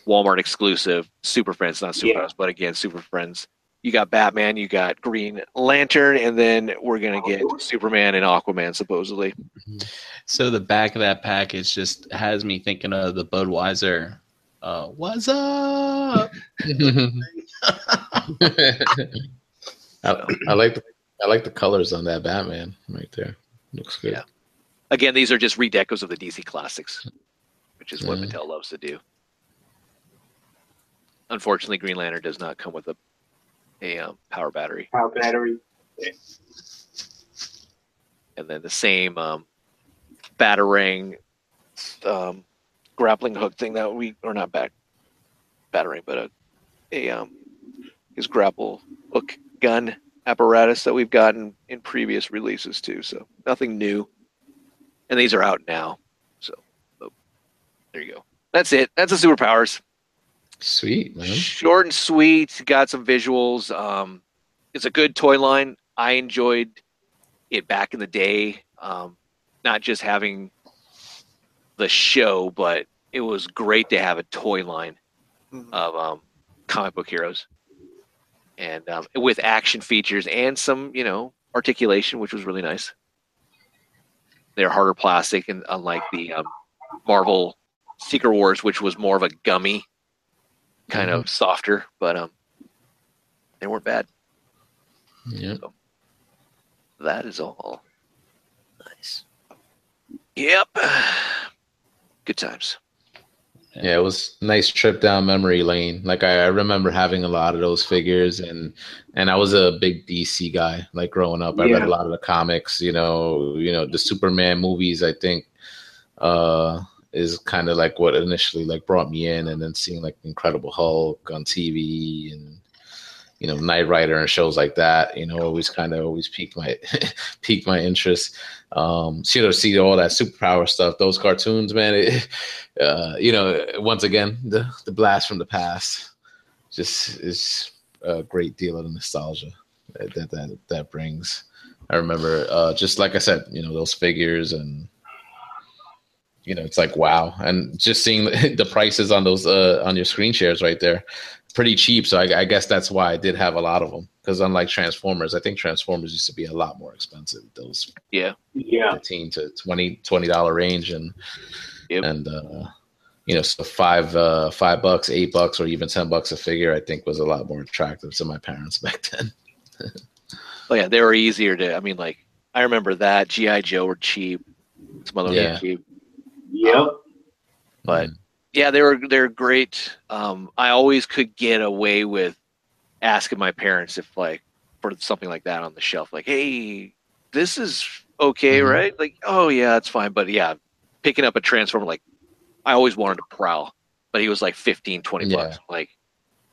Speaker 2: Walmart exclusive Super Friends, not Super
Speaker 5: Yeah.
Speaker 2: Friends, but again Super Friends. You got Batman, you got Green Lantern, and then we're gonna get Superman and Aquaman supposedly.
Speaker 4: So the back of that package just has me thinking of the Budweiser. Uh, what's up?
Speaker 1: I, I like the I like the colors on that Batman right there. Looks good.
Speaker 2: Yeah. Again, these are just redecos of the DC classics, which is what
Speaker 1: Mhm.
Speaker 2: Mattel loves to do. Unfortunately, Green Lantern does not come with a a um, power battery,
Speaker 5: Power battery.
Speaker 2: and then the same um, battering um, grappling hook thing that we or not back battering, but a a um, his grapple hook gun apparatus that we've gotten in previous releases too. So nothing new, and these are out now. So oh, there you go. That's it. That's the superpowers.
Speaker 1: Sweet man.
Speaker 2: short and sweet got some visuals um it's a good toy line i enjoyed it back in the day um not just having the show but it was great to have a toy line
Speaker 3: Mhm.
Speaker 2: of um comic book heroes and um, with action features and some you know articulation which was really nice they're harder plastic and unlike the um, marvel secret wars which was more of a gummy kind of softer, but um, they weren't bad.
Speaker 1: Yeah.
Speaker 2: That is all. Nice. Yep. Good times.
Speaker 1: Yeah, it was a nice trip down memory lane. Like I, I remember having a lot of those figures, and and I was a big DC guy. Like growing up, I read
Speaker 5: Yeah.
Speaker 1: a lot of the comics. You know, you know the Superman movies. I think uh is kind of like what initially like brought me in, and then seeing like Incredible Hulk on TV and you know Knight Rider and shows like that. You know, always kind of always piqued my piqued my interest. Um, so, you know, see all that superpower stuff. Those cartoons, man. It, uh, you know, once again, the, the blast from the past just is a great deal of nostalgia that that that, that brings. I remember, uh, just like I said, you know, those figures and you know, it's like wow, and just seeing the prices on those uh, on your screen shares right there, pretty cheap. So I, I guess that's why I did have a lot of them because unlike Transformers, I think Transformers used to be a lot more expensive. Those
Speaker 5: Yeah.
Speaker 1: 15 to 20 20 dollar range and
Speaker 2: Yep.
Speaker 1: and uh you know so five uh five bucks eight bucks or even ten bucks a figure i think was a lot more attractive to my parents back then
Speaker 2: Oh yeah, they were easier to. I mean, like I remember that GI Joe were cheap. Some other
Speaker 1: Yeah.
Speaker 2: weird dude.
Speaker 5: Yep.
Speaker 2: But yeah, they were they're great. Um, I always could get away with asking my parents if like for something like that on the shelf, like, hey, this is okay,
Speaker 1: Mhm.
Speaker 2: right? Like, oh yeah, it's fine. But yeah, picking up a transformer, like I always wanted to prowl, but he was like 15, 20
Speaker 1: Yeah.
Speaker 2: bucks. Like,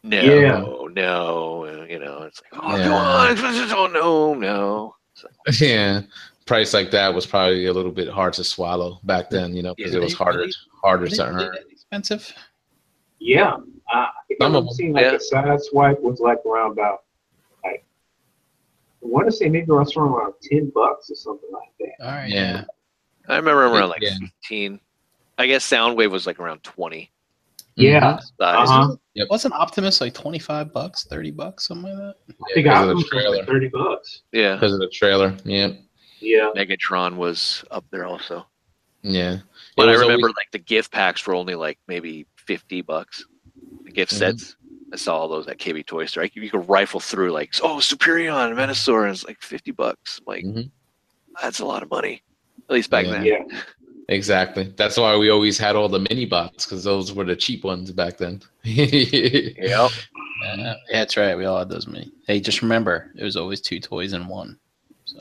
Speaker 2: no,
Speaker 5: Yeah.
Speaker 2: no, uh, you know, it's like, oh,
Speaker 1: Yeah.
Speaker 2: come on, oh no, no. It's like,
Speaker 1: yeah, price like that was probably a little bit hard to swallow back then, you know, because
Speaker 2: Yeah,
Speaker 1: it was
Speaker 4: they-
Speaker 1: harder
Speaker 4: they-
Speaker 1: harder
Speaker 4: Is
Speaker 1: to
Speaker 4: that
Speaker 1: earn.
Speaker 4: expensive?
Speaker 5: Yeah. I I think
Speaker 1: Some
Speaker 5: I've
Speaker 1: of them,
Speaker 5: seen like
Speaker 2: yeah.
Speaker 5: a side swipe was like around about like I want to say maybe around somewhere around ten bucks or something like that.
Speaker 4: All right.
Speaker 1: Yeah,
Speaker 2: I remember around like
Speaker 1: Yeah.
Speaker 2: 15. I guess Soundwave was like around Uh, 20. Mm-hmm.
Speaker 5: Yeah.
Speaker 2: Size.
Speaker 5: Uh-huh.
Speaker 1: Yep.
Speaker 4: Wasn't Optimus like 25 bucks, 30 bucks, something like that?
Speaker 5: I think
Speaker 1: because
Speaker 5: I
Speaker 1: of the
Speaker 5: was
Speaker 1: trailer.
Speaker 5: like thirty bucks.
Speaker 2: Yeah.
Speaker 1: Because of the trailer, yeah,
Speaker 5: Yeah.
Speaker 2: Megatron was up there also.
Speaker 1: yeah.
Speaker 2: But
Speaker 1: It
Speaker 2: I
Speaker 1: was always-
Speaker 2: remember like the gift packs were only like maybe 50 bucks. The gift
Speaker 1: Mhm.
Speaker 2: sets. I saw all those at KB Toy Store. Like, you could rifle through like, oh, Superion, Venusaur, and it's like 50 bucks. Like,
Speaker 1: Mhm.
Speaker 2: that's a lot of money. At least back
Speaker 1: Yeah.
Speaker 2: then.
Speaker 5: Yeah.
Speaker 1: exactly. That's why we always had all the mini bots because those were the cheap ones back then.
Speaker 2: Yep.
Speaker 4: Yeah, that's right. We all had those many. Hey, just remember, it was always two toys in one.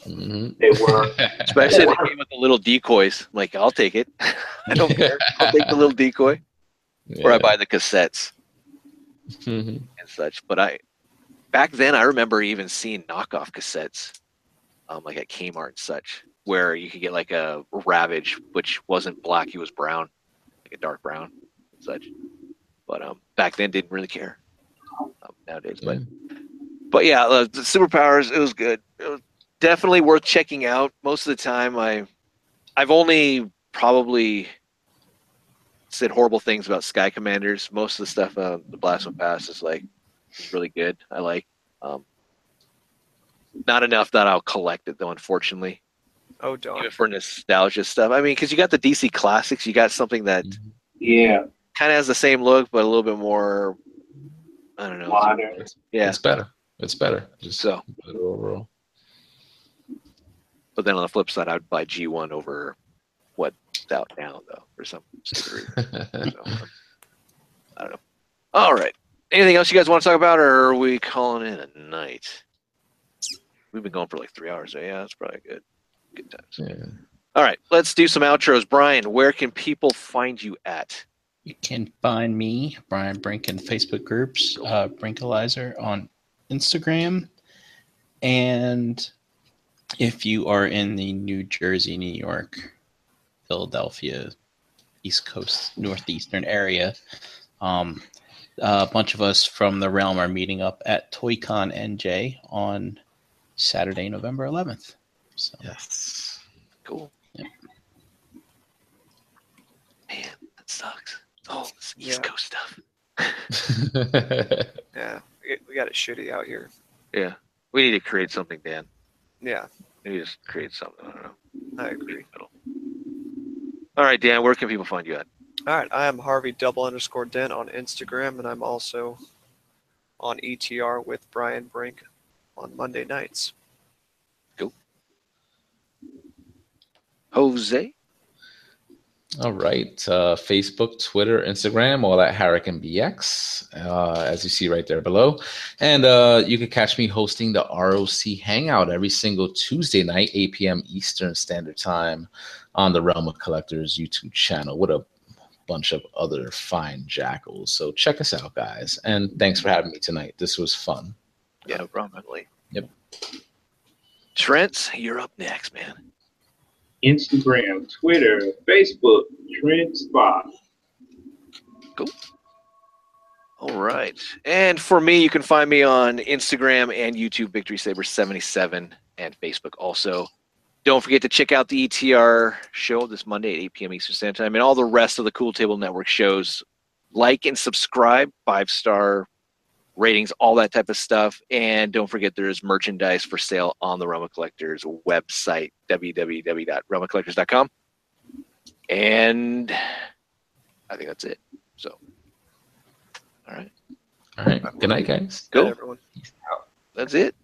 Speaker 1: Mhm.
Speaker 5: They were
Speaker 2: Especially if they came with the little decoys. Like, I'll take it. I don't care. I'll take the little decoy. Or I
Speaker 1: Yeah.
Speaker 2: buy the cassettes.
Speaker 1: Mhm.
Speaker 2: and such. But I, back then, I remember even seeing knockoff cassettes, um, like at Kmart and such, where you could get like a Ravage, which wasn't black; he was brown, like a dark brown, and such. But um, back then, didn't really care. Um, nowadays, but but yeah, uh, the superpowers. It was good. It was definitely worth checking out. Most of the time, I, I've only probably said horrible things about Sky Commanders. Most of the stuff on the Blast One Pass is like is really good. I like. Um, not enough that I'll collect it though, unfortunately.
Speaker 3: Oh, darn.
Speaker 2: Even for nostalgia stuff. I mean, because you got the DC classics, you got something that
Speaker 1: Mm. Mm-hmm.
Speaker 5: yeah.
Speaker 2: kind of has the same look, but a little bit more. I don't know.
Speaker 5: Modern.
Speaker 2: Yeah.
Speaker 1: It's better. It's better. Just
Speaker 2: So,
Speaker 1: better overall.
Speaker 2: but then on the flip side, I'd buy G one over what's out now though, for some stupid reason. So, um, I don't know. All right. Anything else you guys want to talk about, or are we calling in a night? We've been going for like three hours. So yeah, that's probably good. Good times.
Speaker 1: yeah.
Speaker 2: All right, let's do some outros. Brian, where can people find you at?
Speaker 4: You can find me, Brian Brink, in Facebook groups, uh, Brinkalizer on Instagram. And if you are in the New Jersey, New York, Philadelphia, East Coast, Northeastern area, um, a bunch of us from the realm are meeting up at ToyCon NJ on Saturday, November 11th. So
Speaker 1: Yes.
Speaker 2: Cool.
Speaker 4: Yep.
Speaker 2: Man, that sucks. All this East
Speaker 3: Yeah.
Speaker 2: Coast stuff.
Speaker 3: Yeah. We- We got it shitty out here.
Speaker 2: Yeah, we need to create something, Dan.
Speaker 3: Yeah,
Speaker 2: Maybe just create something. I don't know.
Speaker 3: I agree.
Speaker 2: All right, Dan, where can people find you at?
Speaker 3: All right, I am Harvey double underscore Dent on Instagram, and I'm also on ETR with Brian Brink on Monday nights.
Speaker 2: Jose.
Speaker 1: All right. Uh, Facebook, Twitter, Instagram, all at Harrican BX, uh, as you see right there below. And uh, you can catch me hosting the ROC Hangout every single Tuesday night, 8 p.m. Eastern Standard Time on the Realm of Collectors YouTube channel with a bunch of other fine jackals. So check us out, guys. And thanks for having me tonight. This was fun.
Speaker 2: Yeah, no problem. Emily.
Speaker 1: Yep.
Speaker 2: Trent, you're up next, man.
Speaker 5: Instagram, Twitter, Facebook, Trend Spot.
Speaker 2: All right. And for me, you can find me on Instagram and YouTube, Victory Saber 77, and Facebook also. Don't forget to check out the ETR show this Monday at 8 p.m. Eastern Standard Time and all the rest of the Cool Table Network shows. Like and subscribe, five star ratings, all that type of stuff. And don't forget there is merchandise for sale on the Roma Collectors website, www.romacollectors.com. And I think that's it. So, all right.
Speaker 1: All right. Good night, guys.
Speaker 2: Cool.
Speaker 3: everyone.
Speaker 2: That's it.